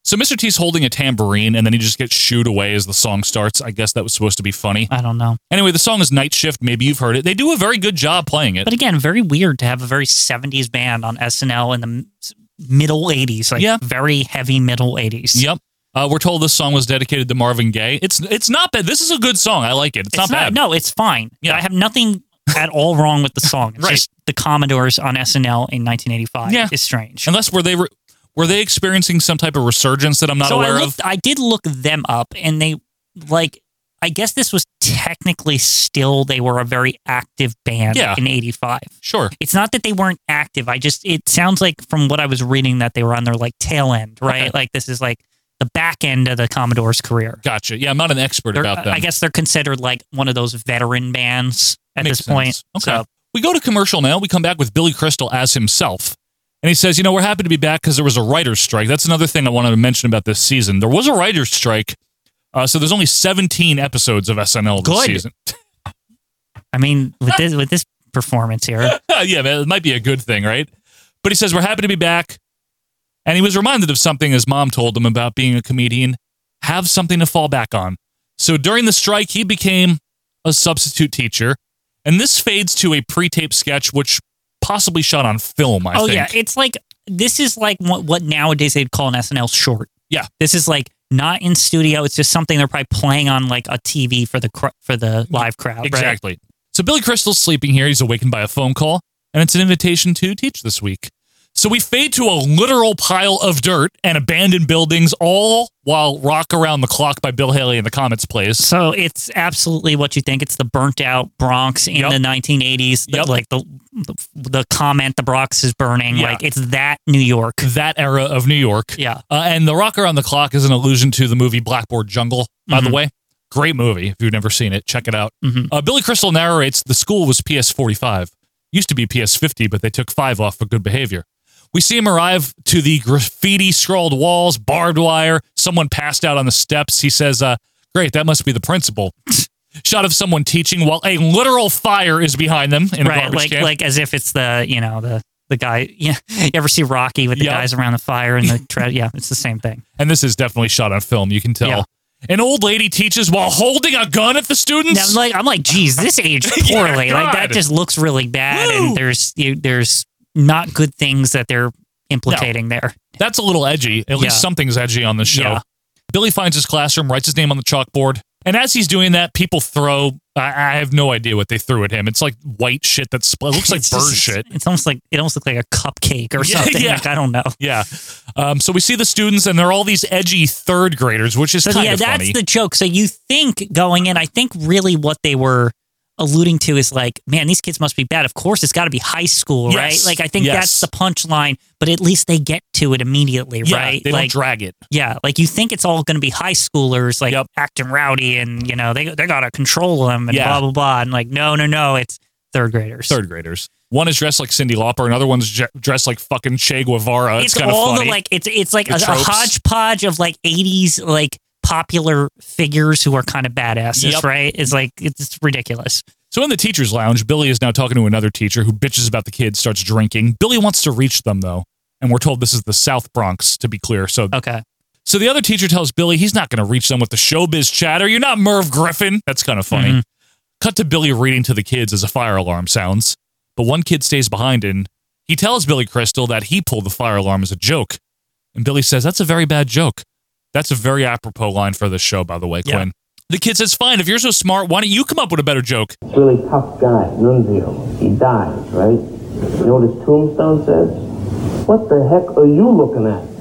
Speaker 1: So Mr. T's holding a tambourine and then he just gets shooed away as the song starts. I guess that was supposed to be funny.
Speaker 2: I don't know.
Speaker 1: Anyway, the song is Night Shift. Maybe you've heard it. They do a very good job playing it.
Speaker 2: But again, very weird to have a very 70s band on SNL in the m- middle 80s, like
Speaker 1: Yeah.
Speaker 2: very heavy middle 80s.
Speaker 1: Yep. Uh, we're told this song was dedicated to Marvin Gaye. It's it's not bad. This is a good song. I like it. It's, not, bad.
Speaker 2: No, it's fine. I have nothing at all wrong with the song. It's
Speaker 1: Right.
Speaker 2: just the Commodores on SNL in 1985
Speaker 1: Yeah.
Speaker 2: is strange.
Speaker 1: Unless were they re- were they experiencing some type of resurgence that I'm not
Speaker 2: so
Speaker 1: aware
Speaker 2: I
Speaker 1: of?
Speaker 2: looked, I did look them up, and they like. I guess this was technically still they were a very active band
Speaker 1: Yeah.
Speaker 2: in '85.
Speaker 1: Sure,
Speaker 2: it's not that they weren't active. I just it sounds like from what I was reading that they were on their like tail end, right?
Speaker 1: Okay.
Speaker 2: Like this is like the back end of the Commodores' career.
Speaker 1: Gotcha. Yeah, I'm not an expert
Speaker 2: They're- uh,
Speaker 1: about them.
Speaker 2: I guess they're considered like one of those veteran bands at
Speaker 1: Makes
Speaker 2: this point.
Speaker 1: sense. Okay. We go to commercial now. We come back with Billy Crystal as himself. And he says, You know, we're happy to be back because there was a writer's strike. That's another thing I wanted to mention about this season. There was a writer's strike. Uh, so there's only 17 episodes of SNL this
Speaker 2: Good.
Speaker 1: season.
Speaker 2: I mean, with this with this performance here,
Speaker 1: yeah, man, it might be a good thing, right? But he says, We're happy to be back. And he was reminded of something his mom told him about being a comedian have something to fall back on. So during the strike, he became a substitute teacher. And this fades to a pre tape sketch, which possibly shot on film, <laughs> I
Speaker 2: oh
Speaker 1: think.
Speaker 2: yeah, it's like this is like what, what nowadays they'd call an SNL short.
Speaker 1: Yeah.
Speaker 2: this is like not in studio. It's just something they're probably playing on like a TV for the cr- for the live crowd. right?
Speaker 1: Exactly. So Billy Crystal's sleeping here. He's awakened by a phone call, and it's an invitation to teach this week. So we fade to a literal pile of dirt and abandoned buildings, all while Rock Around the Clock by Bill Haley in the Comets plays.
Speaker 2: So it's absolutely what you think. It's the burnt out Bronx in the 1980s. The- Like the, the the comment the Bronx is burning.
Speaker 1: Yeah.
Speaker 2: Like it's that New York.
Speaker 1: That era of New York.
Speaker 2: Yeah.
Speaker 1: Uh, and The Rock Around the Clock is an allusion to the movie Blackboard Jungle, by
Speaker 2: Mm-hmm.
Speaker 1: the way. Great movie. If you've never seen it, check it out. Uh, Billy Crystal narrates the school was PS 45. Used to be PS 50, but they took five off for good behavior. We see him arrive to the graffiti scrawled walls, barbed wire. Someone passed out on the steps. He says, uh, Great, that must be the principal.
Speaker 2: <laughs>
Speaker 1: Shot of someone teaching while a literal fire is behind them in a
Speaker 2: right.
Speaker 1: garbage
Speaker 2: Like
Speaker 1: can.
Speaker 2: like as if it's the you know the the guy. <laughs> Yeah. You ever see Rocky with the
Speaker 1: Yep.
Speaker 2: guys around the fire and the <laughs> tre- yeah? It's the same thing.
Speaker 1: and this is definitely shot on film. You can tell.
Speaker 2: Yeah.
Speaker 1: An old lady teaches while holding a gun at the students.
Speaker 2: I'm like, I'm like, geez, this aged
Speaker 1: <laughs> Yeah,
Speaker 2: poorly. like that
Speaker 1: God.
Speaker 2: just looks really bad, and there's you, there's not good things that they're implicating there.
Speaker 1: That's a little edgy. At least
Speaker 2: Yeah.
Speaker 1: something's edgy on this show.
Speaker 2: Yeah.
Speaker 1: Billy finds his classroom, writes his name on the chalkboard, and as he's doing that, people throw. I, I have no idea what they threw at him. It's like white shit that's split. It looks like
Speaker 2: <laughs> It's
Speaker 1: bird
Speaker 2: just-
Speaker 1: shit.
Speaker 2: It's almost like it almost looked like a cupcake or
Speaker 1: Yeah,
Speaker 2: something.
Speaker 1: yeah.
Speaker 2: Like I don't know.
Speaker 1: Yeah. Um, so we see the students, and they're all these edgy third graders, which is
Speaker 2: So
Speaker 1: kind
Speaker 2: yeah,
Speaker 1: of
Speaker 2: that's
Speaker 1: funny.
Speaker 2: the joke. So you think going in, I think really what they were alluding to is like, man, these kids must be bad. Of course, it's got to be high school,
Speaker 1: Yes.
Speaker 2: right? Like I think
Speaker 1: Yes.
Speaker 2: that's the punchline, but at least they get to it immediately,
Speaker 1: Yeah,
Speaker 2: right?
Speaker 1: they don't
Speaker 2: like,
Speaker 1: drag it.
Speaker 2: Yeah, like you think it's all going to be high schoolers, like acting rowdy, and you know they they got to control them and
Speaker 1: Yeah.
Speaker 2: blah blah blah, and like no no no, it's third graders.
Speaker 1: third graders. One is dressed like Cindy Lauper, another one's je- dressed like fucking Che Guevara. It's,
Speaker 2: it's,
Speaker 1: kind of
Speaker 2: all
Speaker 1: funny.
Speaker 2: the like it's it's like
Speaker 1: The
Speaker 2: a, a
Speaker 1: tropes.
Speaker 2: hodgepodge of like 80s like popular figures who are kind of badasses
Speaker 1: Yep.
Speaker 2: right it's like it's, it's ridiculous
Speaker 1: So in the teacher's lounge, Billy is now talking to another teacher who bitches about the kids, starts drinking. Billy wants to reach them though, and we're told this is the South Bronx to be clear. So
Speaker 2: okay.
Speaker 1: So the other teacher tells Billy he's not going to reach them with the showbiz chatter. You're not Merv Griffin. That's kind of funny. Cut to Billy reading to the kids as a fire alarm sounds, but one kid stays behind and he tells Billy Crystal that he pulled the fire alarm as a joke. And Billy says, That's a very bad joke. That's a very apropos line for this show, by the way, Quinn. The kid says, Fine, if you're so smart, why don't you come up with a better joke?
Speaker 19: Really tough guy, Nunzio. He dies, right? You know what his tombstone says? What the heck are you looking at?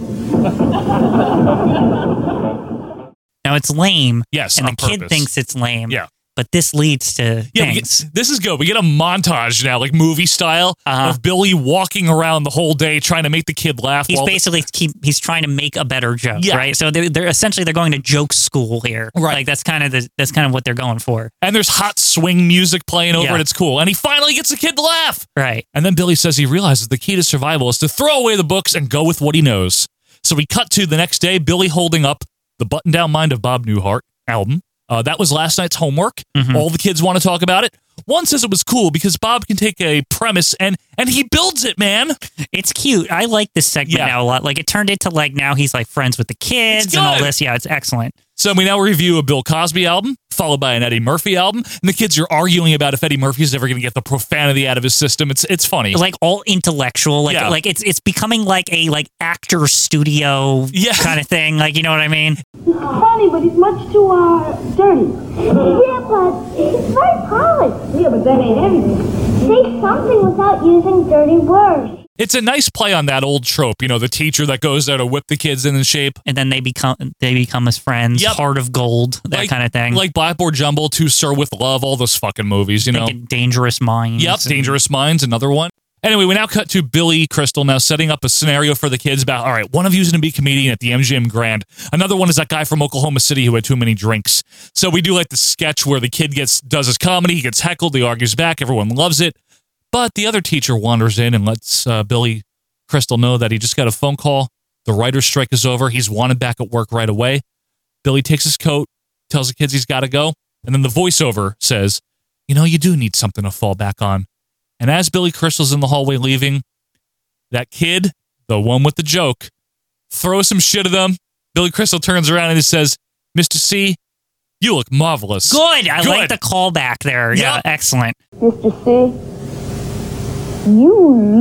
Speaker 2: now it's lame
Speaker 1: yes
Speaker 2: and
Speaker 1: on
Speaker 2: the kid
Speaker 1: purpose.
Speaker 2: thinks it's lame
Speaker 1: Yeah.
Speaker 2: but this leads to
Speaker 1: Yeah, we get-
Speaker 2: things
Speaker 1: this is good. We get a montage now, like movie style,
Speaker 2: Uh-huh.
Speaker 1: of Billy walking around the whole day trying to make the kid laugh.
Speaker 2: he's
Speaker 1: while the-
Speaker 2: basically keep, he's trying to make a better joke
Speaker 1: Yeah.
Speaker 2: right so they're, they're essentially they're going to joke school here right like that's kind of the that's kind of what they're going for
Speaker 1: and there's hot swing music playing over
Speaker 2: Yeah.
Speaker 1: it. It's cool. And he finally gets the kid to laugh.
Speaker 2: Right.
Speaker 1: And then Billy says he realizes the key to survival is to throw away the books and go with what he knows. So we cut to the next day, Billy holding up the Button Down Mind of Bob Newhart album. Uh, that was last night's homework.
Speaker 2: Mm-hmm.
Speaker 1: All the kids want to talk about it. One says it was cool because Bob can take a premise and and he builds it, man.
Speaker 2: It's cute. I like this segment now a lot like it turned into like now he's like friends with the kids and all
Speaker 1: good.
Speaker 2: this yeah it's excellent
Speaker 1: So we now review a Bill Cosby album, followed by an Eddie Murphy album, and the kids are arguing about if Eddie Murphy's ever going to get the profanity out of his system. It's it's funny.
Speaker 2: like all intellectual like
Speaker 1: Yeah.
Speaker 2: like it's it's becoming like a like actor studio
Speaker 1: <laughs>
Speaker 2: kind of thing like you know what i mean
Speaker 20: He's funny, but he's much too, uh, dirty. Yeah, but it's very polished. Yeah, but that ain't everything. Say something without using dirty words.
Speaker 1: It's a nice play on that old trope, you know, the teacher that goes there to whip the kids into shape,
Speaker 2: and then they become they become his friends heart of gold that
Speaker 1: Like-
Speaker 2: kind of thing
Speaker 1: like Blackboard Jumble, To Sir with Love, all those fucking movies, you know.
Speaker 2: dangerous minds
Speaker 1: Yep,
Speaker 2: and-
Speaker 1: Dangerous Minds, another one. Anyway, we now cut to Billy Crystal now setting up a scenario for the kids about all right, one of you's going to be a comedian at the MGM Grand. Another one is that guy from Oklahoma City who had too many drinks. So we do like the sketch where the kid gets does his comedy, he gets heckled, he argues back, everyone loves it. But the other teacher wanders in and lets uh, Billy Crystal know that he just got a phone call. The writer's strike is over. He's wanted back at work right away. Billy takes his coat, tells the kids he's got to go, and then the voiceover says, You know, you do need something to fall back on. And as Billy Crystal's in the hallway leaving, that kid, the one with the joke, throws some shit at them. Billy Crystal turns around and he says, Mr. C, you look marvelous.
Speaker 2: good i
Speaker 1: Good.
Speaker 2: like the callback there yeah excellent
Speaker 20: Mr. C, you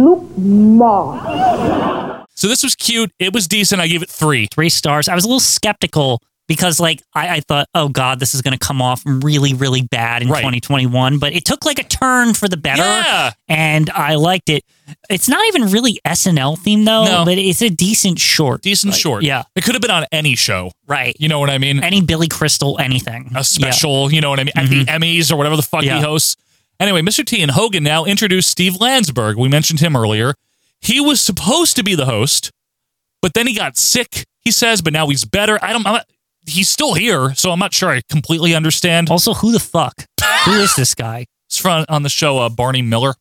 Speaker 20: look marvelous.
Speaker 1: So this was cute. It was decent. I gave it three.
Speaker 2: Three stars. I was a little skeptical because like I, I thought, oh god, this is going to come off really, really bad in 2021. But it took like a turn for the better, and I liked it. It's not even really SNL theme though,
Speaker 1: No.
Speaker 2: but it's a decent short.
Speaker 1: Decent
Speaker 2: Like,
Speaker 1: short.
Speaker 2: yeah.
Speaker 1: It could have been on any show.
Speaker 2: Right.
Speaker 1: You know what I mean?
Speaker 2: Any Billy Crystal, anything.
Speaker 1: A special, you know what I mean? At the Emmys or whatever the fuck
Speaker 2: Mm-hmm. Yeah.
Speaker 1: he hosts. Anyway, Mr. T and Hogan now introduce Steve Landsberg. We mentioned him earlier. He was supposed to be the host, but then he got sick, he says, but now he's better. I don't, I'm not, he's still here, so I'm not sure I completely understand.
Speaker 2: Also, who the fuck? who is this guy?
Speaker 1: It's from on the show uh, Barney Miller.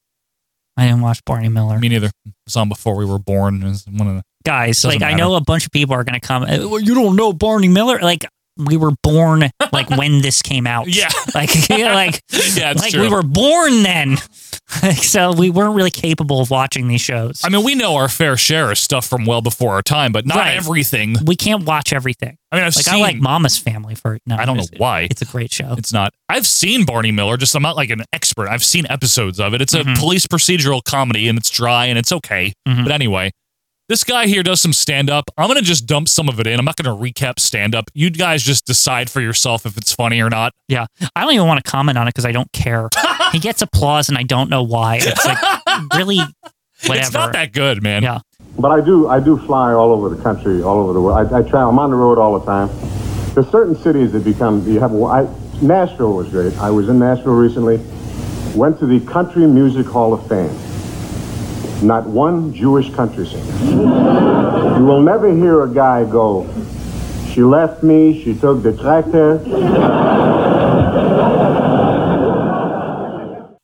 Speaker 2: I didn't watch Barney Miller.
Speaker 1: Me neither. It was on before we were born. It was one of the
Speaker 2: Guys,
Speaker 1: Doesn't
Speaker 2: like I
Speaker 1: matter.
Speaker 2: know a bunch of people are going to come. "Uh, well, You don't know Barney Miller? Like we were born
Speaker 1: <laughs>
Speaker 2: like when this came out.
Speaker 1: Yeah.
Speaker 2: <laughs> Like yeah, like
Speaker 1: Yeah, it's
Speaker 2: <laughs> like
Speaker 1: true.
Speaker 2: we were born then. <laughs> Like, so we weren't really capable of watching these shows.
Speaker 1: I mean, we know our fair share of stuff from well before our time, but not
Speaker 2: Right.
Speaker 1: everything.
Speaker 2: We can't watch everything.
Speaker 1: I mean, I've
Speaker 2: like
Speaker 1: seen.
Speaker 2: I like Mama's Family for no.
Speaker 1: I don't know
Speaker 2: it's-
Speaker 1: why.
Speaker 2: It's a great show.
Speaker 1: It's not. I've seen Barney Miller. Just I'm not like an expert. I've seen episodes of it. It's a
Speaker 2: Mhm.
Speaker 1: police procedural comedy, and it's dry and it's okay.
Speaker 2: Mhm.
Speaker 1: But anyway, this guy here does some stand up. I'm gonna just dump some of it in. I'm not gonna recap stand up. You guys just decide for yourself if it's funny or not.
Speaker 2: Yeah, I don't even want to comment on it because I don't
Speaker 1: <laughs>
Speaker 2: care. he gets applause, and I don't know why. It's like really whatever.
Speaker 1: <laughs> It's not that good, man.
Speaker 2: Yeah.
Speaker 3: But I do, I do fly all over the country, all over the world. I, I travel. I'm on the road all the time. There's certain cities that become you have. I, Nashville was great. I was in Nashville recently. Went to the Country Music Hall of Fame. Not one Jewish country singer. you will never hear a guy go. She left me. She took the tractor.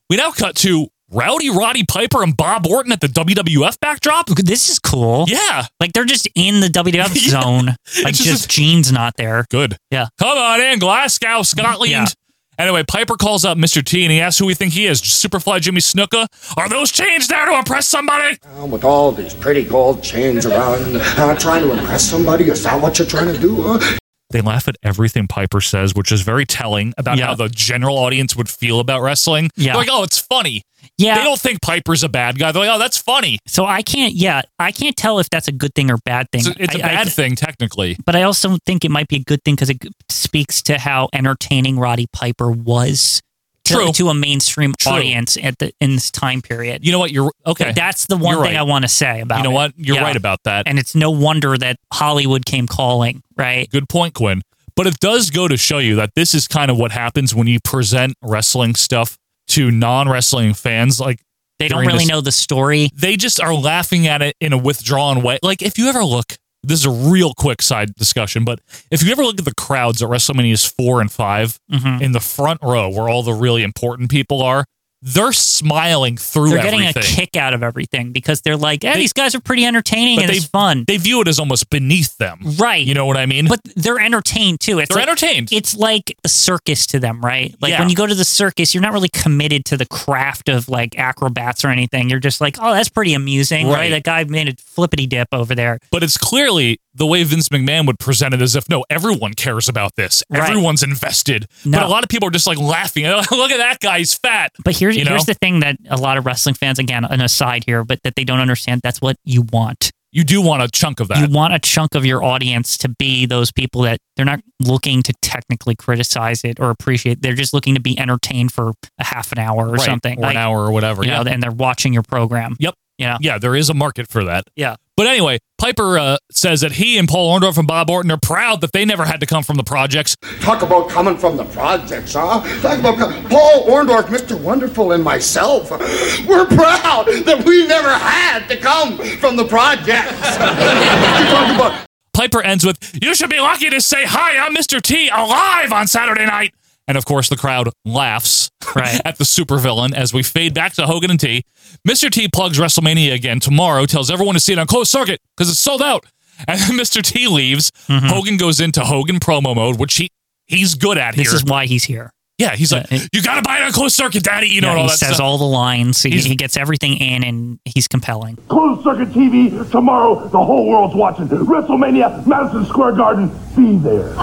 Speaker 1: We now cut to Rowdy Roddy Piper and Bob Orton at the WWF backdrop.
Speaker 2: This is cool.
Speaker 1: Yeah.
Speaker 2: Like they're just in
Speaker 1: <laughs>
Speaker 2: the WWF zone. Like
Speaker 1: It's
Speaker 2: just,
Speaker 1: just
Speaker 2: Gene's not there.
Speaker 1: Good.
Speaker 2: Yeah.
Speaker 1: Come on in, Glasgow, Scotland.
Speaker 2: Yeah.
Speaker 1: Anyway, Piper calls up Mr. T and he asks who we think he is. Superfly Jimmy Snuka? Are those chains there to impress somebody?
Speaker 5: Down with all these pretty gold chains around, uh, trying to impress somebody. Is that what you're trying to do? Huh?
Speaker 1: They laugh at everything Piper says, which is very telling about how the general audience would feel about wrestling.
Speaker 2: Yeah.
Speaker 1: They're like, oh, it's funny.
Speaker 2: Yeah.
Speaker 1: They don't think Piper's a bad guy. They're like, oh, that's funny.
Speaker 2: So I can't. Yeah, I can't tell if that's a good thing or bad thing.
Speaker 1: It's a, it's a
Speaker 2: I- I-
Speaker 1: bad thing, technically.
Speaker 2: But I also think it might be a good thing because it g- speaks to how entertaining Roddy Piper was to,
Speaker 1: True.
Speaker 2: to a mainstream
Speaker 1: True.
Speaker 2: audience at the in this time period.
Speaker 1: You know what? You're okay.
Speaker 2: That's the one
Speaker 1: You're
Speaker 2: thing
Speaker 1: right.
Speaker 2: I want to say about.
Speaker 1: You know
Speaker 2: it.
Speaker 1: what? You're
Speaker 2: Yeah.
Speaker 1: right about that.
Speaker 2: And it's no wonder that Hollywood came calling, right?
Speaker 1: Good point, Quinn. But it does go to show you that this is kind of what happens when you present wrestling stuff to non wrestling fans. Like
Speaker 2: They don't
Speaker 1: during
Speaker 2: really
Speaker 1: this-
Speaker 2: know the story.
Speaker 1: They just are laughing at it in a withdrawn way. Like if you ever look, this is a real quick side discussion, but if you ever look at the crowds at WrestleMania's four and 5
Speaker 2: Mhm.
Speaker 1: in the front row where all the really important people are, they're smiling through
Speaker 2: They're
Speaker 1: everything.
Speaker 2: getting a kick out of everything because they're like, "Eh, these guys are pretty entertaining
Speaker 1: but
Speaker 2: and
Speaker 1: they-
Speaker 2: it's fun."
Speaker 1: They view it as almost beneath them.
Speaker 2: Right.
Speaker 1: You know what I <laughs> mean?
Speaker 2: But they're entertained too. It's
Speaker 1: They're
Speaker 2: like-
Speaker 1: entertained.
Speaker 2: It's like a circus to them, right? Like
Speaker 1: Yeah.
Speaker 2: when you go to the circus, you're not really committed to the craft of like acrobats or anything. You're just like, oh, that's pretty amusing, right?
Speaker 1: Right.
Speaker 2: That guy made a flippity dip over there.
Speaker 1: But it's clearly the way Vince McMahon would present it as if no, everyone cares about this.
Speaker 2: Right.
Speaker 1: Everyone's invested.
Speaker 2: No.
Speaker 1: But a lot of people are just like laughing. <laughs> Look at that guy, he's fat.
Speaker 2: But here's
Speaker 1: You know?
Speaker 2: here's the thing that a lot of wrestling fans, again, an aside here, but that they don't understand. That's what you want.
Speaker 1: You do want a chunk of that.
Speaker 2: You want a chunk of your audience to be those people that they're not looking to technically criticize it or appreciate. They're just looking to be entertained for a half an hour or
Speaker 1: Right,
Speaker 2: something,
Speaker 1: or an hour or whatever.
Speaker 2: You
Speaker 1: Yeah.
Speaker 2: know, and they're watching your program.
Speaker 1: Yep.
Speaker 2: Yeah.
Speaker 1: Yeah, there is a market for that.
Speaker 2: Yeah.
Speaker 1: But anyway, Piper uh, says that he and Paul Orndorff and Bob Orton are proud that they never had to come from the projects.
Speaker 5: Talk about coming from the projects, huh? Talk about co- Paul Orndorff, Mr. Wonderful, and myself. We're proud that we never had to come from the projects. <laughs>
Speaker 1: Piper ends with, You should be lucky to say hi, I'm Mr. T alive on Saturday night. And of course, the crowd laughs
Speaker 2: Right.
Speaker 1: <laughs> at the supervillain as we fade back to Hogan and T. Mr. T plugs WrestleMania again tomorrow, tells everyone to see it on closed circuit because it's sold out. <laughs> And then Mr. T leaves.
Speaker 2: Mm-hmm.
Speaker 1: Hogan goes into Hogan promo mode, which he he's good at
Speaker 2: This
Speaker 1: here.
Speaker 2: is why he's here.
Speaker 1: yeah, he's like, You got to buy it on closed circuit, daddy. You know,
Speaker 2: Yeah,
Speaker 1: and all
Speaker 2: he
Speaker 1: that
Speaker 2: says
Speaker 1: stuff.
Speaker 2: all the lines. He,
Speaker 1: He's-
Speaker 2: he gets everything in, and he's compelling.
Speaker 18: Closed circuit TV tomorrow. The whole world's watching. WrestleMania, Madison Square Garden. Be there.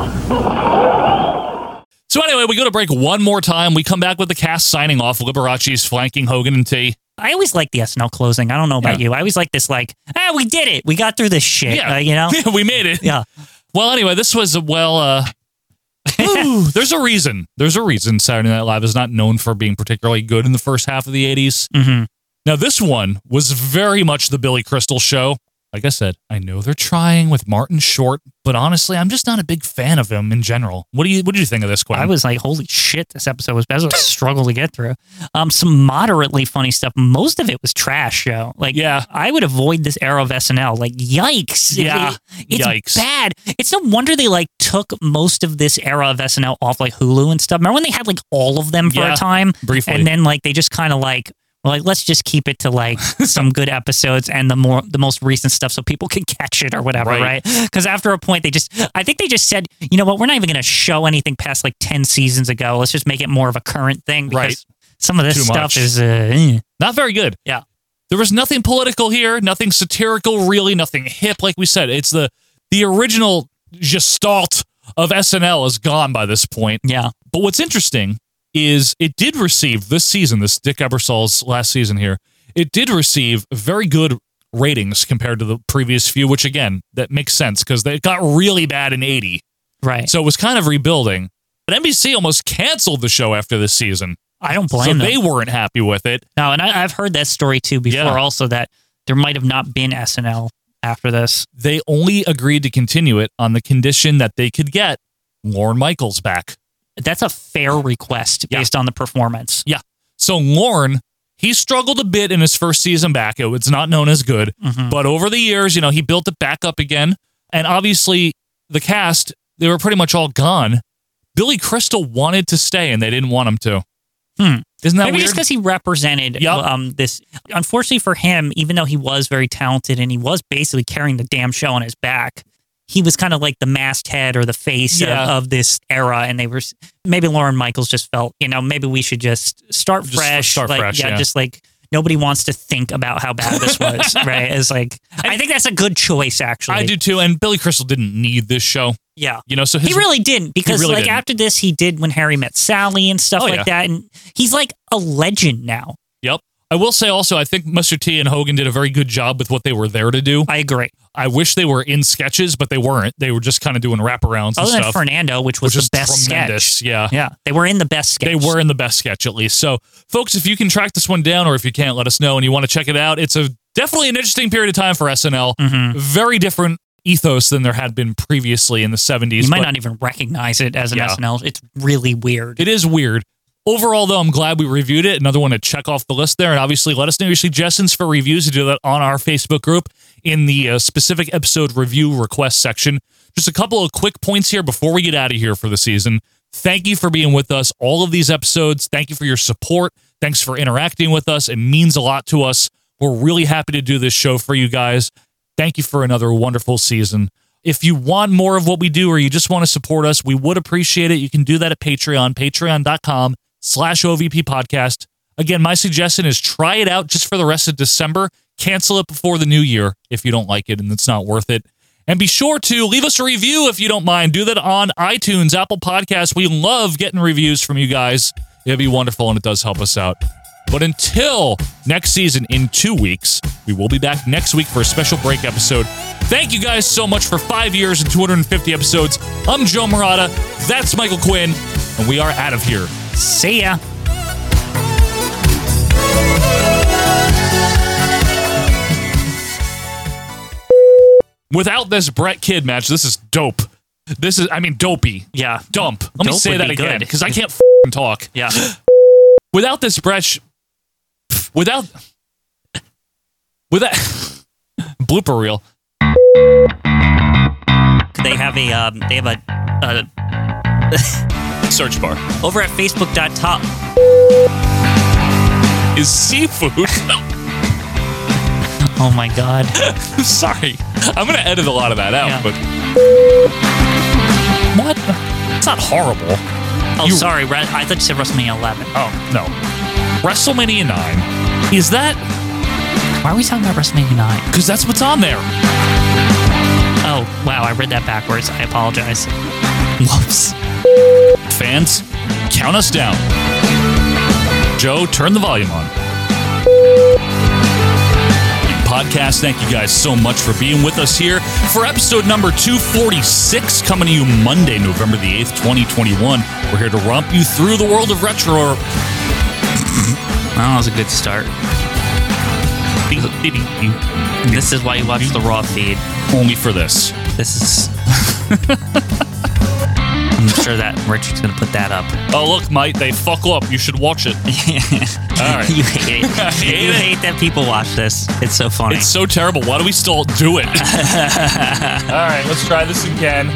Speaker 1: So anyway, we go to break one more time. We come back with the cast signing off. Liberace's flanking Hogan and T.
Speaker 2: I always like the SNL closing. I don't know about you. I always like this, like, ah, we did it. We got through this shit.
Speaker 1: Yeah. <laughs>
Speaker 2: Uh, you know.
Speaker 1: Yeah, we made it.
Speaker 2: yeah.
Speaker 1: Well, anyway, this was a well. Uh, <laughs> ooh, there's a reason. There's a reason Saturday Night Live is not known for being particularly good in the first half of the '80s.
Speaker 2: Mhm.
Speaker 1: Now, this one was very much the Billy Crystal show. Like I said, I know they're trying with Martin Short, but honestly, I'm just not a big fan of him in general. What do you What did you think of this? Quinn?
Speaker 2: I was like, holy shit, this episode was that was a struggle to get through. Um, some moderately funny stuff. Most of it was trash, show. Like, yeah, I would avoid this era of SNL. Like, yikes! It-
Speaker 1: Yeah.
Speaker 2: it- it's
Speaker 1: Yikes.
Speaker 2: bad. It's no wonder they like took most of this era of SNL off like Hulu and stuff. Remember when they had like all of them for
Speaker 1: Yeah,
Speaker 2: a time
Speaker 1: briefly.
Speaker 2: and then like they just kind of like. were Like, let's just keep it to
Speaker 1: <laughs>
Speaker 2: like some good episodes and the more the most recent stuff, so people can catch it or whatever,
Speaker 1: Right.
Speaker 2: right? <laughs> Because after a point, they just, I think they just said, you know what, we're not even going to show anything past like 10 seasons ago. Let's just make it more of a current thing. Because
Speaker 1: Right.
Speaker 2: Some of this
Speaker 1: Too
Speaker 2: stuff
Speaker 1: much.
Speaker 2: is, uh, eh.
Speaker 1: Not very good.
Speaker 2: Yeah.
Speaker 1: There was nothing political here, nothing satirical, really, nothing hip. Like we said, it's the the original gestalt of SNL is gone by this point.
Speaker 2: Yeah.
Speaker 1: But what's interesting is it did receive this season, this Dick Ebersol's last season here, it did receive very good ratings compared to the previous few, which again, that makes sense because it got really bad in 80.
Speaker 2: Right.
Speaker 1: So it was kind of rebuilding. But NBC almost canceled the show after this season.
Speaker 2: I don't blame
Speaker 1: so
Speaker 2: them.
Speaker 1: they weren't happy with it.
Speaker 2: no, and I, I've heard that story too before
Speaker 1: Yeah.
Speaker 2: also that there might have not been SNL after this.
Speaker 1: they only agreed to continue it on the condition that they could get Lauren Michaels back.
Speaker 2: That's a fair request based on the performance.
Speaker 1: Yeah. So Lorne, he struggled a bit in his first season back. It was not known as good,
Speaker 2: Mm-hmm.
Speaker 1: but over the years, you know, he built it back up again. And obviously, the cast they were pretty much all gone. Billy Crystal wanted to stay, and they didn't want him to.
Speaker 2: Hmm.
Speaker 1: Isn't that
Speaker 2: Maybe
Speaker 1: weird?
Speaker 2: just because he represented um, this. Unfortunately for him, even though he was very talented and he was basically carrying the damn show on his back, he was kind of like the masthead or the face of-
Speaker 1: Yeah.
Speaker 2: of, this era. And they were s- maybe Lauren Michaels just felt, you know, maybe we should just start
Speaker 1: Just
Speaker 2: fresh.
Speaker 1: start
Speaker 2: like,
Speaker 1: fresh, yeah.
Speaker 2: just like nobody wants to think about how bad this
Speaker 1: <laughs>
Speaker 2: was, right? It's like I think that's a good choice, actually.
Speaker 1: I do too. And Billy Crystal didn't need this show.
Speaker 2: Yeah.
Speaker 1: You know, so
Speaker 2: He
Speaker 1: his-
Speaker 2: really didn't because
Speaker 1: really
Speaker 2: like
Speaker 1: didn't.
Speaker 2: after this he did when Harry met Sally and stuff
Speaker 1: Oh,
Speaker 2: like
Speaker 1: yeah.
Speaker 2: that and he's like a legend now.
Speaker 1: Yep. I will say also, I think Mr. T and Hogan did a very good job with what they were there to do.
Speaker 2: I agree.
Speaker 1: I wish they were in sketches, but they weren't. They were just kind of doing wraparounds and
Speaker 2: Other than
Speaker 1: stuff.
Speaker 2: Fernando, which was the
Speaker 1: is
Speaker 2: best
Speaker 1: tremendous.
Speaker 2: sketch.
Speaker 1: Yeah.
Speaker 2: Yeah. They were in the best sketch.
Speaker 1: They were in the best sketch, at least. So, folks, if you can track this one down or if you can't, let us know and you want to check it out. It's a definitely an interesting period of time for SNL.
Speaker 2: Mm-hmm.
Speaker 1: Very different ethos than there had been previously in the 70s.
Speaker 2: You might
Speaker 1: but
Speaker 2: not even recognize it as an
Speaker 1: Yeah.
Speaker 2: SNL. It's really weird.
Speaker 1: It is weird. Overall, though, I'm glad we reviewed it. Another one to check off the list there. And obviously, let us know your suggestions for reviews. You do that on our Facebook group in the uh, specific episode review request section. Just a couple of quick points here before we get out of here for the season. Thank you for being with us all of these episodes. Thank you for your support. Thanks for interacting with us. It means a lot to us. We're really happy to do this show for you guys. Thank you for another wonderful season. If you want more of what we do or you just want to support us, we would appreciate it. You can do that at Patreon, patreon.com slash OVP podcast. Again, my suggestion is try it out just for the rest of December. Cancel it before the new year if you don't like it and it's not worth it. And be sure to leave us a review if you don't mind. Do that on iTunes, Apple Podcasts. We love getting reviews from you guys. It'd be wonderful and it does help us out. But until next season in two weeks, we will be back next week for a special break episode. Thank you guys so much for five years and 250 episodes. I'm Joe Murata. That's Michael Quinn. And we are out of here.
Speaker 2: See ya.
Speaker 1: Without this Brett Kid match, this is dope. This is, I mean, dopey.
Speaker 2: Yeah.
Speaker 1: Dump. Let me
Speaker 2: Dope
Speaker 1: say
Speaker 2: would
Speaker 1: that
Speaker 2: be
Speaker 1: again
Speaker 2: good.
Speaker 1: because I
Speaker 2: <laughs>
Speaker 1: can't f***ing talk.
Speaker 2: Yeah.
Speaker 1: Without this Brett, sh- without, without, <laughs> blooper reel.
Speaker 2: They have a um, they have a,
Speaker 1: <laughs>
Speaker 2: a
Speaker 1: search bar
Speaker 2: over at facebook.com
Speaker 1: is seafood. <laughs>
Speaker 2: oh my god.
Speaker 1: <laughs> Sorry. I'm going to edit a lot of that out, but. What? It's not horrible.
Speaker 2: Oh, sorry. Re- I thought you said WrestleMania 11.
Speaker 1: Oh, no. WrestleMania 9. Is that.
Speaker 2: Why are we talking about WrestleMania 9?
Speaker 1: Because that's what's on there.
Speaker 2: Oh, wow. I read that backwards. I apologize. Whoops.
Speaker 1: Fans, count us down. Joe, turn the volume on. podcast. Thank you guys so much for being with us here for episode number 246, coming to you Monday, November the 8th, 2021. We're here to romp you through the world of retro.
Speaker 2: that was a good start. This is why you watch the raw feed.
Speaker 1: Only for this.
Speaker 2: This is. <laughs> I'm sure that Richard's gonna put that up.
Speaker 1: Oh, look, mate, they fuck up. You should watch
Speaker 2: <laughs>
Speaker 1: it. All right.
Speaker 2: You hate
Speaker 1: <laughs>
Speaker 2: it.
Speaker 1: I hate
Speaker 2: you
Speaker 1: it.
Speaker 2: hate that people watch this. It's so funny.
Speaker 1: It's so terrible. Why do we still do
Speaker 2: <laughs>
Speaker 1: it? All right, let's try this again.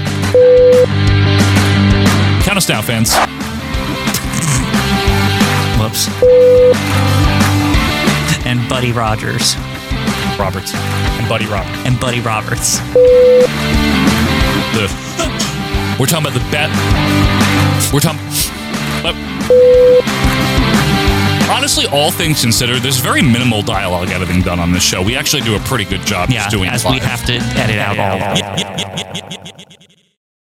Speaker 1: Count us down, fans.
Speaker 2: Whoops. And Buddy Rogers.
Speaker 1: Roberts. And Buddy Roberts.
Speaker 2: And Buddy Roberts.
Speaker 1: The, we're talking about the bat. We're talking. but- honestly, all things considered, there's very minimal dialogue editing done on this show. We actually do a pretty good job
Speaker 2: Yeah,
Speaker 1: just doing
Speaker 2: as
Speaker 1: live.
Speaker 2: we have to edit out all-
Speaker 1: Yeah, yeah, yeah, yeah,